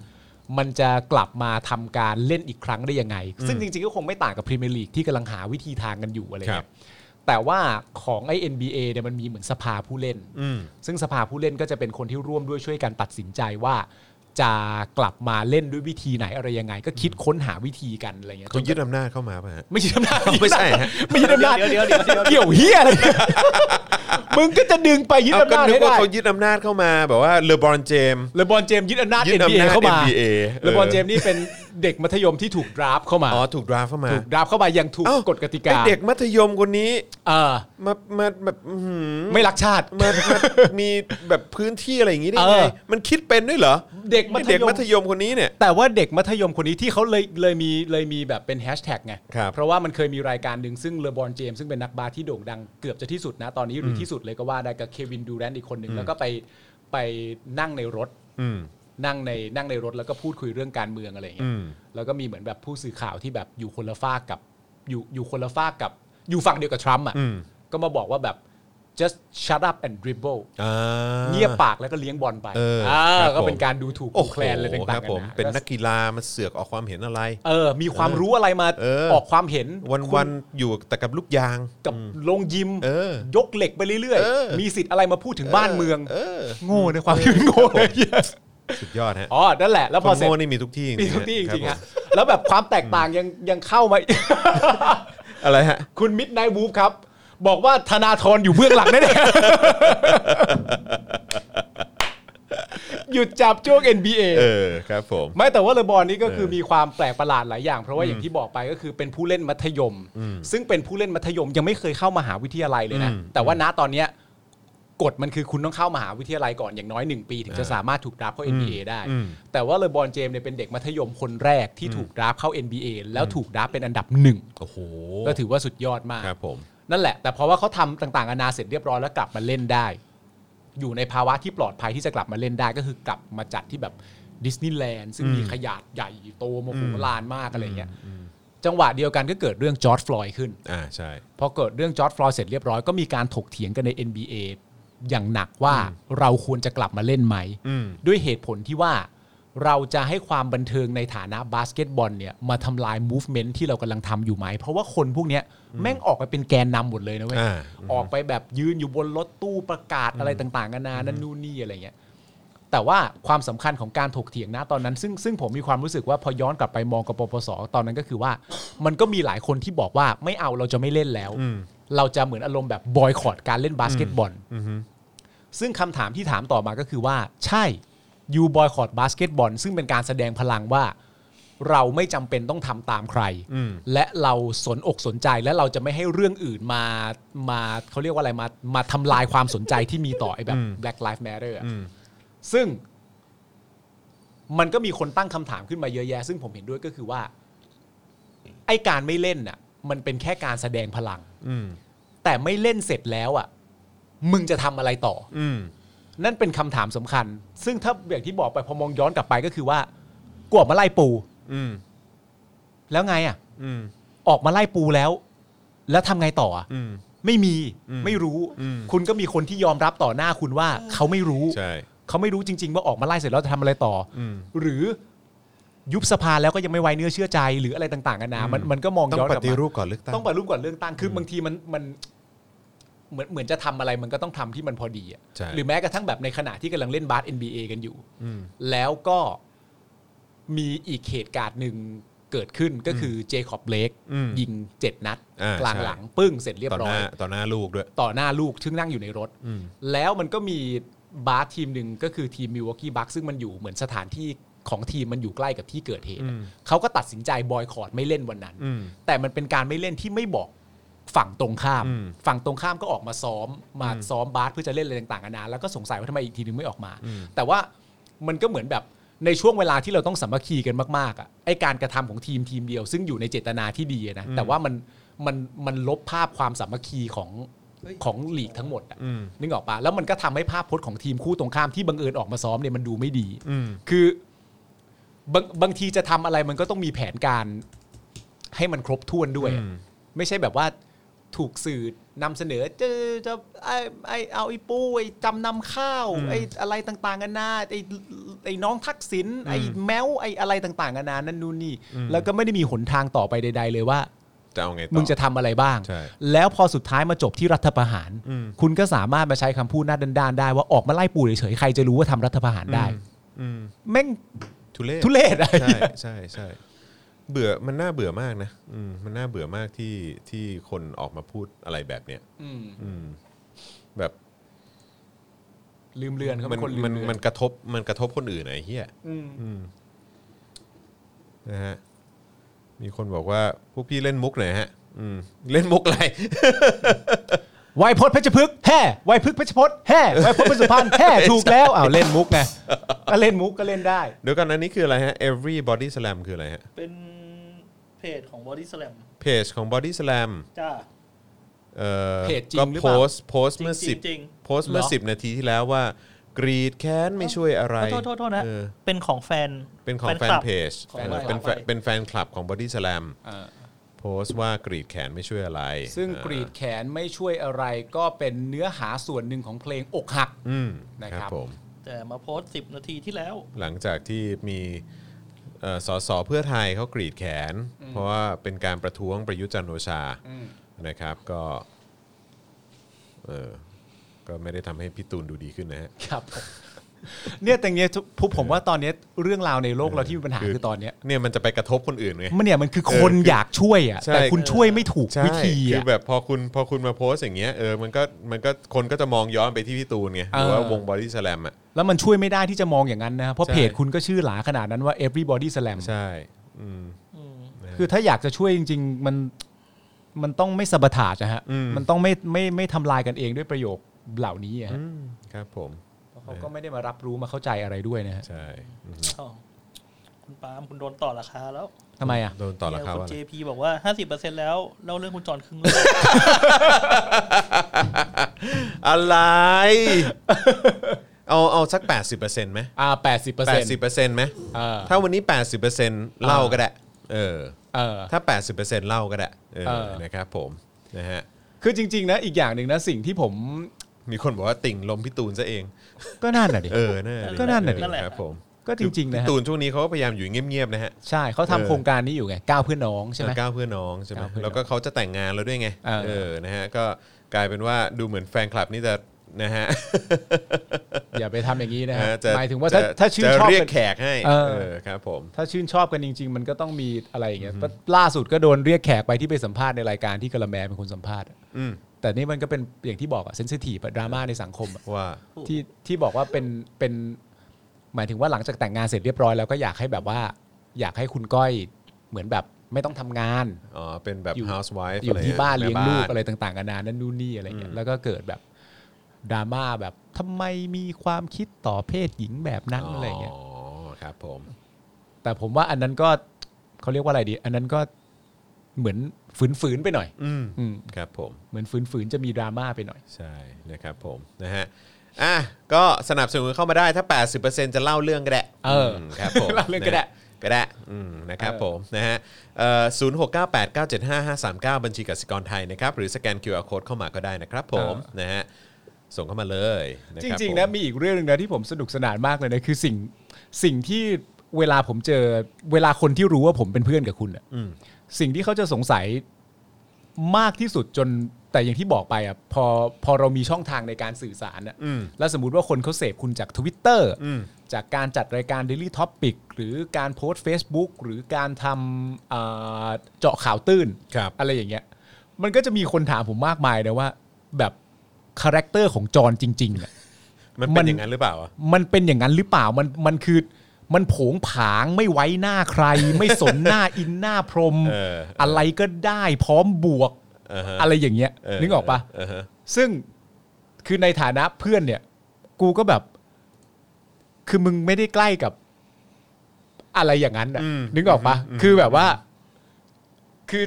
S3: มันจะกลับมาทำการเล่นอีกครั้งได้ยังไง ซึ่งจริงๆ ก็คงไม่ต่างกับพรีเมียร์ลีกที่กำลังหาวิธีทางกันอยู่อะไร
S2: ครั
S3: เงี้
S2: บ
S3: ยแต่ว่าของไอ้ NBA เนี่ยมันมีเหมือนสภาผู้เล่น
S2: อืม
S3: ซึ่งสภาผู้เล่นก็จะเป็นคนที่ร่วมด้วยช่วยกันตัดสินใจว่า จะกลับมาเล่นด้วยวิธีไหนอะไรยังไง ก็คิดค้นหาวิธีกันอะไรเงี้ย
S2: เขายึดอำนาจเข้ามาป่ะฮะ
S3: ไม่ใช่อำนาจ
S2: ไม่ใช่ฮะ
S3: ไม่ยึดอำนาจ
S4: เดี๋ยวเดี๋ยวเดี๋ยว
S3: เกี่ยวเฮียอะไรเนี่ยมึงก็จะดึงไปยึด
S2: เอา
S3: อำ
S2: ก็
S3: นาจ
S2: นึก
S3: ให้
S2: ว่า
S3: ได้
S2: เขายึดอำนาจเข้ามาแบบว่าเลบรอนเจม
S3: เลบอนเจมส์ยึดอำนาจ
S2: ยึด
S3: NBA
S2: อำนาจ
S3: เข้ามา
S2: NBA เออ
S3: เลบอนเจมส์นี่เป็นเด็กมัธยมที่ถูกดราฟเข้ามา
S2: อ๋อถูกดราฟเข้ามา
S3: ถูกดราฟเข้ามาอยังถูก
S2: เอ้าก
S3: ฎกติกา
S2: ไอ้เด็กมัธยมคนนี้
S3: เออ
S2: มามาแบบอื้อหือ
S3: ไม่รักชาติ
S2: มามามีแบบพื้นที่อะไรอย่างงี้ได้ไง
S3: เออ
S2: มันคิดเป็นด้วยเหรอ
S3: เด็กมัธยม
S2: เด็กมัธยมคนนี้เนี่ย
S3: แต่ว่าเด็กมัธยมคนนี้ที่เขาเลยเลยมีเลยมีแบบเป็นแฮชแท็กไง
S2: ครับ
S3: เพราะว่ามันเคยมีรายการหนึ่งซึ่งเลบอนเจมส์ซึ่งเป็นนักบาสที่โด่งดังเกือบจะที่สุดนะตอนนี้หรือที่สุดเลยก็ว่าได้กับเควินดูแรนต์อีกคนหนึ่งแล้วก็ไปไปนั่งในรถ
S2: อืม
S3: นั่งในนั่งในรถแล้วก็พูดคุยเรื่องการเมืองอะไรอย่างเงี้
S2: อื
S3: ย
S2: ม
S3: แล้วก็มีเหมือนแบบผู้สื่อข่าวที่แบบอยู่คนละฝากกับอยู่อยู่คนละฝากกับอยู่ฝั่งเดียวกับทรัมป์อ่ะ
S2: อืม
S3: ก็มาบอกว่าแบบ just shut up and dribble
S2: อ่า
S3: เงียบปากแล้วก็เลี้ยงบอลไป
S2: เออ
S3: อ่า
S2: ครับผม
S3: ก็เป็นการดูถูก
S2: โอ้
S3: ดู
S2: โห
S3: แคลนอะไรต่าง
S2: ค
S3: ๆกั
S2: รับ
S3: น
S2: ผม
S3: นะ
S2: เป็นนักกีฬามันเสือกออกความเห็นอะไร
S3: เออ มีความรู้อะไรมา
S2: เออ
S3: ออกความเห็น
S2: วัน
S3: คุณ
S2: วันๆอยู่แต่กับลูกยาง
S3: กับลงยิม
S2: เออย
S3: กเหล็กไปเรื่อย
S2: เออ
S3: มีสิทธิ์อะไรมาพูดถึงบ้านเมือง
S2: เออ
S3: โง่ในความคิดโง่เลยเหี้ย
S2: สุดยอดฮะ
S3: อ๋อนั่นแหละแล้ว
S2: ค
S3: พอน เสร็จ
S2: โง่นี่มีทุกที่จริงๆ
S3: มีทุกที่จริงๆ
S2: ค
S3: ฮะ
S2: บผม
S3: แล้วแบบความแตกต่างยังยังเข้ามา
S2: อะไรฮะ
S3: คุณมิดไนบูฟครับ บอกว่าธนาธรอยู่เบื้อง หลังแน่ๆ หยุดจับจ้วง NBA
S2: เออครับผม
S3: ไม่แต่ว่าเลบอนนี่ก็คือ
S2: เออ
S3: มีความแปลกประหลาดหลายอย่าง เพราะว่าอย่างที่บอกไปก็คือเป็นผู้เล่นมัธยม ซึ่งเป็นผู้เล่นมัธยมยังไม่เคยเข้ามหาวิทยาลัยเลยนะ
S2: อืม
S3: แต่ว่าณตอนเนี้ยกฎมันคือคุณต้องเข้ามหาวิทยาลัยก่อนอย่างน้อยหนึ่งปี ถึงจะสามารถถูกดราฟเข้า NBA ได้
S2: อืม
S3: แต่ว่าเลบรอนเจมส์เนี่ยเป็นเด็กมัธยมคนแรกที่ถูกดราฟเข้า NBA แล้วถูกดราฟเป็นอันดับหนึ่ง
S2: โอ้โห
S3: ก็ถือว่าสุดยอดมาก
S2: ครับผม
S3: นั่นแหละ แต่เพราะว่าเขาทำต่างๆนานาเสร็จเรียบร้อยแล้วกลับมาเล่นได้ อยู่ในภาวะที่ปลอดภัยที่จะกลับมาเล่นได้ก็คือกลับมาจัดที่แบบดิสนีย์แลนด์ซึ่งมีขยาดใหญ่โตมโหฬารมากอะไรเงี้ยจังหวะเดียวกันก็เกิดเรื่องจอร์ดฟลอยด์ขึ้น
S2: อ่าใช่
S3: พอเกิดเรื่องจอร์ดฟลอยด์เสร็จเรียบร้อยก็มีการถกเถียงกันใน NBA อย่างหนักว่าเราควรจะกลับมาเล่นไหม
S2: อืม
S3: ด้วยเหตุผลที่ว่าเราจะให้ความบันเทิงในฐานะบาสเกตบอลเนี่ยมาทำลาย movement ที่เรากำลังทำอยู่ไหม เพราะว่าคนพวกเนี้ยแม่งออกไปเป็นแกนนำหมดเลยนะเว้ย
S2: อ่า
S3: ออกไปแบบยืนอยู่บนรถตู้ประกาศอะไรต่างๆนานานั่นนู่นนี่อะไรเงี้ย แต่ว่าความสำคัญของการถกเถียงนะตอนนั้น ซึ่งซึ่งผมมีความรู้สึกว่าพอย้อนกลับไปมองกับปปสตอนนั้นก็คือว่า มันก็มีหลายคนที่บอกว่าไม่เอาเราจะไม่เล่นแล้ว
S2: อืม
S3: เราจะเหมือนอารมณ์แบบบอยคอตการเล่นบาสเกตบอล
S2: อืม
S3: ซึ่งคำถามที่ถามต่อมาก็คือว่า ใช่ยูบอยคอตบาสเกตบอลซึ่งเป็นการแสดงพลังว่า เราไม่จำเป็นต้องทำตามใคร
S2: อืม
S3: และเราสนอกสนใจและเราจะไม่ให้เรื่องอื่นมามาเขาเรียกว่าอะไรมามาทำลายความสนใจที่มีต่อไอ้แบบ
S2: อืม
S3: Black Lives Matter อะ
S2: อืม
S3: ซึ่งมันก็มีคนตั้งคำถามขึ้นมาเยอะแยะ ซึ่งผมเห็นด้วยก็คือว่า ไอ้การไม่เล่นน่ะ มันเป็นแค่การแสดงพลัง
S2: อืม
S3: แต่ไม่เล่นเสร็จแล้วอ่ะ มึงจะทำอะไรต่อ
S2: อืม
S3: นั่นเป็นคำถามสำคัญ ซึ่งถ้าอย่างที่บอกไปพอมองย้อนกลับไปก็คือว่ากวบมาไล่ปู
S2: อืม
S3: แล้วไงอ่ะ
S2: อืม
S3: ออกมาไล่ปูแล้ว แล้วทำไงต่ออะ
S2: อืม
S3: ไม่มี
S2: อืม
S3: ไม่รู้
S2: อืม
S3: คุณก็มีคนที่ยอมรับต่อหน้าคุณว่า เขาไม่รู้
S2: ใช่
S3: เขาไม่รู้จริง ๆ ว่าออกมาไล่เสร็จแล้วจะทำอะไรต่ออ
S2: อืม
S3: หรือ ยุบสภาแล้วก็ยังไม่ไว้เนื้อเชื่อใจหรืออะไรต่างๆกันานามันมันก็มอง
S2: ต้อ
S3: ย้อง น
S2: ป
S3: กลับ
S2: ฏิ
S3: มา
S2: รูปก่อนเลือกตั้ง
S3: ต้องไปรูปก่อนเรื่องตั้งคือบางทีมันมันเหมือนเหมือนจะทำอะไรมันก็ต้องทำที่มันพอดีอะ
S2: ใช่
S3: หรือแม้กระทั่งแบบในขณะที่กำลังเล่นบาส NBA กันอยู่
S2: อืม
S3: แล้วก็มีอีกเหตุการณ์หนึ่งเกิดขึ้นก็คือเจคอบเบลก
S2: อืม
S3: ยิงเจ็ดนัด
S2: อ่าก
S3: ลาง
S2: ใช่
S3: หลัง ปึ้งเสร็จเรียบ
S2: ต่อ
S3: ร้
S2: ห
S3: อย
S2: น้าต่อหน้าลูกด้วย
S3: ต่อหน้าลูกซึ่งนั่งอยู่ในรถ
S2: อืม
S3: แล้วมันก็มีบาสทีมหนึ่งก็คือทีมมิวอกกี้บัคซึ่งมันอยู่เหมือนสถานที่ของทีมมันอยู่ใกล้กับที่เกิดเหตุอะ
S2: อืม
S3: เขาก็ตัดสินใจบอยคอรดไม่เล่นวันนั้น
S2: อืม
S3: แต่มันเป็นการไม่เล่นที่ไม่บอกฝั่งตรงข้าม
S2: อืม
S3: ฝั่งตรงข้ามก็ออกมาซ้อม มา
S2: อืม
S3: ซ้อมบาสเพื่อจะเล่นอะไรต่างๆนานาแล้วก็สงสัยว่าทำไมอีกทีนึงไม่ออกมา
S2: อืม
S3: แต่ว่ามันก็เหมือนแบบในช่วงเวลาที่เราต้องสามัคคีกันมากๆอ่ะไอการกระทำของทีมทีมเดียว ซึ่งอยู่ในเจตนาที่ดีอะนะแต่ว่ามันมันมันลบภาพความสามัคคีของของลีกทั้งหมดอะ
S2: อืม
S3: นึกออกปะแล้วมันก็ทำให้ภาพพจน์ของทีมคู่ตรงข้ามที่บังเอิญออกมาซ้อมเนี่ยมันดูไม่ดี
S2: อืม
S3: คือบางบางทีจะทำอะไรมันก็ต้องมีแผนการให้มันครบถ้วนด้วยอะ
S2: อืม
S3: ไม่ใช่แบบว่าถูกสื่อนำเสนอเจอจะไอ้ไอ้เอาไอ้ปูไอ้จำนำข้าวไอ้อะไรต่างๆกันานาไอ้ไอ้น้องทักษิณไอ้แมวไอ้อะไรต่างๆกันานานั่นนู่นนี่ แล้วก็ไม่ได้มีหนทางต่อไปใด ๆ เลยว่า
S2: จะเอาไงต่อ
S3: มึงจะทำอะไรบ้าง
S2: ใช่
S3: แล้วพอสุดท้ายมาจบที่รัฐประหาร
S2: อืม
S3: คุณก็สามารถมาใช้คำพูดหน้าด้านๆได้ว่าออกมาไล่ปู่เฉยๆใครจะรู้ว่าทำรัฐประหารได้
S2: อืม
S3: แม่ง
S2: ทุเรศ
S3: ทุเรศอะไร
S2: ใช่ใช่ใช่เบื่อมันน่าเบื่อมากนะอืมมันน่าเบื่อมากที่ที่คนออกมาพูดอะไรแบบเนี้ยอืมแบบ
S3: ลืมเลือนเขา
S2: มั
S3: เป็น นคนลืม
S2: มัน
S3: เลือ
S2: มัน
S3: น
S2: กระทบมันกระทบคนอื่นอะไอ้เหี้ยอืมนะฮะมีคนบอกว่าพวกพี่เล่นมุกไหนอยฮะ อืม เล่นมุกอะไร
S3: วัยพจน์เพชรพฤกษ์แฮ่วัยพฤกษ์เพชรพฤกษ์แฮ่วัยพจน์เพชรสุพรรณ แฮ่ถูกแล้วอ้าวเล่นมุกไงก็เล่นมุกก็เล่นได้
S2: เดี๋ยวกันอันนี้คืออะไรฮะ every body slam คืออะไรฮะ
S4: เป็นเพจของบอดี้สแลม
S2: เพจของ body slam
S4: จ้า
S2: เอ่อ
S3: เพจจริ
S2: ก็
S3: งหรือ
S2: โพ
S3: เปล่า
S2: สต์โพสต์เมื่อ
S4: จริงๆ
S2: สิบ
S4: จริง
S2: โพสต์เมื่อ
S3: เหรอ
S2: สิบนาทีที่แล้วว่ากรีดแค้นไม่ช่วยอะไร
S4: โทษโทษโทษนะ
S2: เออ
S4: เป็นของแฟน
S2: เป็นของแฟน
S4: คลับ
S2: เพจ
S4: ของ
S2: เออ
S4: แฟนคลับ
S2: เป็นแฟนเป็น
S4: ไป
S2: แฟนคลับของ Body Slam โพสต์ว่ากรีดแขนไม่ช่วยอะไร
S3: ซึ่ง
S2: เออก
S3: รีดแขนไม่ช่วยอะไรก็เป็นเนื้อหาส่วนหนึ่งของเพลงอกหัก
S2: อืม
S3: นะ
S2: ค
S3: ครั
S2: รับบ ผม
S4: แต่มาโพสต์สิบนาทีที่แล้ว
S2: หลังจากที่มีเอ่อสสเพื่อไทยเขากรีดแขน เพราะว่าเป็นการประท้วงประยุทธ์จันทร์โอชานะครับก็เออก็ไม่ได้ทำให้พี่ตูนดูดีขึ้นนะฮะ
S3: ครับผมเนี่ยแต่เนี้ยผมผมว่าตอนเนี้ยเรื่องราวในโลกเราที่มีปัญหา
S2: คือ
S3: คือตอนเนี้ย
S2: เนี่ยมันจะไปกระทบคนอื่นไง
S3: มันเนี่ยมันคือคนอยากช่วยอ่ะ
S2: ใช่
S3: แต่คุณช่วยไม่ถูก
S2: ใช่
S3: วิธี
S2: คือ
S3: อ่ะ
S2: แบบพอคุณพอคุณมาโพสต์อย่างเงี้ยเออมันก็มันก็คนก็จะมองย้อนไปที่พี่ตูนไงหรือว่า
S3: เออ
S2: วง Body Slam อ่ะ
S3: แล้วมันช่วยไม่ได้ที่จะมองอย่างนั้นนะเพราะ
S2: ใช่
S3: เพจคุณก็ชื่อหลาขนาดนั้นว่า everybody slam
S2: ใช่อืม
S3: คือถ้าอยากจะช่วยจริง ๆ มันมันต้องไม่สะบัดาจะฮะ
S2: อืม
S3: นต้องไม่ไม่ไม่ทำลายกันเองด้วยประโยคเหล่านี้อะฮะ
S2: อืมครับผม
S3: เพราะเขาก็ไม่ได้มารับรู้มาเข้าใจอะไรด้วยนะฮะ
S2: ใช่อืม
S4: อ้าวคุณปาล์มคุณโดนต่อราคาแล้ว
S3: ทำไมอ่ะ
S2: โดนต่อราคา
S4: เนี่ยคุณ
S2: ว่าอะไร
S4: JP บอกว่าห้าสิบเปอร์เซ็นแล้วเล่าเรื่องคุณจอนครึ่งเรื่อง
S2: อะไร เอาเอาสัก 80%ไหม
S3: อ่าแปดสิบเปอร์เซ็นต์
S2: 80%ไหม
S3: เออ
S2: ถ้าวันนี้ 80%เล่าก็ได้เออ
S3: เออ
S2: ถ้า 80%เล่าก็ได้เออ
S3: เออ
S2: นะครับผมนะฮะ
S3: คือจริง ๆ นะ อีกอย่างหนึ่งนะสิ่งที่ผม
S2: มีคนบอกว่าติ่งลมพี่ตูนซะเอง
S3: ก็นั่นน่ะดิ
S2: เออน่าดิ
S3: ก็นั่นน่ะดิ
S2: เออครับผม
S3: ก็จริง ๆ
S2: พี่
S3: นะฮะ
S2: ตูนช่วงนี้เขาก็พยายามอยู่เงียบๆนะฮะ
S3: ใช่เขาทำ
S2: เออ
S3: โครงการนี้อยู่ไงก้าวเพื่อนน้องใช่ไหม
S2: ก้าวเพื่อน้องใช่ไหม
S3: ก้าวเพื่อน้อง
S2: แล้วก็เขาจะแต่งงานแล้วด้วยไง
S3: เออ
S2: นะฮะก็กลายเป็นว่าดูเหมือนแฟนคลับนี่จะนะฮะ
S3: อย่าไปทำอย่างนี้นะ
S2: นะ
S3: ฮะ
S2: ฮะจะ
S3: หมายถึงว่าถ้า
S2: จะ
S3: ถ้าชื่น
S2: จะ
S3: ชอบ
S2: เรียก
S3: กัน
S2: แขกให้
S3: เออ
S2: เออครับผม
S3: ถ้าชื่นชอบกันจริง ๆ มันก็ต้องมีอะไรอย่างเงี้ยล่าสุดก็โดนเรียกแขกไปที่ไปสัมภาษณ์ในรายการที่กะละแมเป็นคนสัมภาษณ์อะ
S2: อืม
S3: แต่นี่มันก็เป็นอย่างที่บอกอะเซนซิทีฟดราม่าในสังคมอะ
S2: ว่า
S3: ที่ที่บอกว่าเป็นเป็นหมายถึงว่าหลังจากแต่งงานเสร็จเรียบร้อยแล้วก็อยากให้แบบว่า อยากให้คุณก้อยเหมือนแบบไม่ต้องทำงาน
S2: อ๋อ เป็นแบบ
S3: อยู่
S2: housewife
S3: อยู่ที่
S2: ะไร
S3: บ้านเลี้ยง
S2: แม่
S3: ลูก
S2: บ้าน
S3: อะไรต่างๆกันานานั่นนู่นนี่อะไรเงี้
S2: อื
S3: ย
S2: ม
S3: แล้วก็เกิดแบบดราม่าแบบทำไมมีความคิดต่อเพศหญิงแบบนั้นอะไรเงี้ย
S2: อ๋อครับผม
S3: แต่ผมว่าอันนั้นก็เขาเรียกว่าอะไรดี อันนั้นก็เหมือนฝืนๆไปหน่อย
S2: อืม
S3: อืม
S2: ครับผม
S3: เหมือนฝืนๆจะมีดราม่าไปหน่อย
S2: ใช่นะครับผมนะฮะอ่ะก็สนับสนุนเข้ามาได้ถ้า 80%จะเล่าเรื่องก็ได้
S3: เออ
S2: มครับผม
S3: เล่าเรื่องก็ได้
S2: นะก็ได้อืมนะครับผมนะฮะศูนย์หกเก้าแปดเก้าเจ็ดห้าห้าสามเก้าบัญชีกสิกรไทยนะครับหรือสแกน QR Code เข้ามาก็ได้นะครับผม
S3: เออ
S2: นะฮะส่งเข้ามาเลยคบ
S3: จริง
S2: ผม
S3: ๆนะมีอีกเรื่องหนึงนะที่ผมสนุกสนานมากเลยนะคือสิ่งสิ่งที่ เวลาผมเจอเวลาคนที่รู้ว่าผมเป็นเพื่อนกับคุณอะ
S2: อืม
S3: สิ่งที่เขาจะสงสัยมากที่สุดจนแต่อย่างที่บอกไปอ่ะพอพอเรามีช่องทางในการสื่อสารอ่ะ
S2: อืม
S3: แล้วสมมติว่าคนเขาเสพคุณจาก Twitter
S2: อืม
S3: จากการจัดรายการ Daily Topic หรือการโพสต์ Facebook หรือการทำเอ่อเจาะข่าวตื้น
S2: ครับ
S3: อะไรอย่างเงี้ย มันก็จะมีคนถามผมมากมายนะว่า แบบคาแรคเตอร์ของจอนจริงๆอะ
S2: มันเป็
S3: มัน น
S2: อย่างนั้นหรือเปล่าอะ
S3: มันเป็นอย่างนั้นหรือเปล่า มันมันคือมันโผงผางไม่ไว้หน้าใคร ไม่สนหน้าอินหน้าพรม
S2: เออ
S3: อะไรก็ได้พร้อมบวก
S2: เออฮะ
S3: อะไรอย่างเงี้ย
S2: เ
S3: นึกออกปะ
S2: เออฮะ
S3: ซึ่งคือในฐานะเพื่อนเนี่ย กูก็แบบ คือมึงไม่ได้ใกล้กับอะไรอย่างนั้นน่ะนึกออกปะคือแบบว่า คือ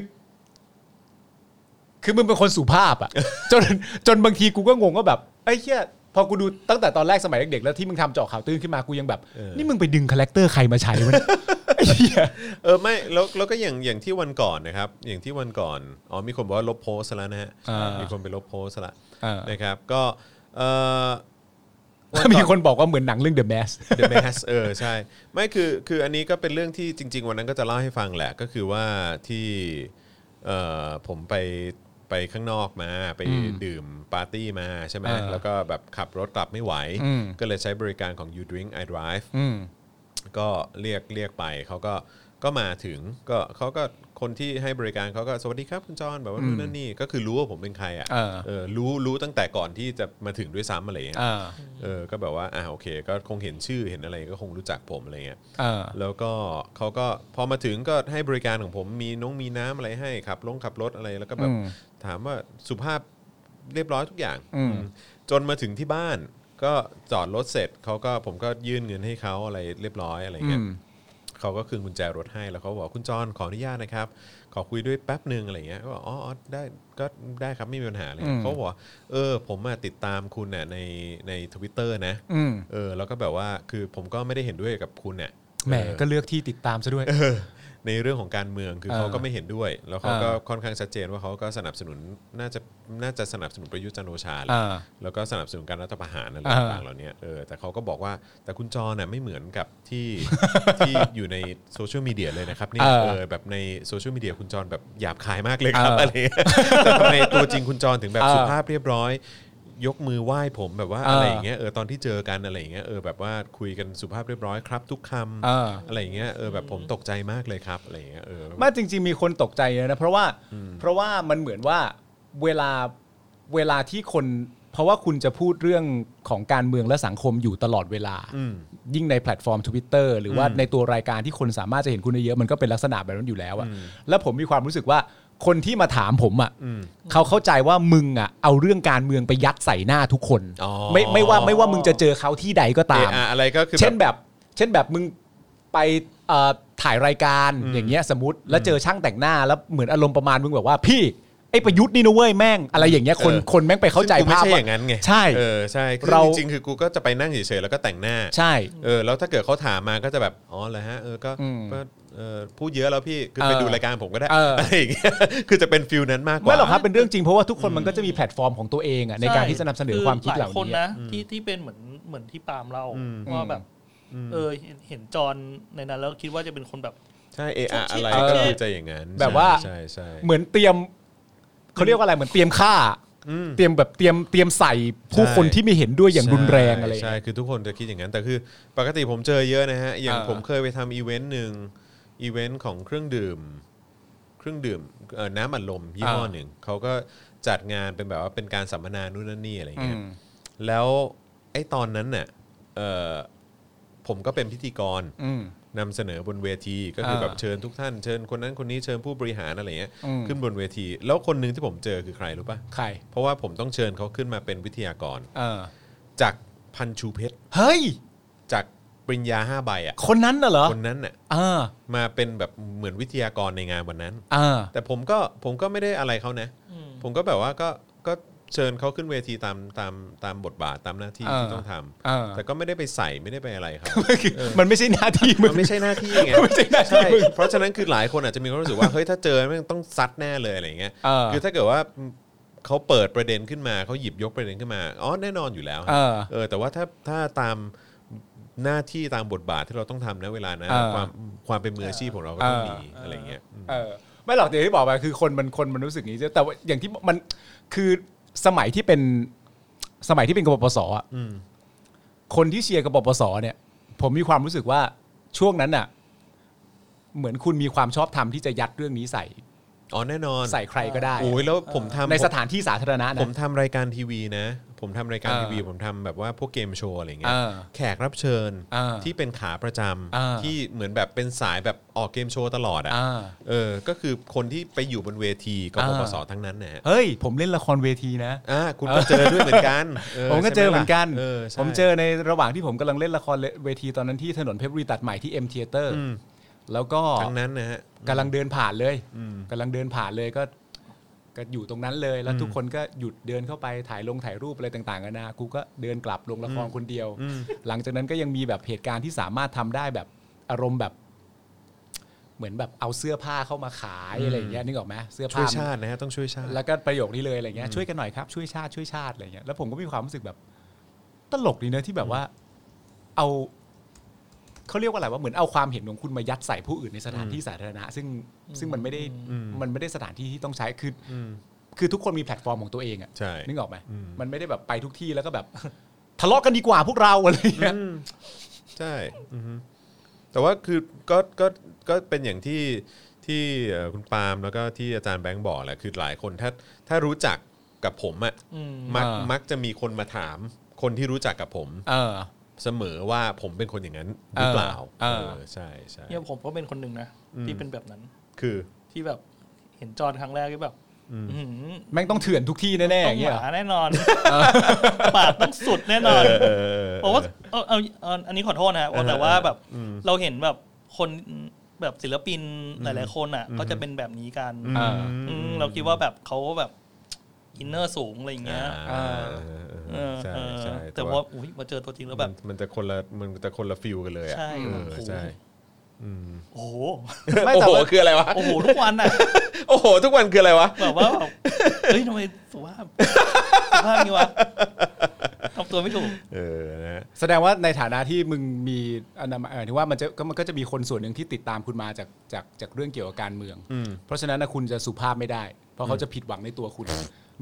S3: คือมึงเป็นคนสุภาพอะ จนจนบางทีกูก็งงว่าแบบไอ้เหี้ยพอกูดูตั้งแต่ตอนแรกสมัยเด็กๆแล้วที่มึงทำเจาะข่าวตื้นขึ้นมากูยังแบบ นี่มึงไปดึงคาแรคเตอร์ใครมาใช้ว ะเนี่ย ไอ้เหี้ย
S2: เออไม่แล้วแล้วก็อย่างอย่างที่วันก่อนนะครับ อย่างที่วันก่อนอ๋อมีคนบอกว่าลบโพสต์แล้วนะฮะ
S3: อ่ามี
S2: มีคนไปลบโพสต์ละ
S3: อ่า
S2: นะครับ ก็เออ
S3: มีคนบอกว่าเหมือนหนังเรื่อง The Mask
S2: The Mask เออใช่ ไม่คือคืออันนี้ก็เป็นเรื่องที่จริง ๆ วันนั้นก็จะเล่าให้ฟังแหละก็คือว่าที่เอ่อผมไปไปข้างนอกมาไปดื่มปาร์ตี้มาใช่ไหม
S3: อ่า
S2: แล้วก็แบบขับรถกลับไม่ไหว
S3: อืม
S2: ก็เลยใช้บริการของ You Drink I Drive
S3: อืม
S2: ก็เรียกเรียกไปเขาก็ก็มาถึงก็เขาก็คนที่ให้บริการเขาก็สวัสดีครับคุณจอนแบบว่านู่นนั่นนี่ก็คือรู้ว่าผมเป็นใครอ่ะ
S3: เออ
S2: เออรู้รู้ตั้งแต่ก่อนที่จะมาถึงด้วยซ้ำอะไรอย่างเงี้ย
S3: อ่า
S2: เออ ก็แบบว่า อ่าโอเค ก็คงเห็นชื่อ เห็นอะไร ก็คงรู้จักผมอะไรเงี้ย
S3: อ่า
S2: แล้วก็เขาก็พอมาถึงก็ให้บริการของผม มีน้องมีน้ำอะไรให้ขับลงขับรถอะไร แล้วก็แบบ
S3: อืม
S2: ถามว่าสุภาพเรียบร้อยทุกอย่าง
S3: อืม
S2: อืมจนมาถึงที่บ้าน ก็จอดรถเสร็จ เขาก็ผมก็ยื่นเงินให้เขาอะไรเรียบร้อยอะไร
S3: อื
S2: เงี้ย
S3: ม
S2: เขาก็คืนกุญแจรถให้แล้วเขาบอกคุณจอนขออนุญาตนะครับ ขอคุยด้วยแป๊บหนึ่งอะไรเงี้ยก็บอกอ๋ออ๋อได้ก็ได้ครับไม่มีปัญหาเลย
S3: อืม
S2: เขาบอกว่าเออ ผมมาติดตามคุณน่ะในในทวิตเตอร์นะ
S3: อืม
S2: เออแล้วก็แบบว่าคือผมก็ไม่ได้เห็นด้วยกับคุณเนี่ย
S3: แหม
S2: เออ
S3: ก็เลือกที่ติดตามซะด้วย
S2: ในเรื่องของการเมืองคือ
S3: เออ
S2: เขาก็ไม่เห็นด้วย แล้วเขาก็
S3: เออ
S2: ค่อนข้างชัดเจนว่าเขาก็สนับสนุนน่าจะน่าจะสนับสนุนประยุทธ์จันทร์โอชาแหละ
S3: อ่า
S2: แล้วก็สนับสนุนการรัฐประหารอะไร
S3: อ่า
S2: ต่างๆเหล่านี้เออแต่เขาก็บอกว่าแต่คุณจอน่ะไม่เหมือนกับที่ ที่อยู่ในโซเชียลมีเดียเลยนะครับเนี่ย
S3: เออ
S2: เออแบบในโซเชียลมีเดียคุณจอนแบบหยาบคายมากเลยครับ
S3: เอออ
S2: อะไรเงี้ย แต่ทำไมตัวจริงคุณจอนถึงแบบ
S3: เออ
S2: สุภาพเรียบร้อย ยกมือไหว้ผมแบบว่า
S3: เอออ
S2: อะไรอย่างเงี้ยเออตอนที่เจอกันอะไรอย่างเงี้ยเออแบบว่าคุยกันสุภาพเรียบร้อยครับ ทุกค
S3: เออ
S2: ำอะไรอย่างเงี้ยเออแบบผมตกใจมากเลยครับอะไรอย่างเงี้ยเออ
S3: ไม่จริง ๆ มีคนตกใจเยอะนะ เพราะว่าเพราะว่ามันเหมือนว่าเวลาเวลาที่คน เพราะว่าคุณจะพูดเรื่องของการเมืองและสังคมอยู่ตลอดเวลา
S2: อืม
S3: ยิ่งในแพลตฟอร์ม Twitter หรือว่าในตัวรายการที่คนสามารถจะเห็นคุณได้เยอะมันก็เป็นลักษณะแบบนั้นอยู่แล้วอะแล้วผมมีความรู้สึกว่าคนที่มาถามผมอะ
S2: อืม
S3: เขาเข้าใจว่ามึงอะเอาเรื่องการเมืองไปยัดใส่หน้าทุกคน
S2: อ๋อ
S3: ไม่ไม่ว่าไม่ว่ามึงจะเจอเขาที่ใดก็ตาม
S2: เอออะไรก็คือ
S3: เช่น
S2: แบบ
S3: แบบ เช่นแบบมึงไปเอ่อถ่ายรายการอย่างเงี้ยสมมติแล้วเจอช่างแต่งหน้าแล้วเหมือนอารมณ์ประมาณมึงแบบว่าพี่ไอ้ประยุทธ์นี่นะเว้ยแม่งอะไรอย่างเงี้ยคน
S2: เออ
S3: คนแม่งไปเข้าใจ
S2: ซึ่งกูไม่
S3: ภาพ
S2: ใช่
S3: ว่า
S2: อย่างนั้นไง
S3: ใช่
S2: เออใช่คือ
S3: เรา
S2: จริงๆคือกูก็จะไปนั่งเฉยๆแล้วก็แต่งหน้า
S3: ใช่
S2: เออแล้วถ้าเกิดเขาถามมาก็จะแบบอ๋อเหรอฮะเออก็
S3: อืม
S2: ก็เออพูดเยอะแล้วพี่คือ
S3: เออ
S2: ไปดูรายการผมก็ได้
S3: เอออ
S2: อะไรอย่างเงี้ยคือจะเป็นฟิลนั้นมากกว่า
S3: ไม่หรอกครับเป็นเรื่องจริงเพราะว่าทุกคนมันก็จะมีแพลตฟอร์มของตัวเองอะในการ
S4: ช่
S3: ที่จะนำเสนอความคิดเหล่า
S4: หลยคน
S3: นี้อะ
S4: นะที่ที่เป็นเหมือนเหมือนที่ปาล์มเราว่าแบบ เออเห็นเห็นจอนในนั้นแล้วคิดว่าจะเป็นคนแบบ
S2: ใช่เอออะอะไร
S3: เออ
S2: ก็คือจะอย่างนั้น
S3: แบบว่า
S2: ใช่ใช่
S3: เหมือนเตรียมเขาเรียกว่าอะไรเหมือนเตรียมฆ่า
S2: อืม
S3: เตรียมแบบเตรียมเตรียมใส่ผู้
S2: ใช่
S3: คนที่ไม่เห็นด้วยอย่างรุนแรงอะไรอย่าง
S2: ใช่
S3: เงี้ย
S2: ใช่คือทุกคนจะคิดอย่างนั้น แต่คือปกติผมเจอเยอะนะฮะอย่าง
S3: เออ
S2: ผมเคยไปทำอีเวนต์หนึ่งอีเวนต์ของเครื่องดื่ม เครื่องดื่มเอ่อน้ำอัดลมยี่ห้อ
S3: เออ
S2: หนึ่งเขาก็จัดงานเป็นแบบว่าเป็นการสัมมนานู่นนั่นนี่อะไรอย่างเงี้ย แล้วไอ้ตอนนั้นเนี่ยเอ่อผมก็เป็นพิธีกร
S3: อืม
S2: นำเสนอบนเวทีก็คือ
S3: เออ
S2: แบบเชิญทุกท่านเชิญคนนั้นคนนี้เชิญผู้บริหารอะไรเงี้ย
S3: อืม
S2: ขึ้นบนเวที แล้วคนหนึ่งที่ผมเจอคือใครรู้ปะ
S3: ใคร
S2: เพราะว่าผมต้องเชิญเขาขึ้นมาเป็นวิทยากร
S3: เออ
S2: จากพันชูเพชร
S3: เฮ้ย
S2: จากปริญญาห้าใบอ่ะ
S3: คนนั้นน่ะเหรอ
S2: คนนั้นน่ะ
S3: เออ
S2: มาเป็นแบบเหมือนวิทยากรในงานวันนั้น
S3: เออ
S2: แต่ผมก็ผมก็ไม่ได้อะไรเขานะ
S4: อืม
S2: ผมก็แบบว่าก็ก็เชิญเขาขึ้นเวทีตามตามตามบทบาทตามหน้าที่ที่
S3: เออ
S2: ต้องท
S3: เออ
S2: ำแต่ก็ไม่ได้ไปใส่ไม่ได้ไปอะไรครับ เออ
S3: มันไม่ใช่หน้าที่มึ
S2: มั
S3: ง
S2: นไม่ใช่หน้าที่ไง
S3: ไม่ใช่หน้าที่
S2: ใช่
S3: มึง
S2: เพราะฉะนั้นคือหลายคนอาจจะมีความรู้สึกว่า เฮ้ยถ้าเจอแม่งต้องซัดแน่เลยอะไรอย่างเงี้ย
S3: เออ
S2: คือถ้าเกิดว่าเขาเปิดประเด็นขึ้นมาเขาหยิบยกประเด็นขึ้นมาอ๋อแน่นอนอยู่แล้ว
S3: เออ
S2: แต่ว่าถ้าถ้าตาม หน้าที่ตามบทบาทที่เราต้องทำนะเวลานะ
S3: เออ
S2: ความความเป็นมืออาชีพของเราก็ต้องมี
S3: เอออ
S2: อะไรเงี้ยอืม
S3: เออไม่หรอกเดี๋ยวที่บอกไปคือคนมันคนมันรู้สึกอย่างนี้แต่ว่าอย่างที่มันคือสมัยที่เป็นสมัยที่เป็นกบปสอ่ะ
S2: อืม
S3: คนที่เชียร์กบปสเนี่ย ผมมีความรู้สึกว่าช่วงนั้นน่ะ เหมือนคุณมีความชอบธรรมที่จะยัดเรื่องนี้ใส่
S2: อ๋อแน่นอน
S3: ใส่ใครก็ได้
S2: โอ้ยแล้วผมทำ
S3: ในสถานที่สาธารณะ
S2: ผ
S3: นะ
S2: มทำรายการทีวีนะ ผมทำรายการ
S3: เออ
S2: ทีวี ผมทำแบบว่าพวกเกมโชว์อะไรเงี้
S3: เอย อ
S2: แขกรับเชิญ
S3: เออ
S2: ที่เป็นขาประจ
S3: เออ
S2: ำที่เหมือนแบบเป็นสายแบบออกเกมโชว์ตลอดอ่ะ
S3: อ่า
S2: เออก็คือคนที่ไปอยู่บนเวทีกบ
S3: เออ
S2: ปสทั้งนั้นนะฮะ
S3: เฮ้ย ผมเล่นละครเวทีนะ
S2: อ่าคุณก็เจอด้วยเหมือน กัน
S3: ผมก็เจอเหมือนกัน
S2: เออใช่
S3: ผมเจอในระหว่างที่ผมกำลังเล่นละครเวทีตอนนั้นที่ถนนเพชรบุรีตัดใหม่ที่เอ็มเทเตอร์
S2: อืม
S3: แล้วก็
S2: ทั้งนั้นนะฮะ
S3: กำลังเดินผ่านเลย
S2: อืม
S3: กำลังเดินผ่านเลยก็ก็อยู่ตรงนั้นเลยแล้วทุกคนก็หยุดเดินเข้าไปถ่ายลงถ่ายรูปอะไรต่างๆกันานะกูก็เดินกลับลงละครคนเดียว
S2: อืม
S3: หลังจากนั้นก็ยังมีแบบเหตุการณ์ที่สามารถทำได้แบบอารมณ์แบบ เหมือนแบบเอาเสื้อผ้าเข้ามาขายอะไรอย่างเงี้ยนึกออกไหมเสื้อ
S2: ช่
S3: ผ้า
S2: วยชาตินะฮะต้องช่วยชาติ
S3: แล้วก็ประโยคนี้เลยอะไรเงี้ยช่วยกันหน่อยครับช่วยชาติช่วยชาติอะไรเงี้ยแล้วผมก็มีความรู้สึกแบบ ตลกดีเนอะที่แบบว่า เอาเขาเรียกว่าอะไรว่าเหมือนเอาความเห็นของคุณมายัดใส่ผู้อื่นในสถานที่สาธารณะ ซึ่งซึ่งมันไม่ได้
S2: อืม
S3: มันไม่ได้สถานที่ที่ต้องใช้คือ
S2: อืม
S3: คือทุกคนมีแพลตฟอร์มของตัวเองอะ
S2: ใช่
S3: นึกออกไหม
S2: อืม
S3: มันไม่ได้แบบไปทุกที่แล้วก็แบบ ทะเลาะกันดีกว่าพวกเราอะไรเงี้ย
S2: อืมใช่อือฮึแต่ว่าคือก็ก็ก็เป็นอย่างที่ที่เอ่อคุณปาล์มแล้วก็ที่อาจารย์แบงค์บอกแหละคือหลายคนถ้าถ้ารู้จักกับผมอะ
S4: อืม
S2: มัก
S3: อ่ามั
S2: มักจะมีคนมาถาม คนที่รู้จักกับผม
S3: เออ
S2: เสมอว่าผมเป็นคนอย่างนั้นหรือเปล่า
S3: เออ
S2: เออใช่ใช่
S4: เนี่ยผมก็เป็นคนหนึ่งนะ
S2: อืม
S4: ที่เป็นแบบนั้น
S2: คือ
S4: ที่แบบเห็นจอนครั้งแรกก็แบบ
S2: อืม
S4: อื้อหือ
S3: แม่งต้องเถื่อนทุกที่แน่ๆอ
S4: ต้อย่า
S3: ง
S4: งห
S3: เงี้ยเหรอ
S4: มาแน่นอนปาดต้องสุดแน่นอน
S2: เออ
S4: ผมว่าเอาเอาเอาอันนี้ขอโทษนะว่าแต่ว่าแบบ
S2: อืม
S4: เราเห็นแบบคนแบบศิลปินหลายๆคนอ่ะ
S2: อืม
S4: ก็จะเป็นแบบนี้กัน
S2: ม
S3: อ่า
S4: อืมเราคิดว่าแบบเขาแบบอินเนอร์สูงอะไรอย่างเงี้ย
S2: อ่า
S4: เออ
S2: ใช่
S4: เออ
S2: ใช่
S4: แต่ว่าอุ้ยมาเจอตัวจริงแล้วแบบ
S2: มันมันจะคนละมันจะคนละฟิลกันเลยอ่ะ
S4: ใช่
S2: เออ
S4: โอ้โห
S2: ใช่อืม
S4: โอ้โห
S3: ไม่
S2: โอ้
S3: แต่
S2: โห
S3: ว่า
S2: คืออะไรวะ
S4: โอ้โหทุกวันอ่ะ
S2: โอ้โห ทุกวันคืออะไรวะ
S4: แบบว่าแบบเฮ้ยทำไมสุภาพสุภาพนี่วะทำตัวไม่ถูก
S2: เออนะฮะ
S3: แสดงว่าในฐานะที่มึงมีอนามเออที่ว่ามันจะก็มันก็จะมีคนส่วนหนึ่งที่ติดตามคุณมาจากจากจากเรื่องเกี่ยวกับการเมือง
S2: อืม
S3: เพราะฉะนั้นนะคุณจะสุภาพไม่ได้ เพราะเขาจะผิดหวังในตัวคุณ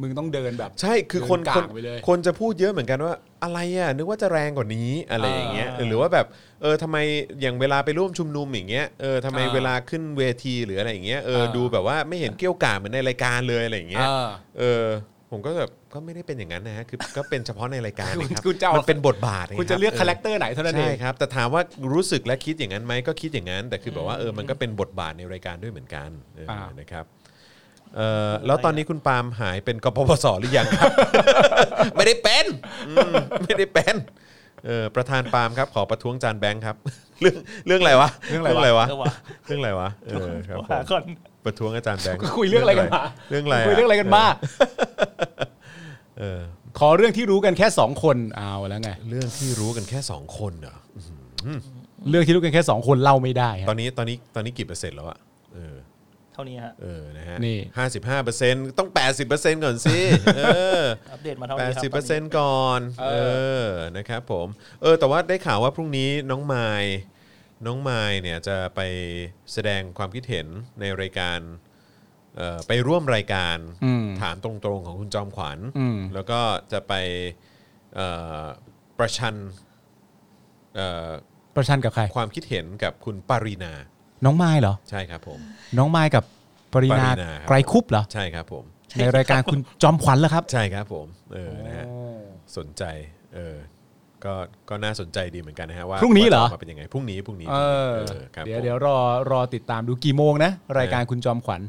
S3: มึงต้องเดินแบบ
S2: ใช่คือคน
S3: เดิ
S2: ค
S3: นกลาน งไปเลย
S2: คนจะพูดเยอะเหมือนกันว่าอะไรอ่ะนึกว่าจะแรงกว่านี้อะไรอย่างเงี้ย
S3: อ่า
S2: หรือว่าแบบเออทำไมอย่างเวลาไปร่วมชุมนุมอย่างเงี้ยเออทำไม
S3: อ่า
S2: เวลาขึ้นเวทีหรืออะไรอย่างเงี้ยเออ
S3: เออ
S2: ดูแบบว่าไม่เห็นเกี้ยวกราดเหมือนในรายการเลยอะไรอย่างเงี้ย
S3: เออ
S2: เออผมก็แบบก็ไม่ได้เป็นอย่างนั้นนะฮะคือก็เป็นเฉพาะในรายการ
S3: คุณ
S2: นะครับ
S3: คุณจะเอามั
S2: นเป็นบทบาทไง
S3: คุณจะเลือก
S2: รับ
S3: คาแรคเตอร์ไหนเท่านั้นเอ
S2: ใช่
S3: ง
S2: ครับ แต่ถามว่ารู้สึกและคิดอย่างนั้นไหมก็คิดอย่างนั้น แต่คือแบบว่าเออมันก็เป็นบทบาทในรายการด้วยเหมือนกันเออ
S3: อ่าน
S2: นะครับเออแล้วตอนนี้คุณปาล์มหายเป็นกปปสหรือ ยังครับ ไม่ได้เป็นอืมไม่ได้เป็นเออประธานปาล์มครับขอประท้วงจานแบงค์ครับ เรื่องเรื่องอะไรวะ
S3: เรื่องอะไรวะ
S2: วะ
S4: เรื่องวะ
S2: เรื่องอะไรวะเออครับผ
S4: หาม ก่อน
S2: ประท้วงอาจารย์แบงค์
S3: ก็คุยเรื่องอะไรกันมา
S2: เรื่องอะไร
S3: คุยเรื่องอะไรกันมา
S2: เออ
S3: ขอเรื่องที่รู้กันแค่สองคนเอาแล้วไง
S2: เรื่องที่รู้กันแค่ 2 คนเหรอ
S3: เรื่องที่รู้กันแค่สองคนเล่าไม่ได้ฮะ
S2: ตอนนี้ตอนนี้ตอนนี้กี่เปอร์เซ็นต์แล้วอะเออ
S4: เท่านี้ฮะ
S2: เออ นะฮะ
S3: นี่
S2: ห้าสิบห้าเปอร์เซ็นต์ต้องแปดสิบเปอร์เซ็นต์ก่อนสิ เออ
S4: อัปเดตมาเท่า
S2: แป
S4: นี้
S2: ด
S4: ครับ
S2: สิบเปอร์เซ็นต์ก่อน เออ นะครับผม เออ แต่ว่าได้ข่าวว่าพรุ่งนี้น้องไมายน้องไมายเนี่ยจะไปแสดงความคิดเห็นในรายการ เอ่อ ไปร่วมรายการ
S3: อืม
S2: ถามตรงๆของคุณจอมขวัญ
S3: อืม
S2: แล้วก็จะไป เอ่อ ประชัน เอ่อ
S3: ประชันกับใคร
S2: ความคิดเห็นกับคุณปารีนา
S3: น้องไม้เหรอ
S2: ใช่ครับผม
S3: น้องไม้กับปริ
S2: ป
S3: นา
S2: รินาครับ
S3: ไกรคุปเหรอ
S2: ใช่ครับผม
S3: ในรายการคุณจอมขวัญเหรอครับ
S2: ใช่ครับผมเออนะฮะสนใจเออก็ก็น่าสนใจดีเหมือนกันนะฮะว่า
S3: พรุ่งนี้เหรอ
S2: ว่าจะกมาเป็นยังไงพรุ่งนี้พรุ่งนี้
S3: เออ
S2: พรุ่งนี้ครับ
S3: เดี๋ย
S2: ผ
S3: ว
S2: ม
S3: เดี๋ยวรอรอติดตามดูกี่โมงนะ รายการคุณจอมขวัญ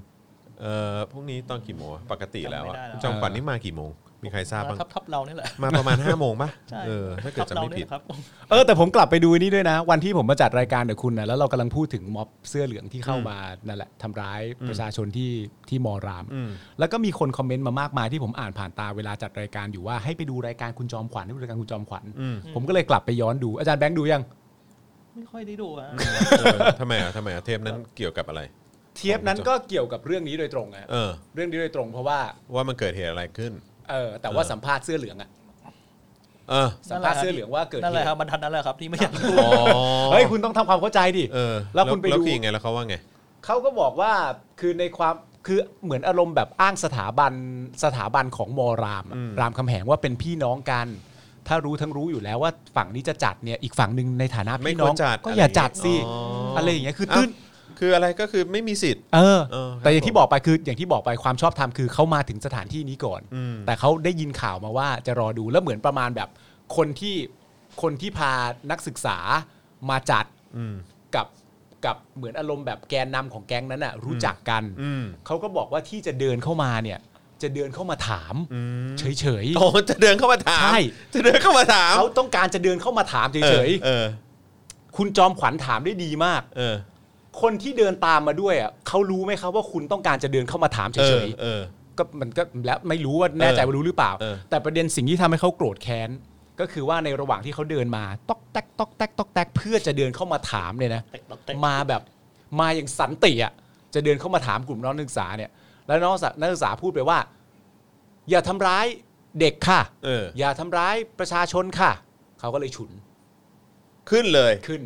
S2: เออพรุ่งนี้ตอนกี่โมงอะปกติแล้วอะ
S4: จำไม่ได้แล้ว
S2: จอมขวัญนี่มากี่โมง มีใครทราบบ้าง
S4: ทับทับเราเนี่ยแหละ
S2: มาประมาณ 5้าโมงปะ
S4: ใช่
S2: เออถ้าเกิด
S4: ทับ
S2: จะ
S4: เรา
S2: ไม่ผิ
S4: เนี่
S2: ด
S4: ยครับ
S3: เออแต่ผมกลับไปดูนี่ด้วยนะ วันที่ผมมาจัดรายการเดี๋ยวคุณนะแล้วเรากำลังพูดถึงม็อบเสื้อเหลืองที่เข้ามานั่นแหละทำร้ายประชาชนที่ที่มอราม
S2: อืม
S3: แล้วก็มีคนคอมเมนต์มามากมายที่ผมอ่านผ่านตาเวลาจัดรายการอยู่ว่าให้ไปดูรายการคุณจอมขวัญให้ดูรายการคุณจอมขวัญ
S2: อืม
S3: ผมก็เลยกลับไปย้อนดูอาจารย์แบงค์ดูยัง
S4: ไม่ค่อยได้ดูอะ
S2: เออทำไมอ่ะทำไมอ่ะเทปนั้นเกี่ยวกับอะไร
S3: เทปนั้นก็เกี่ยวกับเรื่องนี้โดยตรงอะ
S2: เออ
S3: เรื่องนี้โดยตรงเพราะว่า
S2: ว่ามันเกิดเหตุอะไรขึ้น
S3: เออแต่ว่าสัมภาษณ์เสื้อเหลืองอะ
S2: เออ
S3: สัมภาษณ์เสื้อเหลืองว่าเกิด
S4: นั่นแหละ
S3: เหตุ
S4: ครับบรรทัดนั่นแหละครับที่ไม่อยากพูด
S2: อ๋อ
S3: เฮ้ยคุณต้องทำความเข้าใจดิ
S2: เออ
S3: แล้วคุณไป
S2: แล้ว
S3: ดู
S2: คือยังไงแล้วเขาว่าไง
S3: เขาก็บอกว่าคือในความคือเหมือนอารมณ์แบบอ้างสถาบันสถาบันของมอรามอะ
S2: อืม
S3: รามคำแหงว่าเป็นพี่น้องกัน ถ้ารู้ทั้งรู้อยู่แล้วว่าฝั่งนี้จะจัดเนี่ยอีกฝั่งหนึ่งในฐานะ
S2: ไม่
S3: พี่
S2: ค
S3: น้
S2: ว
S3: อ
S2: รง จัด
S3: ก็อย่าจัดสิ
S2: ะ
S3: อะไร ไรอย่
S2: อา
S3: ย่าง ง
S2: เงี้ย
S3: เงี้ยคือ
S2: อ้าว
S3: ตื้น
S2: คืออะไรก็คือไม่มีสิทธิ์
S3: เออ
S2: เออครับ
S3: แต่อย่างที่บอกไปคืออย่างที่บอกไปความชอบธรรมคือเขามาถึงสถานที่นี้ก่อน
S2: อืม
S3: แต่เขาได้ยินข่าวมาว่าจะรอดูแล้วเหมือนประมาณแบบคนที่คนที่พานักศึกษามาจัด
S2: อืม
S3: กับกับเหมือนอารมณ์แบบแกนนำของแก๊งนั้นน่ะรู้จักกัน
S2: อืม
S3: เขาก็บอกว่าที่จะเดินเข้ามาเนี่ย จะเดินเข้ามาถาม
S2: อืม
S3: เฉย
S2: โอ้จะเดินเข้ามาถาม
S3: ใช่
S2: จะเดินเข้ามาถา
S3: ๆ
S2: ม
S3: เขาต้องการจะเดินเข้ามาถามเฉย
S2: เออ
S3: ๆคุณจอมขวัญถามได้ดีมาก
S2: เออ
S3: คนที่เดินตามมาด้วยอ่ะเขารู้ไหมครับว่าคุณต้องการจะเดินเข้ามาถามเฉ
S2: เออย เออ
S3: ๆก็มันก็แล้วไม่รู้ว่าแน่ใจว่ารู้หรือเปล่า
S2: เออ
S3: แต่ประเด็นสิ่งที่ทำให้เขาโกรธแค้นก็คือว่าในระหว่างที่เขาเดินมาต๊อกแตกต๊อกแตกต๊อกแตกเพื่อจะเดินเข้ามาถามเนี่ยนะ
S4: แตกตอกแตก
S3: มาแบบมาอย่างสันติอ่ะจะเดินเข้ามาถามกลุ่มน้องนักศึกษาเนี่ย แล้วน้องนักศึกษาพูดไปว่า อย่าทำร้ายเด็กค่ะ
S2: เออ
S3: อย่าทำร้ายประชาชนค่ะ เขาก็เลยฉุน
S2: ขึ้นเลย
S3: ขึ้น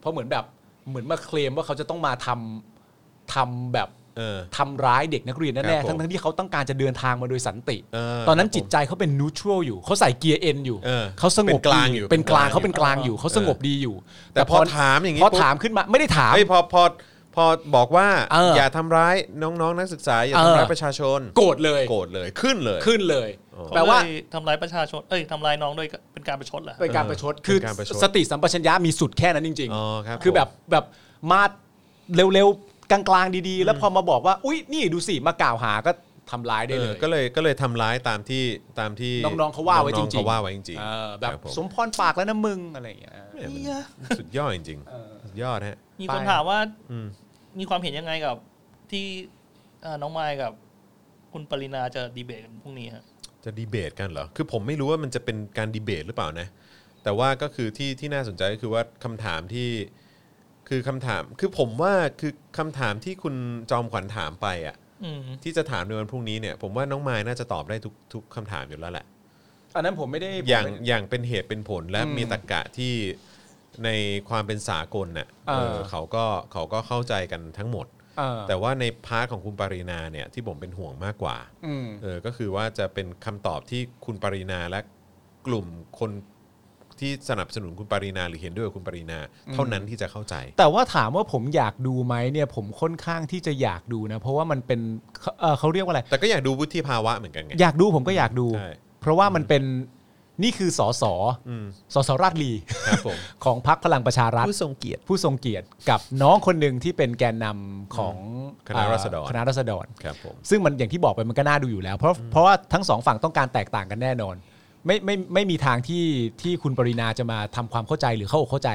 S3: เพราะเหมือนแบบเหมือนมาเคลมว่าเขาจะต้องมาทำทำแบบ
S2: เออ
S3: ทำร้ายเด็กนักเรียน
S2: ครั
S3: แน่
S2: บผม
S3: ๆทั้งทั้งๆที่เขาต้องการจะเดินทางมาโดยสันติ
S2: เ
S3: ตอนนั้นจิตใจเขาเป็นนูทรัลอยู่ เขาใส่เกียร์เอ็นอยู่
S2: เออ
S3: เขาสงบ
S2: เป็นกลางอยู่
S3: เป็นกลาง
S2: เป็นกลาง
S3: เขาเป็นกลางอยู่เขาสงบดีอยู่
S2: แต่พอถามอย่างงี้
S3: พอ
S2: ปุ๊บ
S3: ถามขึ้นมาไม่ได้ถาม
S2: ไอ้ยพอพอพอบอกว่า
S3: เอออย่
S2: าทำร้ายน้องๆนักศึกษา อย่า
S3: เออ
S2: ทำร้ายประชาชน
S3: โกรธเลย
S2: โกรธเลยขึ้นเลย
S3: ขึ้นเลย
S4: เข
S3: แปลว่า
S4: เยทำร้ายประชาชนเอ้ยทำร้ายน้องด้วยก็เป็นการประชดเหรอ
S3: เป็นการประชดคือสติสัมปชัญญะมีสุดแค่นั้นจริง
S2: อ๋อครับ
S3: ๆ คือแบบแบบมาเร็วๆกลางๆดีๆ แล้วพอมาบอกว่า อุ๊ย นี่ดูสิมากล่าวหาก็ทำร้าย
S2: เอ
S3: ได้เล
S2: อย ก็เลยก็เลยทำร้ายตามที่ตามที่
S3: น้องๆเขาว่าไว้จริงๆ
S2: น้อๆเขาว่าไว้จริง
S3: เออ
S2: ๆ
S3: แบบ
S2: ครัผม
S3: สมพรปากแล้วนะมึงอะไรอย่างเงี้ย
S2: เนี่ยมันสุดยอดจริงๆสุดยอดฮะ
S4: มีคน
S3: ไป
S4: ถามว่า
S2: อืม
S4: มีความเห็นยังไงกับ ที่เอ่อน้องไมค์กับ คุณปรินาจะดีเบตกันพรุ่งนี้ฮะ
S2: จะดีเบตกันเหรอ คือผมไม่รู้ว่ามันจะเป็นการดีเบตหรือเปล่านะ แต่ว่าก็คือที่ที่น่าสนใจก็คือว่าคำถามที่คือคำถาม คือผมว่าคือคำถามที่คุณจอมขวัญถามไปอ่ะ
S4: อืม
S2: ที่จะถามในวันพรุ่งนี้เนี่ยผมว่าน้องมายน่าจะตอบได้ทุกทุกคำถามอยู่แล้วแหละ
S3: อันนั้นผมไม่ได้
S2: อย่างอย่างเป็นเหตุเป็นผลและ
S3: อืม
S2: มีตรรกะที่ในความเป็นสากลน่ะ
S3: เออ
S2: เออเขาก็เขาก็เข้าใจกันทั้งหมด
S3: เออ
S2: แต่ว่าในพาร์ทของคุณปรินาเนี่ยที่ผมเป็นห่วงมากกว่า
S3: อืม
S2: เออก็คือว่าจะเป็นคำตอบที่คุณปรินาและกลุ่มคนที่สนับสนุนคุณปรินาหรือเห็นด้วยกับคุณปรินา เท่านั้นที่จะเข้าใจ
S3: แต่ว่าถามว่าผมอยากดูไหมเนี่ยผมค่อนข้างที่จะอยากดูนะ เพราะว่ามันเป็นเอ่อเขาเรียกว่าอะไร
S2: แต่ก็อยากดูวุฒิภาวะเหมือนกันไง
S3: อยากดูผมก็อยากดู
S2: ใช่
S3: เพราะว่ามันเป็นนี่คือสอสอ
S2: อืม
S3: สอสอราชลี
S2: ครับผม
S3: ของพักพลังประชารัฐ
S2: ผู้ทรงเกียรติ
S3: ผู้ทรงเกียรติกับน้องคนหนึ่งที่เป็นแกนนำของ
S2: คณะราษฎร
S3: เอ่อคณะราษฎร
S2: ครับผม
S3: ซึ่งมันอย่างที่บอกไปมันก็น่าดูอยู่แล้ว เพราะเพราะว่าทั้งสองฝั่งต้องการแตกต่างกันแน่นอน ไม่ไม่ไม่มีทางที่ที่คุณปรินาจะมาทำความเข้าใจหรือเข้าอกเข้าใจ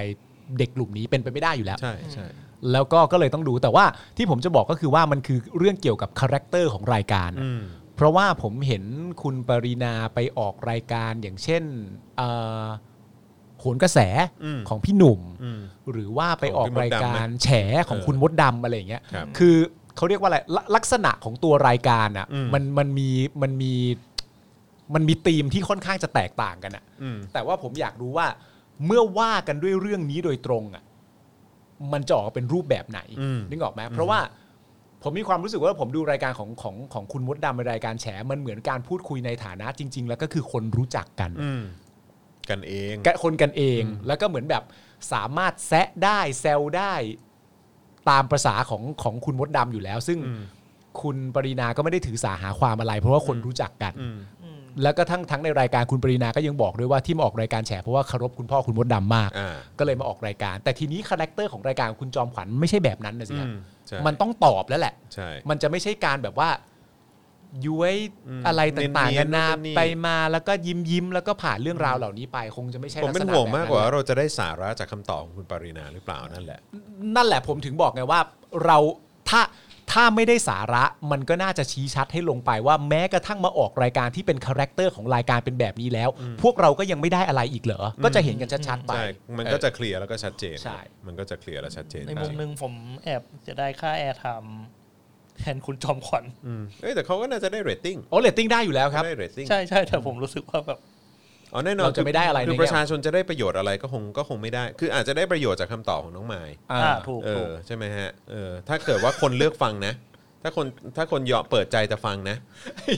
S3: เด็กกลุ่มนี้เป็นไปไม่ได้อยู่แล้ว
S2: ใช่ใช่
S3: แล้วก็ก็เลยต้องดูแต่ว่าที่ผมจะบอกก็คือว่ามันคือเรื่องเกี่ยวกับคาแรคเตอร์ของรายการอะ
S2: อืม
S3: เพราะว่าผมเห็นคุณปรินาไปออกรายการอย่างเช่นเอ่อโหนกระแส
S2: อืม
S3: ของพี่หนุ่ม
S2: อืม
S3: หรือว่าไปออกรายการแฉของ
S2: เออ
S3: คุณมดดำอะไรอย่างเงี้ย
S2: ครับ
S3: คือเขาเรียกว่าอะไรลลักษณะของตัวรายการอ่ะ
S2: อืม
S3: มันมันมีมันมีมันมีธีมที่ค่อนข้างจะแตกต่างกันอ่ะ
S2: อืม
S3: แต่ว่าผมอยากรู้ว่าเมื่อว่ากันด้วยเรื่องนี้โดยตรงอ่ะมันจะออกมาเป็นรูปแบบไหน
S2: อืม
S3: นึกออกไหมเพราะว่าผมมีความรู้สึกว่าผมดูรายการของของของคุณมดดำเป็นรายการแฉมันเหมือนการพูดคุยในฐานะจริง ๆ แล้วก็คือคนรู้จักกัน
S2: อืมกันเอง
S3: กับคนกันเอง แล้วก็เหมือนแบบสามารถแซะได้แซวได้ตามประษาของของคุณมดดำอยู่แล้ว ซึ่ง
S2: อืม
S3: คุณปรินาก็ไม่ได้ถือสาหาความอะไร เพราะว่าคนรู้จักกัน
S2: อืม
S4: อืม
S3: แล้วก็ทั้งทั้งในรายการคุณปรินาก็ยังบอกด้วยว่าที่มาออกรายการแฉเพราะว่าเคารพคุณพ่อคุณมดดำมาก
S2: อ่า
S3: ก็เลยมาออกรายการ แต่ทีนี้คาแรคเตอร์ของรายการของคุณจอมขวัญไม่ใช่แบบนั้นนะสิ
S2: อื
S3: ครับ
S2: มใช่
S3: มันต้องตอบแล้วแหละ
S2: ใช่
S3: มันจะไม่ใช่การแบบว่าย้วย
S2: อืม
S3: อะไรต่าง
S2: เนี
S3: ๆ
S2: ย
S3: กัน น
S2: ๆ
S3: นา
S2: นู่นนี่
S3: ไปมาแล้วก็ยิ้มยิ้มๆแล้วก็ผ่านเรื่องราวเหล่านี้ไป คงจะไม่ใช่
S2: ผม
S3: ลัก
S2: เป็
S3: ษ
S2: น
S3: ณะ
S2: ห่วง
S3: แบบ
S2: มาก
S3: นั้น
S2: กว่าว่าเราจะได้สาระจากคำตอบของคุณปรินาหรือเปล่านั่นแหละ
S3: นั่นแหละผมถึงบอกไงว่า เราถ้าถ้าไม่ได้สาระมันก็น่าจะชี้ชัดให้ลงไปว่าแม้กระทั่งมาออกรายการที่เป็นคาแรคเตอร์ของรายการเป็นแบบนี้แล้ว พวกเราก็ยังไม่ได้อะไรอีกเหรออก็จะเห็นกันชัดๆไป
S2: ใช่ มันก็จะเคลียร์แล้วก็ชัดเจน
S3: ใช่
S2: มันก็จะเคลียร์และชัดเจน
S4: ในมุมหนึ่งผมแอบจะได้ค่าแอร์ไท ำแทนคุณจอมขวัญ
S2: อืมเอ้ยแต่เขาก็น่าจะได้เรตติ้ง
S3: โอเลตติ้งได้อยู่แล้วครับ
S2: ได้เรตติ้ง
S4: ใช่ใช่แต่ผมรู้สึกว่าแบบ
S2: อ๋อแน่นอน
S3: เราจะไม่ได้อะไร
S2: คือ
S3: ใน
S2: ประชาชนจะได้ประโยชน์อะไรก็คงก็คงไม่ได้ คืออาจจะได้ประโยชน์จากคำตอบของน้องไมาย
S3: อ่า
S4: อ่าถูก
S2: เอ
S4: ถู
S2: อก ใช่ไหมฮะเออถ้าเกิดว่าคนเลือกฟังนะ ถ้าคนถ้าคนยอมเปิดใจจะฟังนะ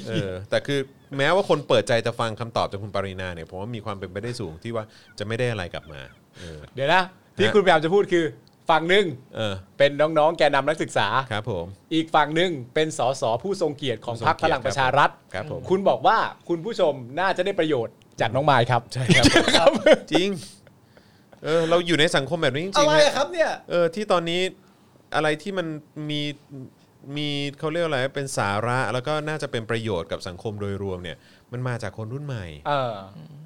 S2: เออแต่คือแม้ว่าคนเปิดใจจะฟังคำตอบจากคุณปรินาเนี่ยผมว่ามีความเป็นไปได้สูงที่ว่าจะไม่ได้อะไรกลับมาเออ
S3: เดี๋ยวนะที่
S2: ฮะ
S3: คุณพยายามจะพูดคือ ฝั่งหนึ่ง
S2: เออ
S3: เป็นน้องๆแกนนำนักศึกษา
S2: ครับผม
S3: อีกฝั่งหนึ่งเป็นสสผู้ทรงเกียรติของพรรค
S2: ผู้ทรงเกียรติ
S3: พลังประชารัฐ
S2: ครับผม
S3: คุณบอกว่าคุณผู้ชมน่าจะได้ประโยชน์จากน้องไม้ครับ
S2: ใช่ครับจริงเออเราอยู่ในสังคมแบบนี้จริงๆฮะ
S3: ครับเนี่ย
S2: เออที่ตอนนี้อะไรที่มันมีมีเขาเรียกอะไรเป็นสาระแล้วก็น่าจะเป็นประโยชน์กับสังคมโดยรวมเนี่ย มันมาจากคนรุ่นใหม่
S3: เออ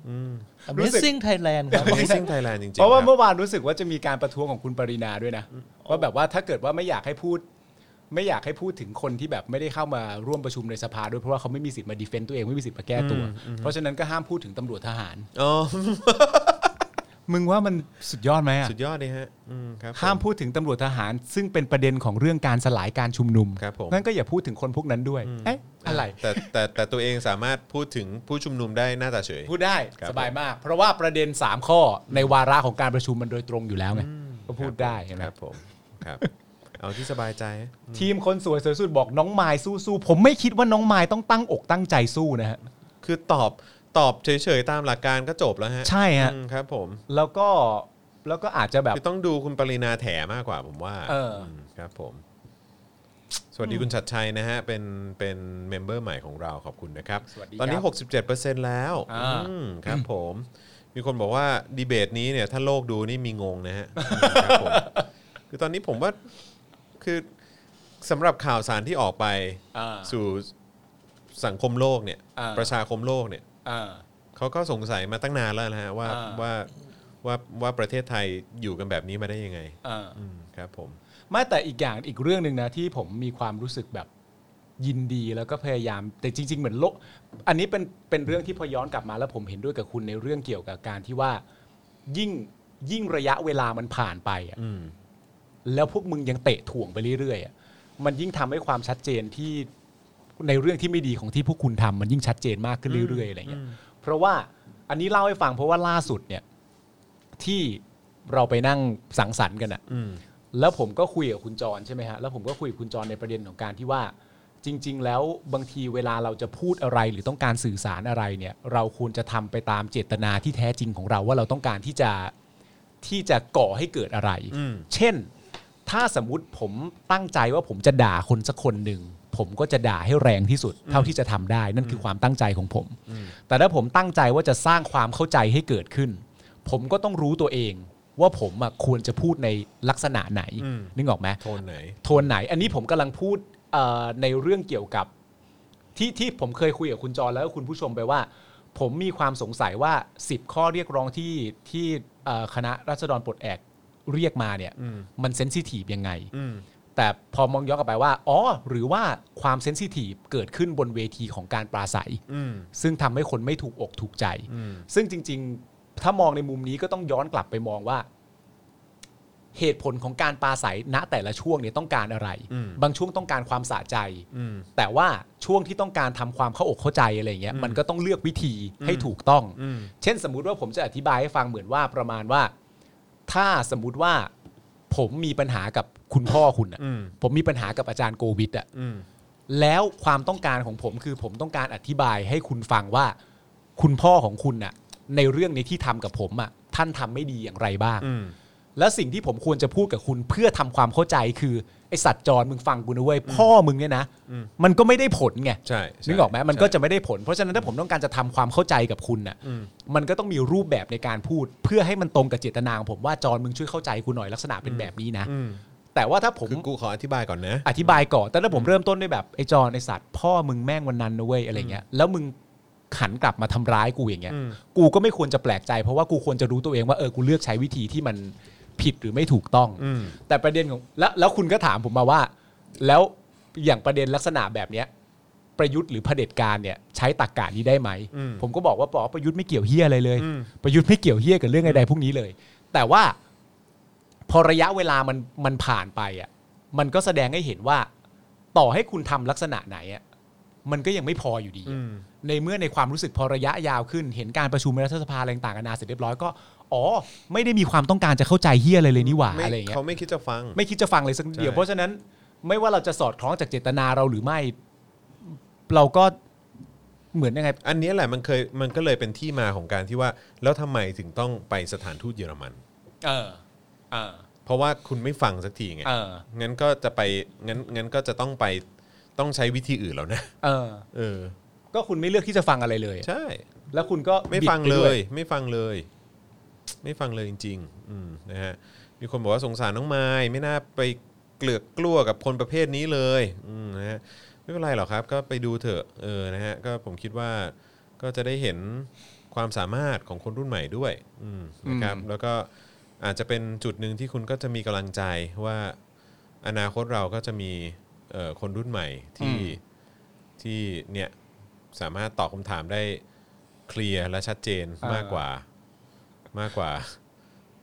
S2: อืม
S3: รู้สึก
S4: ซิ่งไทยแลนด์ครับ
S2: Amazing Thailand จริงๆ
S3: เพราะว่า
S2: คบ
S3: เมื่อวานรู้สึกว่าจะมีการประท้วงของคุณปรินาด้วยนะว่าแบบว่าถ้าเกิดว่าไม่อยากให้พูด ไม่อยากให้พูดถึงคนที่แบบไม่ได้เข้ามาร่วมประชุมในสภาด้วยเพราะว่าเขาไม่มีสิทธิ์มาดีเฟนต์ตัวเองไม่มีสิทธิ์มาแก้ตัว เพราะฉะนั้นก็ห้ามพูดถึงตำรวจทหาร
S2: อ๋อ
S3: มึงว่ามันสุดยอดไหมอะ
S2: สุดยอดเลยฮะ อืมครับผ
S3: ห้ามพูดถึงตำรวจทหาร ซึ่งเป็นประเด็นของเรื่องการสลายการชุมนุม
S2: ครับผม
S3: งั้นก็อย่าพูดถึงคนพวกนั้นด้วยเอ๊ะอะไร
S2: แต่แต่แต่ตัวเองสามารถพูดถึงผู้ชุมนุมได้หน้าตาเฉย
S3: พูดได้
S2: ครับ
S3: สบายมาก เพราะว่าประเด็น 3 ข้อในวาระของการประชุมมันโดยตรงอยู่แล้วไงก็พูดได้เห็นไหม
S2: ครับผมครับ เอาที่สบายใจ
S3: ทีมคนสวยสวยสุดบอกน้องไม้สู้ๆผมไม่คิดว่าน้องไม้ต้องตั้งอกตั้งใจสู้นะฮะ
S2: คือตอบตอบเฉยๆ ตามหลักการก็จบแล้วฮะ
S3: ใช่ฮะ
S2: อืมครับผม
S3: แล้วก็แล้วก็อาจจะแบบ
S2: คือต้องดูคุณปรินาแถมากกว่าผมว่า
S3: เอออื
S2: มครับผม สวัสดีคุณชัดชัยนะฮะ เป็นเป็นเมมเบอร์ใหม่ของเราขอบคุณนะครับ
S3: สวัสดี
S2: ตอนนี้
S3: ครับ
S2: 67%แล้ว
S3: อ่า
S2: อืมครับผม มีคนบอกว่าดีเบตนี้เนี่ย ถ้าโลกดูนี่มีงงนะฮะครับผมคือตอนนี้ผมว่าคือสำหรับข่าวสารที่ออกไป
S3: อ่า
S2: สู่สังคมโลกเนี่ย
S3: อ่า
S2: ประชาคมโลกเนี่ย
S3: อ่า
S2: เขาก็สงสัยมาตั้งนานแล้วนะฮะว่า
S3: อ่า
S2: ว่าว่าว่าประเทศไทยอยู่กันแบบนี้มาได้ยังไง
S3: อ่า
S2: อืมครับผม
S3: ไม่แต่อีกอย่างอีกเรื่องหนึ่งนะที่ผมมีความรู้สึกแบบยินดีแล้วก็พยายาม แต่จริง ๆ เหมือนโลกอันนี้เป็นเป็นเรื่องที่พอย้อนกลับมาแล้วผมเห็นด้วยกับคุณในเรื่องเกี่ยวกับการที่ว่ายิ่งยิ่งระยะเวลามันผ่านไปอะ
S2: อืม
S3: แล้วพวกมึงยังเตะถ่วงไปเรื่อยๆอะมันยิ่งทำให้ความชัดเจนที่ในเรื่องที่ไม่ดีของที่พวกคุณทำมันยิ่งชัดเจนมากขึ้นเรื่อยๆอะไรเงี้ยเพราะว่าอันนี้เล่าให้ฟังเพราะว่าล่าสุดเนี่ยที่เราไปนั่งสังสรรค์กันอะ
S2: อืม
S3: แล้วผมก็คุยกับคุณจรใช่ไหมฮะแล้วผมก็คุยกับคุณจรในประเด็นของการที่ว่า จริง ๆ แล้วบางทีเวลาเราจะพูดอะไรหรือต้องการสื่อสารอะไรเนี่ย เราควรจะทำไปตามเจตนาที่แท้จริงของเราว่าเราต้องการที่จะที่จะก่อให้เกิดอะไร
S2: อืม
S3: เช่น ถ้าสมมติผมตั้งใจว่าผมจะด่าคนสักคนหนึ่งผมก็จะด่าให้แรงที่สุด เท่าที่จะทำได้ นั่นคือความตั้งใจของผม แต่ถ้าผมตั้งใจว่าจะสร้างความเข้าใจให้เกิดขึ้น ผมก็ต้องรู้ตัวเองว่าผมอะควรจะพูดในลักษณะไหนนึกออกไหม
S2: โทนไหน
S3: โทนไหน อันนี้ผมกำลังพูดเอ่อในเรื่องเกี่ยวกับที่ที่ผมเคยคุยกับคุณจรแล้วก็คุณผู้ชมไปว่า ผมมีความสงสัยว่า 10 ข้อเรียกร้องที่ที่เอ่อคณะรัษฎรปลดแอกเรียกมาเนี่ย
S2: อืม
S3: มันเซนซิทีฟยังไง
S2: อืม
S3: แต่พอมองย้อนกลับไปว่า อ๋อ หรือว่าความเซนซิทีฟเกิดขึ้นบนเวทีของการปราศัย
S2: อืม
S3: ซึ่งทำให้คนไม่ถูกอกถูกใจ
S2: อืม
S3: ซึ่งจริง ๆ ถ้ามองในมุมนี้ก็ต้องย้อนกลับไปมองว่า เหตุผลของการปาใสณแต่ละช่วงเนี่ยต้องการอะไร
S2: อืม
S3: บางช่วงต้องการความสะใจ
S2: อืม
S3: แต่ว่าช่วงที่ต้องการทำความเข้าอกเข้าใจอะไรเงี้ย มันก็ต้องเลือกวิธีให้ถูกต้อง
S2: อืม
S3: เช่น สมมุติว่าผมจะอธิบายให้ฟังเหมือนว่าประมาณว่า ถ้าสมมุติว่าผมมีปัญหากับคุณพ่อคุณอะ
S2: อืม
S3: ผมมีปัญหากับอาจารย์โกวิทอะ
S2: อืม
S3: แล้วความต้องการของผมคือผมต้องการอธิบายให้คุณฟังว่า คุณพ่อของคุณน่ะ ในเรื่องในที่ทำกับผมอ่ะท่านทำไม่ดีอย่างไรบ้าง
S2: อืม
S3: และสิ่งที่ผมควรจะพูดกับคุณเพื่อทำความเข้าใจคือ ไอสัตว์จรมึงฟังกูนะเว้ยพ่อมึงเนี่ยนะ
S2: อืม
S3: มันก็ไม่ได้ผลไง
S2: ใช่ใช่
S3: นึกออกไหมมัน
S2: ใช่
S3: ก็จะไม่ได้ผล เพราะฉะนั้นถ้าผมต้องการจะทำความเข้าใจกับคุณน่ะ
S2: อืม
S3: มันก็ต้องมีรูปแบบในการพูด เพื่อให้มันตรงกับเจตนาของผมว่าจรมึงช่วยเข้าใจกูหน่อยลักษณะเป็นแบบนี้นะ
S2: อืม
S3: แต่ว่าถ้าผม
S2: คือกูขออธิบายก่อนนะ
S3: อธิบายก่อนแต่ถ้าผมเริ่มต้นด้วยแบบไอ้จอนไอ้สัตว์พ่อมึงแม่งวันนั้นนะเว้ยอะไรเงี้ยแล้วมึงขันกลับมาทำร้ายกูอย่างเงี้ย
S2: อืม
S3: กูก็ไม่ควรจะแปลกใจ เพราะว่ากูควรจะรู้ตัวเองว่าเออกูเลือกใช้วิธีที่มันผิดหรือไม่ถูกต้อง
S2: อืม
S3: แต่ประเด็นของแล้วแล้วคุณก็ถามผมมาว่า แล้วอย่างประเด็นลักษณะแบบเนี้ยประยุทธ์หรือเผด็จการเนี่ยใช้ตรกกะนี้ได้ไหม
S2: อืม
S3: ผมก็บอกว่าปอประยุทธ์ไม่เกี่ยวเฮียอะไรเลย
S2: อืม
S3: ประยุทธ์ไม่เกี่ยวเฮียกับเรื่องใดๆพวกนี้เลย แต่ว่าพอระยะเวลามันมันผ่านไปอ่ะมันก็แสดงให้เห็นว่า ต่อให้คุณทำลักษณะไหนอ่ะ มันก็ยังไม่พออยู่ดีอะ
S2: อืม
S3: ในเมื่อในความรู้สึกพอระยะยาวขึ้น เห็นการประชุมรัฐสภาอะไรต่างกันานาเสร็จเรียบร้อยก็อ๋อ ไม่ได้มีความต้องการจะเข้าใจเฮียอะไรเลยนี่หว่า
S2: ไม่
S3: อะไรอย่างเงี้ย
S2: เขาไม่คิดจะฟัง
S3: ไม่คิดจะฟังเลยสักนิดเดียว
S2: ใช่
S3: เพราะฉะนั้นไม่ว่าเราจะสอดคล้องจากเจตนาเราหรือไม่ เราก็เหมือนยังไง
S2: อันเนี้ยแหละมันเคยมันก็เลยเป็นที่มาของการที่ว่า แล้วทำไมถึงต้องไปสถานทูตเยอรมัน
S3: เออเออ
S2: เพราะว่าคุณไม่ฟังสักทีไง
S3: เออ
S2: งั้นก็จะไปงั้นงั้นก็จะต้องไปต้องใช้วิธีอื่นแล้วนะ
S3: เออ
S2: เออ
S3: ก็คุณไม่เลือกที่จะฟังอะไรเลย
S2: ใช่
S3: แล้วคุณก็
S2: ไม่
S3: บิด
S2: ฟัง
S3: ป
S2: เล
S3: ด้วย
S2: ไม่ฟังเลย ไม่ฟังเลยจริง ๆ อืมนะฮะมีคนบอกว่าสงสารน้องไม้ไม่น่าไปเกลือกกลัวกับคนประเภทนี้เลยอืมนะฮะไม่เป็นไรหรอกครับ ก็ไปดูเถอะเออนะฮะก็ผมคิดว่าก็จะได้เห็นความสามารถของคนรุ่นใหม่ด้วยอืมนะครับแล้วก็อาจจะเป็นจุดหนึ่งที่คุณก็จะมีกำลังใจว่าอนาคตเราก็จะมีเอ่อคนรุ่นใหม่ที่ที่เนี่ยสามารถตอบคำถามได้ เคลียร์และชัดเจนมากกว่ามากกว่า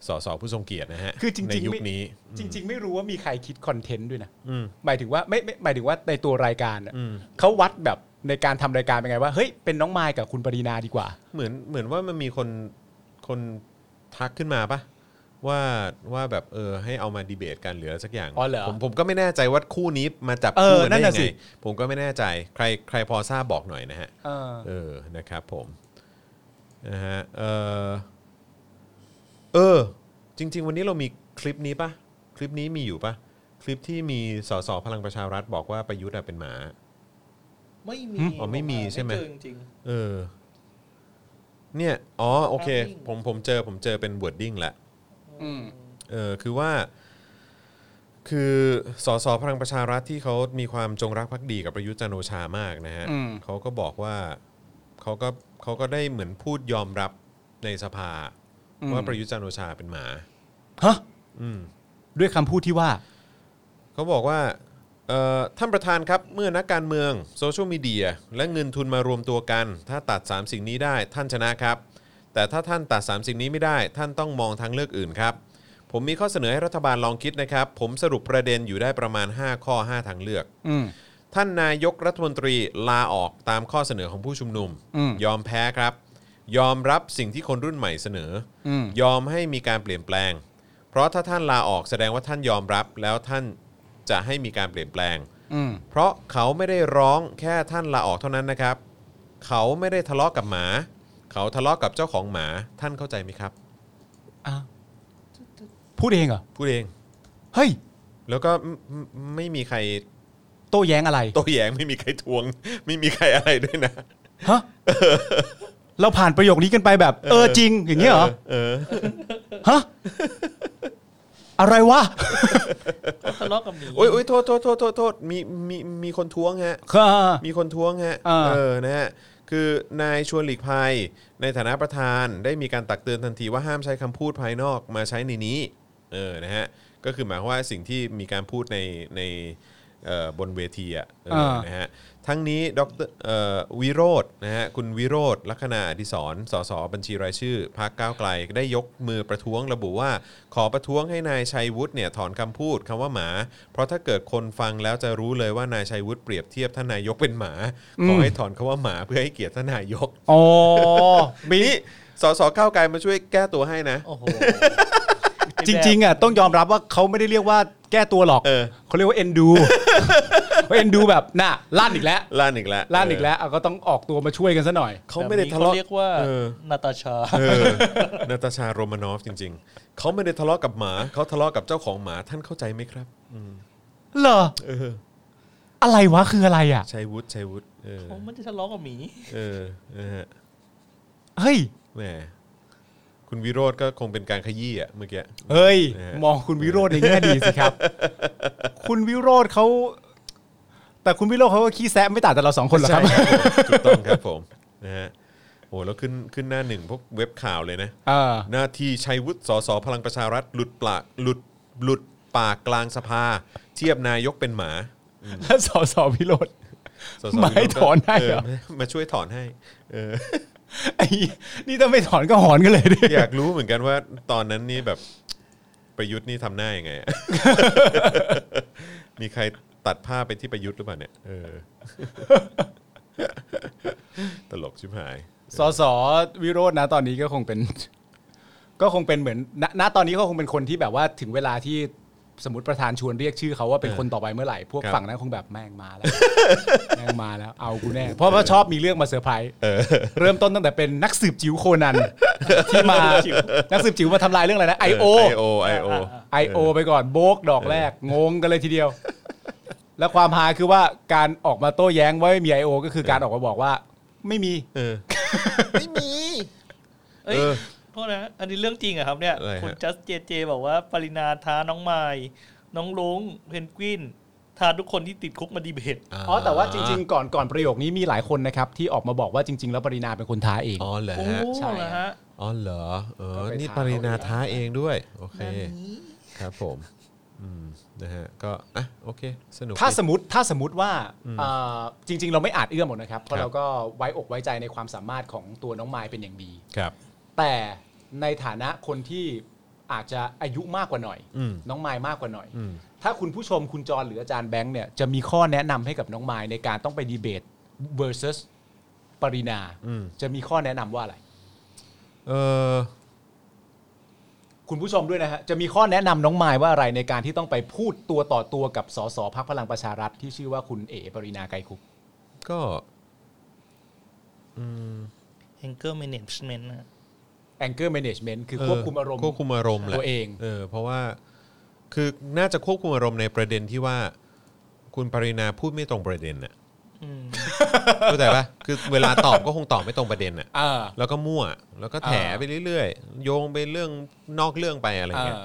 S2: สสผู้ทรงเกียรตินะฮะ
S3: คือจริงๆ
S2: ในยุค
S3: ไม่
S2: นี้
S3: จริง ๆ ไม่รู้ว่ามีใครคิดคอนเทนต์ด้วยนะ
S2: อืม
S3: หมายถึงว่าไม่ไม่หมายถึงว่าในตัวรายการอะ
S2: อืม
S3: เขาวัดแบบในการทำรายการเป็นไงว่าเฮ้ยเป็นน้องไมค์กับคุณปรินาดีกว่า
S2: เหมือนเหมือนว่ามันมีคนคนทักขึ้นมาปะว่าว่าแบบเออให้เอามาดีเบตกันหรืออะไรสักอย่าง
S3: อ๋อเหรอ
S2: ผมผมก็ไม่แน่ใจว่าคู่นี้มาจับ
S3: เออ
S2: คู่กัน
S3: นั่
S2: ได้
S3: น
S2: ยั
S3: น่ะ
S2: ง
S3: สิ
S2: ไงผมก็ไม่แน่ใจใครใครพอทราบบอกหน่อยนะฮะ เออ นะครับผม นะฮะ เออเออ จริง ๆ วันนี้เรามีคลิปนี้ปะคลิปนี้มีอยู่ปะคลิปที่มีสสพลังประชารัฐบอกว่าประยุทธ์อะเป็นหมา
S4: ไม่มี
S2: อ๋อไม่มีใช่ไหม
S4: เจอจริง
S2: เออ เนี่ย อ๋อ โอเค
S4: Wording
S2: ผม ผมเจอ ผมเจอเป็น wording ละ
S3: อืม
S2: เออคือว่า คือสสพลังประชารัฐที่เขามีความจงรักภักดีกับประยุทธ์จันทร์โอชามากนะฮะ
S3: อืม
S2: เขาก็บอกว่าเขาก็เขาก็ได้เหมือนพูดยอมรับในสภา ว่าประยุทธ์จันทร์โอชาเป็นหมา
S3: ฮะ
S2: อืม
S3: ด้วยคำพูดที่ว่า
S2: เขาบอกว่าเอ่อท่านประธานครับ เมื่อนักการเมืองโซเชียลมีเดียและเงินทุนมารวมตัวกัน ถ้าตัด 3 สิ่งนี้ได้ท่านชนะครับ แต่ถ้าท่านตัด 3 สิ่งนี้ไม่ได้ ท่านต้องมองทางเลือกอื่นครับ ผมมีข้อเสนอให้รัฐบาลลองคิดนะครับ ผมสรุปประเด็นอยู่ได้ประมาณ 5 ข้อ 5 ทางเลือก
S3: อืม
S2: ท่านนายกรัฐมนตรีลาออกตามข้อเสนอของผู้ชุมนุม
S3: อืม
S2: ยอมแพ้ครับ ยอมรับสิ่งที่คนรุ่นใหม่เสนอ
S3: อืม
S2: ยอมให้มีการเปลี่ยนแปลง เพราะถ้าท่านลาออกแสดงว่าท่านยอมรับแล้วท่านจะให้มีการเปลี่ยนแปลง
S3: อืม
S2: เพราะเขาไม่ได้ร้องแค่ท่านลาออกเท่านั้นนะครับ เขาไม่ได้ทะเลาะกับหมา เขาทะเลาะกับเจ้าของหมา ท่านเข้าใจไหมครับ
S3: อ้าวพูดเองเหรอ
S2: พูดเอง
S3: เฮ้ย
S2: แล้วก็ไม่ไม่ไม่มีใคร
S3: โต้แย้งอะไร
S2: โต้แย้งไม่มีใครทวง ไม่มีใครอะไรด้วยนะ
S3: ฮะ เราผ่านประโยคนี้กันไปแบบ เออจริง อย่างเงี้ยเหรอ
S2: เออ
S3: ฮะ อะไรวะ
S4: ๆเขาทะเลาะกับหมี
S2: โอ้ยโอ้ยโทษโทษโทษโทษโทษมีมีมีคนท้วงฮะ
S3: ค่ะ
S2: มีคนท้วงฮะ
S3: อ่า
S2: เออ นะฮะ คือนายชวนหลีกภัย ในฐานะประธานได้มีการตักเตือนทันทีว่าห้ามใช้คำพูดภายนอกมาใช้ในนี้ เออ นะฮะ ก็คือหมายความว่าสิ่งที่มีการพูดในในเอ่อบนเวทีอ่ะเอออา นะฮะ ทั้งนี้ดอกเตอรเอ่อวิโรจน์นะฮะ คุณวิโรธลัคนาอดิศรสสบัญชีรายชื่อพักก้าวไกล ได้ยกมือประท้วงระบุว่า ขอประท้วงให้นายชัยวุฒิเนี่ยถอนคำพูดคำว่าหมา เพราะถ้าเกิดคนฟังแล้วจะรู้เลยว่านายชัยวุฒิเปรียบเทียบท่านนายกเป็นหมา ขอให้ถอนคำว่าหมาเพื่อให้เกียรติท่านนายก
S3: อ๋อ
S2: มีสสก้าวไกลมาช่วยแก้ตัวให้นะ
S4: โอ้โห
S3: จริง ๆอ่ะต้องยอมรับว่าเขาไม่ได้เรียกว่าแก้ตัวหรอก
S2: เออ
S3: เขาเรียกว่าเอ็น ดูเอ็นดูแบบน่ะลั่นอีกแล้ว
S2: ล่านอีกแล้ว
S3: ลั่นอีกแล้วอ่ะก็ต้องออกตัวมาช่วยกันซะหน่อย
S2: เขาไม่ได้ทะเลาะ
S4: เรียกว่า
S2: เออ
S4: นาตาชา
S2: เออนาตาชาโรมานอฟจริง ๆ เขาไม่ได้ทะเลาะกับหมา เขาทะเลาะกับเจ้าของหมาท่านเข้าใจไหมครับ
S3: เหรอ
S2: เออ
S3: อะไรวะคืออะไรอ่ะ
S2: ชัยวุฒิชัยวุฒิเออ
S4: ผมไม่ได้ทะเลาะกับหมี
S2: เออนะฮะ
S3: เฮ้ย
S2: แหมคุณวิโรธก็คงเป็นการขยี้อ่ะเมื่อกี้
S3: เฮ้ย
S2: นะฮะ
S3: มองคุณวิโรธในแง่ดีสิครับ คุณวิโรธเขา แต่คุณวิโรธเขาก็ขี้แซะไม่ต่างจากเราสองคนหรอกครับ
S2: ใช่ผมถูกต้องครับผมนะฮะโอ้แล้วขึ้นขึ้นหน้าหนึ่งพวกเว็บข่าวเลยนะ
S3: เออ
S2: หน้าที่ชัยวุฒิสสพลังประชารัฐหลุดปากหลุดหลุดปากกลางสภา เทียบนายกเป็นหมา
S3: แล้วสสวิโรธ
S2: สส
S3: มาให้ถอนให้เหรอ
S2: เอมาช่วยถอนให้เออ
S3: ไอ้นี่ถ้าไม่ถอนก็หอนกันเลยดิ
S2: อยากรู้เหมือนกันว่าตอนนั้นนี่แบบประยุทธ์นี่ทำหน้ายังไงอะ มีใครตัดภาพไปที่ประยุทธ์หรือเปล่าเนี่ยเออ ตลกชิบหาย
S3: สอสอวิโรจน์นะตอนนี้ก็คงเป็น ก็คงเป็นเหมือนณณตอนนี้ก็คงเป็นคนที่แบบว่าถึงเวลาที่สมมติประธานชวนเรียกชื่อเขาว่าเป็นคนต่อไปเมื่อไหร่ พวก
S2: ครับ
S3: ฝั่งนั้นคงแบบแม่งมา แล้ว แม่งมาแล้วเอากูแน่เพราะว่าชอบมีเรื่องมาเซอร์ไพรส์เริ่มต้นตั้งแต่เป็นนักสืบจิ๋วโคนัน ที่ มานักสืบจิ๋วมาทำลายเรื่องอะไรนะไอโอ
S2: ไอโอไอโอ
S3: ไอโอไปก่อนโบกดอกแรก งงกันเลยทีเดียว แล้วความฮาคือว่าการออกมาโต้แย้งว่าไม่มีไอโอก็คือการออกมาบอกว่า ไม่มี
S4: เอ้ย
S2: เออ
S4: โทษนะ อันนี้เรื่องจริงอะครับเนี่ย
S2: อะไรฮะ
S4: คุณจัสเจเจบอกว่าปรินาท้าน้องไมายน้องลุงเพนกวินท้าทุกคนที่ติดคุกมาดีเบต
S3: อ๋อแต่ว่าจริง ๆ ก่อนก่อนประโยคนี้มีหลายคนนะครับ ที่ออกมาบอกว่าจริง ๆ แล้วปรินาเป็นคนท้าเอง
S2: อ๋อเหรอ
S4: โอ้
S2: ฮะ
S4: ใช่เหรอฮะ
S2: อ๋อเหรอเออ
S3: ก็ไป
S2: นี่
S3: ท้า
S2: ปรินาท้าเองด้วย โอเค ครับผมอืมนะฮะก็อ่ะโอเค สนุก
S3: ถ้า
S2: ดี
S3: สมมติถ้าสมมติว่าเอ่อจริง ๆ เราไม่อาจเอื้อมหมดนะครับเพ
S2: ค
S3: ราะ
S2: รับ
S3: เราก็ไว้อกไว้ใจในความสามารถของตัวน้องไมายเป็นอย่างดี
S2: ครับ
S3: แต่ในฐานะคนที่อาจจะอายุมากกว่าหน่อย
S2: อืม
S3: น้องไมายมากกว่าหน่อย
S2: อืม
S3: ถ้าคุณผู้ชมคุณจรหรืออาจารย์แบงค์เนี่ยจะมีข้อแนะนำให้กับน้องไมายในการต้องไปดีเบต versus ปรินา
S2: อืม
S3: จะมีข้อแนะนำว่าอะไร
S2: เออ
S3: คุณผู้ชมด้วยนะฮะจะมีข้อแนะนำน้องไมายว่าอะไรในการที่ต้องไปพูดตัวต่อตัวกับสสพักพลังประชารัฐที่ชื่อว่าคุณเอ๋ปรินาไกรคุป
S2: ก็
S4: แองเกอร์แมเนจเมนต์
S3: แองเกอร์แมネจเมนต์คือ
S2: เ
S3: ควบคุมอารมณ์
S2: ควบคุมอารมณ์แหละ
S3: ตัวเอง
S2: เออเพราะว่าคือน่าจะควบคุมอารมณ์ในประเด็นที่ว่า คุณปรินาพูดไม่ตรงประเด็นน่ะ
S4: อืม
S2: เข้าใจปะคือเวลาตอบก็คงตอบไม่ตรงประเด็นน่ะ
S3: เออ
S2: แล้วก็มั่ว แล้วก็แถ
S3: อ่า
S2: ไปเรื่อยๆ โยงไปเรื่องนอกเรื่องไปอะไร
S3: เอ
S2: เงี้ย
S3: อ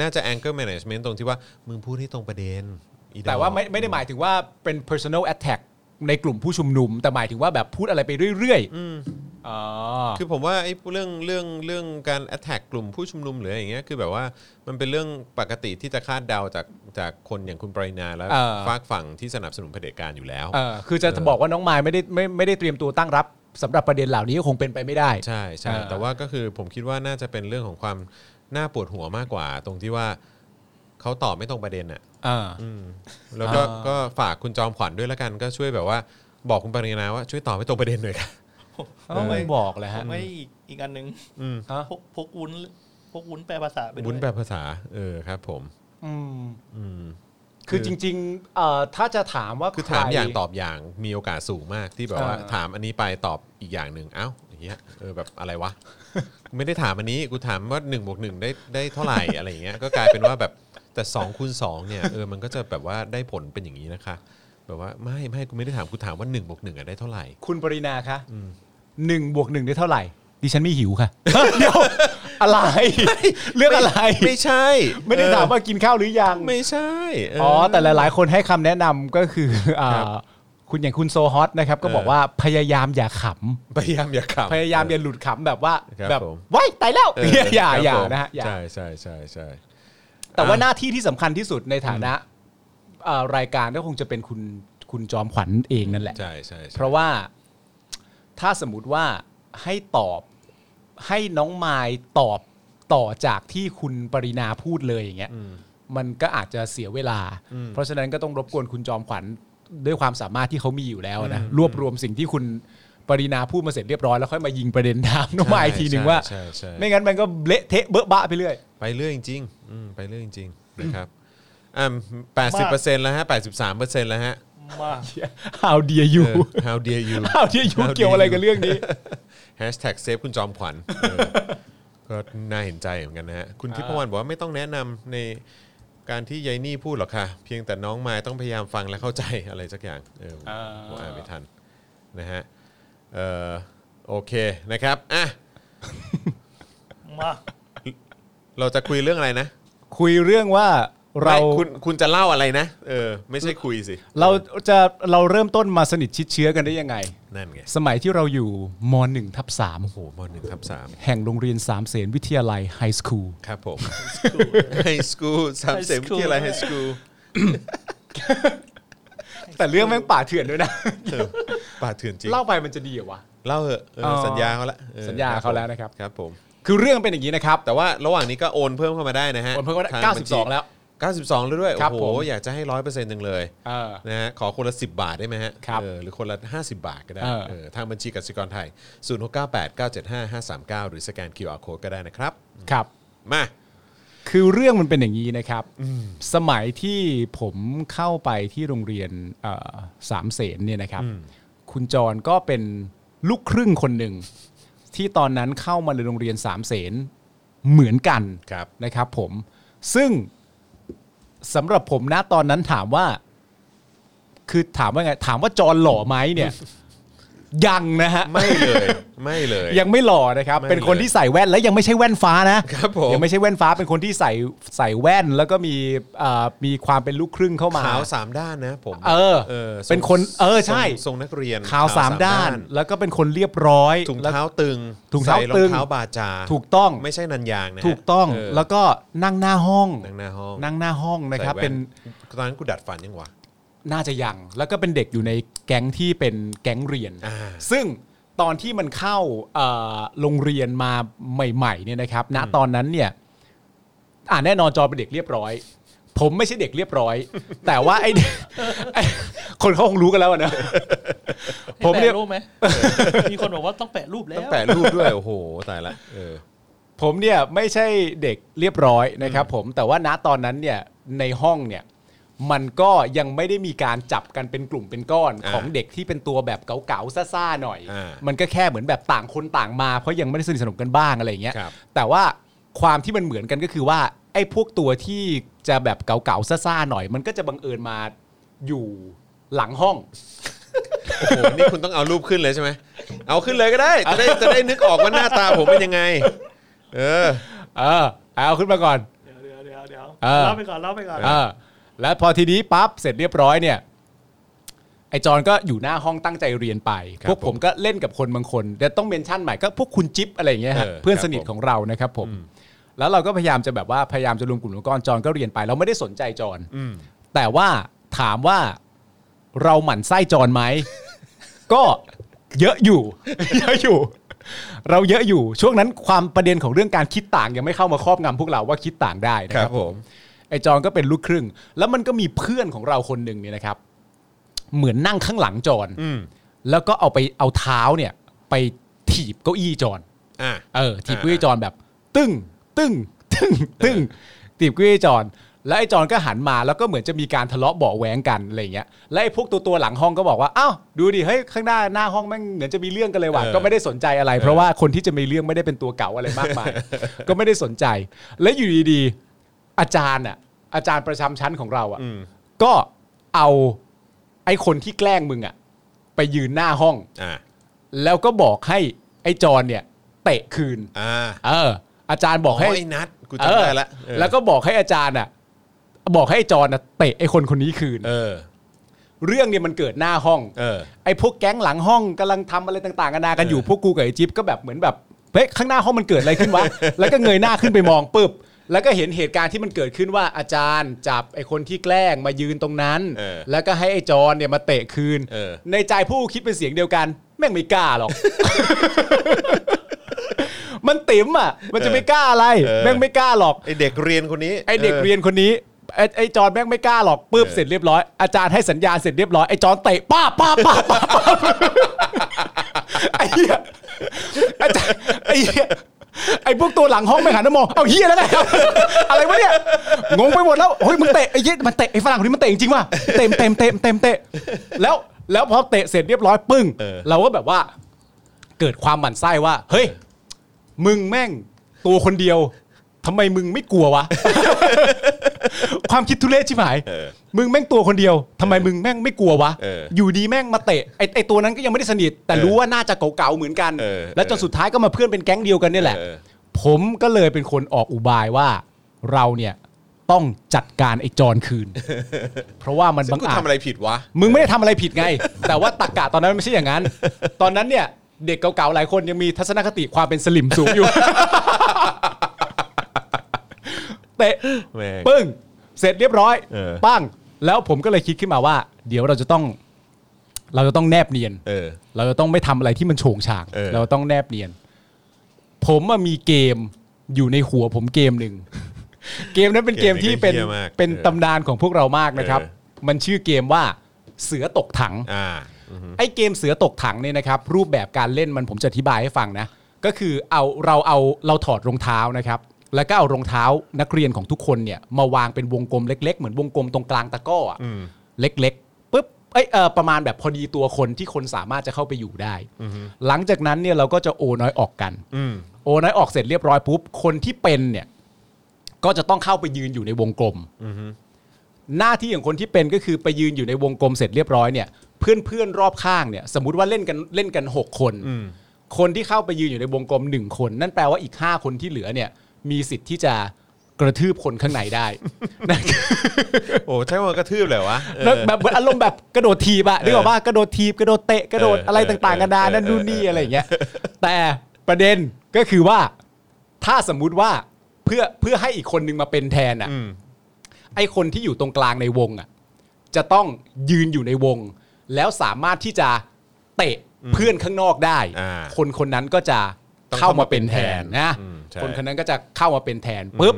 S2: น่าจะ anger management ตรงที่ว่า มึงพูดให้ตรงประเด็นอีดอก
S3: แต่ว่าไม่ไม่ได้หมายถึงว่าเป็น personal attack ในกลุ่มผู้ชุมนุม แต่หมายถึงว่าแบบพูดอะไรไปเรื่อย
S2: อืม
S3: ๆอ๋อ
S2: คือผมว่าไอ้เรื่องเรื่องเรื่องการ attack กลุ่มผู้ชุมนุมหรืออะไรอย่างเงี้ยคือแบบว่ามันเป็นเรื่องปกติที่จะคาดเดาจากจากคนอย่างคุณปรินาและ
S3: เออ
S2: ฝากฝั่งที่สนับสนุนเผด็จการอยู่แล้ว
S3: เออคือจะ
S2: เออ
S3: บอกว่าน้องมายไม่ได้ไม่ไม่ได้เตรียมตัวตั้งรับสำหรับประเด็นเหล่านี้ก็คงเป็นไปไม่ได้
S2: ใช่ใช่
S3: เออ
S2: แต่ว่าก็คือผมคิดว่าน่าจะเป็นเรื่องของความน่าปวดหัวมากกว่า ตรงที่ว่าเขาตอบไม่ตรงประเด็นน่ะ
S3: เออ
S2: อืมแล้วก็
S3: อ่า
S2: ก็ฝากคุณจอมขวัญด้วยละกันก็ช่วยแบบว่าบอกคุณปรินาว่าช่วยตอบให้ตรงประเด็นหน่อยค่ะ
S3: เขาไม่บอกเลยฮะ
S4: ไม่อีกอีกอันหนึ่ง
S2: อืม
S3: ฮะ
S4: พกพกวุ้นพกวุ้นแปลภาษาไปด้วย
S2: วุ้นแบบภาษาเออครับ ผม
S3: อืม
S2: อืม
S3: คือจริงๆเอ่อถ้าจะถามว่า
S2: คือถาม
S3: ใร
S2: อย่างตอบอย่างมีโอกาสสูงมากที่แบบว่า
S3: เออ
S2: ถามอันนี้ไปตอบอีกอย่างหนึ่งเอ้าอย่างเงี้ยเออแบบอะไรวะ กูไม่ได้ถามอันนี้กูถามว่า1นบวกหได้ได้เท่าไหร่อะไรอย่างเงี้ยก็กลายเป็นว่าแบบแต่2คูณสเนี่ยเออมันก็จะแบบว่าได้ผลเป็นอย่างนี้นะคะ แบบว่าไม่ไม่กูไม่ได้ถามกูถามว่า1นบวกหนึ่งอะได้เท่าไหร่
S3: คุณปรินาคะ
S2: อืม
S3: หนึ่งบวกหนึ่งได้เท่าไหร่ ดิฉันไม่หิวค่ะ เดี๋ยวอะไร เรื่องอะไร
S2: ไม่ใช่
S3: ไม่ได้ถามว่ากินข้าวหรือยัง
S2: เออไม่ใช่เ
S3: อ๋อ แต่หลายๆ คนให้คำแนะนำก็คืออ่าคุณอย่างคุณโซฮอตนะครับ ก็บอกว่าพยายามอย่าข
S2: พยายามอย่าขำ
S3: ำพยายามอย่าหลุดขำแบบว่า
S2: ครับ
S3: แบบ
S2: ผม
S3: ว้ายตายแล้ว
S2: เออ
S3: เนี่ยอย่า
S2: ครับ
S3: อย่า
S2: ผม
S3: นะฮะอย่า
S2: ใช่ใช่ใช่ใช่
S3: แต่ว่า
S2: อ่ะ
S3: หน้าที่ที่สำคัญที่สุดในฐานะเอ่อรายการก็คงจะเป็นคุณคุณจอมขวัญเองนั่นแหละ
S2: ใช่ใช่ใช่
S3: เพราะว่าถ้าสมมติว่าให้ตอบให้น้องไมายตอบต่อจากที่คุณปรินาพูดเลยอย่างเงี้ย
S2: อืม
S3: มันก็อาจจะเสียเวลา
S2: อืม
S3: เพราะฉะนั้นก็ต้องรบกวนคุณจอมขวัญด้วยความสามารถที่เขามีอยู่แล้วนะ
S2: อืม
S3: รวบรวมสิ่งที่คุณปรินาพูดมาเสร็จเรียบร้อยแล้วค่อยมายิงประเด็นถามน้องไมายอีกทีหนึ่งว่า
S2: ใช่ใช่ใช่
S3: ไม่งั้นมันก็เละเทะเบอะบะไปเรื่อย
S2: ไปเรื่อยจริงๆอืมไปเรื่อยจริงๆนะครับอ่าแปดสิบเปอร์เซ็นต์แล้วฮะแปดสิบสามเปอร์เซ็นต์แล้วฮะ
S4: มาก
S3: How dare you
S2: เออ how dare you
S3: How dare you เกี่ยวอะไรกับเรื่องนี้
S2: แฮชแท็กเซฟคุณจอมขวัญเออก็น่าเห็นใจเหมือนกันนะฮะ คุณทิพวรรณบอกว่าไม่ต้องแนะนำในการที่ยายนี่พูดหรอกค่ะ เพียงแต่น้องมายต้องพยายามฟังและเข้าใจอะไรสักอย่างเออผมผมอ่านไม่ทันนะฮะเออโอเคนะครับอ่ะ
S4: มาก
S2: เราจะคุยเรื่องอะไรนะ
S3: คุยเรื่องว่าเรา
S2: ไม่คุณคุณจะเล่าอะไรนะเออไม่ใช่คุยสิ
S3: เราจะเราเริ่มต้นมาสนิทชิดเชื้อกันได้ยังไง
S2: นั่นไง
S3: สมัยที่เราอยู่มหนึ่งทับสาม
S2: โอ้โหมหนึ่งทับสาม
S3: แห่งโรงเรียนสามเสนวิทยาลัยไฮสคูล
S2: ครับผม ไฮสคูลสามเสนวิทยาลัยไฮสคูล
S3: แต่เรื่องแม่งป่าเถื่อนด้วยนะ
S2: ป่าเถื่อนจริง
S3: เล่าไปมันจะดีเหรอวะ
S2: เล่าเหอะเออ
S3: เออ
S2: สัญญาเขาละออ
S3: สัญญาเขาแล้วนะครับ
S2: ครับผม
S3: คือเรื่องเป็นอย่างนี้นะครับ
S2: แต่ว่าระหว่างนี้ก็โอนเพิ่มเข้ามาได้นะฮะ
S3: โอนเพิ่มเข้ามาได้
S2: ทง
S3: 92แล้ว
S2: 92 แล้วด้วย
S3: ครั
S2: โอ้
S3: บ
S2: โห
S3: ผม
S2: อยากจะให้ร้อยเปอร์เซ็นต์จังเลย
S3: เออ
S2: นะฮะขอคนละ 10 บาทได้ไหมฮะ
S3: ครับ
S2: เออหรือคนละ 50 บาทก็ได้
S3: เออ
S2: เออทางบัญชีกสิกรไทย 0698975539 หรือสแกน QR Code ก็ได้นะครับ
S3: ครับ
S2: มา
S3: คือเรื่องมันเป็นอย่างนี้นะครับ สมัยที่ผมเข้าไปที่โรงเรียนเอ่อสามเสนเนี่ยนะครับ คุณจรก็เป็นลูกครึ่งคนหนึ่ง ที่ตอนนั้นเข้ามาในโรงเรียนสามเสนเหมือนกัน
S2: ครับ
S3: นะครับผม ซึ่งสำหรับผมนะตอนนั้นถามว่า คือถามว่าไง ถามว่าจรหล่อไหมเนี่ย ยังนะฮะ
S2: ไม่เลย ไม่เลย
S3: ยังไม่หล่อนะครับ
S2: ไม่
S3: เป็นคนที่ใส่แว่นและยังไม่ใช่แว่นฟ้านะครับ
S2: ผม
S3: ยังไม่ใช่แว่นฟ้า เป็นคนที่ใส่ใส่แว่นแล้วก็มีเอ่อมีความเป็นลูกครึ่งเข้ามา
S2: ขาวสามด้านนะผม
S3: เออ
S2: ทรง
S3: เป็นคนเออใช่
S2: ทรงทรงนักเรียน
S3: ขาวสามด้าน แล้วก็เป็นคนเรียบร้อย
S2: ถุงเท้าตึง
S3: ถุงเท้า
S2: ใส่รอ
S3: ตึ
S2: ง
S3: ง
S2: เท้าบาจา
S3: ถูกต้อง
S2: ไม่ใช่นันยางนะฮะ
S3: ถูกต้อง
S2: เ
S3: แล้วก็นั่งหน้าห้อง
S2: นั่งหน้าห้อง
S3: นั่งหน้าห้องนะครับ
S2: ใส่แว่
S3: เป็น
S2: ตอนนั้นกูดัดฟันยังวะ
S3: น่าจะยัง แล้วก็เป็นเด็กอยู่ในแก๊งที่เป็นแก๊งเรียน
S2: อ่า
S3: ซึ่งตอนที่มันเข้าเอ่อโรงเรียนมาใหม่ๆเนี่ยนะครับณตอนนั้นเนี่ยอ่าแน่นอนจอเป็นเด็กเรียบร้อย ผมไม่ใช่เด็กเรียบร้อย แต่ว่าไอ้ ไอ้คนเขาคงรู้กันแล้วอะเนอะ
S4: ให้
S3: ผมเรียก
S4: แปะรูปไหมมีคนบอกว่าต้องแปะรูปแล้ว
S2: ต้องแปะรูปด้วย โอ้โห ตายละเออ
S3: ผมเนี่ยไม่ใช่เด็กเรียบร้อยนะครับผมแต่ว่าณตอนนั้นเนี่ยในห้องเนี่ยมันก็ยังไม่ได้มีการจับกันเป็นกลุ่มเป็นก้อน
S2: อ่า
S3: ของเด็กที่เป็นตัวแบบเก๋าๆซ่าๆหน่อย
S2: อ่ามั
S3: มันก็แค่เหมือนแบบต่างคนต่างมาเพราะยังไม่ได้สนิทสนมกันบ้างอะไรอย่างเงี้ย
S2: ครับ
S3: แต่ว่าความที่มันเหมือนกันก็คือว่าไอ้พวกตัวที่จะแบบเก๋าๆซ่าๆหน่อย มันก็จะบังเอิญมาอยู่หลังห้อง
S2: โอ้โห นี่คุณต้องเอารูปขึ้นเลยใช่ไหม เอาขึ้นเลยก็ได้ จะได้จะได้นึกออกว่าหน้าตาผมเป็นยังไง เออ
S3: เออเอาขึ้นมาก่อน
S4: เดี๋ยวเดี๋ยวเดี๋ยวเดี๋ยว
S3: เออ
S4: เล่าไปก่อนเล่าไปก่อน
S3: เออแล้วพอทีนี้ปั๊บเสร็จเรียบร้อยเนี่ยไอจอนก็อยู่หน้าห้องตั้งใจเรียนไป
S2: ครับ
S3: พวกผมก็เล่นกับคนบางคนแต่ต้องเมนชั่นใหม่ก็พวกคุณจิ๊บอะไรอย่างเงี้ยฮะ
S2: เออ
S3: เพื่อนสนิท
S2: ครับผม
S3: ของเรานะครับผม แล้วเราก็พยายามจะแบบว่าพยายามจะรวมกลุ่มรวมก้อนจอนก็เรียนไป เราไม่ได้สนใจจอน
S2: อืม
S3: แต่ว่าถามว่าเราหมั่นไส้จอนไหม ก็เยอะอยู่ เยอะอยู่ เราเยอะอยู่ช่วงนั้นความประเด็นของเรื่องการคิดต่างยังไม่เข้ามาครอบงำพวกเราว่าคิดต่างได้นะ
S2: ค
S3: ค
S2: รั
S3: รั
S2: บบ ผม
S3: ไอจอนก็เป็นลูกครึ่ง แล้วมันก็มีเพื่อนของเราคนหนึ่งเนี่ยนะครับ เหมือนนั่งข้างหลังจอน
S2: อืม
S3: แล้วก็เอาไปเอาเท้าเนี่ย ไปถีบเก้าอี้จอน
S2: อ่ะ
S3: เออถีบ
S2: อ่า
S3: เก้าอี้จอนแบบ ตึ้ง ตึ้ง ตึ้ง ตึ้งถีบเก้าอี้จอนแล้วไอ้จอนก็หันมาแล้วก็เหมือนจะมีการทะเลาะเบาะแหวงกันอะไรอย่างเงี้ยแล้วไอ้พวกตัวตัวๆหลังห้องก็บอกว่าอ้าวดูดิเฮ้ยข้างหน้าหน้าห้องแม่งเหมือนจะมีเรื่องกันเลยว่ะก็ไม่ได้สนใจอะไร เพราะว่าคนที่จะมีเรื่องไม่ได้เป็นตัวเก่าอะไรมาก มาย ก็ไม่ได้สนใจ และอยู่ดีๆ อาจารย์อ่ะอาจารย์ประจำชั้นของเราอ่ะ
S2: อืม
S3: ก็เอาไอ้คนที่แกล้งมึงอ่ะไปยืนหน้าห้อง
S2: อ่ะ
S3: แล้วก็บอกให้ไอ้จอนเนี่ย เตะคืน
S2: อ่า
S3: เออ อาจารย์บอกให้
S2: ไอ้นัด กู
S3: เอ
S2: จำ
S3: อ
S2: ได้ละเออ
S3: แล้วก็บอกให้อาจารย์อ่ะบอกให้ไอ้จอนอ่ะเตะไอ้คนคนนี้คืน
S2: เออ
S3: เรื่องเนี่ยมันเกิดหน้าห้อง
S2: เออ
S3: ไอ้พวกแก๊งหลังห้องกำลังทำอะไรต่างๆกันานากันอยู่
S2: เออ
S3: พวกกูกับไอ้จิ๊บก็แบบเหมือนแบบเฮ้ยข้างหน้าห้องมันเกิดอะไรขึ้นวะ แล้วก็เงยหน้าขึ้นไปมองปุ๊บแล้วก็เห็นเหตุการณ์ที่มันเกิดขึ้นว่าอาจารย์จับไอ้คนที่แกล้งมายืนตรงนั้น
S2: เออ
S3: แล้วก็ให้ไอ้จอนเนี่ยมาเตะคืน
S2: เออ
S3: ในใจผู้คิดเป็นเสียงเดียวกัน แม่งไม่กล้า หรอก มันติ๋มอ่ะ มันจะไม่กล้าอะไร แม่งไม่กล้าหรอก
S2: ไอเด็กเรียนคนนี้
S3: ไอเด็กเรียนคนนี้ไอ้ไอจอนแม่งไม่กล้าหรอกปุ๊บเสร็จเรียบร้อยอาจารย์ให้สัญญาณเสร็จเรียบร้อยไอจอนเตะป้าบป้าบป้าบป้าบป้าบไอเหี้ยอาจารย์ไอเหี้ยไอพวกตัวหลังห้องไม่หันมามองเอาเฮียแล้วไงอะไรวะเนี่ยงงไปหมดแล้วเฮ้ยมึงเตะไอ้เหี้ยมันเตะไอ้ฝรั่งคนนี้มันเตะจริงๆว่ะเต็มเต็มเต็มเต็มเตะแล้วแล้วพอเตะเสร็จเรียบร้อยปึ้ง เราก็แบบว่า เกิดความหมั่นไส้ว่า เฮ้ย มึงแม่งตัวคนเดียวทำไมมึงไม่กลัววะ ความคิดทุเรศชิบหาย
S2: เออ
S3: มึงแม่งตัวคนเดียวทำไมมึงแม่งไม่กลัววะ
S2: เออ
S3: อยู่ดีแม่งมาเตะไอไอตัวนั้นก็ยังไม่ได้สนิท แต่รู้ว่าน่าจะเก่าๆเหมือนกัน
S2: เออ
S3: แล้วจนสุดท้ายก็มาเพื่อนเป็นแก๊งเดียวกันเนี่ยแหละ
S2: เออ
S3: ผมก็เลยเป็นคนออกอุบายว่าเราเนี่ยต้องจัดการไอจอนคื น เพราะว่ามัน
S2: ซึ่
S3: บั
S2: ง
S3: ง
S2: กู
S3: อาจ
S2: ทำอะไรผิดวะ
S3: มึงไม่ได้ทำอะไรผิดไง แต่ว่าตักกะตอนนั้นมันไม่ใช่อย่างนั้น ตอนนั้นเนี่ย เด็กเก่าๆหลายคนยังมีทัศนคติความเป็นสลิมสูงอยู่ เตะ
S2: แม่ง
S3: ปึ้ง เสร็จเรียบร้อย
S2: เออ
S3: ปั้ง แล้วผมก็เลยคิดขึ้นมาว่า เดี๋ยวเราจะต้อง เราจะต้องแนบเนียน
S2: เออ
S3: เราจะต้องไม่ทำอะไรที่มันโฉงฉาง
S2: เออ
S3: เรา ต้องแนบเนียน ผมอะมีเกมอยู่ในหัวผมเกมหนึ่ง เกมนั้นเป็นเกมที่เป็น
S2: เกมนี้ก็เหี้ยมาก
S3: เป็น
S2: เออ
S3: ตำนานของพวกเรามากนะครับ
S2: เอ
S3: มันชื่อเกมว่าเสือตกถัง
S2: อ่าอือฮึ
S3: ไอ้เกมเสือตกถังเนี่ยนะครับ รูปแบบการเล่นมันผมจะอธิบายให้ฟังนะ ก็คือเอาเราเอาเราถอดรองเท้านะครับ แล้วก็เอารองเท้านักเรียนของทุกคนเนี่ย มาวางเป็นวงกลมเล็ก ๆ เหมือนวงกลมตรงกลางตะกร้ออะ
S2: อืม
S3: เล็กๆปุ๊บเอ้ยเออประมาณแบบพอดีตัวคนที่คนสามารถจะเข้าไปอยู่ได้ หลังจากนั้นเนี่ยเราก็จะโอน้อยออกกัน
S2: อืม
S3: โอน้อยออกเสร็จเรียบร้อยปุ๊บคนที่เป็นเนี่ยก็จะต้องเข้าไปยืนอยู่ในวงกลม
S2: อืม
S3: หน้าที่ของคนที่เป็นก็คือไปยืนอยู่ในวงกลมเสร็จเรียบร้อยเนี่ยเพื่อนเพื่อนๆรอบข้างเนี่ยสมมติว่าเล่นกันเล่นกัน 6 คน
S2: อืม
S3: คนที่เข้าไปยืนอยู่ในวงกลม 1 คน นั่นแปลว่าอีก 5 คนที่เหลือเนี่ยมีสิทธิ์ที่จะกระทืบคนข้างใน ได้ นะ
S2: โอ้ใช่ว่ากระทืบเลยวะเออ
S3: แล้วแบบเหมือนอารมณ์แบบกระโดดทีบอะนึกออกป่ะกระโดดทีบกระโดดเตะกระโดด
S2: เออ
S3: อะไรต่างๆกันานา
S2: เออ
S3: นั่นนู่น
S2: เออ
S3: นี่
S2: เอออ
S3: อะไรอย่างเงี้ยแต่ประเด็นก็คือว่าถ้าสมมุติว่าเพื่อเพื่อให้อีกคนนึงมาเป็นแทนอะ
S2: อืม
S3: ไอ้คนที่อยู่ตรงกลางในวงอ่ะจะต้องยืนอยู่ในวง แล้วสามารถที่จะเตะเพื่อนข้างนอกได้
S2: อ่า
S3: คนคนนั้นก็จะ
S2: ต้อง
S3: เข้ามาเป็นแทนนะ
S2: อืมใช่
S3: คนคนนั้นก็จะเข้ามาเป็นแทนปุ๊บ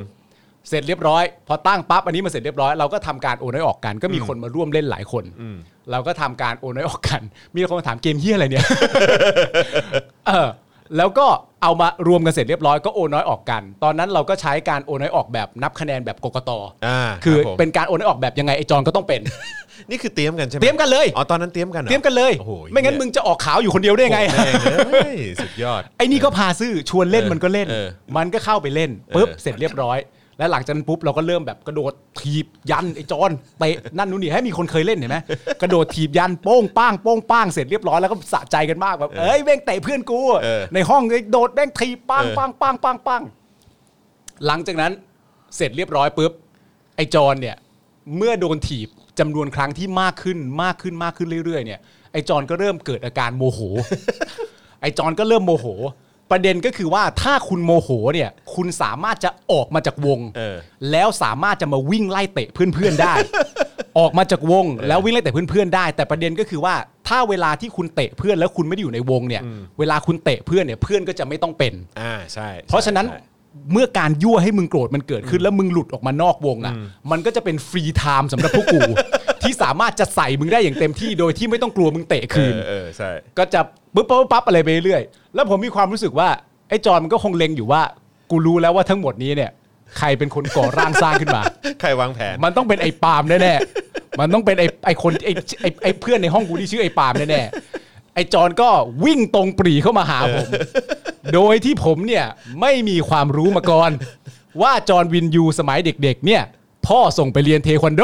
S3: เสร็จเรียบร้อย พอตั้งปั๊บอันนี้มันเสร็จเรียบร้อยเราก็ทำการโอนให้อยออกกัน ก็มีคนมาร่วมเล่นหลายคน
S2: อืม
S3: เราก็ทำการโอนไว้ออกกัน มีคนมาถามเกมเฮียอะไรเนี่ย เออ แล้วก็เอามารวมกันเสร็จเรียบร้อยก็โอนน้อยออกกัน ตอนนั้นเราก็ใช้การโอนน้อยออกแบบนับคะแนนแบบกกต
S2: อ่า
S3: คือ
S2: รับผม
S3: เป็นการโอนน้อยออกแบบยังไงไอจอนก็ต้องเป็น
S2: นี่คือเตรียมกันใช่ไหม
S3: เตรียมกันเลย
S2: อ๋อตอนนั้นเตรียมกันหอ
S3: เตรียมกันเลย
S2: โอ้โห
S3: ไม่งั้นมึงจะออกขาวอยู่คนเดียวได้ยังไง
S2: โอ้โหแม่เอ้ยสุดยอด
S3: ไอ้นี่ก็พาซื้อชวนเล่น
S2: เออ
S3: มันก็เล่น
S2: เออ
S3: มันก็เข้าไปเล่นปุ๊บ
S2: เออ
S3: เสร็จเรียบร้อย แล้วหลังจากนั้นปุ๊บเราก็เริ่มแบบกระโดดถีบยันไอ้จอนเตะนั่นนู่นนี่ให้มีคนเคยเล่นเห็นไหมกระโดดถีบยันโป้งป้างโป้งป้างเสร็จเรียบร้อยแล้วก็สะใจกันมากแบบเอ้ยแม่งเตะเพื่อนกู
S2: เออ
S3: ในห้องไอ้โดดแม่งถีบป้าง
S2: เออ
S3: ป้างป้างป้างป้างหลังจากนั้นเสร็จเรียบร้อยปุ๊บไอ้จอนเนี่ยเมื่อโดนถีบจำนวนครั้งที่มากขึ้นมากขึ้นมากขึ้นเรื่อยๆเนี่ยไอ้จอนก็เริ่มเกิดอาการโมโห ไอ้จอนก็เริ่มโมโห ประเด็นก็คือว่าถ้าคุณโมโหเนี่ย คุณสามารถจะออกมาจากวง
S2: เออ
S3: แล้วสามารถจะมาวิ่งไล่เตะเพื่อนๆได้ ออกมาจากวง แล้ววิ่งไล่เตะเพื่อนๆได้ แต่ประเด็นก็คือว่าถ้าเวลาที่คุณเตะเพื่อนแล้วคุณไม่ได้อยู่ในวงเนี่ย เวลาคุณเตะเพื่อนเนี่ยเพื่อนก็จะไม่ต้องเป็น
S2: อ่าใช่
S3: เพราะฉะนั้น
S2: ใช่
S3: เมื่อการยั่วให้มึงโกรธมันเกิดขึ้นแล้วมึงหลุดออกมานอกวงอ่ะ มันก็จะเป็นฟรีไทม์สำหรับพ วกกู ที่สามารถจะใส่มึงได้อย่างเต็มที่โดยที่ไม่ต้องกลัวมึงเตะคืน
S2: เออเออใช่
S3: ก็จะปึ๊บปั๊บปั๊บอะไรไปเรื่อยแล้วผมมีความรู้สึกว่าไอ้จอนมันก็คงเล็งอยู่ว่า กูรู้แล้วว่าทั้งหมดนี้เนี่ย ใครเป็นคนก่อร่างสร้างขึ้นมา
S2: ใครวางแผน
S3: มันต้องเป็นไอ้ปาล์มแน่ๆมันต้องเป็นไอ้ไอ้คนไอ้ไอ้ไอ้เพื่อนในห้องกูที่ชื่อไอ้ปาล์มแน่ๆไอ้จอนก็วิ่งตรงปรีเข้ามาหาผม โดยที่ผมเนี่ยไม่มีความรู้มาก่อน ว่าจอนวินยูสมัยเด็ก ๆ เนี่ย พ่อส่งไปเรียนเทควันโด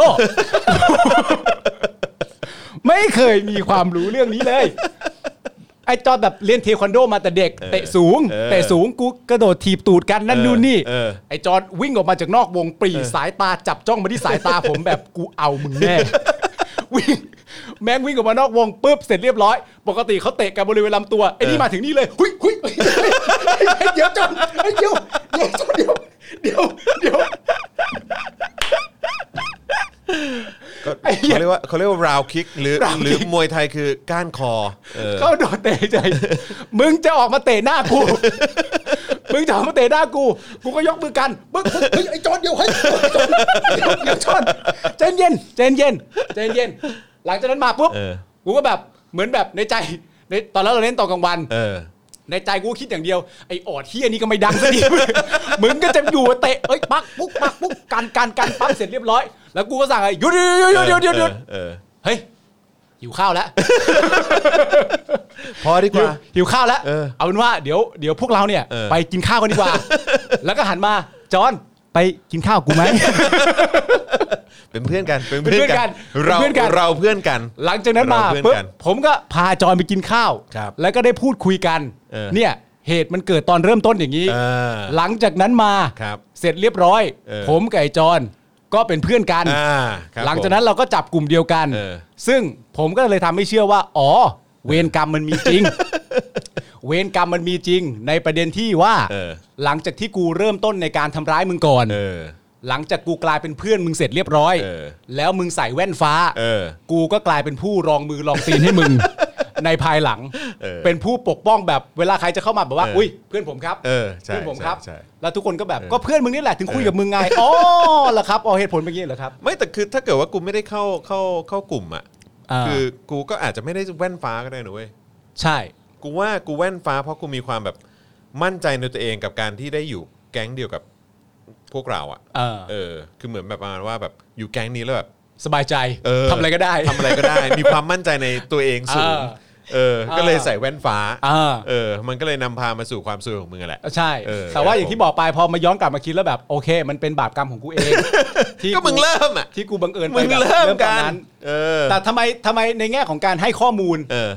S3: ไม่เคยมีความรู้เรื่องนี้เลย ไอ้จอนแบบเรียนเทควันโดมาแต่เด็ก เตะสูง
S2: เออ
S3: เตะสูงกูกระโดดถีบตูดกันนั่นนู่นนี่
S2: เออ
S3: ไอ้จอนวิ่งออกมาจากนอกวงปรีสายตาจับจ้องมาที่สายตาผมแบบกูเอามึงแน่ วิ่งแม่งวิ่งออกมานอกวงปุ๊บเสร็จเรียบร้อย ปกติเขาเตะกันบริเวณลำตัวไอ้นี่มาถึงนี่เลยหุยหุยเฮ้ยเฮ้ยเดี๋ยวจอนเฮ้ยเดี๋ยวเดี๋ยวจอนเดี๋ยวเดี๋ยวเดี๋ยว
S2: ก็
S3: ไอ้เหี้ย
S2: เขาเรียกว่าเขาเรียกว่าราวคิก หรือ
S3: round
S2: หรือ
S3: kick
S2: มวยไทยคือก้านคอเออ
S3: เขาโดนเตะใจ มึงจะออกมาเตะหน้ากู มึงจะออกมาเตะหน้ากู กูก็ยกมือกันปึ๊บปึ๊บเฮ้ยไอ้จอนเดี๋ยวเฮ้ยจอนเดี๋ยวเดี๋ยวจอนใจเย็นใจเย็นใจเย็น หลังจากนั้นมาปุ๊บ
S2: เออ
S3: กูก็แบบเหมือนแบบในใจในตอนแรกเราเล่นตอนกลางวัน
S2: เออ
S3: ในใจกูคิดอย่างเดียวไอ้ออดเฮียนี่ก็ไม่ดังสักที มึงก็จะอยู่เตะเอ้ยปักปุ๊กปักปุ๊กกันกันกันปั๊บเสร็จเรียบร้อย แล้วกูก็สั่งไอ้หยุดหยุดหยุดหยุดหยุดหยุดหยุด
S2: เออ
S3: เฮ้ยหิวข้าวแล้ว
S2: พอดีก
S3: หิว
S2: ว่า
S3: หิวข้าวแล้ว
S2: เออ
S3: เอาเป็นว่าเดี๋ยวเดี๋ยวพวกเราเนี่ย
S2: เออ
S3: ไปกินข้าวกันดีกว่า แล้วก็หันมาจอนไปกินข้าวกูไหม
S2: เป็นเพื่อนกัน เป็น
S3: เป็นเพื่
S2: เพื่อ
S3: อน นกั
S2: กัน
S3: น
S2: เรา
S3: เป็นเพื่อนกัน
S2: เราเพื่อนกัน
S3: หลังจากนั้นมา
S2: เราเพื่อน
S3: ปุ๊บ
S2: กัน
S3: ผมก็พาจอนไปกินข้าว
S2: ครับ
S3: แล้วก็ได้พูดคุยกัน
S2: เออ
S3: ยเหตุมันเกิดตอนเริ่มต้นอย่างนี้
S2: เออ
S3: หลังจากนั้นมา
S2: ครับ
S3: เสร็จเรียบร้อย
S2: เออ
S3: ผมกับไอ้จอนก็เป็นเพื่อนกัน
S2: อ่าครับ
S3: หลังจาก
S2: ผม
S3: นั้นเราก็จับกลุ่มเดียวกัน
S2: เออ
S3: ซึ่งผมก็เลยทำให้เชื่อว่า อ๋อ เวรกรรมมันมีจริง เวรกรรมมันมีจริง ในประเด็นที่ว่า
S2: เออ
S3: หลังจากที่กูเริ่มต้นในการทำร้ายมึงก่อน
S2: เออ
S3: หลังจากกูกลายเป็นเพื่อนมึงเสร็จเรียบร้อย
S2: เออ
S3: แล้วมึงใส่แว่นฟ้า
S2: เออ
S3: กูก็กลายเป็นผู้รองมือรองตีนให้มึง ในภายหลัง
S2: เออ
S3: เป็นผู้ปกป้องแบบเวลาใครจะเข้ามาแบบว่า
S2: เอออุ๊
S3: อุ้ยเพื่อนผมครับ
S2: เออใช่
S3: เพื่อนผมครับ
S2: ใช่ใช่
S3: แล้วทุกคนก็แบบ
S2: เออ
S3: ก็เพื่อนมึงนี่แหละถึงคุย
S2: เออ
S3: กับมึงไงอ๋อเหรอครับอ๋อเหตุผลเป็นอย่างนี้เหรอครับ
S2: ไม่แต่คือถ้าเกิดว่ากูไม่ได้เข้าเข้าเข้ากลุ่มอ่ะ
S3: อ่า
S2: คือกูก็อาจจะไม่ได้แว่นฟ้าก็ได้นะเว้ย
S3: ใช่
S2: กูว่ากูแว่นฟ้าเพราะกูมีความแบบมั่นใจในตัวเองกับการที่ได้อยู่แก๊งเดียวกับพวกเราอ่ะ
S3: เออ
S2: เออ คือเหมือนแบบประมาณว่าแบบอยู่แก๊งนี้แล้วแบบ
S3: สบายใจ
S2: เออ
S3: ทำอะไรก็ได้
S2: ทำอะไรก็ ได้ มีความมั่นใจในตัวเองสูง
S3: เออ
S2: เออ ก็เลยใส่แว่นฟ้า
S3: เออ
S2: เออ มันก็เลยนำพามาสู่ความซวยของมึงอะแหละ
S3: ใช่
S2: เออ
S3: แต่ว่า
S2: ครับ
S3: อย่างที่บอกไปพอมาย้อนกลับมาคิดแล้วแบบโอเค มันเป็นบาปกรรมของกูเองที่
S2: ก็มึงเริ่มอ่ะ
S3: ที่กูบังเอิญไป
S2: มึง
S3: แบบ
S2: เริ่ม
S3: ตอ
S2: กัน
S3: นั้น
S2: เออ
S3: แต่ทำไมทำไมในแง่ของการให้ข้อมูล
S2: เออ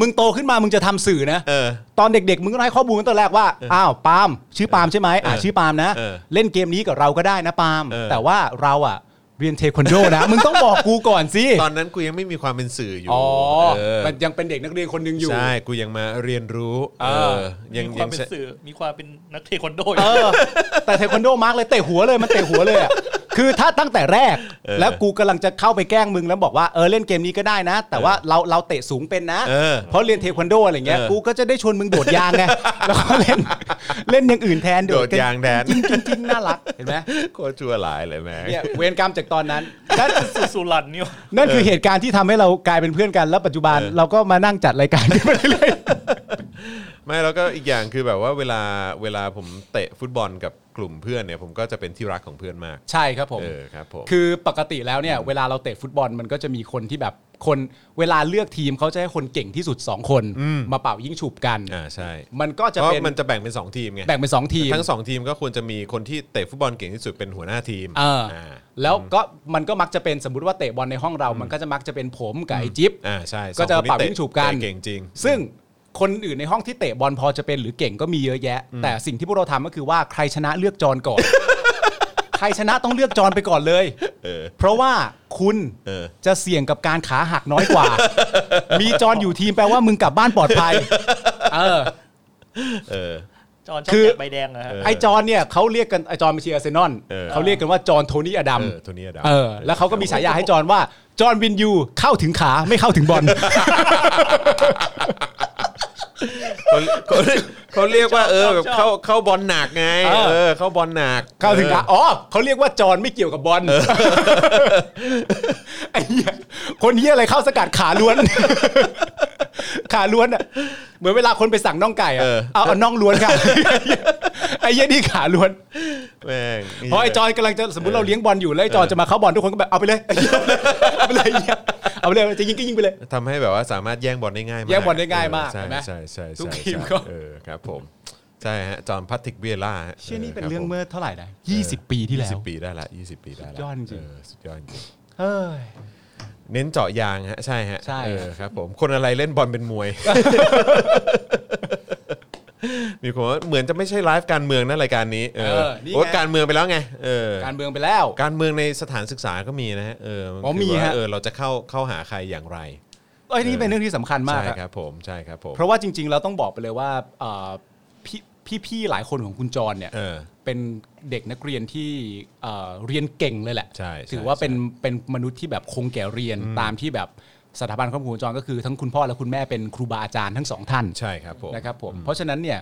S3: มึงโตขึ้นมามึงจะทำสื่อนะ
S2: เออ
S3: ตอนเด็กๆ มึงก็ให้ข้อมูลตั้งแต่แรกว่า อ้าวปาล์มชื่อปาล์มใช่ไหมอ่าชื่อปาล์มนะ
S2: เออ
S3: เล่นเกมนี้กับเราก็ได้นะปาล์ม
S2: เออ
S3: แต่ว่าเราอะเรียนเทควันโดนะ มึงต้องบอกกูก่อนสิ
S2: ตอนนั้นกูยังไม่มีความเป็นสื่ออยู่
S3: อ๋อ
S2: เออ
S3: มันยังเป็นเด็กนักเรียนคนหนึ่งอยู่
S2: ใช่กูยังมาเรียนรู้
S3: เอ
S2: เอ
S3: อ
S2: อยัง
S4: มีค
S2: ยั
S4: วาม
S2: ง
S4: เป็น
S2: ใช่
S4: สื่อมีความเป็นนักเทควันโด
S3: เออ แต่เทควันโดมาร์กเลยเตะหัวเลยมันเตะหัวเลยอะ คือถ้าตั้งแต่แรก แล้วกูกำลังจะเข้าไปแกล้งมึงแล้วบอกว่าเออเล่นเกมนี้ก็ได้นะ แต่ว่าเราเราเตะสูงเป็นนะ
S2: เออ
S3: เพราะเรียนเทควันโดอะไรเงี้ย
S2: เออ
S3: กูก็จะได้ชวนมึงโดดยางไง แล้วก็เล่นเล่นอย่างอื่นแทน
S2: โดดยางแดน
S3: จริงจริงๆน่ารัก เห็นไหม
S2: โคตรชั่วหลายเลยแม่ง
S3: เนี่ยเวรกรรมจากตอนนั้น นั่น
S4: สุสุรันนี่วะ
S3: นั่นคือเหตุการณ์ที่ทำให้เรากลายเป็นเพื่อนกัน แล้วปัจจุบัน
S2: เออ
S3: เราก็มานั่งจัดรายการกันไปเรื่อย
S2: ไม่แล้วก็อีกอย่างคือแบบว่าเวลาเวลาผมเตะฟุตบอลกับกลุ่มเพื่อนเนี่ย ผมก็จะเป็นที่รักของเพื่อนมาก
S3: ๆใช่ครับผม
S2: เออครับผม
S3: คือปกติแล้วเนี่ยเวลาเราเตะฟุตบอลมันก็จะมีคนที่แบบคนเวลาเลือกทีมเขาจะให้คนเก่งที่สุดสองคน
S2: อืม
S3: มาเป่ายิงฉุบกัน
S2: อ่าใช่
S3: มันก็จะ
S2: เพราะ
S3: เป็น
S2: มันจะแบ่งเป็น 2 ทีมไง
S3: แบ่งเป็นสองทีม
S2: ทั้ง 2 ทีมก็ควรจะมีคนที่เตะฟุตบอลเก่งที่สุดเป็นหัวหน้าทีม
S3: เอออ่
S2: ่า
S3: แล้วก็มันก็มักจะเป็นสมมติว่าเตะบอลในห้องเรา มันก็จะมักจะเป็นผมกับไอ้จิ๊บ
S2: อ่าใช่
S3: ก็จะ
S2: สอคนนี้
S3: ปรับวิ่งฉูบกัน
S2: เตะเก่งจริง
S3: ซึ่งคนอื่นในห้องที่เตะบอลพอจะเป็นหรือเก่งก็มีเยอะแยะ แต่สิ่งที่พวกเราทำก็คือว่าใครชนะเลือกจร ก่อน ใครชนะต้องเลือกจรไปก่อนเลย
S2: เออ
S3: เพราะว่าคุณ
S2: เออ
S3: จะเสี่ยงกับการขาหักน้อย กว่า มีจรอยู่ทีมแปลว่ามึงกลับบ้านปลอดภัย เออ
S2: เออ
S4: จอนชอ
S3: คือ
S4: บแจกใบแดงนะฮะ
S2: เออ
S3: ไอจรเนี่ยเขาเรียกกันไอจรมาเชียร์อาร์เซนอล
S2: เออ
S3: เขาเรียกกันว่าจรโทนี่อดัม
S2: เออโทนี่อดัม
S3: เออแล้วเขาก็มีฉายาให้จอห์นว่า จอห์นวินยูเข้าถึงขาไม่เข้าถึงบอล
S2: เขาเขา เขาเรียกว่าเออ
S4: ชอบ
S2: แบบ
S4: ชอบ
S2: เข้าเข้าบอลหนักไง
S3: เออ
S2: เออเข้าบอลหนัก
S3: เข้าถึงขา
S2: ออ
S3: อ๋อเขาเรียกว่าจอห์นไม่เกี่ยวกับบอล ไอ้เหี้ยคนเหี้ยอะไรเข้าสกัดขาล้วน ขาล้วนอ่ะเหมือนเวลาคนไปสั่งน่องไก่อ่ะ
S2: เออ
S3: เอาเอาน่องล้วนค่ะ ไอ้เหี้ยนี่ขาล้วน
S2: แม่ง
S3: เพราะไอ้จอห์นกำลังจะสมมติเราเลี้ยงบอลอยู่แล้วไอ้จอห์นจะมาเข้าบอลทุกคนก็แบบเอาไปเลย เอาไปเลย เอาไปเลยเอาไปเลยจะยิงก็ยิงไปเลย
S2: ทำให้แบบว่าสามารถแย่งบอลได้ง่ายมาก
S3: แย่งบอลได้ง่ายมาก
S2: เออใช่
S3: เห็นไหม
S2: ใช่ใช่ใช่
S3: ทุก
S2: ใช่
S3: ทีมก็
S2: เออครับผมใช่ฮะจอห์นพัตติกเวียล่าฮะ
S3: เชื่อนี่เป็น
S2: คบ
S3: เรื่อง
S2: ผม
S3: เมื่อเท่าไหร่นะ20 ปีที่แล้ว
S2: 20 ปีได้ละ 20 ปีได้ละ
S3: สุดยอดจริง
S2: เสุดยอดจริง
S3: เฮ้ย
S2: เน้นเจาะยางฮะใช่ฮะ
S3: ใช่
S2: เออครับผมคนอะไรเล่นบอลเป็นมวย มีคนว่าเหมือนจะไม่ใช่ไลฟ์การเมืองนะรายการนี้เออ
S3: นี่ไง
S2: โอ้การเมืองไปแล้วไงเออ
S3: การเมืองไปแล้ว
S2: การเมืองในสถานศึกษาก็มีนะฮะเออมัน
S3: อ๋อมี
S2: คือว่า
S3: ฮะ
S2: เออเราจะเข้าเข้าหาใครอย่างไร
S3: เอ้ยนี่เป็นเรื่องที่สำคัญมาก
S2: ใช่
S3: ค
S2: ครับ รับผมใช่ครับผม
S3: เพราะว่าจริง ๆ เราต้องบอกไปเลยว่าเอ่อพี่พี่ๆหลายคนของคุณจรเนี่ย
S2: เออ
S3: เป็นเด็กนักเรียนที่เอ่อเรียนเก่งเลยแหละ
S2: ใช่ใช่
S3: ถือว่า
S2: ใช่
S3: เป็นเป็นมนุษย์ที่แบบคงแก่เรียนตามที่แบบสถาบันครอบครัวคุณจรก็คือทั้งคุณพ่อและคุณแม่เป็นครูบาอาจารย์ทั้งสองท่าน
S2: ใช่ครับผม
S3: นะครับผมเพราะฉะนั้นเนี่ย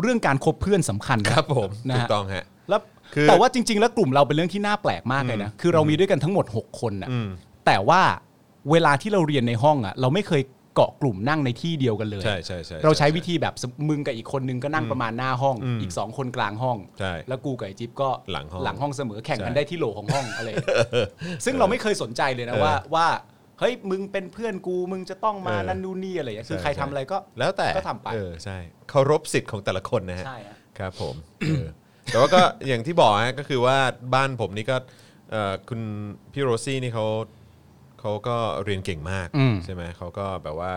S3: เรื่องการคบเพื่อนสำคัญนะครับ
S2: ผม
S3: นะ
S2: ถู
S3: ฮะ
S2: กต้องฮะ
S3: แล้ว
S2: คือ
S3: แต่ว่าจริง ๆ แล้วกลุ่มเราเป็นเรื่องที่น่าแปลกมากเลยนะคือเรามีด้วยกันทั้งหมด 6 คนนะ
S2: อืม
S3: แต่ว่าเวลาที่เราเรียนในห้องอ่ะ เราไม่เคยเกาะกลุ่มนั่งในที่เดียวกันเลย
S2: ใช่ใช่ใช่
S3: เราใช้
S2: ใช่
S3: วิธีแบบมึงกับอีกคนนึงก็นั่งประมาณหน้าห้อง
S2: อืม
S3: อีกสองคนกลางห้อง
S2: ใช่
S3: แล้วกูกับไอจิ๊บก็
S2: หลังห้อง
S3: หลังห้องเสมอแข่งกัน
S2: ใช่
S3: ได้ที่โหลของห้องอะไร ซึ่งเราไม่เคยสนใจเลยนะ
S2: เออ
S3: ว่าว่าเฮ้ยมึงเป็นเพื่อนกูมึงจะต้องมา
S2: เออ
S3: นั่นนู่นนี่อะไรอย่างเงี้ยคือ
S2: ใช่
S3: ใคร
S2: ใช่
S3: ทำอะไรก็
S2: แล้วแต่
S3: ก็ทำไป
S2: เออใช่เคารพสิทธิ์ของแต่ละคนนะฮะ
S3: ใช่ฮะ
S2: ครับผมเออแต่ว่าก็ อย่างที่บอกฮะก็คือว่าบ้านผมนี่ก็เอ่อคุณพี่โรซี่นี่เขาเขาก็เรียนเก่งมาก
S3: อืม
S2: ใช่ไหมเขาก็แบบว่า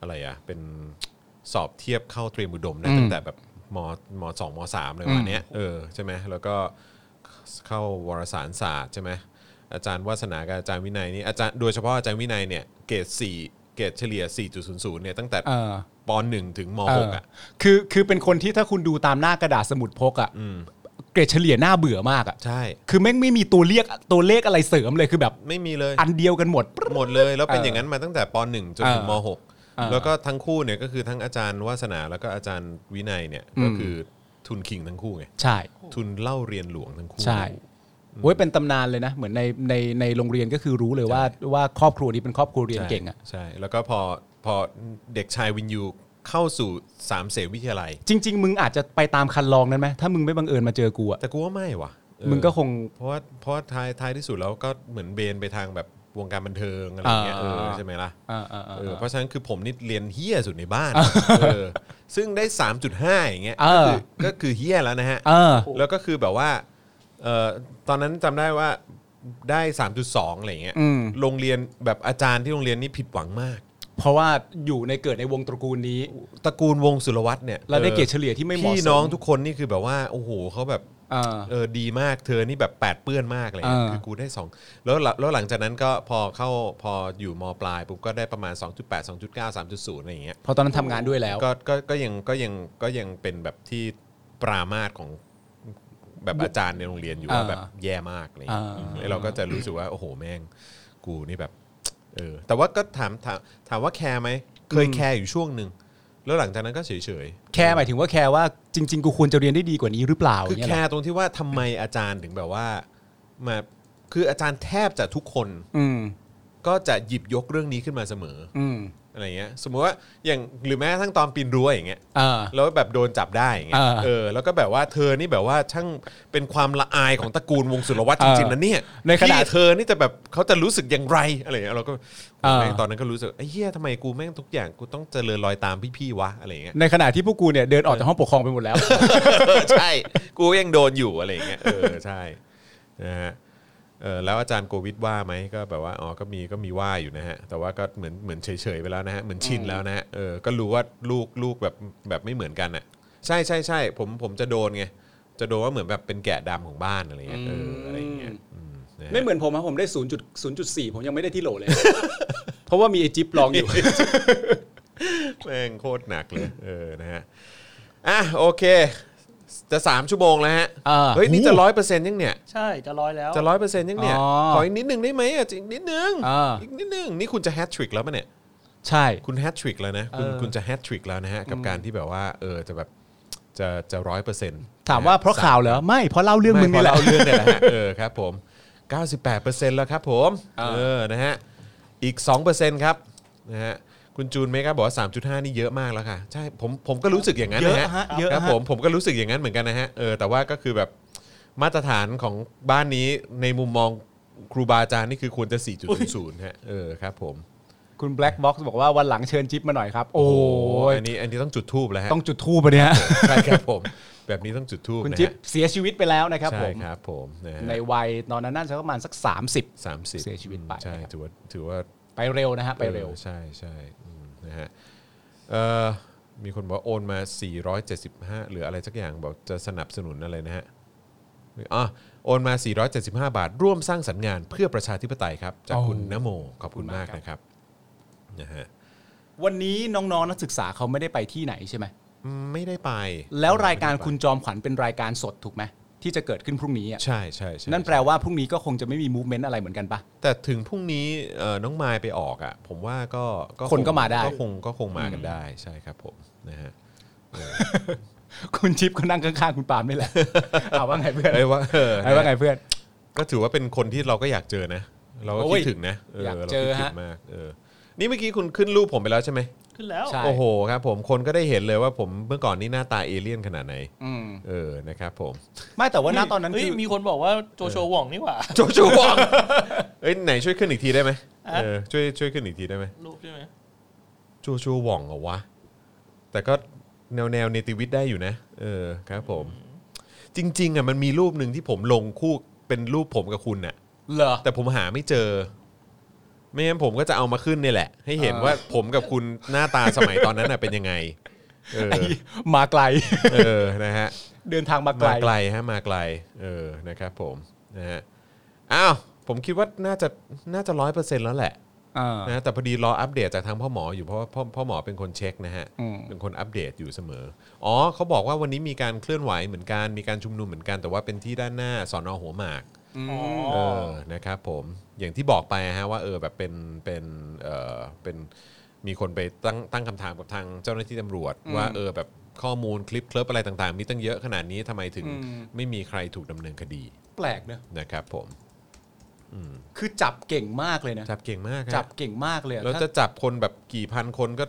S2: อะไรอ่ะเป็นสอบเทียบเข้าเตรียมอุดมนะตั้งแต่แบบมมสองมสามเลยวันเนี้ยเออใช่ไหมแล้วก็ เข้าวารสารศาสตร์ใช่ไหมอาจารย์วาสนากับอาจารย์วินัยนี่อาจารย์โดยเฉพาะอาจารย์วินัยเนี่ยเกรด4เกรดเฉลี่ย 4.00 เนี่ยตั้งแต่
S3: เออ
S2: ป .1 ถึงม
S3: เอ
S2: .6 อ่ะ
S3: อคือคือเป็นคนที่ถ้าคุณดูตามหน้ากระดาษสมุดพกอ่ะเกรดเฉลี่ยหน้าเบื่อมากอ่ะ
S2: ใช่
S3: คือแม่งไม่มีตัวเรียกตัวเลขอะไรเสริมเลยคือแบบ
S2: ไม่มีเลย
S3: อันเดียวกันหมด
S2: หมดเลยแล้วเป็น
S3: เออ
S2: อ
S3: อย่าง
S2: นั้นมาตั้งแต่ป .1 จนถึง
S3: เออ
S2: ม .6
S3: อ่า
S2: แล้วก็ทั้งคู่เนี่ยก็คือทั้งอาจารย์วาสนาแล้วก็อาจารย์วินัยเนี่ย
S3: อืม
S2: ก็คือทุนคิงทั้งคู่ไง
S3: ใช่
S2: ทุนเล่าเรียนหลวงทั้งคู่
S3: ใช่โอ้ยเป็นตำนานเลยนะ เหมือนในในในโรงเรียนก็คือรู้เลยว่าว่าครอบครัวนี้เป็นครอบครัวเรียนเก่งอะ
S2: ใช่ แล้วก็พอพอเด็กชายวินยูเข้าสู่สามเสนวิทยาลัย
S3: จริง ๆ มึงอาจจะไปตามคันลองนั้นไหมถ้ามึงไม่บังเอิญมาเจอกูอะ
S2: แต่กูว่าไม่ว่ะเออ
S3: มึงก็คง
S2: เพราะว่าเพราะว่าท้ายท้ายที่สุดแล้วก็เหมือนเบนไปทางแบบวงการบันเทิงอะไรเงี้ย
S3: อ่า
S2: เออใช่ไหมล่ะ
S3: อ่าอ่า
S2: เออ
S3: อ่า
S2: เพราะฉะนั้นคือผมนี่เรียนเฮี้ยสุดในบ้านเออซึ่งได้ 3.5 อย่างเงี้ยก็
S3: เออ
S2: คือก็คือเฮี้ยแล้วนะฮะ
S3: เออ
S2: แล้วก็คือแบบว่าเอ่อตอนนั้นจำได้ว่าได้ 3.2อะไรเงี้ย
S3: อืม
S2: โรงเรียนแบบอาจารย์ที่โรงเรียนนี่ผิดหวังมาก
S3: เพราะว่าอยู่ในเกิดในวงตระกูลนี้
S2: ตระกูลวงศ์สุรวัตรเนี่ย
S3: แล้วได้
S2: ออ
S3: เกรดเฉลี่ยที่ไม่เหมาะสม
S2: พี่น้องทุกคนนี่คือแบบว่าโอ้โหเขาแบบ
S3: อ่า
S2: เออดีมากเธอนี่แบบแปดเปื้อนมากเลย
S3: เออ
S2: คือกูได้สองแล้วหลังแล้วหลังจากนั้นก็พอเข้าพออยู่มปลายปุ๊บก็ได้ประมาณ 2.8 2.9 3.0อะไรอย่างเงี้ย
S3: เพราะตอนนั้นทำงานด้วยแล้ว
S2: ก็ก็ก็ยังก็ยังก็ยังเป็นแบบที่ปรามาสของแบบอาจารย์ในโรงเรียนอยู่ว่า
S3: อ่า
S2: แบบแย่มากอะไรอย่างเลย
S3: อ่า
S2: ไอ้เราก็จะรู้สึกว่า โอ้โหแม่งกูนี่แบบ เออ แต่ว่าก็ถามถามถามว่าแคร์ไหมเคยแคร์อยู่ช่วงหนึ่งแล้วหลังจากนั้นก็เฉยเฉย
S3: แค่หมายถึงว่าแค่ว่าจริง ๆ กูควรจะเรียนได้ดีกว่านี้หรือเปล่า
S2: ๆคือ
S3: เนี่ย
S2: แค
S3: เหรอ
S2: ร์ตรงที่ว่าทำไมอาจารย์ถึงแบบว่ามาคืออาจารย์แทบจะทุกคน
S3: อืม
S2: ก็จะหยิบยกเรื่องนี้ขึ้นมาเสมอ
S3: อืม
S2: อะไรเงี้ย สมมติว่าอย่างหรือแม้กระทั่งตอนปีนรั้วอย่างเงี้ย
S3: อ่า
S2: แล้วแบบโดนจับได้อย่างเงี้ย
S3: เออ
S2: เออ แล้วก็แบบว่าเธอนี่แบบว่าช่างเป็นความละอายของตระกูลวงศ์สุรวัตรจริงๆนะเนี่ย
S3: ในขณะ
S2: พี่เธอนี่จะแบบเขาจะรู้สึกอย่างไรอะไรอย่างเงี้ยเราก็
S3: เออ
S2: แม่งตอนนั้นก็รู้สึกไอ้เหี้ยทำไมกูแม่งทุกอย่างกูต้องเจริญรอยตามพี่ๆวะอะไรอย่างเงี้ย
S3: ในขณะที่พวกกูเนี่ยเดินออกจากห้องปกครองไปหมดแล้ว
S2: ใช่กูยังโดนอยู่อะไรอย่างเงี้ยเออใช่นะฮะเออแล้วอาจารย์โกวิทว่าไหมก็แบบว่าอ๋อก็มีก็มีว่าอยู่นะฮะแต่ว่าก็เหมือนเหมือนเฉยๆไปแล้วนะฮะเหมือนชินแล้วนะฮะเออก็รู้ว่าลูกลูกแบบแบบไม่เหมือนกันอ่ะ ใช่ใช่ใช่ผมผมจะโดนไง จะโดนว่าเหมือนแบบเป็นแกะดำของบ้านอะไรเงี้ยเอออะไรเงี้ยอืมนะฮะ
S3: ไม่เหมือนผมอะผมได้ศูนย์จุดศูนย์จุดสี่ผมยังไม่ได้ที่โหลเลย เพราะว่ามีไอจิ๊บลองอยู่
S2: แม่งโคตรหนักเลยเออนะฮะอ่ะโอเค จะสามชั่วโมงแล้วฮะ
S3: อ่า
S2: เฮ้ยนี่จะ
S3: โอ้
S2: ร้อยเปอร์เซ็นต์ยังเนี่ย
S4: ใช่จะร้อยแล้ว
S2: จะร้อยเปอร์เซ็นต์ยังเนี่ย
S3: อ๋อ
S2: ขออีกนิดหนึ่งได้ไหมอ่ะอีกนิดหนึง
S3: อ่า
S2: อีกนิดหนึงนี่คุณจะแฮตทริกแล้วปะเนี่ย
S3: ใช่
S2: คุณแฮตทริกแล้วนะคุณ
S3: เออ
S2: คุณจะแฮตทริกแล้วนะฮะกับการที่แบบว่าเออจะแบบจะจะร้อยเปอร์เซ็นต์
S3: ถามว่าเพราะข่าวเหรอไม่เพราะเล่าเรื่องมึงนี่แหละ
S2: เล่าเรื่องเนี่ยแหละ ฮะ เออครับผม 98%แล้วครับผม
S3: เออ
S2: เออนะฮะอีก 2%ครับนะฮะคุณจูนเมกาบอกว่า 3.5 นี่เยอะมากแล้วค่ะ ใช่ผมผมก็รู้สึกอย่างนั้น
S3: เยอะ
S2: นะฮะ
S3: ฮะเยอะ
S2: ครับ
S3: ฮะ
S2: ผมผมก็รู้สึกอย่างนั้นเหมือนกันนะฮะเออแต่ว่าก็คือแบบมาตรฐานของบ้านนี้ในมุมมองครูบาอาจารย์นี่คือควรจะ 4.00ฮะเออครับผม
S3: คุณแบล็กบ็อกซ์บอกว่าวันหลังเชิญจิ๊บมาหน่อยครับ โอ้
S2: โอ้
S3: ย
S2: อันนี้อันนี้ต้องจุดทูบแล้วฮะ
S3: ต้องจุดทูปปะเนี่ย
S2: ใช่ครับผม แบบนี้ต้องจุดทูบ
S3: คุณจิ๊บเสียชีวิตไปแล้วนะครับผ
S2: ใช่
S3: ม
S2: ครับผมนะฮะ
S3: ในวัยตอนนั้นน่าจะประมาณสัก 30
S2: สามสิบ
S3: เสียชีวิตไป
S2: ใช่
S3: นะครับ
S2: ถือว่าถือว่า
S3: ไปเร็วนะฮะ ไปเร็ว
S2: ออใช่ใช่อืมนะฮะเอ่อมีคนบอกว่าโอนมา 475 หรืออะไรสักอย่างบอกจะสนับสนุนอะไรนะฮะอ๋อโอนมา 475 บาท ร่วมสร้างสรรค์งานเพื่อประชาธิปไตยครับ จากคุณ
S3: โอ้
S2: นโม ขอบคุณมากนะครับนะฮะ
S3: วันนี้น้องๆนักศึกษาเขาไม่ได้ไปที่ไหนใช่ไหม
S2: อืมไม่ได้ไป
S3: แล้วรายการคุณจอมขวัญเป็นรายการสดถูกไหมที่จะเกิดขึ้นพรุ่งนี้อ่ะ
S2: ใช่ใช่ใช่
S3: นั่นแปลว่าพรุ่งนี้ก็คงจะไม่มีมูฟเมนต์อะไรเหมือนกันปะ
S2: แต่ถึงพรุ่งนี้เอ่อน้องมายไปออกอ่ะ ผมว่าก็ง
S3: คนก็มาได้
S2: ก็คงก็คงมากันได้ใช่ครับผมนะฮะ
S3: คุณจิ๊บก็นั่งข้างๆคุณปาล์ม นี่แหละ เอาว่าไงเพื่อน
S2: ไอ้ยว่าเออ
S3: เอาว่าไงเพื่อน
S2: ก็ถือว่าเป็นคนที่เราก็อยากเจอนะ เราก็
S3: โอ้
S2: คิ
S3: ย
S2: ดถึงนะ
S3: อยากเจอ
S2: รคิด
S3: ฮะ
S2: ถึงมากเออนี่เมื่อกี้คุณขึ้นรูปผมไปแล้วใช่ไหม
S4: ขึ้นแล้ว
S3: ใช่
S2: โอ้โหครับผมคนก็ได้เห็นเลยว่าผมเมื่อก่อนนี่หน้าตาเอเลี่ยนขนาดไหน
S3: อืม
S2: เออนะครับผม
S3: ไม่แต่ว่าณตอนนั้น
S4: เฮ้ย
S3: คือ
S4: มีคนบอกว่าโจโฉหว่องนี่หว่า
S2: โจโฉวองเอ้ยไหนช่วยขึ้นอีกทีได้ไหม
S4: อะ
S2: เออช่วยช่วยขึ้นอีกทีได้ไหม
S4: รูปใช่ไหม
S2: โจโฉวองเหรอวะแต่ก็แนวแนวเนติวิทย์ได้อยู่นะ เออครับผม จริงๆอ่ะมันมีรูปหนึ่งที่ผมลงคู่เป็นรูปผมกับคุณน่ะ
S3: เหรอ
S2: แต่ผมหาไม่เจอ ไม่งั้นผมก็จะเอามาขึ้นเนี่ยแหละ ให้เห็น
S3: เออ
S2: ว่าผมกับคุณหน้าตาสมัยตอนนั้นน่ะเป็นยังไง เออ
S3: มาไกล
S2: เออนะฮะ
S3: เดินทางมาไกล
S2: มาไกลฮะมาไกล เออนะครับผมนะฮะอ้าวผมคิดว่าน่าจะน่าจะร้อยเปอร์เซ็นต์แล้วแหละ
S3: อ่า
S2: นะแต่พอดีรออัปเดตจากทางพ่อหมออยู่เพราะว่าพ่อพ่อหมอเป็นคนเช็คนะฮะ
S3: อืม
S2: เป็นคนอัปเดตอยู่เสมออ๋อเขาบอกว่าวันนี้มีการเคลื่อนไหวเหมือนกันมีการชุมนุมเหมือนกันแต่ว่าเป็นที่ด้านหน้าสอนอหัวหมาก
S4: อ๋อ
S2: เออนะครับผมอย่างที่บอกไปฮะว่าเออแบบเป็นเป็นเออเป็น มีคนไปตั้งตั้งคำถามกับทางเจ้าหน้าที่ตำรวจ ว่าเออแบบข้อมูลคลิปเคลิปอะไรต่างๆ มีตั้งเยอะขนาดนี้ทำไมถึงไม่มีใครถูกดำเนินคดี
S3: แปลกเนอะ
S2: นะครับผม
S3: คือจับเก่งมากเลยนะ
S2: จับเก่งมากฮะ
S3: จับเก่งมากเลยอะ
S2: แล้ว
S3: ถ้า
S2: จะจับคนแบบกี่พันคนก็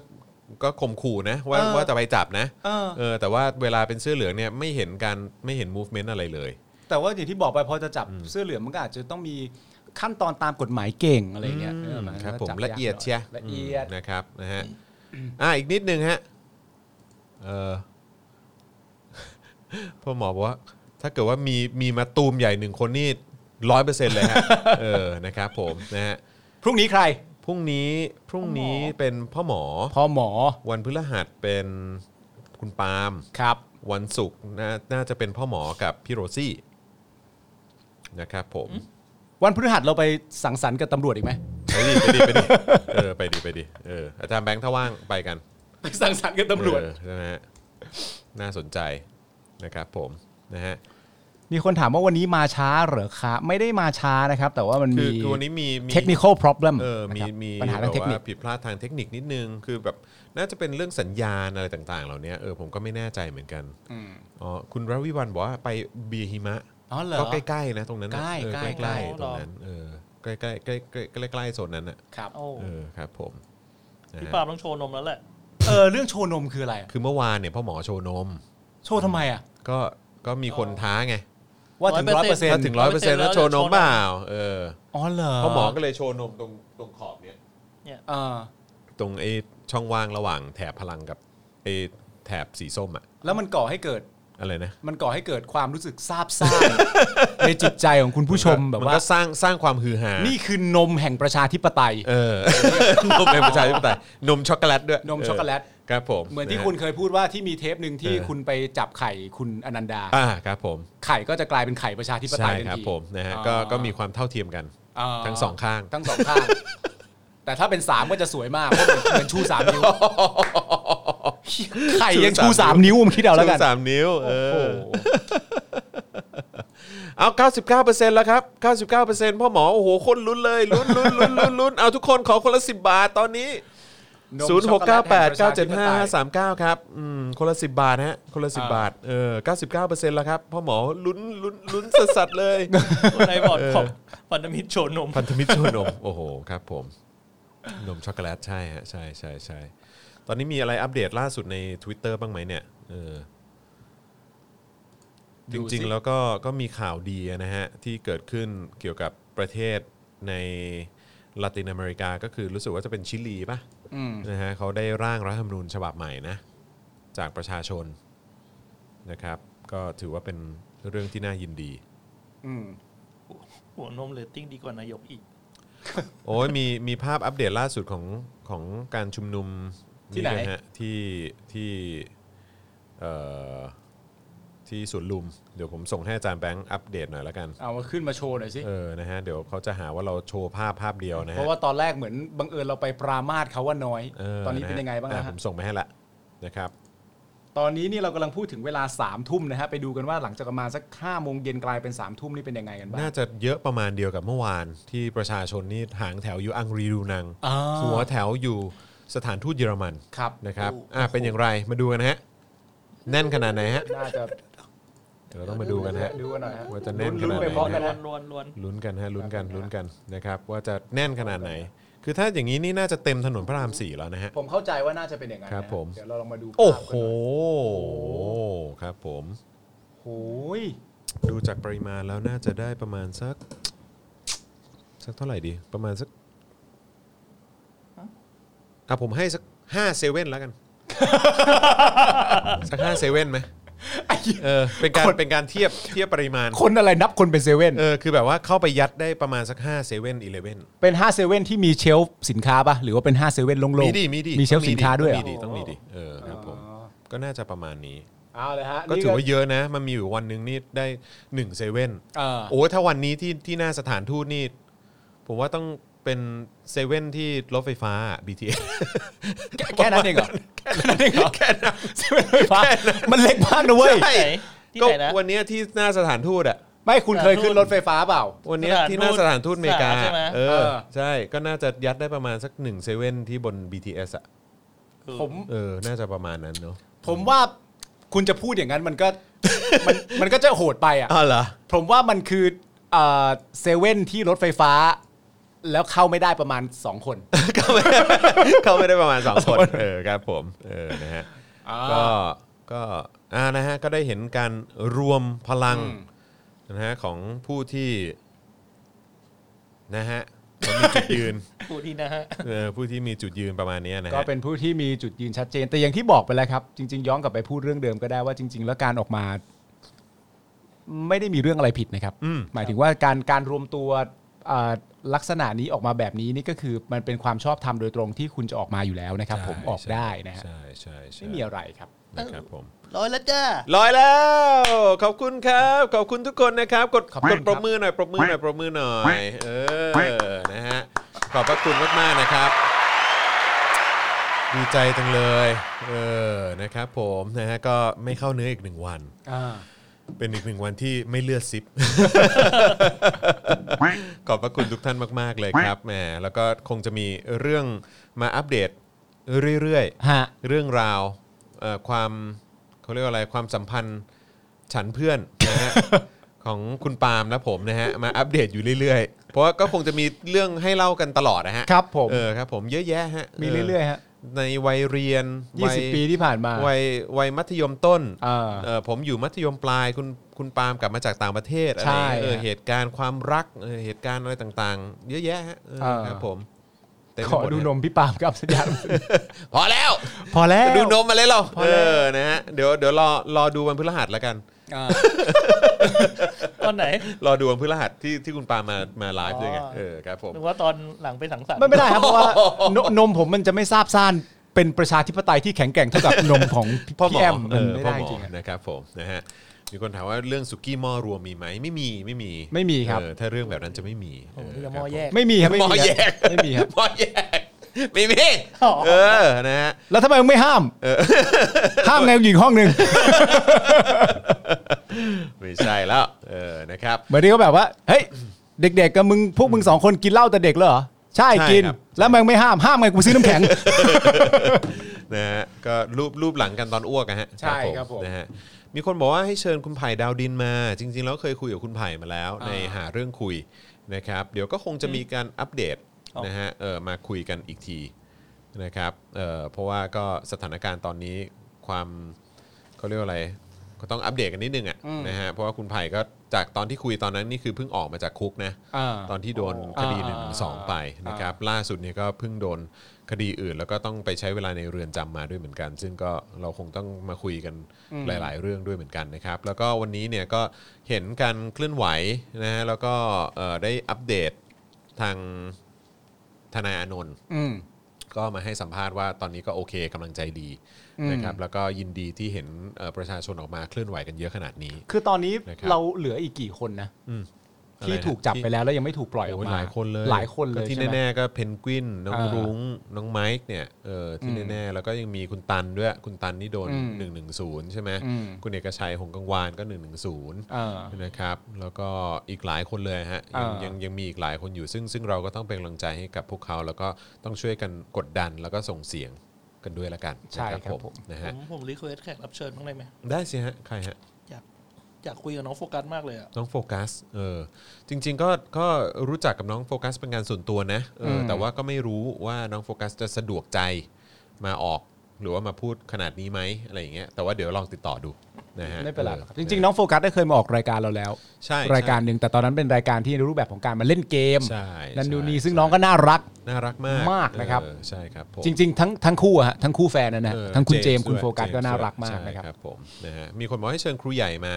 S2: ก็ข่มขู่นะว่า
S3: เออ
S2: ว่าจะไปจับนะ
S3: เออ
S2: เออแต่ว่าเวลาเป็นเสื้อเหลืองเนี่ยไม่เห็นการไม่เห็น movement อะไรเลย
S3: แต่ว่าอย่างที่บอกไปพอจะจับเสื้อเหลืองมันก็อาจจะต้องมีขั้นตอนตามกฎหมายเก่งอะไรเงี้ยเออ
S2: ครับ
S3: น
S2: ผม
S3: จั
S2: ละเอียด
S3: ากหน่
S2: เชีย
S3: ละเอียด
S2: มนะครับนะฮะอ่าอีกนิดนึงฮะเออ พ่อหมอบอกว่าถ้าเกิดว่ามีมีมาตูมใหญ่หนึ่งคนนี่ร้อยเปอร์เซ็นต์เลยฮะ เออนะครับผมนะฮะ
S3: พรุ่งนี้ใคร
S2: พรุ่งนี้พรุ่งนี้เป็นพ่อหมอ
S3: พอหมอ
S2: วันพฤหัสเป็นคุณปาล์ม
S3: ครับ
S2: วันศุกร์น่าน่าจะเป็นพ่อหมอกับพี่โรซี่นะครับ ผม
S3: วันพฤหัสเราไปสังสรรค์กับตำรวจอีกไหม
S2: ไปดิไปดิไปดิเออไปดิไปดิเอออาจารย์แบงค์ถ้าว่างไปกัน
S3: ไปสังสรรค์กับตำรวจ
S2: เออใช่ไหมฮะน่าสนใจนะครับผมนะฮะ
S3: มีคนถามว่าวันนี้มาช้าเหรอคะไม่ได้มาช้านะครับ แต่ว่ามัน
S2: คือ
S3: มี
S2: คือวันนี้มีมี
S3: technical problem
S2: เออมี
S3: นะครับ
S2: มี
S3: ปัญหาทางเทคนิค
S2: แบบว่ผิดพลาดทางเทคนิคนิดนึง คือแบบน่าจะเป็นเรื่องสัญญาณอะไรต่าง ๆ เหล่านี้เออผมก็ไม่แน่ใจเหมือนกันอ๋อคุณรวิวันบอกว่าไปเบียร์หิมะ
S3: อ๋อเหรอ
S2: ก็ใกล้ๆนะตรงนั้นน่ะ
S3: ใกล้
S2: เออ
S3: ใกล้
S2: ใกล้
S4: ใกล้
S2: ๆตรงนั้นเออใกล้ๆใกล้ๆใกล้ๆใกล้ๆโซนนั้นอ่ะ
S3: ครับ
S4: โอ้
S2: เออครับผมนะ
S4: พี่
S2: ฮะ
S4: ปาล์มต้องโชว์นมแล้วแหละ
S3: เออเรื่องโชว์นมคืออะไรอะ
S2: คือเมื่อวานเนี่ยพ่อหมอโชว์นม
S3: โชว์ทำไมอ่ะ
S2: ก็ก็มีคนท้าไง
S3: ว่าถึงร้อยเปอร์เซ็น
S4: 100%
S2: ถ้า
S3: ต์
S2: ถึงร้อยเปอร์เซ็นต์แล้วโชว์นมเปล่าเออ
S3: อ๋อเหรอ
S2: พ่อหมอก็เลยโชว์นมตรงตรงขอบเนี่ย
S3: เออ
S2: ตรงไอ้ช่องว่างระหว่างแถบพลังกับไอ้แถบสีส้มอะ
S3: แล้วมันก่อให้เกิด
S2: อะไรนะ
S3: มันก่อให้เกิดความรู้สึกซาบ ซ่าน ในจิตใจของคุณผู้ชมแบบ
S2: น
S3: ว่า
S2: ก็สร้างสร้างความฮือฮาน
S3: นี่คือนมแห่งประชาธิปไตย
S2: เออ นมเป็นประชาธิปไตยนมช็อกโกแลตด้วย
S3: นมช็อกโกแลต
S2: เครับผม
S3: เหมือนที่
S2: ะฮะ
S3: คุณเคยพูดว่าที่มีเทปหนึ่งที่
S2: เออ
S3: คุณไปจับไข่คุณอนันดา
S2: อ่าครับผม
S3: ไข่ก็จะกลายเป็นไข่ประชาธิปไต
S2: ใช่
S3: ยทัน
S2: ครับ
S3: ที
S2: ผมนะฮะ
S3: อ่า
S2: ก็ก็มีความเท่าเทียมกัน
S3: อ่า
S2: ทั้งสองข้าง
S3: ทั้งสองข้ าง แต่ถ้าเป็นสามก็จะสวยมากเพราะเหมือนเหมือนชูสาม นิ้วไข่ยังชูสามนิ้วผมคิดเอาแล้วกัน
S2: ชูสามนิ้วเอ
S3: โอ้
S2: อ
S3: โห
S2: เอา 99%แล้วครับ 99%พ่อหมอโอ้โหคนลุ้นเลยลุ้นลุ้นลุ้นลุ้นลุ้นเอาทุกคนขอคนละ10 บาทตอนนี้
S3: นม
S2: ศูนย์
S3: ช็
S2: ห
S3: อก โแล
S2: เก้า
S3: ต
S2: แป
S3: แห่
S2: ด
S3: งประช
S2: เก้า
S3: ธิ
S2: เจ็ด
S3: ปไต
S2: ห้าย สามเก้าครับอืมคนละสิบาทฮะคนละสิ
S3: อ่า
S2: บาทเออเก้าสิบเก้าเปอร์เซ็นต์แล้วครับพ่อหมอลุ้นลุ้นลุ้นสัสสัสๆเลย
S4: คนในบอร์ดของพันธมิตรโชว์นม
S2: พันธมิตรชวนนม โอ้โหครับผม นมช็อกโกแลตใช่ฮะใช่ใช่ใช่ตอนนี้มีอะไรอัปเดตล่าสุดใน Twitter บ้างไหมเนี่ยเออจ
S3: ดูสิ
S2: ริงๆแล้วก็ก็มีข่าวดีนะฮะ ที่เกิดขึ้นเกี่ยวกับประเทศในลาตินอเมริกาก็คือรู้สึกว่าจะเป็นชิลีป่ะ
S3: อืม
S2: นะฮะเขาได้ร่างรัฐธรรมนูญฉบับใหม่นะจากประชาชนนะครับ ก็ถือว่าเป็นเรื่องที่น่ายินดี
S3: อืม
S4: หัวนมเรตติ้งดีกว่านายกอีก
S2: โอ้ยมีมีภาพอัปเดตล่าสุดของของการชุมนุมด้วยฮะที่ที่เอ่อที่สวนลุม เดี๋ยวผมส่งให้อาจารย์แบงค์อัปเดตหน่อยละกัน
S3: เอามาขึ้นมาโชว์หน่อยสิ
S2: เออนะฮะเดี๋ยวเขาจะหาว่าเราโชว์ภาพภาพเดียวนะฮะ
S3: เพราะว่าตอนแรกเหมือนบังเอิญเราไปปรามาสเขาว่าน้อย ตอนนี้เป็นยังไงบ้าง
S2: อ่
S3: นะ
S2: ผ
S3: ฮะ
S2: มส่งไปให้ละนะครับ
S3: ตอนนี้นี่เรากำลังพูดถึงเวลา3ามทุ่มนะฮะไปดูกันว่าหลังจากประมาณสัก5้าโมงเย็นกลายเป็น3ามทุ่มนี่เป็นยังไงกันบ้าง
S2: น่าจะเยอะประมาณเดียวกับเมื่อวานที่ประชาชนนี่หางแถวอยู่อังรีดูนัง
S3: อ่า
S2: หัวแถวอยู่สถานทูตเยอรมัน
S3: ครับ
S2: นะครับอ่ะเป็นอย่างไรมาดูกันนะฮะ แน่นขนาดไหนฮะ
S3: น่าจะ
S2: เดี๋ยวเราต้องมาดูกันนะฮะ
S3: ดูกันหน่อยฮะ
S2: ว่าจะแน่นข
S3: ลุ้น
S2: นาดไหน
S3: ๆไปพร้อมกัน
S4: ล้
S3: นะ
S4: วนล้วนล้วน
S2: ลุ้นกันฮะลุ้นกันลุ้นกันนะครับ ว่าจะแน่นขนาดไหน คือถ้าอย่างนี้นี่น่าจะเต็มถนนพระรามสี่แล้วนะฮะ
S3: ผมเข้าใจว่าน่าจะเป็นอย่างนั้น
S2: ครับ
S3: นะ
S2: ผม
S3: เดี๋ยวเราลองมาดู
S2: โอ้
S3: ภาพ
S2: โห
S3: กันน่ย
S2: ครับ ผม
S3: โอ้ย
S2: ดูจากปริมาณแล้วน่าจะได้ประมาณสักสักเท่าไหร่ดี ประมาณสักอ่ะผมให้สักห้าเซเว่นแล้ว กัน สักห้าเซเว่นไหม
S3: ไอ้เหี้ย
S2: เออเป็นการเป็นการเทียบเทียบปริมาณ
S3: คนอะไรนับคนเป็นเซเว่น
S2: เออคือแบบว่าเข้าไปยัดได้ประมาณสัก5 7 e เ e ่ e อ
S3: เป็น5้าเซเว่นที่มีเชลฟ์สินค้าป่ะ หรือว่าเป็น5้าเซเว่นโล่
S2: มี
S3: ง
S2: ดีมีดี
S3: มีเชลฟ์สินค้าด้วยเหร
S2: มี
S3: อ
S2: ดีต้องมีดีเออครับผมก็น่าจะประมาณนี้
S3: เอาเลยฮะ
S2: ก็
S3: นี่
S2: ถือว่าเยอะนะ มันมีอยู่วันหนึ่งนี่ได้1 7
S3: เออ
S2: โอ้ยถ้าวันนี้ที่ที่หน้าสถานทูตนี่ ผมว่าต้องเป็นเซเว่นที่รถไฟฟ้า BTS
S3: แค่แค่นั้นเองเหรอแค่นั้นเองเหรอแค่นั้นเซเว่นไฟฟ้ามันเล็กมากนะเว้ย
S4: ที่ไหนที่ไหนนะ
S2: ก็วันเนี้ยที่หน้าสถานทูตอ่ะ
S3: ไม่คุณเคยขึ้นรถไฟฟ้าเปล่า
S2: วันเนี้ย
S4: สถาน
S2: ที่หน้า
S4: ทูต
S2: สถานทูตอเมริกา
S4: สถานใช่ไหม
S2: เอ
S3: เอ
S2: อ
S3: อ
S2: ใช่ก็น่าจะยัดได้ประมาณสักหนึ่งเซเว่นที่บน BTS อ่ะ
S3: ผม
S2: เออ น่าจะประมาณนั้นเนาะ
S3: ผมว่าคุณจะพูดอย่างนั้นมันก็ มันมันก็จะโหดไปอ่ะ
S2: อ๋อเหรอ
S3: ผมว่ามันคือเอ่อเซเว่นที่รถไฟฟ้า แล้วเข้าไม่ได้ประมาณ 2 คน
S2: เขาไม่ได้ เขาไม่ได้ประมาณ 2 คน เออครับผมเออนะฮะก็ก็อ่านะฮะก็ได้เห็นการรวมพลังนะฮะของผู้ที่นะฮะเขามีจุดยื น
S4: ผู้ที่นะฮะ
S2: เออผู้ที่มีจุดยืนประมาณเนี้ยนะ
S3: ก็
S2: ฮะ
S3: เป็นผู้ที่มีจุดยืนชัดเจน แต่อย่างที่บอกไปแล้วครับ จริง ๆ ย้อนกลับไปพูดเรื่องเดิมก็ได้ว่าจริง ๆ แล้วการออกมา ไม่ได้มีเรื่องอะไรผิดนะครับ
S2: อืม
S3: หมายถึงว่าการการรวมตัวเอ่อลักษณะนี้ออกมาแบบนี้นี่ก็คือมันเป็นความชอบธรรมโดยตรงที่คุณจะออกมาอยู่แล้วนะครับ ผมออกได้นะฮะ
S2: ใช่ใช่ใช่
S3: ไม่มีอะไรครับ
S2: นะครับผม
S4: ร้อยแล้วจ้า
S2: ร้อยแล้ว ขอบคุณครับ ขอบคุณทุกคนนะครับ กด
S3: ขอบ
S2: ก
S3: คุ
S2: ด
S3: ณ
S2: ป
S3: ค
S2: ร
S3: รั
S2: บบ มือหน่อยปรบมือหน่อยปรบมือหน่อยเออนะฮะขอบพระคุณมากๆนะครับ ดีใจจังเลยเออนะครับผมนะฮะก็ไม่เข้าเนื้ออีกหนึ่งวัน เป็นอีกหนึ่งวันที่ไม่เลือดซิป ขอบพระคุณทุกท่านมาก ๆ เลยครับแหมแล้วก็คงจะมีเรื่องมาอัปเดตเรื่อยๆ
S3: ฮะ
S2: เรื่องราวเอ่อความเขาเรียกว่าอะไรความสัมพันธ์ฉันเพื่อนนะ ฮะ ของคุณปาล์มและผมนะฮะมาอัปเดตอยู่เรื่อยๆ เพราะว่าก็คงจะมีเรื่องให้เล่ากันตลอดนะฮะ
S3: ครับผม
S2: เออครับผมเยอะแยะฮะ
S3: มีเรื่อยๆฮะ
S2: ในวัยเรียนวัย
S3: 20 ปีที่ผ่านมา
S2: วัยวัยมัธยมต้น
S3: เออ
S2: เออผมอยู่มัธยมปลายคุณคุณปาล์มกลับมาจากต่างประเทศอะไร
S3: ใช่
S2: เงี้ยเออ
S3: ฮะ
S2: เหตุการณ์ความรักเออเหตุการณ์อะไรต่างๆ เยอะแยะฮะเออ
S3: เออ
S2: ครับผมเต็มไป
S3: ขอ
S2: หมด
S3: ดู
S2: ฮะ
S3: นมพี่ปาล์ม กับสัญญาณ
S2: พอแล้ว
S3: พอแล้ว
S2: ดูนมมาเลยเรา
S3: พอ
S2: เอ
S3: แล้ว
S2: อนะฮะเดี๋ยวเดี๋ยวรอรอดูวันพฤหัสแล้วกัน
S3: อ่า
S4: ตอนไหน
S2: รอดูวันพฤหัสที่ที่คุณปามามาไลฟ์ด้วยไง
S4: อ๋อ
S2: เออครับผม
S4: นึกว่าตอนหลังไปสังสรรค์
S3: ไม่ไม่ได้ครับ เพ ราะว่านนมผมมันจะไม่ทราบซ่านเป็นประชาธิปไตยที่แข็งแกร่งเท่ากับ นมของพี่
S2: พ่อหมอ
S3: แอม
S2: เออ
S3: มันไม่
S2: พ่อ
S3: ได้
S2: หมอ
S3: จริงๆอะ
S2: นะครับผมนะฮะมีคนถามว่าเรื่องสุกี้หม้อรวมมีไหมไม่มีไม่มี
S3: ไม่มีครับ
S2: เออถ้าเรื่องแบบนั้นจะไม่มี
S4: โอ้โห
S2: เ
S4: เรือหมอแยก
S3: ไม่มีครับ
S2: หมอแยก
S3: ไม่มีครับ
S2: หมอแยก ไม่มี
S4: อ๋อ
S2: เออนะฮะ
S3: แล้วทำไมมึงไม่ ห้ามห้ามไงอยู่อีกห้องหนึ่ง
S2: ไม่ใช่แล้วเออนะครับ
S3: เหมือนที่เขาแบบว่าเฮ้ยเด็กๆกับมึงพวกมึงสองคนกินเหล้าแต่เด็กเลยเหรอใช่
S2: ใช่
S3: กิน
S2: ครับ
S3: แล้วมึงไม่ห้ามห้ามไงกูซื้อน้ำแข็ง
S2: นะฮะก็รูปรูปหลังกันตอนอ้วกอะฮะ
S3: ใช่ครับผม
S2: นะฮะมีคนบอกว่าให้เชิญคุณไผ่ดาวดินมา จริง ๆ แล้วเคยคุยกับคุณไผ่มาแล้ว
S3: อ่า
S2: ในหาเรื่องคุยนะครับ เดี๋ยวก็คงจะมีการอัปเดตนะฮะเออมาคุยกันอีกทีนะครับเออเพราะว่าก็สถานการณ์ตอนนี้ความเขาเรียกว่าอะไรก็ต้องอัปเดตกันนิดนึงอะนะฮะเพราะว่าคุณไผ่ก็จากตอนที่คุยตอนนั้นนี่คือเพิ่งออกมาจากคุกนะ
S3: อ่า
S2: ตอนที่โดนคดีหนึ่งสองไปนะครับล่าสุดเนี่ยก็เพิ่งโดนคดีอื่น แล้วก็ต้องไปใช้เวลาในเรือนจำมาด้วยเหมือนกัน ซึ่งก็เราคงต้องมาคุยกันหลาย ๆ เรื่องด้วยเหมือนกันนะครับ แล้วก็วันนี้เนี่ยก็เห็นการเคลื่อนไหวนะฮะแล้วก็เอ่อได้อัปเดตทางทนายอานนท์
S3: อืม
S2: ก็มาให้สัมภาษณ์ว่าตอนนี้ก็โอเคกำลังใจดี
S3: อืม
S2: นะครับแล้วก็ยินดีที่เห็นเอ่อประชาชนออกมาเคลื่อนไหวกันเยอะขนาดนี้
S3: คือตอนนี้
S2: นะครับ
S3: เราเหลืออีกกี่คนนะ
S2: อืมอะไร
S3: ที่
S2: นะ
S3: ถูกจับ
S2: ที่
S3: ไปแล้วแล้วยังไม่ถูกปล่อยออก
S2: โอ้ย
S3: มา
S2: หลายคนเลย
S3: หลายคนเลย
S2: ก็ที่
S3: ใช่ไหม
S2: แน่ๆก็เพนกวินน้อง
S3: อ่า
S2: รุ้งน้องไมค์เนี่ยเออที่แน่ๆแล้วก็ยังมีคุณตันด้วย คุณตันนี่โดน
S3: อืม
S2: 110 ใช่ไหม
S3: อืม
S2: คุณเอกชัยหงกังวานก็ 110
S3: อ่า
S2: นะครับแล้วก็อีกหลายคนเลยฮะ
S3: อ่ายั
S2: ยังยังมีอีกหลายคนอยู่ ซึ่งซึ่งเราก็ต้องเป็นกำลังใจให้กับพวกเขา แล้วก็ต้องช่วยกันกดดันแล้วก็ส่งเสียงกันด้วยละกัน
S3: ใช่
S2: นะครับ ผ
S3: ผม ม
S2: นะ
S4: ผ
S2: ฮะ
S4: มผมรีเควสแขกรับเชิญบ้างได้ไหม
S2: ได้สิฮะใครฮะ
S4: อยากอยากคุยกับน้องโฟกัสมากเลยอะ
S2: น้องโฟกัส เออ จริง ๆ ก็ ก็รู้จักกับน้องโฟกัสเป็นการส่วนตัวนะ เออ
S3: ม
S2: แต่ว่าก็ไม่รู้ว่าน้องโฟกัสจะสะดวกใจมาออก หรือว่ามาพูดขนาดนี้ไหมอะไรอย่างเงี้ย แต่ว่าเดี๋ยวลองติดต่อดูนะฮะ
S3: ไม่เป็นไรหรอกครับจริง ๆ
S2: น้
S3: น้
S2: อง
S3: องโฟกัสได้เคยมาออกรายการเราแล้ว
S2: ใช่ใช่
S3: รายการหนึ่งแต่ตอนนั้นเป็นรายการที่ในรูปแบบของการมาเล่นเกม
S2: ใช่
S3: นันนูนี
S2: ใช่
S3: ซึ่งน้องก็น่ารัก
S2: น่ารักมาก
S3: มากนะครับ
S2: เออใช่ครับผม
S3: จริง ๆ ทั้งทั้งคู่อะฮะทั้งคู่แฟนนะนะ
S2: เออ
S3: ทั้งคุณเจมส์คุณ
S2: ด้วย
S3: โฟกัสก็
S2: เจส์
S3: น่ารัก
S2: ด้วย
S3: มาก
S2: ใช่
S3: นะครับ
S2: ผมนะฮะมีคนบอกให้เชิญครูใหญ่มา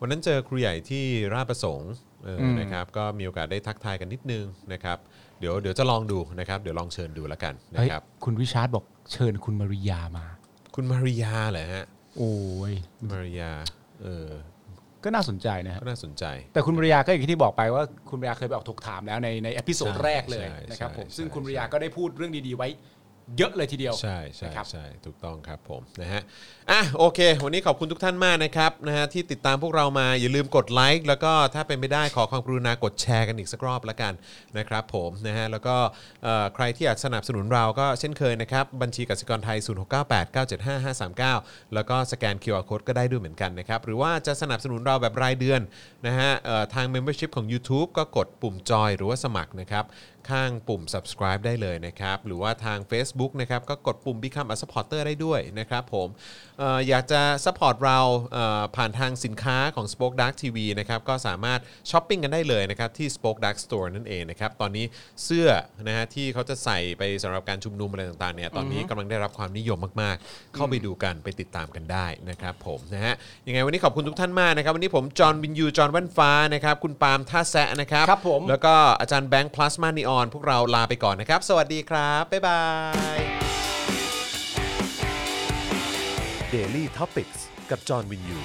S2: วันนั้นเจอครูใหญ่ที่ราชประสงค์เอออ
S3: ม
S2: นะครับก็มีโอกาสได้ทักทายกันนิดนึงนะครับเดี๋ยวเดี๋ยวจะลองดูนะครับเดี๋ยวลองเชิญดูแล้วกันนะ
S3: เฮ้ย
S2: ครับ
S3: คุณวิชาร์ดบอกเชิญคุณมาริยามา
S2: คุณมาริยาเหรอฮะ
S3: โอ้ย
S2: มาริยาเออ
S3: ก็น่าสนใจนะฮะ
S2: ก็น่าสนใจ
S3: แต่คุณมาริยาก็อย่างที่บอกไปว่าคุณมาริยาเคยไปออกถกถามแล้วในในเอพิโซด
S2: ใช่
S3: แรกเลย
S2: ใช่
S3: นะครับผม
S2: ใช่
S3: ซึ่ง
S2: ใช่
S3: คุณมาริยาก็ได้พูดเรื่องดีๆไว้ เยอะเลยทีเดียว
S2: ใช่ใช่
S3: นะครับ
S2: ใช่ถูกต้องครับผมนะฮะอ่ะโอเค วันนี้ขอบคุณทุกท่านมากนะครับนะฮะที่ติดตามพวกเรามาอย่าลืมกดไลค์แล้วก็ถ้าเป็นไปได้ขอความกรุณากดแชร์กันอีกสักรอบละกันนะครับผมนะฮะแล้วก็เอ่อใครที่อยากสนับสนุนเราก็เช่นเคยนะครับ บัญชีกสิกรไทย 0698975539 แล้วก็สแกน QR Code ก็ได้ด้วยเหมือนกันนะครับ หรือว่าจะสนับสนุนเราแบบรายเดือนนะฮะเอ่อทาง Membership ของ YouTube ก็กดปุ่มจอยหรือว่าสมัครนะครับ ข้างปุ่ม subscribe ได้เลยนะครับ หรือว่าทาง Facebook นะครับ ก็กดปุ่ม Become a supporter ได้ด้วยนะครับผมเอออยากจะ support เราเอ่อผ่านทางสินค้าของ Spoke Dark TV นะครับ ก็สามารถช้อปปิ้งกันได้เลยนะครับ ที่ Spoke Dark Store นั่นเองนะครับ ตอนนี้เสื้อนะฮะที่เขาจะใส่ไปสำหรับการชุมนุมอะไรต่างๆเนี่ยตอนนี้กำลังได้รับความนิยมมากๆ เข้าไปดูกันไปติดตามกันได้นะครับผมนะฮะยังไงวันนี้ขอบคุณทุกท่านมากนะครับวันนี้ผมจอห์นวินยูจอห์นแว่นฟ้านะครับคุณปาล์มท่าแซะนะครับ
S3: ครับผม
S2: แล้วก็อาจารย์แบงค์พลาสมานีออนพวกเราลาไปก่อนนะครับ สวัสดีครับ บ๊ายบาย
S1: Daily t o p i c กกับจอห์นวินยู